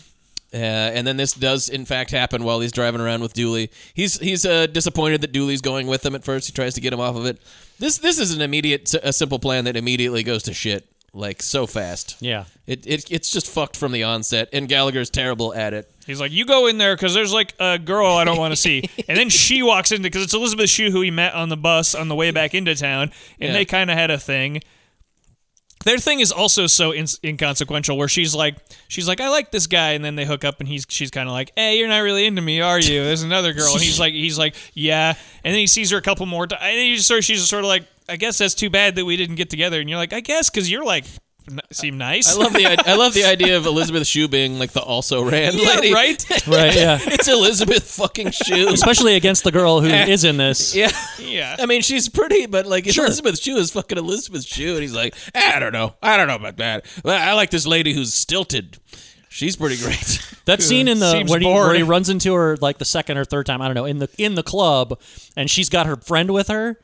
[SPEAKER 1] Uh, and then this does in fact happen while he's driving around with Dooley. He's he's uh, disappointed that Dooley's going with him at first. He tries to get him off of it. This this is an immediate a simple plan that immediately goes to shit like so fast.
[SPEAKER 2] Yeah.
[SPEAKER 1] It, it it's just fucked from the onset and Gallagher's terrible at it.
[SPEAKER 3] He's like, you go in there because there's like a girl I don't want to see, and then she walks in because it's Elizabeth Shue who he met on the bus on the way back into town, and
[SPEAKER 1] Yeah.
[SPEAKER 3] they kind of had a thing. Their thing is also so in- inconsequential, where she's like, she's like, I like this guy, and then they hook up, and he's she's kind of like, Hey, you're not really into me, are you? There's another girl, and he's like, he's like, Yeah, and then he sees her a couple more times, and then you just sort of, she's sort of like, I guess that's too bad that we didn't get together, and you're like, I guess because you're like, n- seem nice.
[SPEAKER 1] I love the I, I love the idea of Elizabeth Shue being like the also ran
[SPEAKER 3] Yeah,
[SPEAKER 1] lady.
[SPEAKER 3] right?
[SPEAKER 2] Right, Uh, yeah.
[SPEAKER 1] it's Elizabeth fucking Shue.
[SPEAKER 2] Especially against the girl who
[SPEAKER 3] Eh.
[SPEAKER 2] is in this.
[SPEAKER 1] Yeah.
[SPEAKER 3] Yeah.
[SPEAKER 1] I mean, she's pretty, but like it's
[SPEAKER 2] Sure.
[SPEAKER 1] Elizabeth Shue is fucking Elizabeth Shue, and he's like, "Eh, I don't know, I don't know about that. Well, I like this lady who's stilted. She's pretty great.
[SPEAKER 2] That scene in the
[SPEAKER 1] Seems
[SPEAKER 2] where he,
[SPEAKER 1] bored.
[SPEAKER 2] where he runs into her like the second or third time, I don't know, in the in the club, and she's got her friend with her,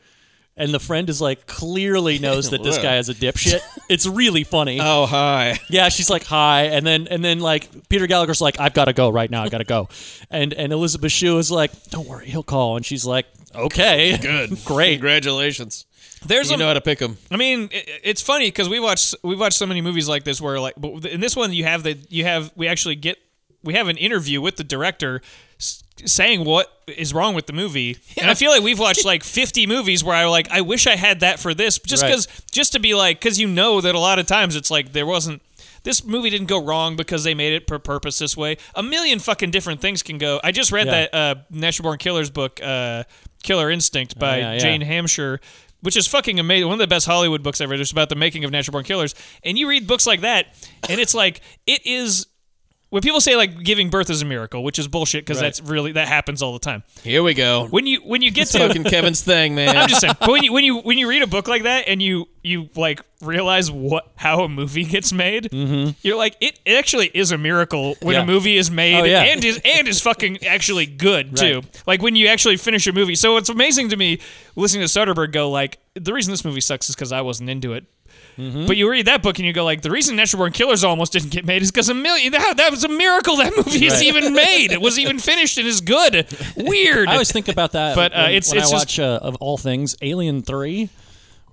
[SPEAKER 2] and the friend is like clearly knows that this guy is a dipshit. It's really funny.
[SPEAKER 1] Oh hi.
[SPEAKER 2] Yeah, she's like hi, and then and then like Peter Gallagher's like I've got to go right now, I got to go, and and Elizabeth Shue is like don't worry, he'll call, and she's like okay,
[SPEAKER 1] good,
[SPEAKER 2] great,
[SPEAKER 1] congratulations.
[SPEAKER 3] There's
[SPEAKER 1] you
[SPEAKER 3] a-
[SPEAKER 1] know how to pick them.
[SPEAKER 3] I mean, i- i- it's funny because we watch we watch so many movies like this where like, but in this one you have the you have we actually get we have an interview with the director s- saying what is wrong with the movie, and I feel like we've watched like 50 movies where I like I wish I had that for this just
[SPEAKER 2] Right.
[SPEAKER 3] because just to be like because you know that a lot of times it's like there wasn't. This movie didn't go wrong because they made it per purpose this way. A million fucking different things can go. I just read
[SPEAKER 2] Yeah.
[SPEAKER 3] that uh, National Born Killers book, uh, Killer Instinct, by
[SPEAKER 2] yeah, yeah.
[SPEAKER 3] Jane Hampshire, which is fucking amazing. One of the best Hollywood books I've read is about the making of Natural Born Killers. And you read books like that, and it's like it is. When people say like giving birth is a miracle, which is bullshit because
[SPEAKER 1] Right.
[SPEAKER 3] that's really that happens all the time.
[SPEAKER 1] Here we go.
[SPEAKER 3] When you when you get
[SPEAKER 1] It's
[SPEAKER 3] to
[SPEAKER 1] fucking Kevin's thing, man.
[SPEAKER 3] I'm just saying. But when you when you when you read a book like that and you you like realize what how a movie gets made, you're like it, it actually is a miracle when
[SPEAKER 2] Mm-hmm. Yeah.
[SPEAKER 3] a movie is made
[SPEAKER 2] Oh, yeah.
[SPEAKER 3] and is and is fucking actually good too.
[SPEAKER 2] Right.
[SPEAKER 3] Like when you actually finish a movie. So what's amazing to me listening to Soderbergh go like the reason this movie sucks is because I wasn't into it.
[SPEAKER 2] Mm-hmm.
[SPEAKER 3] But you read that book and you go like the reason Natural Born Killers almost didn't get made is because a million that, that was a miracle that movie is
[SPEAKER 2] Right.
[SPEAKER 3] even made. It was even finished and is good. Weird.
[SPEAKER 2] I always think about that.
[SPEAKER 3] But, uh,
[SPEAKER 2] when,
[SPEAKER 3] it's-
[SPEAKER 2] when
[SPEAKER 3] it's
[SPEAKER 2] I
[SPEAKER 3] just-
[SPEAKER 2] watch uh, of all things Alien Three,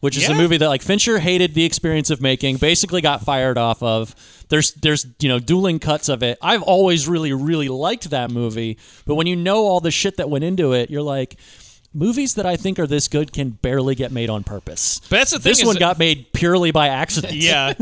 [SPEAKER 2] which is a
[SPEAKER 3] Yeah.
[SPEAKER 2] movie that like Fincher hated the experience of making, basically got fired off of. There's there's you know dueling cuts of it. I've always really really liked that movie, but when you know all the shit that went into it, you're like. Movies that I think are this good can barely get made on purpose.
[SPEAKER 3] But that's the thing
[SPEAKER 2] This
[SPEAKER 3] is
[SPEAKER 2] one
[SPEAKER 3] that-
[SPEAKER 2] got made purely by accident.
[SPEAKER 3] Yeah.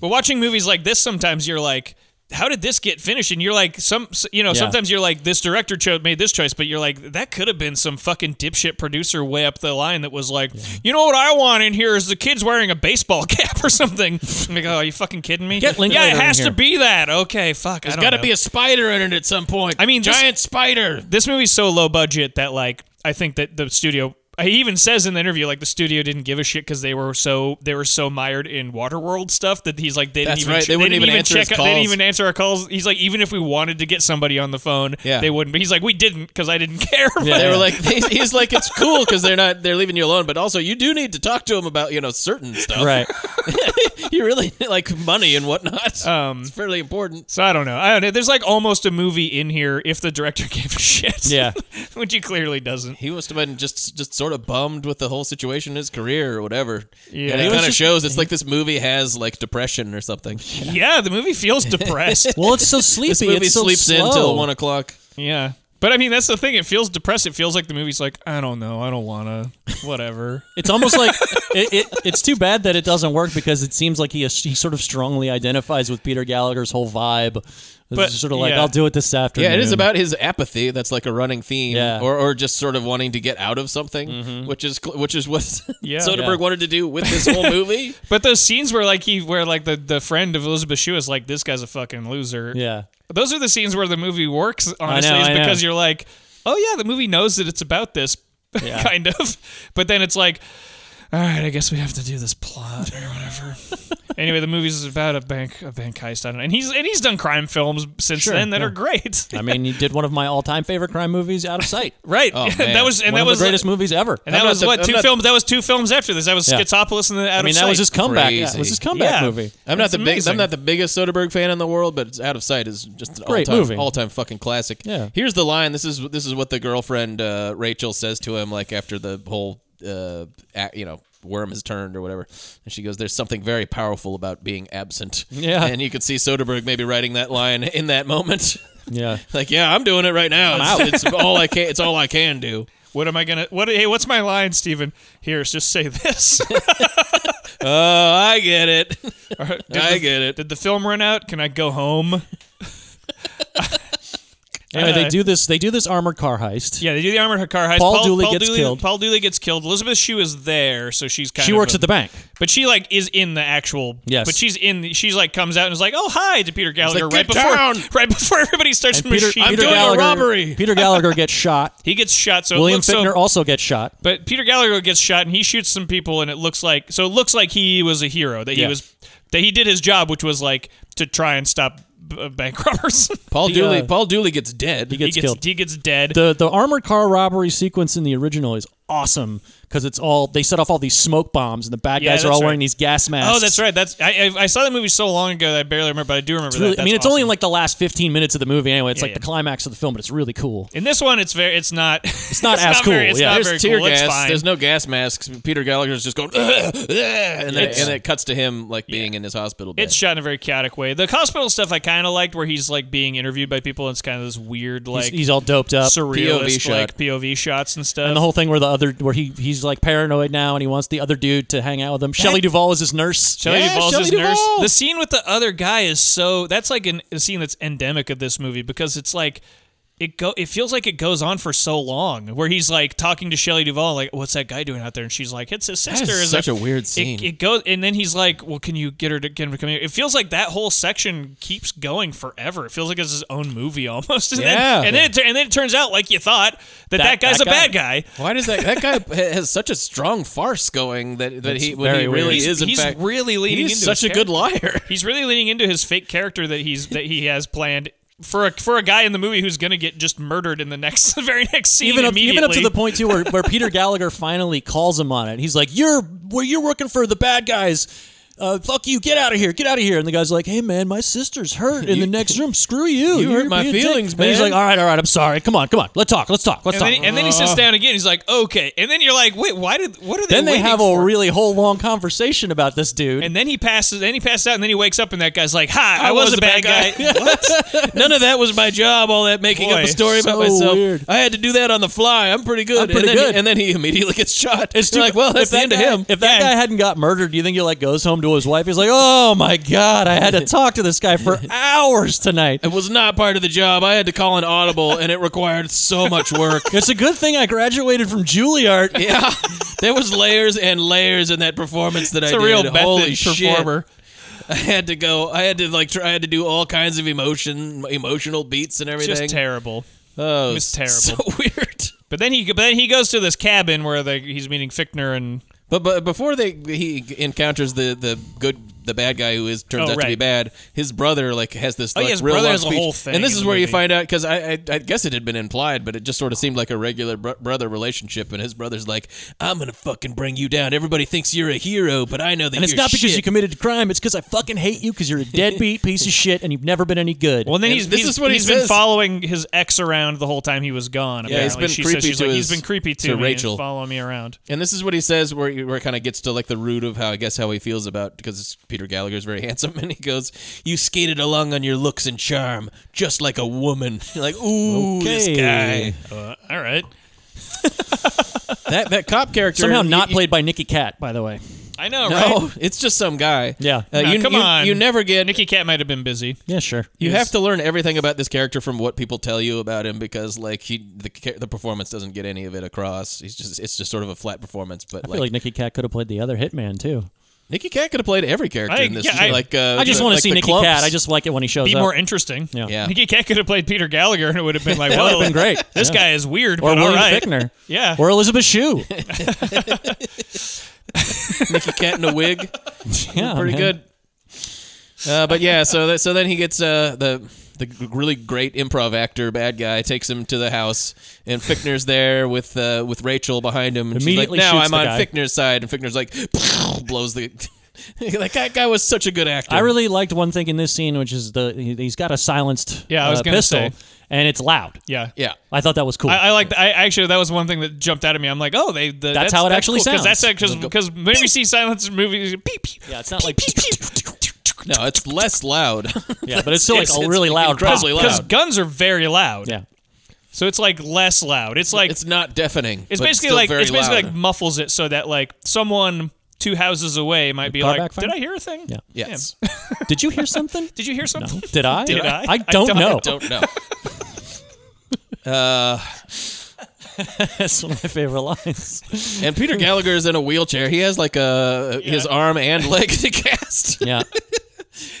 [SPEAKER 3] but watching movies like this, sometimes you're like, how did this get finished? And you're like, some, you know,
[SPEAKER 2] Yeah.
[SPEAKER 3] sometimes you're like, this director cho- made this choice, but you're like, that could have been some fucking dipshit producer way up the line that was like, you know what I want in here is the kids wearing a baseball cap or something. I'm like, oh, are you fucking kidding me?
[SPEAKER 2] Get Linklater
[SPEAKER 3] yeah, it
[SPEAKER 2] in
[SPEAKER 3] has to
[SPEAKER 2] here.
[SPEAKER 3] be that. Okay, fuck.
[SPEAKER 1] There's
[SPEAKER 3] I don't
[SPEAKER 1] got to
[SPEAKER 3] know.
[SPEAKER 1] be a spider in it at some point.
[SPEAKER 3] I mean, this-
[SPEAKER 1] giant spider.
[SPEAKER 3] This movie's so low budget that like I think that the studio. He even says in the interview like the studio didn't give a shit because they were so they were so mired in Waterworld stuff that he's like they didn't
[SPEAKER 1] That's
[SPEAKER 3] even
[SPEAKER 1] right,
[SPEAKER 3] ch-
[SPEAKER 1] they wouldn't
[SPEAKER 3] didn't
[SPEAKER 1] even
[SPEAKER 3] even
[SPEAKER 1] answer
[SPEAKER 3] check
[SPEAKER 1] his
[SPEAKER 3] out- they didn't
[SPEAKER 1] calls.
[SPEAKER 3] even answer our calls. He's like even if we wanted to get somebody on the phone,
[SPEAKER 1] Yeah.
[SPEAKER 3] they wouldn't. But he's like we didn't because I didn't care.
[SPEAKER 1] Yeah, they were like, they, he's like, it's cool because they're not, they're leaving you alone, but also you do need to talk to them about, you know, certain stuff.
[SPEAKER 2] Right.
[SPEAKER 1] you really like money and whatnot.
[SPEAKER 3] Um,
[SPEAKER 1] it's fairly important.
[SPEAKER 3] So I don't know. I don't know. There's like almost a movie in here if the director gave a shit.
[SPEAKER 2] Yeah.
[SPEAKER 3] which he clearly doesn't.
[SPEAKER 1] He must have been just just sort of bummed with the whole situation in his career or whatever.
[SPEAKER 3] Yeah.
[SPEAKER 1] and
[SPEAKER 3] He
[SPEAKER 1] it
[SPEAKER 3] was
[SPEAKER 1] kind of
[SPEAKER 3] just-
[SPEAKER 1] shows it's like this movie has like depression or something.
[SPEAKER 3] Yeah, the movie feels depressed.
[SPEAKER 2] well, it's so sleepy.
[SPEAKER 1] This movie sleeps in till one o'clock.
[SPEAKER 3] Yeah. But I mean, that's the thing. It feels depressed. It feels like the movie's like, I don't know. I don't want to. Whatever.
[SPEAKER 2] It's almost like it, it, it's too bad that it doesn't work because it seems like he uh, he sort of strongly identifies with Peter Gallagher's whole vibe.
[SPEAKER 1] But,
[SPEAKER 2] It's sort of like
[SPEAKER 1] yeah.
[SPEAKER 2] I'll do it this afternoon.
[SPEAKER 1] Yeah, it is about his apathy. That's like a running theme,
[SPEAKER 2] Yeah.
[SPEAKER 1] or or just sort of wanting to get out of something, which is cl- which is what
[SPEAKER 3] Mm-hmm. Yeah.
[SPEAKER 1] Soderbergh wanted to do with this whole movie.
[SPEAKER 3] But those scenes where like he, where like the, the friend of Elizabeth Shue is like, this guy's a fucking loser.
[SPEAKER 2] Yeah.
[SPEAKER 3] Those are the scenes where the movie works. Honestly,
[SPEAKER 2] know,
[SPEAKER 3] is
[SPEAKER 2] I know.
[SPEAKER 3] because you're like, oh yeah, the movie knows that it's about this,
[SPEAKER 2] Yeah.
[SPEAKER 3] kind of. But then it's like, all right, I guess we have to do this plot or whatever. anyway, the movie's about a bank a bank heist. I don't know. And he's and he's done crime films since
[SPEAKER 2] Sure,
[SPEAKER 3] then that
[SPEAKER 2] yeah.
[SPEAKER 3] are great.
[SPEAKER 2] I mean, you did one of my all-time favorite crime movies, Out of Sight.
[SPEAKER 3] Right. Oh, Yeah, man. that was- and
[SPEAKER 2] One
[SPEAKER 3] that
[SPEAKER 2] of
[SPEAKER 3] was-
[SPEAKER 2] the greatest movies ever.
[SPEAKER 3] And that was what two films? That was two films after this. That was
[SPEAKER 2] Yeah.
[SPEAKER 3] Schizopolis and the Out
[SPEAKER 2] I mean,
[SPEAKER 3] of
[SPEAKER 2] that
[SPEAKER 3] Sight.
[SPEAKER 2] was his comeback. Yeah, it was his comeback
[SPEAKER 3] Yeah.
[SPEAKER 2] movie.
[SPEAKER 1] I'm not
[SPEAKER 3] It's
[SPEAKER 1] the big,
[SPEAKER 3] amazing.
[SPEAKER 1] I'm not the biggest Soderbergh fan in the world, but it's Out of Sight is just an
[SPEAKER 2] Great
[SPEAKER 1] all-time,
[SPEAKER 2] movie.
[SPEAKER 1] all-time fucking classic.
[SPEAKER 2] Yeah.
[SPEAKER 1] Here's the line. This is this is what the girlfriend uh, Rachel says to him, like after the whole, uh, a- you know, worm has turned or whatever, and she goes, "There's something very powerful about being absent."
[SPEAKER 2] Yeah.
[SPEAKER 1] And you could see Soderbergh maybe writing that line in that moment.
[SPEAKER 2] Yeah.
[SPEAKER 1] like, yeah, I'm doing it right now.
[SPEAKER 3] I'm
[SPEAKER 1] It's,
[SPEAKER 3] out.
[SPEAKER 1] it's all I can. It's all I can do.
[SPEAKER 3] What am I gonna? What? Hey, what's my line, Steven? Here's just say this.
[SPEAKER 1] Oh,
[SPEAKER 2] Uh,
[SPEAKER 1] I get it.
[SPEAKER 3] Did
[SPEAKER 1] I
[SPEAKER 3] the-
[SPEAKER 1] get it.
[SPEAKER 3] Did the film run out? Can I go home?
[SPEAKER 2] Anyway,
[SPEAKER 3] Uh,
[SPEAKER 2] they do this. They do this armored car heist.
[SPEAKER 3] Yeah, they do the armored car heist.
[SPEAKER 2] Paul Dooley gets killed.
[SPEAKER 3] Paul Dooley gets killed. Elizabeth Shue is there, so she's kind
[SPEAKER 2] She
[SPEAKER 3] of
[SPEAKER 2] works
[SPEAKER 3] a-
[SPEAKER 2] at the bank.
[SPEAKER 3] but she like is in the actual.
[SPEAKER 2] Yes.
[SPEAKER 3] but she's in. She's like comes out and is like, "Oh hi" to Peter Gallagher
[SPEAKER 1] like,
[SPEAKER 3] right
[SPEAKER 1] "Get
[SPEAKER 3] before
[SPEAKER 1] down!"
[SPEAKER 3] right before everybody starts.
[SPEAKER 2] And Peter,
[SPEAKER 3] machine-
[SPEAKER 2] Peter Gallagher, Peter Gallagher gets shot.
[SPEAKER 3] He gets shot. So it
[SPEAKER 2] William
[SPEAKER 3] looks so-
[SPEAKER 2] Fichtner also gets shot.
[SPEAKER 3] But Peter Gallagher gets shot and he shoots some people and it looks like so it looks like he was a hero that he
[SPEAKER 2] Yeah.
[SPEAKER 3] was that he did his job which was like to try and stop uh, bank robbers.
[SPEAKER 1] Paul
[SPEAKER 2] The,
[SPEAKER 1] Dooley.
[SPEAKER 2] uh,
[SPEAKER 1] Paul Dooley gets dead.
[SPEAKER 2] He gets,
[SPEAKER 3] he gets
[SPEAKER 2] killed.
[SPEAKER 3] he gets dead.
[SPEAKER 2] the the armored car robbery sequence in the original is awesome because it's all they set off all these smoke bombs and the bad
[SPEAKER 3] Yeah,
[SPEAKER 2] guys are
[SPEAKER 3] that's
[SPEAKER 2] all
[SPEAKER 3] right.
[SPEAKER 2] wearing these gas masks.
[SPEAKER 3] oh, that's right. That's I, I I saw that movie so long ago that I barely remember. But I do remember
[SPEAKER 2] It's really-
[SPEAKER 3] that.
[SPEAKER 2] I mean,
[SPEAKER 3] That's
[SPEAKER 2] it's only
[SPEAKER 3] awesome.
[SPEAKER 2] like the last 15 minutes of the movie anyway. It's
[SPEAKER 3] Yeah,
[SPEAKER 2] like the
[SPEAKER 3] yeah.
[SPEAKER 2] climax of the film, but it's really cool.
[SPEAKER 3] in this one. It's very. It's not. It's
[SPEAKER 2] not as cool,
[SPEAKER 3] Very, it's
[SPEAKER 2] yeah.
[SPEAKER 3] not
[SPEAKER 1] There's
[SPEAKER 3] very
[SPEAKER 1] tear
[SPEAKER 3] cool.
[SPEAKER 1] gas.
[SPEAKER 3] It's fine.
[SPEAKER 1] There's no gas masks. Peter Gallagher's just going, "Ugh, ugh," and then
[SPEAKER 3] It's-
[SPEAKER 1] and it cuts to him like being in his hospital bed.
[SPEAKER 3] It's shot in a very chaotic way. The hospital stuff I kind of liked, where he's like being interviewed by people. and It's kind of this weird, like
[SPEAKER 2] He's, he's all doped up.
[SPEAKER 3] surrealist,
[SPEAKER 1] POV
[SPEAKER 3] like
[SPEAKER 1] shot.
[SPEAKER 3] POV shots and stuff.
[SPEAKER 2] And the whole thing where the other where he he's like paranoid now and he wants the other dude to hang out with him. Shelley Duvall is his nurse.
[SPEAKER 3] Shelley
[SPEAKER 1] Yeah,
[SPEAKER 3] Duvall's
[SPEAKER 1] Shelley
[SPEAKER 3] his nurse.
[SPEAKER 1] Duvall.
[SPEAKER 3] The scene with the other guy is so that's like an, a scene that's endemic of this movie because it's like it go it feels like it goes on for so long where he's like talking to Shelley Duvall like what's that guy doing out there and she's like it's his
[SPEAKER 1] is
[SPEAKER 3] sister It's
[SPEAKER 1] such
[SPEAKER 3] like-
[SPEAKER 1] a weird
[SPEAKER 3] it-
[SPEAKER 1] scene.
[SPEAKER 3] It, goes and then he's like well can you get her to get him to come here it feels like that whole section keeps going forever it feels like it's his own movie almost and
[SPEAKER 1] Yeah.
[SPEAKER 3] then and then it, tur- and then it turns out like you thought that that,
[SPEAKER 2] That-
[SPEAKER 3] guy's
[SPEAKER 2] that
[SPEAKER 3] a bad guy
[SPEAKER 1] Why does that that guy ha- has such a strong farce going that that
[SPEAKER 2] It's
[SPEAKER 1] he when he
[SPEAKER 2] very weird.
[SPEAKER 1] really
[SPEAKER 2] He's-
[SPEAKER 1] is in
[SPEAKER 3] he's
[SPEAKER 1] fact
[SPEAKER 3] really leaning
[SPEAKER 1] he's
[SPEAKER 3] into
[SPEAKER 1] such
[SPEAKER 3] his
[SPEAKER 1] a good
[SPEAKER 3] character.
[SPEAKER 1] liar.
[SPEAKER 3] He's really leaning into his fake character that he's that he has planned for a for a guy in the movie who's gonna get just murdered in the next the very next scene.
[SPEAKER 2] even up, even up to
[SPEAKER 3] immediately.
[SPEAKER 2] the point too where, where Peter Gallagher finally calls him on it. He's like, "You're where you're working for the bad guys. Uh, fuck you, get out of here, get out of here." And the guy's like, "Hey man, my sister's hurt in the next room. Screw you.
[SPEAKER 1] You hurt
[SPEAKER 2] You're
[SPEAKER 1] my
[SPEAKER 2] being a dick."
[SPEAKER 1] feelings,
[SPEAKER 2] And he's
[SPEAKER 1] man.
[SPEAKER 2] like, "All right, all right, I'm sorry. Come on, come on. Let's talk. Let's talk. Let's
[SPEAKER 3] And
[SPEAKER 2] talk."
[SPEAKER 3] then, and then he sits down again. He's like, "Okay." And then you're like, "Wait, why did? What are they?"
[SPEAKER 2] Then they
[SPEAKER 3] waiting
[SPEAKER 2] have
[SPEAKER 3] for?
[SPEAKER 2] a really whole long conversation about this dude.
[SPEAKER 3] And then he passes. Then he passes out. And then he wakes up, and that guy's like, "Hi, I, was, a bad guy."
[SPEAKER 1] what? None of that was my job. All that making up
[SPEAKER 3] Boy,
[SPEAKER 1] a story about
[SPEAKER 2] so
[SPEAKER 1] myself.
[SPEAKER 2] weird.
[SPEAKER 1] I had to do that on the fly. I'm pretty good.
[SPEAKER 2] I'm pretty
[SPEAKER 1] and then,
[SPEAKER 2] good.
[SPEAKER 1] He, and then he immediately gets shot. It's
[SPEAKER 2] Dude,
[SPEAKER 1] like, well,
[SPEAKER 2] if
[SPEAKER 1] that's the
[SPEAKER 2] that
[SPEAKER 1] end of
[SPEAKER 2] guy-
[SPEAKER 1] him.
[SPEAKER 2] If that
[SPEAKER 3] Yeah.
[SPEAKER 2] guy hadn't got murdered, do you think he like goes home to his wife? He's like, "Oh my god, I had to talk to this guy for hours tonight."
[SPEAKER 1] It was not part of the job. I had to call an audible, and it required so much work.
[SPEAKER 2] It's a good thing I graduated from Juilliard.
[SPEAKER 1] Yeah, there was layers and layers in that performance that
[SPEAKER 3] It's
[SPEAKER 1] I
[SPEAKER 3] a
[SPEAKER 1] did.
[SPEAKER 3] real
[SPEAKER 1] Holy
[SPEAKER 3] method performer.
[SPEAKER 1] Shit. I had to go. I had to like. Try, I had to do all kinds of emotion, emotional beats and everything.
[SPEAKER 3] Just terrible.
[SPEAKER 1] Oh,
[SPEAKER 3] It was terrible.
[SPEAKER 1] So weird.
[SPEAKER 3] But then he, but then he goes to this cabin where the, he's meeting Fichtner and
[SPEAKER 1] But but before they he encounters the the good the bad guy who is turns
[SPEAKER 3] Oh,
[SPEAKER 1] out to be
[SPEAKER 3] right.
[SPEAKER 1] bad. His brother like has this.
[SPEAKER 3] Oh, yeah,
[SPEAKER 1] like,
[SPEAKER 3] his
[SPEAKER 1] real
[SPEAKER 3] brother
[SPEAKER 1] long
[SPEAKER 3] has a
[SPEAKER 1] speech.
[SPEAKER 3] whole thing
[SPEAKER 1] And this
[SPEAKER 3] in
[SPEAKER 1] is
[SPEAKER 3] the
[SPEAKER 1] where you
[SPEAKER 3] movie.
[SPEAKER 1] find out because I, I I guess it had been implied, but it just sort of seemed like a regular br- brother relationship. And his brother's like, "I'm gonna fucking bring you down. Everybody thinks you're a hero, but I know that
[SPEAKER 2] And it's
[SPEAKER 1] you're
[SPEAKER 2] not because
[SPEAKER 1] shit."
[SPEAKER 2] you committed a crime. It's because I fucking hate you because you're a deadbeat piece of shit and you've never been any good.
[SPEAKER 3] Well, then he's, he's, he's been following his ex around the whole time he was gone.
[SPEAKER 1] Yeah, he's
[SPEAKER 3] apparently.
[SPEAKER 1] been
[SPEAKER 3] she
[SPEAKER 1] creepy
[SPEAKER 3] says she's
[SPEAKER 1] to
[SPEAKER 3] like,
[SPEAKER 1] his-
[SPEAKER 3] he's been creepy
[SPEAKER 1] to
[SPEAKER 3] to, me and
[SPEAKER 1] Rachel.
[SPEAKER 3] following me around.
[SPEAKER 1] And this is what he says, where he- where it kind of gets to like the root of how I guess how he feels about because it's Peter Gallagher's very handsome, and he goes, "You skated along on your looks and charm, just like a woman." You're like, ooh, this guy.
[SPEAKER 3] Uh, all right.
[SPEAKER 1] that that cop character
[SPEAKER 2] somehow not
[SPEAKER 1] you-
[SPEAKER 2] played by Nicky Cat, by the way.
[SPEAKER 3] I know,
[SPEAKER 1] no,
[SPEAKER 3] right?
[SPEAKER 1] it's just some guy.
[SPEAKER 2] Yeah.
[SPEAKER 1] Uh,
[SPEAKER 3] Now,
[SPEAKER 1] you,
[SPEAKER 3] come
[SPEAKER 1] you-
[SPEAKER 3] on.
[SPEAKER 1] You never get.
[SPEAKER 3] Nicky Cat might have been busy.
[SPEAKER 2] Yeah, sure.
[SPEAKER 1] You
[SPEAKER 3] Yes.
[SPEAKER 1] have to learn everything about this character from what people tell you about him because, like, he the ca- the performance doesn't get any of it across. He's just it's just sort of a flat performance. But
[SPEAKER 2] I feel like Nicky Cat could have played the other Hitman too.
[SPEAKER 1] Nicky Cat could have played every character
[SPEAKER 3] I-
[SPEAKER 1] in this.
[SPEAKER 3] yeah, I-
[SPEAKER 1] like, uh,
[SPEAKER 2] I just
[SPEAKER 1] the-
[SPEAKER 2] want to
[SPEAKER 1] like
[SPEAKER 2] see
[SPEAKER 1] the
[SPEAKER 2] Nicky
[SPEAKER 1] clumps.
[SPEAKER 2] Cat. I just like it when he shows
[SPEAKER 3] Be
[SPEAKER 2] up.
[SPEAKER 3] more interesting.
[SPEAKER 2] Yeah.
[SPEAKER 1] Yeah.
[SPEAKER 3] Nicky Cat could have played Peter Gallagher, and it would have been like,
[SPEAKER 2] That would
[SPEAKER 3] well,
[SPEAKER 2] have been great.
[SPEAKER 3] This
[SPEAKER 2] Yeah.
[SPEAKER 3] guy is weird,
[SPEAKER 2] or
[SPEAKER 3] but all
[SPEAKER 2] William
[SPEAKER 3] right.
[SPEAKER 2] Fichtner.
[SPEAKER 3] Yeah.
[SPEAKER 2] Or Elizabeth Shue.
[SPEAKER 1] Nicky Cat in a wig.
[SPEAKER 2] Yeah,
[SPEAKER 1] pretty
[SPEAKER 2] man.
[SPEAKER 1] good. Uh, but yeah, so that, so then he gets uh, the the g- really great improv actor, bad guy, takes him to the house, and Fickner's there with uh, with Rachel behind him, and
[SPEAKER 2] Immediately
[SPEAKER 1] she's like, "Now
[SPEAKER 2] shoots
[SPEAKER 1] I'm
[SPEAKER 2] the
[SPEAKER 1] on
[SPEAKER 2] guy."
[SPEAKER 1] Fickner's side," and Fickner's like, blows the. like that guy was such a good actor.
[SPEAKER 2] I really liked one thing in this scene, which is the he- he's got a silenced
[SPEAKER 3] Yeah, I was
[SPEAKER 2] uh,
[SPEAKER 3] gonna
[SPEAKER 2] pistol,
[SPEAKER 3] say.
[SPEAKER 2] and it's loud.
[SPEAKER 3] Yeah.
[SPEAKER 1] yeah.
[SPEAKER 2] I thought that was cool.
[SPEAKER 3] I, I like. I actually that was one thing that jumped out at me. I'm like, oh, they. The,
[SPEAKER 2] That's how it actually
[SPEAKER 3] cool, 'cause
[SPEAKER 2] sounds.
[SPEAKER 3] That's because when we see silence movies, pew, pew,
[SPEAKER 2] yeah, it's not like
[SPEAKER 3] pew, pew.
[SPEAKER 1] no, it's less loud.
[SPEAKER 2] yeah, but it's still like
[SPEAKER 1] It's-
[SPEAKER 2] a
[SPEAKER 1] it's
[SPEAKER 2] really loud. pop.
[SPEAKER 1] incredibly
[SPEAKER 3] because
[SPEAKER 1] loud.
[SPEAKER 3] guns are very loud.
[SPEAKER 2] Yeah,
[SPEAKER 3] So it's like less loud. It's like it's,
[SPEAKER 1] it's not deafening. but
[SPEAKER 3] basically
[SPEAKER 1] still
[SPEAKER 3] like
[SPEAKER 1] very
[SPEAKER 3] it's basically
[SPEAKER 1] loud.
[SPEAKER 3] like muffles it so that like someone two houses away might be
[SPEAKER 2] car
[SPEAKER 3] like,
[SPEAKER 2] backfire?
[SPEAKER 3] did I hear a thing?
[SPEAKER 2] Yeah.
[SPEAKER 1] yes.
[SPEAKER 2] Did you hear something?
[SPEAKER 3] Did you hear something?
[SPEAKER 2] Did I?
[SPEAKER 3] Did I?
[SPEAKER 2] I don't know.
[SPEAKER 1] Don't know.
[SPEAKER 2] That's one of my favorite lines.
[SPEAKER 1] And Peter Gallagher is in a wheelchair. He has like a his arm and leg to cast.
[SPEAKER 2] Yeah,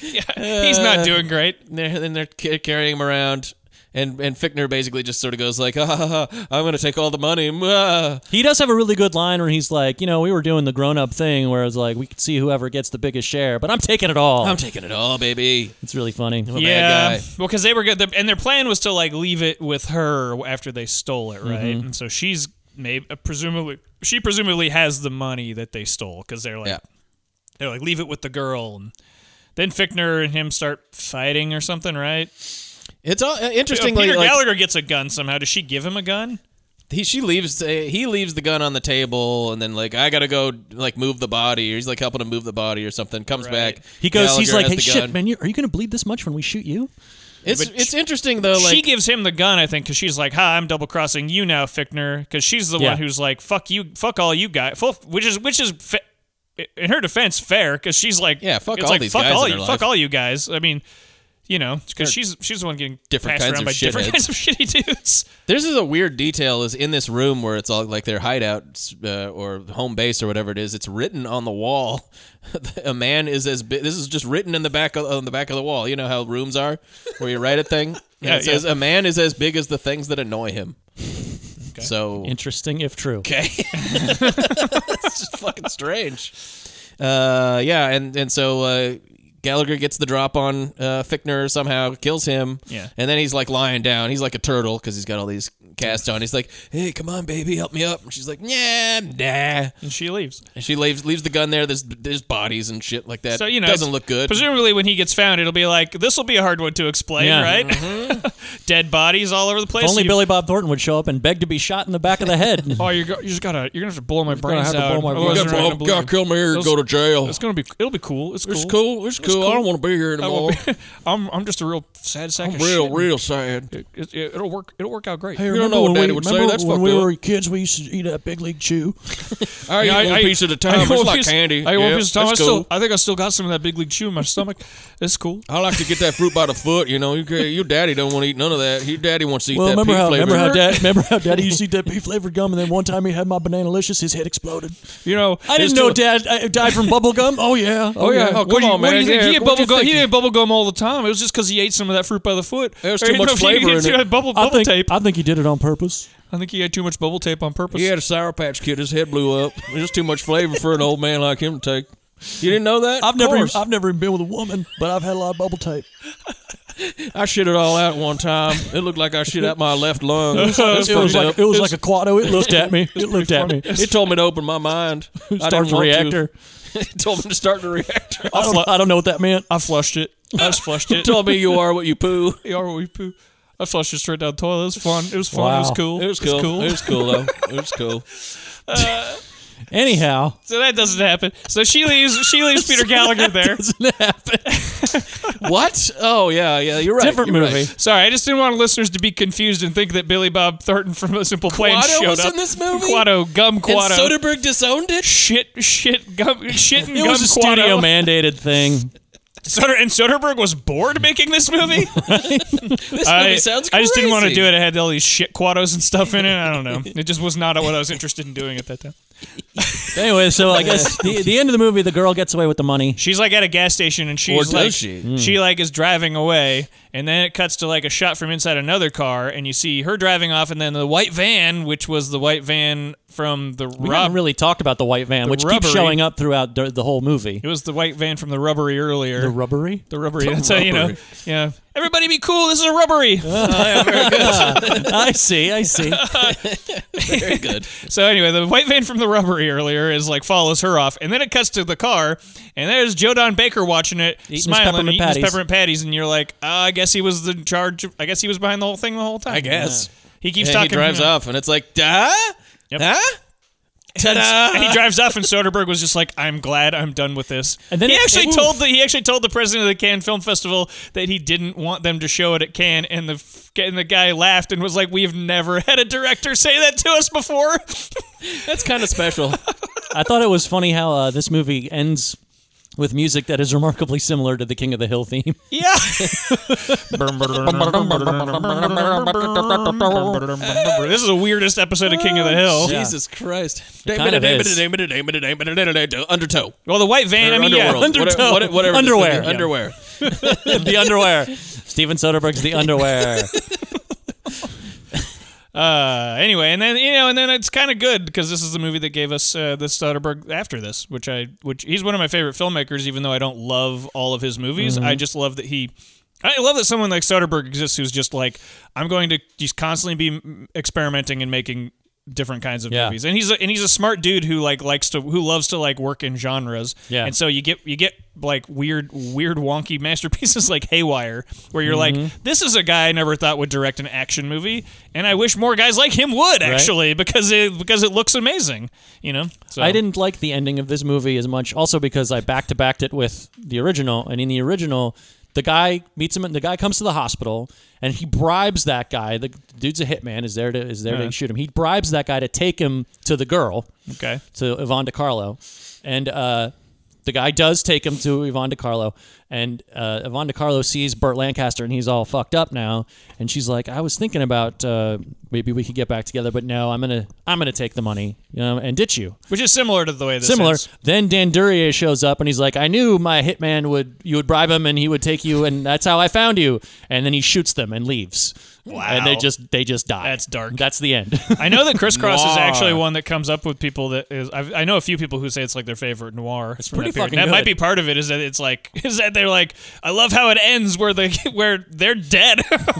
[SPEAKER 3] Yeah. He's
[SPEAKER 1] Uh,
[SPEAKER 3] not doing great.
[SPEAKER 1] And they're, then they're ca- carrying him around. And, and Fickner basically just sort of goes like, ah, ha, ha, ha, I'm going to take all the money. mwah."
[SPEAKER 2] he does have a really good line where he's like, you know, we were doing the grown-up thing where it's like we could see whoever gets the biggest share, but I'm taking it all.
[SPEAKER 1] I'm taking it all, baby.
[SPEAKER 2] it's really funny.
[SPEAKER 1] bad
[SPEAKER 3] Yeah,
[SPEAKER 1] guy.
[SPEAKER 3] well, because they were good, and their plan was to like leave it with her after they stole it, right?
[SPEAKER 1] Mm-hmm.
[SPEAKER 3] And so she's maybe presumably she presumably has the money that they stole because they're like
[SPEAKER 1] Yeah.
[SPEAKER 3] they're like leave it with the girl, and then Fichtner and him start fighting or something, right?
[SPEAKER 1] It's all, uh,
[SPEAKER 3] Peter
[SPEAKER 1] interestingly, like,
[SPEAKER 3] Gallagher gets a gun somehow. Does she give him a gun?
[SPEAKER 1] he, she leaves, uh, he leaves the gun on the table and then like, I got to go like move the body. Or he's like helping him move the body or something. Comes
[SPEAKER 3] Right.
[SPEAKER 1] back.
[SPEAKER 2] He goes, he's
[SPEAKER 1] Gallagher
[SPEAKER 2] like,
[SPEAKER 1] has
[SPEAKER 2] hey,
[SPEAKER 1] the
[SPEAKER 2] shit,
[SPEAKER 1] gun.
[SPEAKER 2] man, you, are you going to bleed this much when we shoot you?
[SPEAKER 1] It's,
[SPEAKER 3] But
[SPEAKER 1] it's interesting though. Like,
[SPEAKER 3] she gives him the gun, I think, because she's like, "Ha, I'm double crossing you now, Fichtner," because she's the
[SPEAKER 2] Yeah.
[SPEAKER 3] one who's like, "Fuck you, fuck all you guys," full, which is which is. Fa- in her defense, fair because she's like,
[SPEAKER 1] Yeah, fuck
[SPEAKER 3] it's
[SPEAKER 1] all
[SPEAKER 3] like,
[SPEAKER 1] these
[SPEAKER 3] fuck
[SPEAKER 1] guys
[SPEAKER 3] all
[SPEAKER 1] in
[SPEAKER 3] you,
[SPEAKER 1] her life.
[SPEAKER 3] fuck all you guys. I mean, you know, because she's she's the one getting
[SPEAKER 1] Different
[SPEAKER 3] passed
[SPEAKER 1] kinds
[SPEAKER 3] around
[SPEAKER 1] of
[SPEAKER 3] by different
[SPEAKER 1] shitheads.
[SPEAKER 3] kinds of shitty dudes.
[SPEAKER 1] This is a weird detail is in this room where it's all like their hideout uh, or home base or whatever it is. It's written on the wall. a man is as big. This is just written in the back of, on the back of the wall. You know how rooms are where you write a thing. And
[SPEAKER 3] Yeah,
[SPEAKER 1] it says
[SPEAKER 3] yeah.
[SPEAKER 1] a man is as big as the things that annoy him. So
[SPEAKER 2] Interesting, if true.
[SPEAKER 1] okay, it's just fucking strange. Uh, yeah, and and so. Uh, Gallagher gets the drop on uh, Fickner somehow, kills him,
[SPEAKER 3] Yeah.
[SPEAKER 1] and then he's like lying down. He's like a turtle because he's got all these casts on. He's like, "Hey, come on, baby, help me up." And she's like, "Nah, nah."
[SPEAKER 3] And she leaves.
[SPEAKER 1] And she leaves leaves the gun there. There's there's bodies and shit like that.
[SPEAKER 3] So you know,
[SPEAKER 1] doesn't
[SPEAKER 3] it's-
[SPEAKER 1] look good.
[SPEAKER 3] Presumably, when he gets found, it'll be like this will be a hard one to explain,
[SPEAKER 2] Yeah.
[SPEAKER 3] right?
[SPEAKER 2] Mm-hmm.
[SPEAKER 3] Dead bodies all over the place.
[SPEAKER 2] Only
[SPEAKER 3] You-
[SPEAKER 2] Billy Bob Thornton would show up and beg to be shot in the back of the head.
[SPEAKER 3] Oh, you're go- you just gotta you're gonna have to blow my
[SPEAKER 2] gonna
[SPEAKER 3] brains
[SPEAKER 2] have to
[SPEAKER 3] out. Oh,
[SPEAKER 2] blow my
[SPEAKER 3] otherwise
[SPEAKER 2] brains
[SPEAKER 3] they're not
[SPEAKER 2] out.
[SPEAKER 3] gonna believe me.
[SPEAKER 1] here
[SPEAKER 3] and go to
[SPEAKER 1] jail.
[SPEAKER 3] It's gonna be it'll be cool. It's cool.
[SPEAKER 1] It's
[SPEAKER 3] cool. I don't
[SPEAKER 1] want to be here
[SPEAKER 3] I will be- I'm I'm just a real sad sack of shit.
[SPEAKER 1] sad.
[SPEAKER 3] It, it, it'll work. It'll work out great.
[SPEAKER 2] Hey,
[SPEAKER 1] don't know what Daddy would say, that's
[SPEAKER 2] when
[SPEAKER 1] fucked
[SPEAKER 2] we
[SPEAKER 1] up.
[SPEAKER 2] were kids, we used to eat that big league chew.
[SPEAKER 1] I
[SPEAKER 3] Yeah,
[SPEAKER 1] eat one piece at a time.
[SPEAKER 3] I
[SPEAKER 1] It's
[SPEAKER 3] want a
[SPEAKER 1] like
[SPEAKER 3] piece-
[SPEAKER 1] candy.
[SPEAKER 3] I want a
[SPEAKER 1] Yeah,
[SPEAKER 3] piece at a time. I
[SPEAKER 1] that's
[SPEAKER 3] still,
[SPEAKER 1] cool.
[SPEAKER 3] I think I still got some of that big league chew in my stomach. It's cool.
[SPEAKER 1] I like to get that fruit by the foot. You know, you can't- your daddy don't want to eat none of that. Your daddy wants to eat
[SPEAKER 2] Well, remember
[SPEAKER 1] pea
[SPEAKER 2] how,
[SPEAKER 1] flavor.
[SPEAKER 2] remember how dad remember how daddy used to eat that pea flavored gum, and then one time he had my banana licious, his head exploded.
[SPEAKER 3] You know,
[SPEAKER 2] I
[SPEAKER 3] it's
[SPEAKER 2] didn't know
[SPEAKER 3] still-
[SPEAKER 2] dad
[SPEAKER 1] uh,
[SPEAKER 2] I, died from bubble gum. Oh yeah, oh,
[SPEAKER 1] yeah. Oh,
[SPEAKER 3] What
[SPEAKER 1] come
[SPEAKER 3] do you-
[SPEAKER 1] on,
[SPEAKER 3] What do you
[SPEAKER 1] man.
[SPEAKER 3] think?
[SPEAKER 1] Yeah,
[SPEAKER 3] he ate
[SPEAKER 1] what you
[SPEAKER 3] bubble gum. He
[SPEAKER 1] thinking?
[SPEAKER 3] didn't bubble gum all the time. It was just because he ate some of that fruit by the foot.
[SPEAKER 1] There was
[SPEAKER 3] Or
[SPEAKER 1] too
[SPEAKER 3] I didn't
[SPEAKER 1] much
[SPEAKER 3] know if he-
[SPEAKER 1] flavor
[SPEAKER 3] he
[SPEAKER 1] in
[SPEAKER 3] too
[SPEAKER 1] it.
[SPEAKER 3] much Bubble,
[SPEAKER 2] I
[SPEAKER 3] bubble
[SPEAKER 2] think
[SPEAKER 3] tape.
[SPEAKER 2] I think he did it on purpose.
[SPEAKER 3] I think he had too much bubble tape on purpose.
[SPEAKER 1] He had a Sour Patch Kid. His head blew up. There's too much flavor for an old man like him to take. You didn't know that?
[SPEAKER 2] I've
[SPEAKER 1] Of
[SPEAKER 2] never,
[SPEAKER 1] course.
[SPEAKER 2] I've never even been with a woman, but I've had a lot of bubble tape.
[SPEAKER 1] I shit it all out one time. It looked like I shit out my left lung.
[SPEAKER 2] It was
[SPEAKER 1] fucked
[SPEAKER 2] like-
[SPEAKER 1] up.
[SPEAKER 2] it was like a quado. It looked at me. It
[SPEAKER 1] pretty
[SPEAKER 2] looked at
[SPEAKER 1] funny.
[SPEAKER 2] me.
[SPEAKER 1] It told me to open my mind. I
[SPEAKER 2] Start
[SPEAKER 1] didn't
[SPEAKER 2] the
[SPEAKER 1] want to.
[SPEAKER 2] reactor.
[SPEAKER 1] it told me to start the reactor.
[SPEAKER 2] I don't, I don't know what that meant.
[SPEAKER 3] I flushed it. I just flushed it.
[SPEAKER 1] told me you are what you poo.
[SPEAKER 3] You are what we poo. I flushed it straight down the toilet. It was fun. It was fun. It was
[SPEAKER 2] Wow.
[SPEAKER 3] cool.
[SPEAKER 1] It was cool. It was cool though. It was cool.
[SPEAKER 3] Uh,
[SPEAKER 2] Anyhow,
[SPEAKER 3] so that doesn't happen. So she leaves. She leaves Peter Gallagher there.
[SPEAKER 1] what? Oh yeah, yeah. You're right.
[SPEAKER 2] Different
[SPEAKER 1] you're
[SPEAKER 2] movie.
[SPEAKER 1] Right.
[SPEAKER 3] Sorry, I just didn't want listeners to be confused and think that Billy Bob Thornton from A Simple Plan
[SPEAKER 1] Quado
[SPEAKER 3] showed
[SPEAKER 1] was
[SPEAKER 3] up.
[SPEAKER 1] in this movie?
[SPEAKER 3] Quado, gum Quado.
[SPEAKER 1] And Soderbergh disowned it.
[SPEAKER 3] shit, shit, gum, shit, and
[SPEAKER 2] It
[SPEAKER 3] gum
[SPEAKER 2] was a
[SPEAKER 3] Quado.
[SPEAKER 2] studio mandated thing.
[SPEAKER 3] Soder- and Soderbergh was bored making this movie.
[SPEAKER 1] This
[SPEAKER 3] I,
[SPEAKER 1] movie sounds.
[SPEAKER 3] I
[SPEAKER 1] Crazy.
[SPEAKER 3] just didn't want to do it. It had all these shit quados and stuff in it. I don't know. It just was not what I was interested in doing at that time.
[SPEAKER 2] Anyway, so I guess the, the end of the movie, the girl gets away with the money.
[SPEAKER 3] She's like at a gas station and she's
[SPEAKER 1] does
[SPEAKER 3] like
[SPEAKER 1] she?
[SPEAKER 3] like is driving away and then it cuts to like a shot from inside another car and you see her driving off and then the white van which was the white van from the
[SPEAKER 2] We
[SPEAKER 3] rob
[SPEAKER 2] haven't really talked about the white van,
[SPEAKER 3] The
[SPEAKER 2] which
[SPEAKER 3] rubbery-
[SPEAKER 2] keeps showing up throughout the, the whole movie.
[SPEAKER 3] it was the white van from the rubbery earlier
[SPEAKER 2] The rubbery?
[SPEAKER 3] the rubbery that's how you know yeah everybody be cool this is a rubbery
[SPEAKER 2] I see, I see.
[SPEAKER 1] Very good.
[SPEAKER 3] So anyway, the white van from the rubbery earlier is like follows her off, and then it cuts to the car, and there's Joe Don Baker watching it,
[SPEAKER 2] his
[SPEAKER 3] smiling,
[SPEAKER 2] peppermint
[SPEAKER 3] eating his
[SPEAKER 2] patties.
[SPEAKER 3] peppermint patties, and you're like, oh, I guess he was the charge. I guess he was behind the whole thing the whole time.
[SPEAKER 1] I guess.
[SPEAKER 3] he keeps
[SPEAKER 1] And
[SPEAKER 3] talking.
[SPEAKER 1] he drives off, and it's like, duh.
[SPEAKER 3] Yep.
[SPEAKER 1] Huh?
[SPEAKER 3] And he drives off, and Soderbergh was just like, "I'm glad I'm done with this."
[SPEAKER 2] And then
[SPEAKER 3] he
[SPEAKER 2] it-
[SPEAKER 3] actually
[SPEAKER 2] oof.
[SPEAKER 3] told the he actually told the president of the Cannes Film Festival that he didn't want them to show it at Cannes, and the f- and the guy laughed and was like, "We've never had a director say that to us before."
[SPEAKER 1] That's kind of special.
[SPEAKER 2] I thought it was funny how uh, this movie ends with music that is remarkably similar to the King of the Hill theme.
[SPEAKER 3] yeah. this is the weirdest episode of King of the Hill.
[SPEAKER 1] Oh, Jesus Christ.
[SPEAKER 2] kind of is.
[SPEAKER 1] Undertow.
[SPEAKER 3] Well, the white van. I mean, yeah,
[SPEAKER 1] Underworld.
[SPEAKER 2] Undertow.
[SPEAKER 1] Whatever, whatever this
[SPEAKER 2] Underwear.
[SPEAKER 1] movie- Underwear.
[SPEAKER 2] the underwear. Steven Soderbergh's The Underwear.
[SPEAKER 3] Uh, anyway, and then you know, and then it's kind of good because this is the movie that gave us uh, the Soderbergh after this, which I, which he's one of my favorite filmmakers, even though I don't love all of his movies.
[SPEAKER 2] Mm-hmm.
[SPEAKER 3] I just love that he. I love that someone like Soderbergh exists who's just like I'm going to just constantly be mm, experimenting and making different kinds of
[SPEAKER 2] Yeah.
[SPEAKER 3] movies, and he's a, and he's a smart dude who like likes to who loves to like work in genres,
[SPEAKER 2] Yeah.
[SPEAKER 3] And so you get you get like weird weird wonky masterpieces like Haywire, where you're
[SPEAKER 2] Mm-hmm.
[SPEAKER 3] like, this is a guy I never thought would direct an action movie, and I wish more guys like him would actually because it because it looks amazing, you know. So
[SPEAKER 2] I didn't like the ending of this movie as much, also because I back to backed it with the original. And in the original, the guy meets him, and the guy comes to the hospital, and he bribes that guy. The dude's a hitman, is there to is there
[SPEAKER 3] Yeah.
[SPEAKER 2] to shoot him. He bribes that guy to take him to the girl,
[SPEAKER 3] Okay.
[SPEAKER 2] to Yvonne DiCarlo, and uh, the guy does take him to Yvonne DiCarlo, and uh, Yvonne DiCarlo sees Burt Lancaster, and he's all fucked up now, and she's like, "I was thinking about uh, maybe we could get back together, but no, I'm gonna I'm gonna take the money, you know, and ditch you."
[SPEAKER 3] Which is similar to the way this
[SPEAKER 2] Similar.
[SPEAKER 3] ends.
[SPEAKER 2] Then Dan Duryea shows up, and he's like, "I knew my hitman would you would bribe him, and he would take you, and that's how I found you." And then he shoots them and leaves. Wow. And they just they just die.
[SPEAKER 3] That's dark.
[SPEAKER 2] That's the end.
[SPEAKER 3] I know that crisscross is
[SPEAKER 1] Noir.
[SPEAKER 3] actually one that comes up with people that is. I've, I know a few people who say it's like their favorite noir. It's
[SPEAKER 2] pretty
[SPEAKER 3] that period.
[SPEAKER 2] fucking
[SPEAKER 3] That might be
[SPEAKER 2] good.
[SPEAKER 3] part of it. Is that it's like is that they're like I love how it ends where they where they're dead.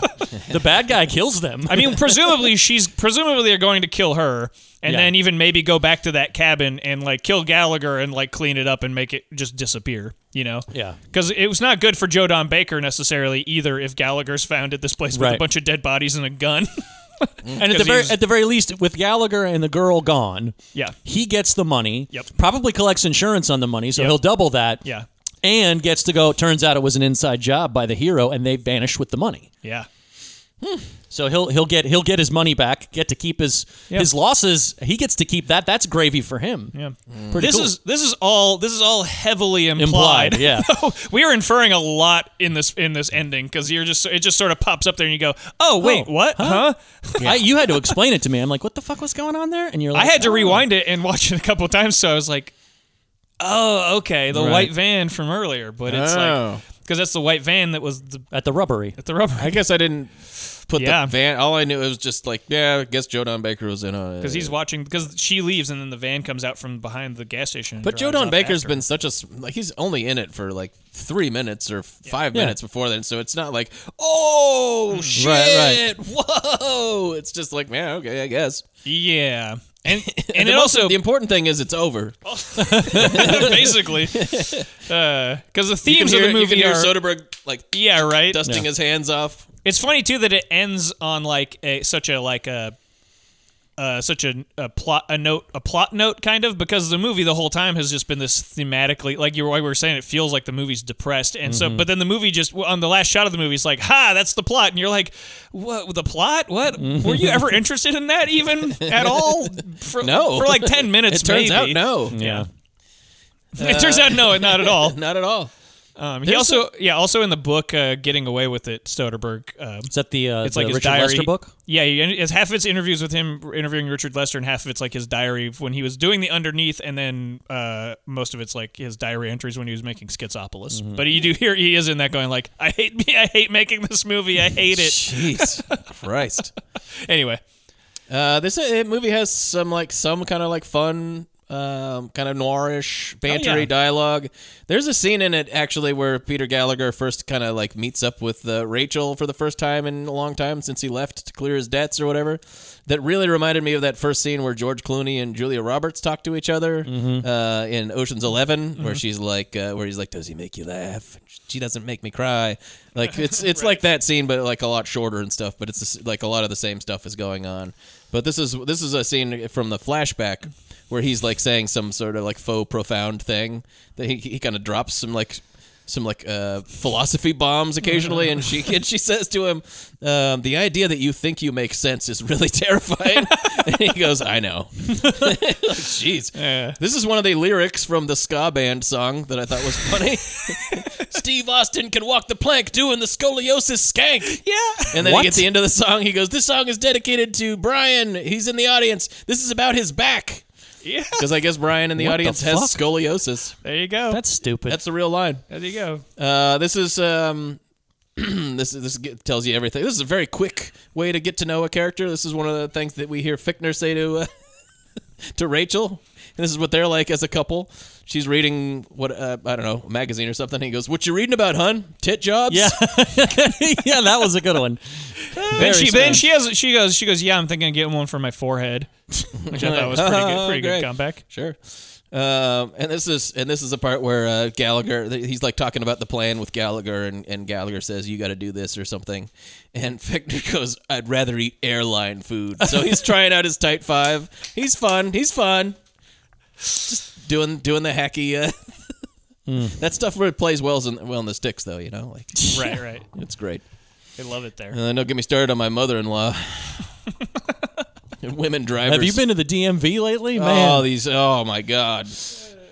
[SPEAKER 2] the bad guy kills them.
[SPEAKER 3] I mean, presumably she's presumably they're going to kill her, and
[SPEAKER 2] Yeah.
[SPEAKER 3] then even maybe go back to that cabin and like kill Gallagher and like clean it up and make it just disappear. You know?
[SPEAKER 2] Yeah.
[SPEAKER 3] Because it was not good for Joe Don Baker necessarily either. If Gallagher's found at this place with a
[SPEAKER 2] Right. Mm.
[SPEAKER 3] bunch of dead bodies and a gun.
[SPEAKER 2] and at the
[SPEAKER 3] 'Cause
[SPEAKER 2] very
[SPEAKER 3] he's-
[SPEAKER 2] at the very least, with Gallagher and the girl gone,
[SPEAKER 3] Yeah.
[SPEAKER 2] he gets the money.
[SPEAKER 3] Yep.
[SPEAKER 2] Probably collects insurance on the money, so
[SPEAKER 3] Yep.
[SPEAKER 2] he'll double that.
[SPEAKER 3] Yeah.
[SPEAKER 2] And gets to go. Turns out it was an inside job by the hero, and they vanish with the money.
[SPEAKER 3] Yeah.
[SPEAKER 2] So he'll he'll get he'll get his money back. Get to keep his
[SPEAKER 3] Yeah.
[SPEAKER 2] his losses. He gets to keep that. That's gravy for him. Mm.
[SPEAKER 3] Yeah.
[SPEAKER 2] Pretty
[SPEAKER 3] this
[SPEAKER 2] cool.
[SPEAKER 3] is this is all this is all heavily implied.
[SPEAKER 2] Implied, yeah.
[SPEAKER 3] we are inferring a lot in this in this ending because you're just it just sort of pops up there and you go, oh wait,
[SPEAKER 2] Oh,
[SPEAKER 3] what? Huh?
[SPEAKER 2] I, you had to explain it to me. I'm like, what the fuck was going on there? And you're
[SPEAKER 3] I
[SPEAKER 2] like,
[SPEAKER 3] had to
[SPEAKER 2] "Oh."
[SPEAKER 3] rewind it and watch it a couple times, so I was like, oh okay, the
[SPEAKER 2] Right.
[SPEAKER 3] white van from earlier, but it's like
[SPEAKER 1] Oh.
[SPEAKER 3] because that's the white van that was the,
[SPEAKER 2] at the rubbery.
[SPEAKER 3] at the rubber.
[SPEAKER 1] I guess I didn't put
[SPEAKER 3] Yeah.
[SPEAKER 1] the van. All I knew was just like, yeah, I guess Joe Don Baker was in on it.
[SPEAKER 3] Because he's watching. Because she leaves, and then the van comes out from behind the gas station. and
[SPEAKER 1] But Joe
[SPEAKER 3] drives
[SPEAKER 1] Don
[SPEAKER 3] up
[SPEAKER 1] Baker's
[SPEAKER 3] after.
[SPEAKER 1] been such a s- like he's only in it for like three minutes or f- five
[SPEAKER 3] Yeah.
[SPEAKER 1] minutes before then, so it's not like oh shit,
[SPEAKER 3] right.
[SPEAKER 1] whoa. It's just like man, okay, I guess.
[SPEAKER 3] Yeah, and
[SPEAKER 1] and
[SPEAKER 3] it also-
[SPEAKER 1] the important thing is it's over.
[SPEAKER 3] basically because the
[SPEAKER 1] You can
[SPEAKER 3] themes
[SPEAKER 1] hear-
[SPEAKER 3] of the
[SPEAKER 1] you
[SPEAKER 3] movie
[SPEAKER 1] can hear
[SPEAKER 3] are
[SPEAKER 1] Soderbergh like
[SPEAKER 3] yeah right
[SPEAKER 1] dusting his hands off.
[SPEAKER 3] It's funny too that it ends on like a such a like a. Uh, such a, a plot a note a plot note kind of because the movie the whole time has just been this thematically like you were, like we were saying it feels like the movie's depressed and so
[SPEAKER 1] Mm-hmm.
[SPEAKER 2] Mhm.
[SPEAKER 3] but then the movie just on the last shot of the movie it's like ha that's the plot and you're like what the plot what
[SPEAKER 1] Mm-hmm.
[SPEAKER 3] were you ever interested in that even at all for,
[SPEAKER 1] No,
[SPEAKER 3] for like 10 minutes
[SPEAKER 1] It turns
[SPEAKER 3] maybe.
[SPEAKER 1] out no.
[SPEAKER 2] Yeah.
[SPEAKER 3] it turns out no, not at all.
[SPEAKER 1] not at all.
[SPEAKER 3] Um, he
[SPEAKER 1] There's
[SPEAKER 3] also, yeah, also in the book uh, "Getting Away with It," Soderbergh. Um, Is
[SPEAKER 2] that the uh,
[SPEAKER 3] it's
[SPEAKER 2] the
[SPEAKER 3] like his
[SPEAKER 2] Richard
[SPEAKER 3] diary
[SPEAKER 2] Lester book?
[SPEAKER 3] Yeah, he, it's half of it's interviews with him interviewing Richard Lester, and half of it's like his diary of when he was doing the underneath, and then uh, most of it's like his diary entries when he was making Schizopolis.
[SPEAKER 2] Mhm.
[SPEAKER 3] But you do hear he is in that going like, "I hate me, I hate making this movie, I hate it."
[SPEAKER 1] Jeez, Christ.
[SPEAKER 3] anyway,
[SPEAKER 1] uh, this uh, movie has some like some kind of like fun, um, kind of noirish bantery
[SPEAKER 2] yeah.
[SPEAKER 1] dialogue. There's a scene in it actually where Peter Gallagher first kind of like meets up with uh, Rachel for the first time in a long time since he left to clear his debts or whatever. That really reminded me of that first scene where George Clooney and Julia Roberts talk to each other uh, in Ocean's 11 where
[SPEAKER 2] Mhm.
[SPEAKER 1] she's like, uh, where he's like, "Does he make you laugh?" She doesn't make me cry. Like it's it's like that scene, but like a lot shorter and stuff. But it's the s- like a lot of the same stuff is going on. But this is this is a scene from the flashback where he's like saying some sort of like faux profound thing that he he kind of drops some like some like uh, philosophy bombs occasionally, and she and she says to him, um, "The idea that you think you make sense is really terrifying." and he goes, "I know." Like, Jeez, this is one of the lyrics from the ska band song that I thought was funny. Steve Austin can walk the plank doing the scoliosis skank.
[SPEAKER 3] Yeah.
[SPEAKER 1] And then
[SPEAKER 2] What?
[SPEAKER 1] at the end of the song, he goes, "This song is dedicated to Brian. He's in the audience. This is about his back."
[SPEAKER 3] Yeah.
[SPEAKER 1] Because I guess Brian in the
[SPEAKER 2] What the
[SPEAKER 1] audience has
[SPEAKER 2] fuck?
[SPEAKER 1] scoliosis.
[SPEAKER 3] There you go.
[SPEAKER 2] That's stupid.
[SPEAKER 1] That's the real line.
[SPEAKER 3] There you go.
[SPEAKER 1] Uh, this is um, this is- this get- tells you everything. This is a very quick way to get to know a character. This is one of the things that we hear Fickner say to uh, to Rachel. And this is what they're like as a couple. She's reading what uh, I don't know, a magazine or something. He goes, "What you reading about, hun? Tit jobs?"
[SPEAKER 2] Yeah, yeah, that was a good one.
[SPEAKER 3] Then
[SPEAKER 2] Very
[SPEAKER 3] she
[SPEAKER 2] smart.
[SPEAKER 3] then she has she goes she goes yeah I'm thinking of getting one for my forehead, which I thought was pretty good pretty
[SPEAKER 1] Great.
[SPEAKER 3] good comeback.
[SPEAKER 1] Sure. Um, and this is and this is a part where uh, Gallagher th- he's like talking about the plan with Gallagher and, and Gallagher says you got to do this or something, and Fichtner goes I'd rather eat airline food. So he's trying out his tight five. He's fun. He's fun. Just doing doing the hacky. Uh,
[SPEAKER 2] Hmm.
[SPEAKER 1] That stuff really plays well in well in the sticks though. You know, like
[SPEAKER 3] Right, right.
[SPEAKER 1] It's great.
[SPEAKER 3] They love it there.
[SPEAKER 1] And then don't get me started on my mother-in-law. Women drivers.
[SPEAKER 2] Have you been to the DMV lately, man?
[SPEAKER 1] Oh, these. Oh my God.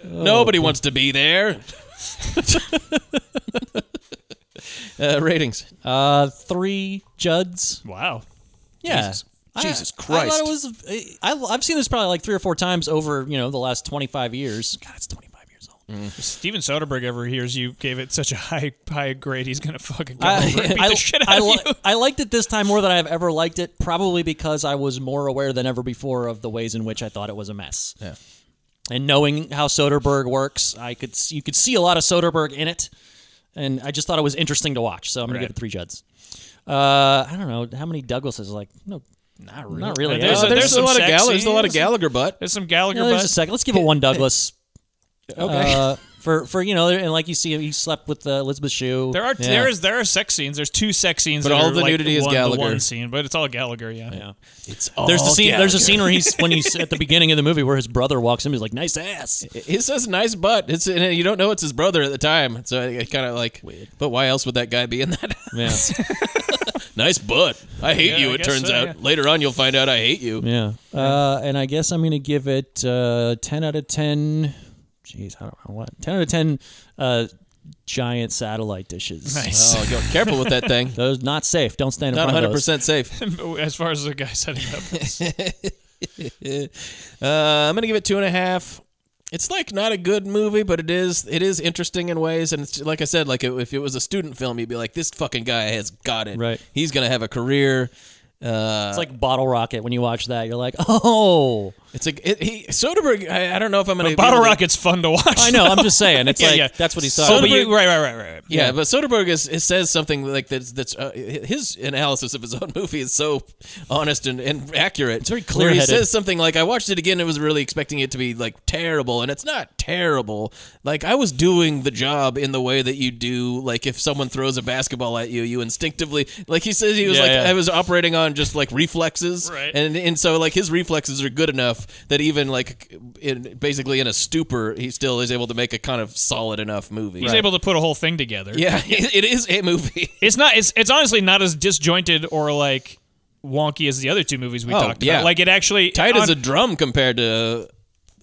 [SPEAKER 1] Nobody wants to be there. uh, ratings.
[SPEAKER 2] Uh, three Judds.
[SPEAKER 3] Wow.
[SPEAKER 2] Yeah.
[SPEAKER 1] Jesus-
[SPEAKER 2] I-
[SPEAKER 1] Jesus
[SPEAKER 2] I
[SPEAKER 1] Christ.
[SPEAKER 2] thought it was. I, I've seen this probably like three or four times over you know the last twenty five years. God, it's twenty five.
[SPEAKER 3] If Steven Soderbergh ever hears you gave it such a high high grade, he's gonna fucking come over and
[SPEAKER 2] I,
[SPEAKER 3] beat
[SPEAKER 2] I,
[SPEAKER 3] the shit out
[SPEAKER 2] I,
[SPEAKER 3] of
[SPEAKER 2] li-
[SPEAKER 3] you.
[SPEAKER 2] I liked it this time more than I've ever liked it, probably because I was more aware than ever before of the ways in which I thought it was a mess.
[SPEAKER 1] Yeah.
[SPEAKER 2] And knowing how Soderbergh works, I could s- you could see a lot of Soderbergh in it, and I just thought it was interesting to watch. So I'm gonna
[SPEAKER 3] Right.
[SPEAKER 2] give it three Juds. Uh, I don't know how many Douglases. Like no, not really. Not really.
[SPEAKER 3] There's,
[SPEAKER 2] Uh,
[SPEAKER 3] a, there's,
[SPEAKER 1] a
[SPEAKER 3] some
[SPEAKER 1] lot of
[SPEAKER 3] sex
[SPEAKER 1] Gall- there's a lot of
[SPEAKER 3] scenes.
[SPEAKER 1] Gallagher butt.
[SPEAKER 3] There's some Gallagher
[SPEAKER 2] no, there's
[SPEAKER 3] butt.
[SPEAKER 2] a second. Let's give it one Douglas.
[SPEAKER 3] Okay.
[SPEAKER 2] Uh, for for you know, and like you see, he slept with uh, Elizabeth Shue.
[SPEAKER 3] there are there is there are sex scenes. There's two sex scenes,
[SPEAKER 1] But
[SPEAKER 3] that
[SPEAKER 1] all
[SPEAKER 3] are
[SPEAKER 1] the
[SPEAKER 3] like
[SPEAKER 1] nudity is
[SPEAKER 3] one,
[SPEAKER 1] Gallagher.
[SPEAKER 3] The one scene, but it's all Gallagher. Yeah.
[SPEAKER 2] Yeah.
[SPEAKER 1] It's
[SPEAKER 2] There's the scene. There's a
[SPEAKER 1] Gallagher.
[SPEAKER 2] scene where he's when he's at the beginning of the movie where his brother walks in. He's like, "Nice ass."
[SPEAKER 1] He says nice butt. It's and you don't know it's his brother at the time, so it kind of like. Weird. But why else would that guy be in that?
[SPEAKER 2] Yeah.
[SPEAKER 1] nice butt. I hate
[SPEAKER 3] Yeah,
[SPEAKER 1] you.
[SPEAKER 3] I
[SPEAKER 1] it
[SPEAKER 3] guess
[SPEAKER 1] turns
[SPEAKER 3] so,
[SPEAKER 1] out
[SPEAKER 3] yeah.
[SPEAKER 1] later on you'll find out I hate you.
[SPEAKER 2] Yeah. Uh, and I guess I'm gonna give it uh, ten out of ten. Jeez, I don't know what ten out of ten. Uh, giant satellite dishes. Uh,
[SPEAKER 3] Nice.
[SPEAKER 1] Oh, go, careful with that thing.
[SPEAKER 2] Those not safe. Don't stand in
[SPEAKER 1] Not
[SPEAKER 2] front
[SPEAKER 1] 100
[SPEAKER 2] of those.
[SPEAKER 1] percent safe.
[SPEAKER 3] as far as the guy setting up.
[SPEAKER 1] Uh, I'm gonna give it two and a half. it's like not a good movie, but it is it is interesting in ways. And it's like I said, like if it was a student film, you'd be like, this fucking guy has got it. Right. He's gonna have a career. Uh,
[SPEAKER 2] It's like Bottle Rocket when you watch that. You're like, oh.
[SPEAKER 1] It's like it, he Soderbergh. I, I don't know if I'm gonna be
[SPEAKER 3] Bottle
[SPEAKER 1] able to-
[SPEAKER 3] Rocket's fun to watch.
[SPEAKER 2] I know, I'm just saying. It's
[SPEAKER 3] Yeah,
[SPEAKER 2] like,
[SPEAKER 3] yeah.
[SPEAKER 2] that's what he's
[SPEAKER 3] So,
[SPEAKER 2] talking
[SPEAKER 3] but
[SPEAKER 2] about.
[SPEAKER 3] you- right, right, right, right. right.
[SPEAKER 1] Yeah, but Soderbergh is, is says something like that's that's uh, his analysis of his own movie is so honest and, and accurate. It's very clear. He
[SPEAKER 2] clear-headed.
[SPEAKER 1] says something like, "I watched it again. and was really expecting it to be like terrible, and it's not terrible. Like I was doing the job in the way that you do. Like if someone throws a basketball at you, you instinctively like he says he was
[SPEAKER 2] Yeah,
[SPEAKER 1] like
[SPEAKER 2] yeah.
[SPEAKER 1] I was operating on just like reflexes, right? And and so like his reflexes are good enough that even like in basically in a stupor, he still is able to make a kind of solid enough movie.
[SPEAKER 3] He's able to put a whole thing together.
[SPEAKER 1] Yeah, it is a movie.
[SPEAKER 3] It's not. It's it's honestly not as disjointed or like wonky as the other two movies we
[SPEAKER 1] Oh,
[SPEAKER 3] talked
[SPEAKER 1] yeah.
[SPEAKER 3] about. Like it actually
[SPEAKER 1] tight as
[SPEAKER 3] on-
[SPEAKER 1] a drum compared to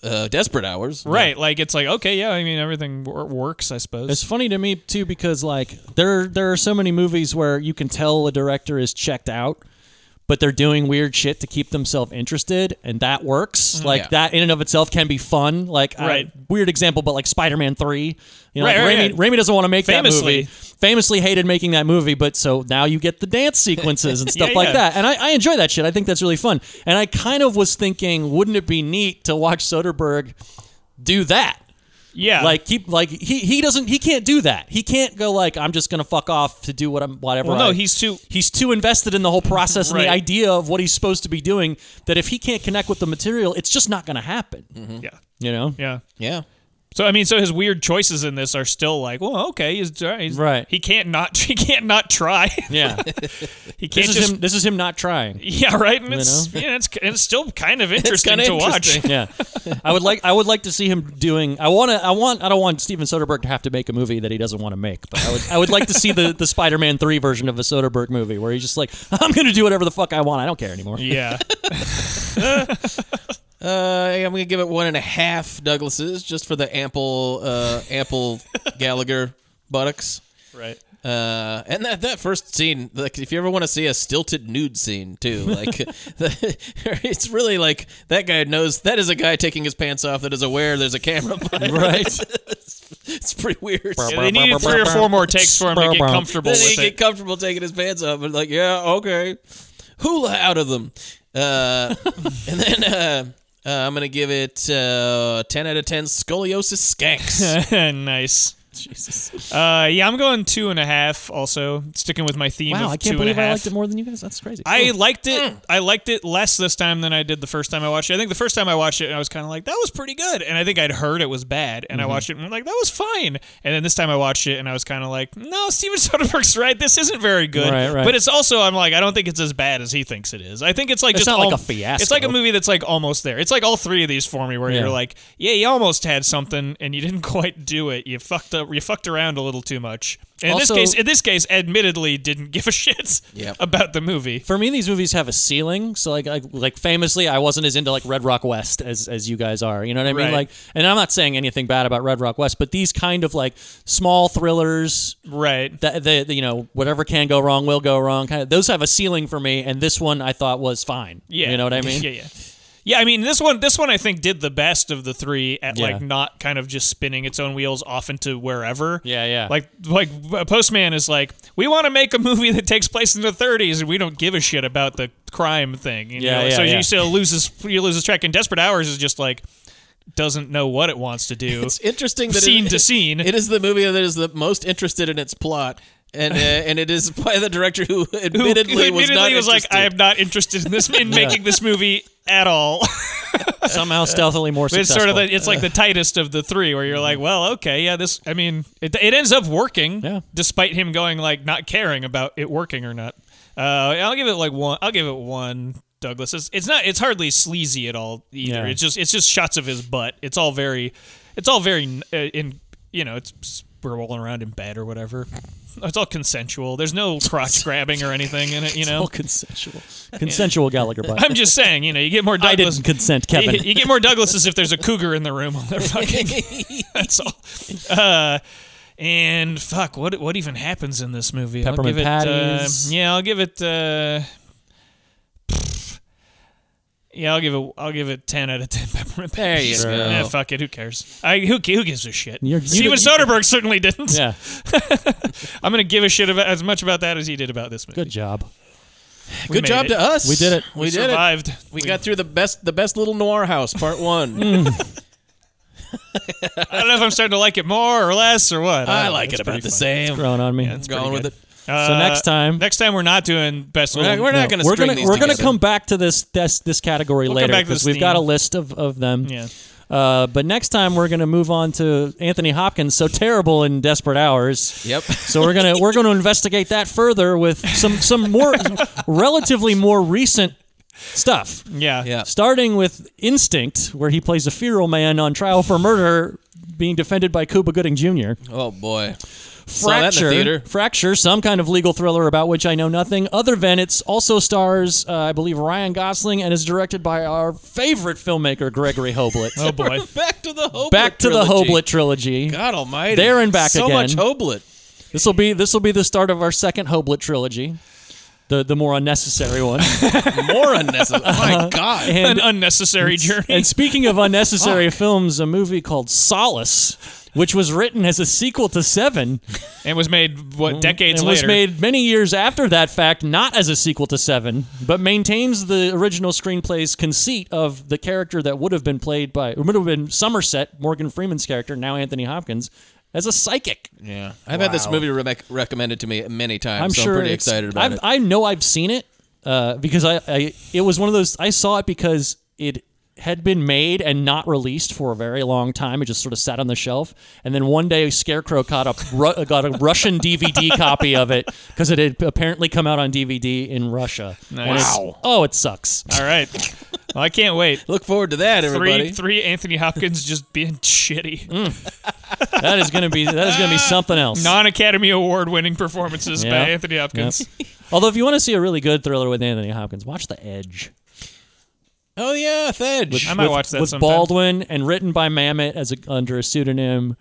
[SPEAKER 1] uh, Desperate Hours.
[SPEAKER 3] right. Like it's like okay, yeah. I mean everything wor- works, I suppose.
[SPEAKER 2] It's funny to me too because like there there are so many movies where you can tell a director is checked out, but they're doing weird shit to keep themselves interested, and that works.
[SPEAKER 3] Mhm.
[SPEAKER 2] Like
[SPEAKER 3] Yeah.
[SPEAKER 2] that in and of itself can be fun. Like I-
[SPEAKER 3] Right.
[SPEAKER 2] weird example, but like Spider Man Three, you know,
[SPEAKER 3] Right,
[SPEAKER 2] like,
[SPEAKER 3] right,
[SPEAKER 2] Raimi,
[SPEAKER 3] right.
[SPEAKER 2] Raimi doesn't want to make
[SPEAKER 3] Famously.
[SPEAKER 2] that movie. Famously hated making that movie, but so now you get the dance sequences and stuff
[SPEAKER 3] Yeah,
[SPEAKER 2] like
[SPEAKER 3] yeah.
[SPEAKER 2] that, and I, I enjoy that shit. I think that's really fun, and I kind of was thinking, wouldn't it be neat to watch Soderbergh do that?
[SPEAKER 3] Yeah.
[SPEAKER 2] Like keep like he he doesn't he can't do that. He can't go like I'm just gonna fuck off to do what I'm whatever.
[SPEAKER 3] Well, no,
[SPEAKER 2] I-"
[SPEAKER 3] he's too-
[SPEAKER 2] he's too invested in the whole process and
[SPEAKER 3] Right.
[SPEAKER 2] the idea of what he's supposed to be doing that if he can't connect with the material, it's just not gonna happen.
[SPEAKER 3] yeah.
[SPEAKER 2] You know?
[SPEAKER 3] Yeah.
[SPEAKER 1] Yeah.
[SPEAKER 3] So I mean, so his weird choices in this are still like, well, okay, he's, he's
[SPEAKER 2] Right.
[SPEAKER 3] He can't not. He can't not try.
[SPEAKER 2] Yeah.
[SPEAKER 3] he can't
[SPEAKER 2] this is
[SPEAKER 3] just.
[SPEAKER 2] him. This is him not trying.
[SPEAKER 3] yeah. Right. And
[SPEAKER 2] You
[SPEAKER 3] it's
[SPEAKER 2] know?
[SPEAKER 3] yeah, it's it's still kind of interesting
[SPEAKER 2] kinda
[SPEAKER 3] to watch.
[SPEAKER 2] interesting. yeah, I would like I would like to see him doing. I want to. I want. I don't want Steven Soderbergh to have to make a movie that he doesn't want to make. But I would. I would like to see the the Spider Man three version of a Soderbergh movie where he's just like, I'm going to do whatever the fuck I want. I don't care anymore.
[SPEAKER 3] Yeah.
[SPEAKER 1] Uh, I'm gonna give it one and a half Douglases just for the ample, uh, ample Gallagher buttocks.
[SPEAKER 3] Right.
[SPEAKER 1] Uh, and that that first scene, like if you ever want to see a stilted nude scene too, like the, it's really like that guy knows that is a guy taking his pants off that is aware there's a camera, by him.
[SPEAKER 2] Right.
[SPEAKER 1] it's, it's pretty weird.
[SPEAKER 3] Yeah, they needed three or four more takes for him to get comfortable
[SPEAKER 1] Then he
[SPEAKER 3] with
[SPEAKER 1] get
[SPEAKER 3] it.
[SPEAKER 1] comfortable taking his pants off, and like, yeah, okay, hula out of them. Uh, and then uh, uh, I'm gonna give it uh, ten out of ten scoliosis skanks.
[SPEAKER 3] nice. Jesus. Uh, yeah, I'm going two and a half. Also, sticking with my theme.
[SPEAKER 2] Wow,
[SPEAKER 3] of
[SPEAKER 2] I can't
[SPEAKER 3] two and a
[SPEAKER 2] believe I
[SPEAKER 3] half.
[SPEAKER 2] liked it more than you guys. That's crazy. Hmm.
[SPEAKER 3] I
[SPEAKER 2] Cool.
[SPEAKER 3] liked it. I liked it less this time than I did the first time I watched it. I think the first time I watched it, I was kind of like, "That was pretty good," and I think I'd heard it was bad, and I
[SPEAKER 2] Mm-hmm.
[SPEAKER 3] watched it and I'm like, "That was fine." And then this time I watched it, and I was kind of like, "No, Steven Soderbergh's right. This isn't very good."
[SPEAKER 2] Right, right.
[SPEAKER 3] But it's also, I'm like, I don't think it's as bad as he thinks it is. I think it's like
[SPEAKER 2] It's
[SPEAKER 3] just
[SPEAKER 2] not like
[SPEAKER 3] al-
[SPEAKER 2] a fiasco.
[SPEAKER 3] It's like a movie that's like almost there. It's like all three of these for me, where
[SPEAKER 2] Yeah.
[SPEAKER 3] you're like, "Yeah, you almost had something, and you didn't quite do it. You fucked up. You fucked around a little too much." And
[SPEAKER 2] Also-
[SPEAKER 3] in this case, in this case, admittedly, didn't give a shit
[SPEAKER 1] Yep.
[SPEAKER 3] about the movie.
[SPEAKER 2] For me, these movies have a ceiling. So, like, like, like famously, I wasn't as into like Red Rock West as, as you guys are. You know what I mean?
[SPEAKER 3] Right.
[SPEAKER 2] Like, and I'm not saying anything bad about Red Rock West, but these kind of like small thrillers,
[SPEAKER 3] Right.
[SPEAKER 2] that the, the you know whatever can go wrong will go wrong kind of those have a ceiling for me and this one i thought was fine
[SPEAKER 3] Yeah.
[SPEAKER 2] you know what i mean
[SPEAKER 3] Yeah, yeah. Yeah, I mean this one this one I think did the best of the three at
[SPEAKER 2] Yeah.
[SPEAKER 3] like not kind of just spinning its own wheels off into wherever.
[SPEAKER 2] Yeah, yeah.
[SPEAKER 3] Like like Postman is like, we want to make a movie that takes place in the thirties and we don't give a shit about the crime thing. You
[SPEAKER 2] Yeah,
[SPEAKER 3] know?
[SPEAKER 2] yeah,
[SPEAKER 3] so
[SPEAKER 2] yeah.
[SPEAKER 3] you still loses you loses track and Desperate Hours is just like doesn't know what it wants to do.
[SPEAKER 1] It's interesting that it-
[SPEAKER 3] scene to scene.
[SPEAKER 1] It is the movie that is the most interested in its plot, and uh, and it is by the director who
[SPEAKER 3] Who
[SPEAKER 1] admittedly, was
[SPEAKER 3] admittedly
[SPEAKER 1] not
[SPEAKER 3] was like,
[SPEAKER 1] interested.
[SPEAKER 3] I am not interested in this in making this movie at all.
[SPEAKER 2] somehow stealthily more
[SPEAKER 3] But it's
[SPEAKER 2] successful
[SPEAKER 3] sort of the, it's like the tightest of the three where you're like well okay yeah this i mean it, it ends up working
[SPEAKER 2] Yeah.
[SPEAKER 3] despite him going like not caring about it working or not uh i'll give it like one i'll give it one douglas it's, it's not it's hardly sleazy at all either
[SPEAKER 2] Yeah.
[SPEAKER 3] it's just it's just shots of his butt it's all very it's all very uh, in you know it's we're rolling around in bed or whatever it's all consensual there's no crotch grabbing or anything in it you know
[SPEAKER 2] all consensual consensual gallagher butt
[SPEAKER 3] I'm just saying, you know, you get more
[SPEAKER 2] I
[SPEAKER 3] Douglas.
[SPEAKER 2] didn't consent, Kevin.
[SPEAKER 3] You, you get more Douglases if there's a cougar in the room while they're fucking. that's all. Uh, and fuck, what what even happens in this movie?
[SPEAKER 2] Peppermint
[SPEAKER 3] I'll give it, uh,
[SPEAKER 2] patties.
[SPEAKER 3] yeah, I'll give it. Uh, Yeah, I'll give it. I'll give it ten out of ten. Peppermint.
[SPEAKER 1] There you
[SPEAKER 3] Patties.
[SPEAKER 1] go.
[SPEAKER 3] Yeah, fuck it. Who cares? I who ca- who gives a shit?
[SPEAKER 2] You're- you
[SPEAKER 3] Steven
[SPEAKER 2] didn't-
[SPEAKER 3] Soderbergh certainly didn't.
[SPEAKER 2] Yeah.
[SPEAKER 3] I'm gonna give a shit about as much about that as he did about this movie.
[SPEAKER 2] Good job.
[SPEAKER 3] We
[SPEAKER 1] Good
[SPEAKER 3] made
[SPEAKER 1] job
[SPEAKER 3] it.
[SPEAKER 1] to us. We,
[SPEAKER 3] We,
[SPEAKER 1] did
[SPEAKER 3] survived.
[SPEAKER 1] it. We, got through the best the best little noir house part
[SPEAKER 3] Mm.
[SPEAKER 1] one.
[SPEAKER 3] I don't know if I'm starting to like it more or less or what.
[SPEAKER 1] I
[SPEAKER 3] don't know.
[SPEAKER 1] like it
[SPEAKER 3] It's
[SPEAKER 1] about
[SPEAKER 3] pretty
[SPEAKER 1] the
[SPEAKER 3] fun.
[SPEAKER 1] same.
[SPEAKER 2] Growing on me.
[SPEAKER 3] Yeah, it's pretty
[SPEAKER 1] Going with
[SPEAKER 3] good.
[SPEAKER 1] it.
[SPEAKER 2] So next time-
[SPEAKER 3] Uh, next time we're not doing best.
[SPEAKER 1] We're not-
[SPEAKER 3] Little-
[SPEAKER 1] we're not gonna
[SPEAKER 2] we're
[SPEAKER 1] string
[SPEAKER 2] gonna
[SPEAKER 1] these
[SPEAKER 2] we're gonna
[SPEAKER 1] together.
[SPEAKER 2] come back to this this this category
[SPEAKER 3] We'll come
[SPEAKER 2] later
[SPEAKER 3] back to
[SPEAKER 2] because
[SPEAKER 3] this
[SPEAKER 2] we've got a
[SPEAKER 3] theme.
[SPEAKER 2] list of of them.
[SPEAKER 3] Yeah.
[SPEAKER 2] Uh, but next time we're gonna move on to Anthony Hopkins, so terrible in Desperate Hours.
[SPEAKER 1] Yep.
[SPEAKER 2] So we're gonna we're gonna investigate that further with some some more relatively more recent stuff.
[SPEAKER 3] Yeah.
[SPEAKER 1] Yeah.
[SPEAKER 2] Starting with Instinct, where he plays a feral man on trial for murder, being defended by Cuba Gooding Jr.
[SPEAKER 1] Oh boy. Saw that in the
[SPEAKER 2] Fracture,
[SPEAKER 1] theater.
[SPEAKER 2] Fracture, some kind of legal thriller about which I know nothing other than it's also stars, uh, I believe, Ryan Gosling and is directed by our favorite filmmaker, Gregory Hoblit.
[SPEAKER 3] Oh boy.
[SPEAKER 1] Back to the Hoblet.
[SPEAKER 2] Back to the
[SPEAKER 1] trilogy.
[SPEAKER 2] Hoblit trilogy.
[SPEAKER 1] God Almighty.
[SPEAKER 2] There and back
[SPEAKER 1] so
[SPEAKER 2] again.
[SPEAKER 1] So much Hoblet.
[SPEAKER 2] This will be this will be the start of our second Hoblit trilogy, the the more unnecessary one.
[SPEAKER 1] More unnecessary. Oh my God.
[SPEAKER 3] An
[SPEAKER 2] And-
[SPEAKER 3] unnecessary journey.
[SPEAKER 2] And speaking of unnecessary films, a movie called Solace, which was written as a sequel to Seven,
[SPEAKER 3] and was made what decades
[SPEAKER 2] and
[SPEAKER 3] later.
[SPEAKER 2] Mm-hmm. was made many years after that fact, not as a sequel to Seven, but maintains the original screenplay's conceit of the character that would have been played by would have been Somerset, Morgan Freeman's character, now Anthony Hopkins, as a psychic.
[SPEAKER 1] Yeah. I've had this movie re- recommended to me many times.
[SPEAKER 2] I'm
[SPEAKER 1] so
[SPEAKER 2] sure
[SPEAKER 1] I'm pretty
[SPEAKER 2] it's-
[SPEAKER 1] excited about
[SPEAKER 2] I've,
[SPEAKER 1] it.
[SPEAKER 2] I know I've seen it uh, because I, I it was one of those I saw it because it had been made and not released for a very long time. It just sort of sat on the shelf, and then one day Scarecrow caught a Ru- got a Russian DVD copy of it because it had apparently come out on DVD in Russia. And it's-
[SPEAKER 3] Nice.
[SPEAKER 2] Oh, it sucks.
[SPEAKER 3] All right. Well, I can't wait.
[SPEAKER 1] Look forward to that,
[SPEAKER 3] Three,
[SPEAKER 1] everybody.
[SPEAKER 3] three Anthony Hopkins just being shitty.
[SPEAKER 2] Mm. That is gonna be that is gonna be something else.
[SPEAKER 3] Non Academy Award winning performances
[SPEAKER 2] Yeah.
[SPEAKER 3] by Anthony Hopkins.
[SPEAKER 2] Yep. Although, if you want to see a really good thriller with Anthony Hopkins, watch The Edge.
[SPEAKER 1] Oh yeah, Thedge.
[SPEAKER 3] I might watch that
[SPEAKER 2] with
[SPEAKER 3] sometime.
[SPEAKER 2] Baldwin and written by Mamet as a, under a pseudonym.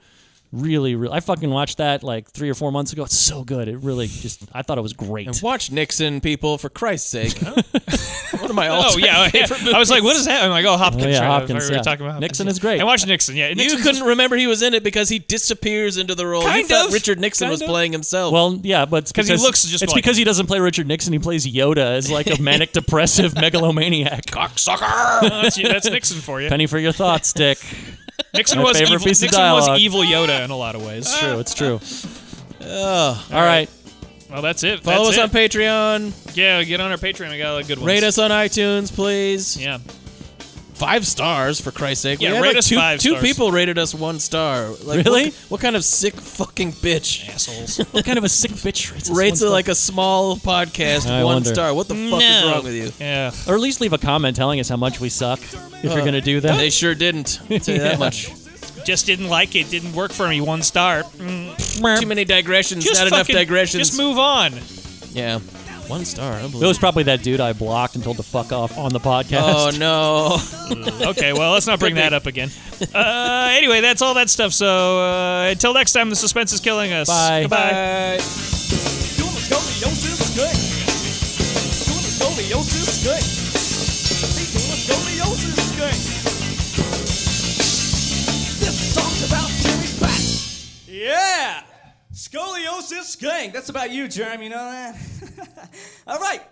[SPEAKER 2] Really, really, I fucking watched that like three or four months ago. It's so good. It really just, I thought it was great.
[SPEAKER 1] Watch Nixon, people, for Christ's sake. One of my all
[SPEAKER 3] Oh yeah, yeah. I was like, "What is that?" I'm like, "Oh, Hopkins."
[SPEAKER 2] Oh, yeah,
[SPEAKER 3] right?
[SPEAKER 2] Hopkins,
[SPEAKER 3] We were
[SPEAKER 2] yeah.
[SPEAKER 3] talking about Hopkins.
[SPEAKER 2] Nixon is great.
[SPEAKER 3] And watch Nixon. Yeah,
[SPEAKER 1] You
[SPEAKER 3] Nixon's-
[SPEAKER 1] couldn't remember he was in it because he disappears into the role. you
[SPEAKER 3] Kind
[SPEAKER 1] thought
[SPEAKER 3] of.
[SPEAKER 1] Richard Nixon was
[SPEAKER 3] Kind of.
[SPEAKER 1] playing himself.
[SPEAKER 2] Well, yeah, but it's
[SPEAKER 3] 'Cause
[SPEAKER 2] because
[SPEAKER 3] he looks just
[SPEAKER 2] it's
[SPEAKER 3] like
[SPEAKER 2] because
[SPEAKER 3] him.
[SPEAKER 2] he doesn't play Richard Nixon. He plays Yoda as like a manic depressive megalomaniac.
[SPEAKER 3] Oh, that's, that's Nixon for you.
[SPEAKER 2] Penny for your thoughts, Dick.
[SPEAKER 3] Nixon
[SPEAKER 2] my
[SPEAKER 3] was
[SPEAKER 2] favorite
[SPEAKER 3] evil.
[SPEAKER 2] piece of
[SPEAKER 3] Nixon
[SPEAKER 2] dialogue.
[SPEAKER 3] was evil Yoda in a lot of ways.
[SPEAKER 2] It's true. It's true. all right.
[SPEAKER 3] Well, that's it.
[SPEAKER 1] Follow
[SPEAKER 3] that's it.
[SPEAKER 1] us on Patreon.
[SPEAKER 3] Yeah, get on our Patreon. We got a lot of good ones.
[SPEAKER 1] Rate us on iTunes, please.
[SPEAKER 3] Yeah.
[SPEAKER 1] Five stars, for Christ's sake. We
[SPEAKER 3] Yeah,
[SPEAKER 1] had,
[SPEAKER 3] rate
[SPEAKER 1] like,
[SPEAKER 3] us
[SPEAKER 1] two,
[SPEAKER 3] five
[SPEAKER 1] Two
[SPEAKER 3] stars.
[SPEAKER 1] people rated us one star. Like,
[SPEAKER 2] Really?
[SPEAKER 1] What, what kind of sick fucking bitch
[SPEAKER 3] Assholes.
[SPEAKER 2] What kind of a sick bitch rates, us
[SPEAKER 1] rates it
[SPEAKER 2] one
[SPEAKER 1] like a small podcast
[SPEAKER 2] I
[SPEAKER 1] one
[SPEAKER 2] wonder.
[SPEAKER 1] star? What the fuck is wrong with you?
[SPEAKER 3] Yeah.
[SPEAKER 2] star? or at least leave a comment telling us how much we suck if you're gonna do that.
[SPEAKER 1] They sure didn't. I'll tell you
[SPEAKER 2] Yeah.
[SPEAKER 1] that much.
[SPEAKER 3] Just didn't like it. Didn't work for me. One star. Mm.
[SPEAKER 1] Too many digressions.
[SPEAKER 3] Just
[SPEAKER 1] not enough
[SPEAKER 3] fucking-
[SPEAKER 1] digressions.
[SPEAKER 3] Just move on.
[SPEAKER 1] Yeah. One star. Unbelievable.
[SPEAKER 2] It was probably that dude I blocked and told to fuck off on the podcast.
[SPEAKER 1] Oh no.
[SPEAKER 3] okay, well, let's not bring that up again. Uh, anyway, that's all that stuff. So uh, until next time, the suspense is killing us.
[SPEAKER 2] Bye.
[SPEAKER 3] Goodbye.
[SPEAKER 12] Yeah! Scoliosis gang. That's about you, Jeremy. You know that? All right.